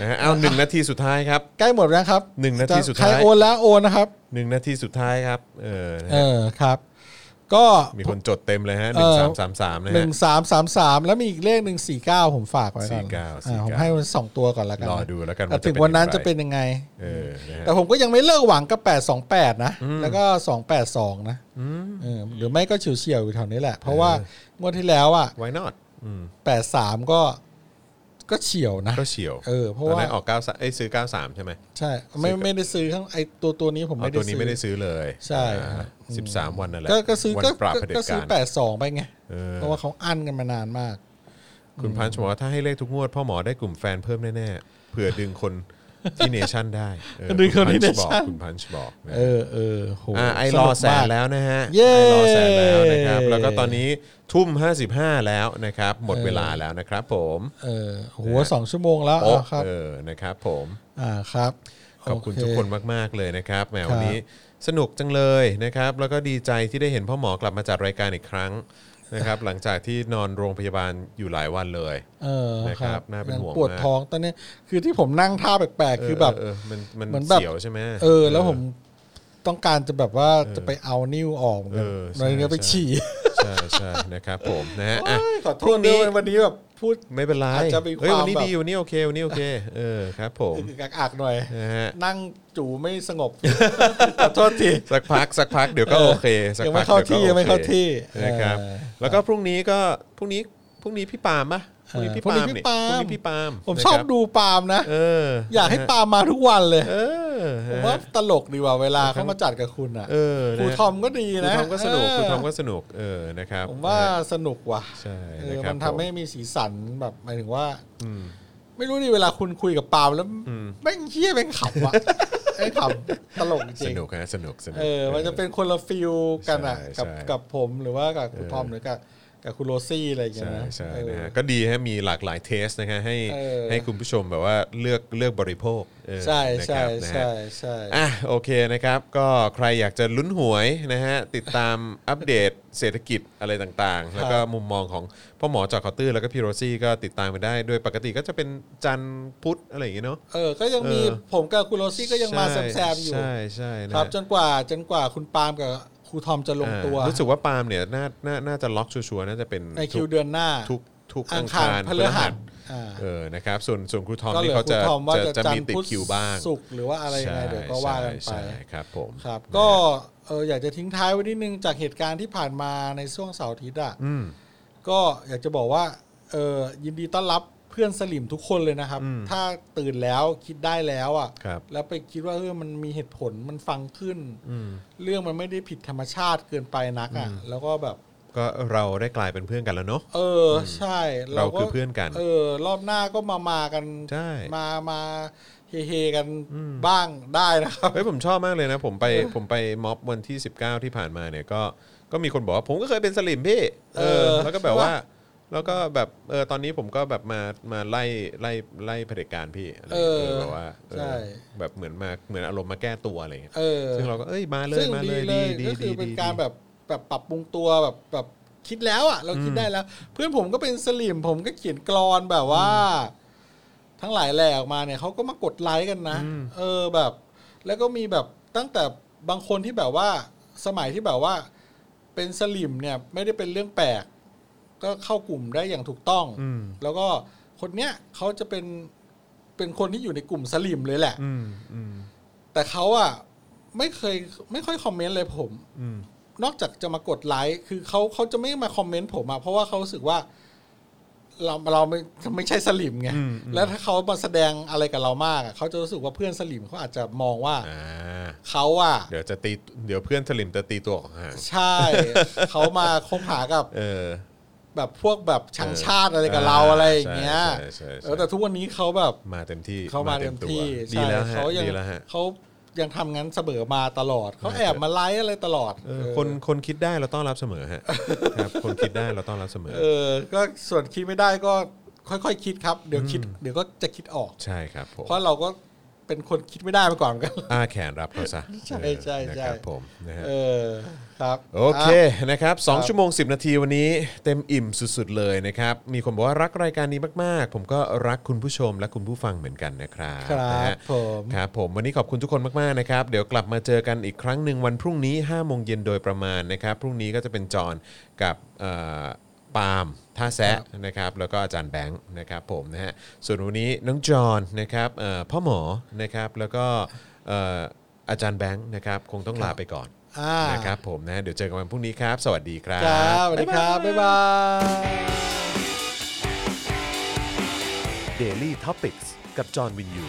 [SPEAKER 1] นะฮะเอาหนึ่งนาทีสุดท้ายครับ
[SPEAKER 2] ใกล้หมดแล้วครับ
[SPEAKER 1] หนึ่งนาทีสุดท้าย
[SPEAKER 2] ใครโอนแล้วโอนนะครับ
[SPEAKER 1] หนึ่งนาทีสุดท้ายครับ เออนะ
[SPEAKER 2] เอ
[SPEAKER 1] ฮะ
[SPEAKER 2] อครับ ก็
[SPEAKER 1] มีคนจดเต็มเลยฮะห
[SPEAKER 2] เอ
[SPEAKER 1] นึ่ง
[SPEAKER 2] อ
[SPEAKER 1] สามสามสามนะ
[SPEAKER 2] ห
[SPEAKER 1] ฮะ
[SPEAKER 2] นึ่งสามสามสามแล้วมีอีกเลขหนึ่งสี่เก้าผมฝากไว้ก่อน
[SPEAKER 1] 49
[SPEAKER 2] อ่าผมให้มันสองตัวก่อนแล้วกัน
[SPEAKER 1] รอดูแล้วกัน
[SPEAKER 2] แต่
[SPEAKER 1] ว่า
[SPEAKER 2] ถึงวันนั้นจะ
[SPEAKER 1] ย่าไร
[SPEAKER 2] เป็นยังไง
[SPEAKER 1] เออนะฮะ
[SPEAKER 2] แต่ผมก็ยังไม่เลิกหวังกับแปดสองแปดนะ แล้วก็สองแปดสองนะ
[SPEAKER 1] อืม
[SPEAKER 2] เออหรือไม่ก็เฉียวเฉียวๆอยู่แถวนี้แหละ เพราะ
[SPEAKER 1] เออ
[SPEAKER 2] ว่างวดที่แล้วอ่ะ
[SPEAKER 1] why not อืม
[SPEAKER 2] แปดสามก็ ก็เฉียวนะ
[SPEAKER 1] ก็เฉียว
[SPEAKER 2] เออเพราะ
[SPEAKER 1] ตอ
[SPEAKER 2] ว่า
[SPEAKER 1] นนั้นออก9ไอ้ยซื้อ 93 ใช่ไหม
[SPEAKER 2] ใช่ไม่
[SPEAKER 1] ซื้อ
[SPEAKER 2] ไม่ได้ซื้อข้างไอตัวตัวนี้ผม
[SPEAKER 1] เอา
[SPEAKER 2] ไม่ได้
[SPEAKER 1] ตัวนี้ไม่ได้
[SPEAKER 2] ซื้อ
[SPEAKER 1] ซื้อเลย
[SPEAKER 2] ใช่
[SPEAKER 1] อ่า
[SPEAKER 2] ครับ
[SPEAKER 1] สิบสามวันนั่นแหละ
[SPEAKER 2] ก็ก็ซื้อ
[SPEAKER 1] วัน
[SPEAKER 2] ก็
[SPEAKER 1] ปราบเผด็จ
[SPEAKER 2] ก็ซื้อ
[SPEAKER 1] การ
[SPEAKER 2] แปดสองไปไง
[SPEAKER 1] เออ
[SPEAKER 2] เพราะว่าเขาอั้นกันมานานมาก
[SPEAKER 1] คุณพันชบอกว่าถ้าให้เลขทุกงวด พ่อหมอได้กลุ่มแฟนเพิ่มแน่ ๆเผื่อดึงคนที่เนชั่นได้เออ
[SPEAKER 2] ดึงคนที่
[SPEAKER 1] ณ Punch บอก
[SPEAKER 2] Nation
[SPEAKER 1] คุณพันชบอกนะ
[SPEAKER 2] เออเออโห
[SPEAKER 1] อ่าไอ
[SPEAKER 2] ส
[SPEAKER 1] ร
[SPEAKER 2] นุ
[SPEAKER 1] อก แสน
[SPEAKER 2] มาก
[SPEAKER 1] แล้วนะฮะ
[SPEAKER 2] เย้
[SPEAKER 1] ไอรอแสนแล้วนะครับ แล้วก็ตอนนี้ทุ่ม 55 แล้วนะครับ หมดเวลาแล้วนะครับผม
[SPEAKER 2] เออโหัวสองชั่วโมงแล้ว
[SPEAKER 1] โอ้
[SPEAKER 2] อ่ะครับ
[SPEAKER 1] เออนะครับผม
[SPEAKER 2] อ่าครับ
[SPEAKER 1] ขอบคุณ
[SPEAKER 2] โเ
[SPEAKER 1] ทุกคนมาก ๆ เลยนะครับแหมวันนี้สนุกจังเลยนะครับ แล้วก็ดีใจที่ได้เห็นพ่อหมอกลับมาจัดรายการอีกครั้งนะครับ หลังจากที่นอนโรงพยาบาลอยู่หลายวันเลย
[SPEAKER 2] เออ
[SPEAKER 1] นะครับน่าเป็น
[SPEAKER 2] ยัง
[SPEAKER 1] ห่วง
[SPEAKER 2] ปวด
[SPEAKER 1] มาก
[SPEAKER 2] ท้องตอนนี้คือที่ผมนั่งท่าแปลกๆ คือแบบ
[SPEAKER 1] เเอมันมัน
[SPEAKER 2] เหมือนแบบ
[SPEAKER 1] เสียวใช่ไหม
[SPEAKER 2] เออ แล้วผมต้องการจะแบบว่าจะไปเอานิ้วออกเหมือนกัน
[SPEAKER 1] เออใช่
[SPEAKER 2] เลยเนี่ยไป
[SPEAKER 1] ใช่
[SPEAKER 2] ฉี่
[SPEAKER 1] ใช่ใช่นะครับผมนะฮะอ่ะ
[SPEAKER 2] เอ้ยขอโท
[SPEAKER 1] พรุ่
[SPEAKER 2] ษ
[SPEAKER 1] งนี้
[SPEAKER 2] ด้วยวันนี้แบบพูด
[SPEAKER 1] ไม่เป็นไร
[SPEAKER 2] อาจจะมี
[SPEAKER 1] เฮ้ย
[SPEAKER 2] ความ
[SPEAKER 1] วันนี้
[SPEAKER 2] แบบ
[SPEAKER 1] ดีวันนี้โอเควันนี้โอเค เออครับผม
[SPEAKER 2] อึกอักอักหน่อย
[SPEAKER 1] นะฮะ
[SPEAKER 2] นั่งจู่ไม่สงบ ขอโทษที
[SPEAKER 1] สักพักสักพักเดี๋ยวก็
[SPEAKER 2] เออ
[SPEAKER 1] โอเคสัก
[SPEAKER 2] ยังไม่
[SPEAKER 1] พัก
[SPEAKER 2] เข้า
[SPEAKER 1] ดี๋ยวก็
[SPEAKER 2] ที่ยังไม่
[SPEAKER 1] โอค
[SPEAKER 2] เข้าที่
[SPEAKER 1] นะครับ
[SPEAKER 2] เออ
[SPEAKER 1] แล้วก็พรุ่งนี้ก็พรุ่งนี้พรุ่งนี้พี่ปาล์มปะพรุ่งนี้พี่
[SPEAKER 2] เออ
[SPEAKER 1] ปาล์ม
[SPEAKER 2] พรุ่งนี้
[SPEAKER 1] นี่
[SPEAKER 2] พี่ปาล์ม
[SPEAKER 1] พรุ่งนี้พี่ปาล์ม
[SPEAKER 2] ผม
[SPEAKER 1] นะ
[SPEAKER 2] ชอบ
[SPEAKER 1] ครับ
[SPEAKER 2] ดูปาล์มนะ
[SPEAKER 1] เออ
[SPEAKER 2] อ
[SPEAKER 1] อย
[SPEAKER 2] ากให้ปาล์มมาทุกวันเลย
[SPEAKER 1] เออ
[SPEAKER 2] ผมว่าตลกดีว่ะเวลาเขามาจัดกับคุณอ่ะ
[SPEAKER 1] เออนะ
[SPEAKER 2] ครูทอมก็ดี
[SPEAKER 1] ครู
[SPEAKER 2] นะ
[SPEAKER 1] ทอมก็สนุก
[SPEAKER 2] เ
[SPEAKER 1] ครูทอมก็สนุกเออนะครับ
[SPEAKER 2] ผมว่าสนุกว่ะ
[SPEAKER 1] ใช่
[SPEAKER 2] เอ
[SPEAKER 1] นะ
[SPEAKER 2] อ
[SPEAKER 1] ครับ
[SPEAKER 2] มันทำให้
[SPEAKER 1] ผ
[SPEAKER 2] มีสีสันแบบหมายถึงว่า
[SPEAKER 1] อืม
[SPEAKER 2] ไม่รู้ดิเวลาคุณคุยกับปาล์มแล้ว
[SPEAKER 1] อืม
[SPEAKER 2] แม่งเฮี้ยแม่งขำอ่ะ ไอ้ขำตลกจ
[SPEAKER 1] ส
[SPEAKER 2] ริง
[SPEAKER 1] นุกนะสนุกสนุก
[SPEAKER 2] เออ มันจะเป็นคนละฟิลกันอ่ะ
[SPEAKER 1] ใช่
[SPEAKER 2] กับ
[SPEAKER 1] ใช่
[SPEAKER 2] กับผมหรือว่ากับครูทอมหรือกับกับคุณโรซี่อะไรอย่างเงี้ย
[SPEAKER 1] ใช่
[SPEAKER 2] นะ
[SPEAKER 1] ใช่
[SPEAKER 2] เออ
[SPEAKER 1] นะฮะก็ดีฮะมีหลากหลายเทสนะฮะให้
[SPEAKER 2] เออ
[SPEAKER 1] ให้คุณผู้ชมแบบว่าเลือกเลือกบริโภคเออ
[SPEAKER 2] ใช่
[SPEAKER 1] นะค
[SPEAKER 2] ใช่
[SPEAKER 1] รับนะฮะ
[SPEAKER 2] ใช่ใช่
[SPEAKER 1] อ่ะโอเคนะครับก็ใครอยากจะลุ้นหวยนะฮะติดตามอัปเดตเศรษฐกิจอะไรต่างๆ แล้วก็มุมมองของพ่อหมอจอคอตื้อแล้วก็พี่โรซี่ก็ติดตามไปได้โดยปกติก็จะเป็นจันทร์พุธอะไรอย่างเงี้ยเนาะ
[SPEAKER 2] เออ ก็ยังมี
[SPEAKER 1] เออ
[SPEAKER 2] ผมกับคุณโรซี่ก็ยังมาแซมๆอยู่
[SPEAKER 1] ใช่ใช่นะ
[SPEAKER 2] ค
[SPEAKER 1] ฮะ
[SPEAKER 2] รับจนกว่าจนกว่าคุณปาล์มกับครูทอมจะลงตัว
[SPEAKER 1] อ่ารู้สึกว่าปาล์มเนี่ยน่าน่าน่าจะล็อกชัวร์ๆน่าจะเป็น
[SPEAKER 2] ในคิวเดือนหน้า
[SPEAKER 1] ทุกทุก
[SPEAKER 2] อั
[SPEAKER 1] อั
[SPEAKER 2] ง
[SPEAKER 1] ง
[SPEAKER 2] คาร
[SPEAKER 1] คาร
[SPEAKER 2] พฤหัสอ่า
[SPEAKER 1] เออนะครับส่วนส่วนครูทอม
[SPEAKER 2] ก็เหลื
[SPEAKER 1] นี่
[SPEAKER 2] อ
[SPEAKER 1] เขา
[SPEAKER 2] คุณ
[SPEAKER 1] จะ
[SPEAKER 2] ทอมว่า
[SPEAKER 1] จะ
[SPEAKER 2] จะ
[SPEAKER 1] จะ
[SPEAKER 2] จัน
[SPEAKER 1] มี
[SPEAKER 2] ทร์
[SPEAKER 1] ติด
[SPEAKER 2] พุธ
[SPEAKER 1] คิวบ้าง
[SPEAKER 2] ศุกร์หรือว่าอะไรยังไงเดี๋ยวก็ว่ากันไป
[SPEAKER 1] ใช่ใช่ครับผม
[SPEAKER 2] ครับ ก็เอออยากจะทิ้งท้ายไว้นิดนึงจากเหตุการณ์ที่ผ่านมาในช่วงเสาร์อาทิตย์อ่ะ
[SPEAKER 1] อืม
[SPEAKER 2] ก็อยากจะบอกว่าเออยินดีต้อนรับเพื่อนสลิมทุกคนเลยนะครับ
[SPEAKER 1] อืม
[SPEAKER 2] ถ้าตื่นแล้วคิดได้แล้วอ่ะ
[SPEAKER 1] ครับ
[SPEAKER 2] แล้วไปคิดว่าเออมันมีเหตุผลมันฟังขึ้น
[SPEAKER 1] อืม
[SPEAKER 2] เรื่องมันไม่ได้ผิดธรรมชาติเกินไปนักอ่ะแล้วก็แบบ
[SPEAKER 1] ก็เราได้กลายเป็นเพื่อนกันแล้วเนาะ
[SPEAKER 2] เอออใช่
[SPEAKER 1] เรา
[SPEAKER 2] ก็
[SPEAKER 1] คือเพื่อนกัน
[SPEAKER 2] เออ รอบหน้าก็มามากัน
[SPEAKER 1] ใช่
[SPEAKER 2] มามาเฮๆกันบ้างได้นะครับ
[SPEAKER 1] เฮ้ยผมชอบมากเลยนะ ผมไปผมไปม็อบวันที่ 19 ที่ผ่านมาเนี่ยก็ก็มีคนบอกว่าผมก็เคยเป็นสลิมพี่เออ
[SPEAKER 2] เออ
[SPEAKER 1] แล้วก็แบบ
[SPEAKER 2] ใช่ปะ
[SPEAKER 1] ว่า แล้วก็แบบเออตอนนี้ผมก็แบบมามาไล่ไล่ไล่เผด็จการพี่อะไรเงี้ยเออแบบว่าเออ
[SPEAKER 2] ใช่
[SPEAKER 1] แบบเหมือนมาเหมือนอารมณ์มาแก้ตัวอะไรเงี้ย
[SPEAKER 2] เออ
[SPEAKER 1] ซึ่งเราก็เอ้ยมาเล
[SPEAKER 2] ซึ่
[SPEAKER 1] ย
[SPEAKER 2] ง
[SPEAKER 1] มาเล
[SPEAKER 2] ดี
[SPEAKER 1] ย
[SPEAKER 2] เล
[SPEAKER 1] ดี
[SPEAKER 2] ย
[SPEAKER 1] ดี
[SPEAKER 2] ก็คือ
[SPEAKER 1] ดี
[SPEAKER 2] เป็นการแบบแบบปรับปรุงตัวแบบแบบคิดแล้วอ่ะ เราคิดได้แล้ว เพื่อนผมก็เป็นสลิมผมก็เขียนกรอนแบบว่า ทั้งหลายแหล่ออกมาเนี่ยเขาก็มากดไลค์กันนะ เออแบบ แล้วก็มีแบบตั้งแต่บางคนที่แบบว่า สมัยที่แบบว่า เป็นสลิมเนี่ยไม่ได้เป็นเรื่องแปลก ก็เข้ากลุ่มได้อย่างถูกต้อง
[SPEAKER 1] อืม
[SPEAKER 2] แล้วก็คนเนี้ยเขาจะเป็นเป็นคนที่อยู่ในกลุ่มสลิมเลยแหละ
[SPEAKER 1] อืมอืม
[SPEAKER 2] แต่เขาอ่ะไม่เคยไม่ค่อยคอมเมนต์เลยผม
[SPEAKER 1] อืม
[SPEAKER 2] นอกจากจะมากดไลค์คือเขาเขาจะไม่มาคอมเมนต์ผมอะเพราะว่าเขารู้สึกว่า เราเราไม่ไม่ใช่สลิมไง
[SPEAKER 1] อืม
[SPEAKER 2] แล้วถ้าเขามาแสดงอะไรกับเรามากอะเขาจะรู้สึกว่าเพื่อนสลิมเขาอาจจะมองว่า
[SPEAKER 1] อ่า
[SPEAKER 2] เขาอะ
[SPEAKER 1] เดี๋ยวจะตีเดี๋ยวเพื่อนสลิมจะตีตัวออกห่าง
[SPEAKER 2] ใช่ เขามาคบหากับ
[SPEAKER 1] เออ
[SPEAKER 2] แบบพวกแบบชังชาติอะไรกับเราอะไรอย่างเงี้ย
[SPEAKER 1] ใช่ใช่ใช่
[SPEAKER 2] เออแต่ทุกวันนี้เขาแบบ
[SPEAKER 1] มาเต็มที่
[SPEAKER 2] เขามาเต็มที่
[SPEAKER 1] ตัวดี
[SPEAKER 2] ใช่
[SPEAKER 1] แล้วฮะ
[SPEAKER 2] เขายัง
[SPEAKER 1] ดีแล้วฮะ
[SPEAKER 2] เขายังทำงั้นเสมอมาตลอดเขาแอบมาไลค์อะไรตลอด
[SPEAKER 1] เออ
[SPEAKER 2] เออ
[SPEAKER 1] คนคนคิดได้เราต้อนรับเสมอฮะ ครับคนคิดได้เราต้อนรับเสมอ
[SPEAKER 2] เออ ก็ส่วนคิดไม่ได้ก็ค่อยๆ คิดครับ เดี๋ยวคิด เดี๋ยวก็จะคิดออก
[SPEAKER 1] ใช่ครับผม
[SPEAKER 2] เพราะเราก็เป็นคนคิดไม่ได้มาก่อนเหมือนกัน
[SPEAKER 1] อ้าแขนรับเขาซะ
[SPEAKER 2] ใช่ใช่
[SPEAKER 1] เออนะ
[SPEAKER 2] ใช่
[SPEAKER 1] ครับผมนะฮะ
[SPEAKER 2] เออ ครับ
[SPEAKER 1] โอเค
[SPEAKER 2] อ่ะ
[SPEAKER 1] นะครับสอง
[SPEAKER 2] ครับ
[SPEAKER 1] ชั่วโมง 10 นาทีวันนี้เต็มอิ่มสุดๆเลยนะครับ มีคนบอกว่ารักรายการนี้มากๆ ผมก็รักคุณผู้ชมและคุณผู้ฟังเหมือนกันนะครับ
[SPEAKER 2] ครับ
[SPEAKER 1] นะฮะ
[SPEAKER 2] ผม
[SPEAKER 1] ครับผมวันนี้ขอบคุณทุกคนมากๆนะครับ เดี๋ยวกลับมาเจอกันอีกครั้งหนึ่งวันพรุ่งนี้5โมงเย็นโดยประมาณนะครับพรุ่งนี้ก็จะเป็นจอห์นกับเอ่อ ปาล์มท่าแซะนะครับแล้วก็อาจารย์แบงค์นะครับผมนะฮะส่วนวันนี้น้องจอนนะครับเอ่อพ่อหมอนะครับแล้วก็เอ่ออาจารย์แบงค์นะครับคงต้องลาไปก่อน
[SPEAKER 2] อ่า
[SPEAKER 1] นะครับผมนะเดี๋ยวเจอกันวันพรุ่งนี้ครับ สวัสดีครับ
[SPEAKER 2] ครับสวัสดีครับ บ๊ายบาย
[SPEAKER 5] Daily t o p i c กกับจอห์นวินยู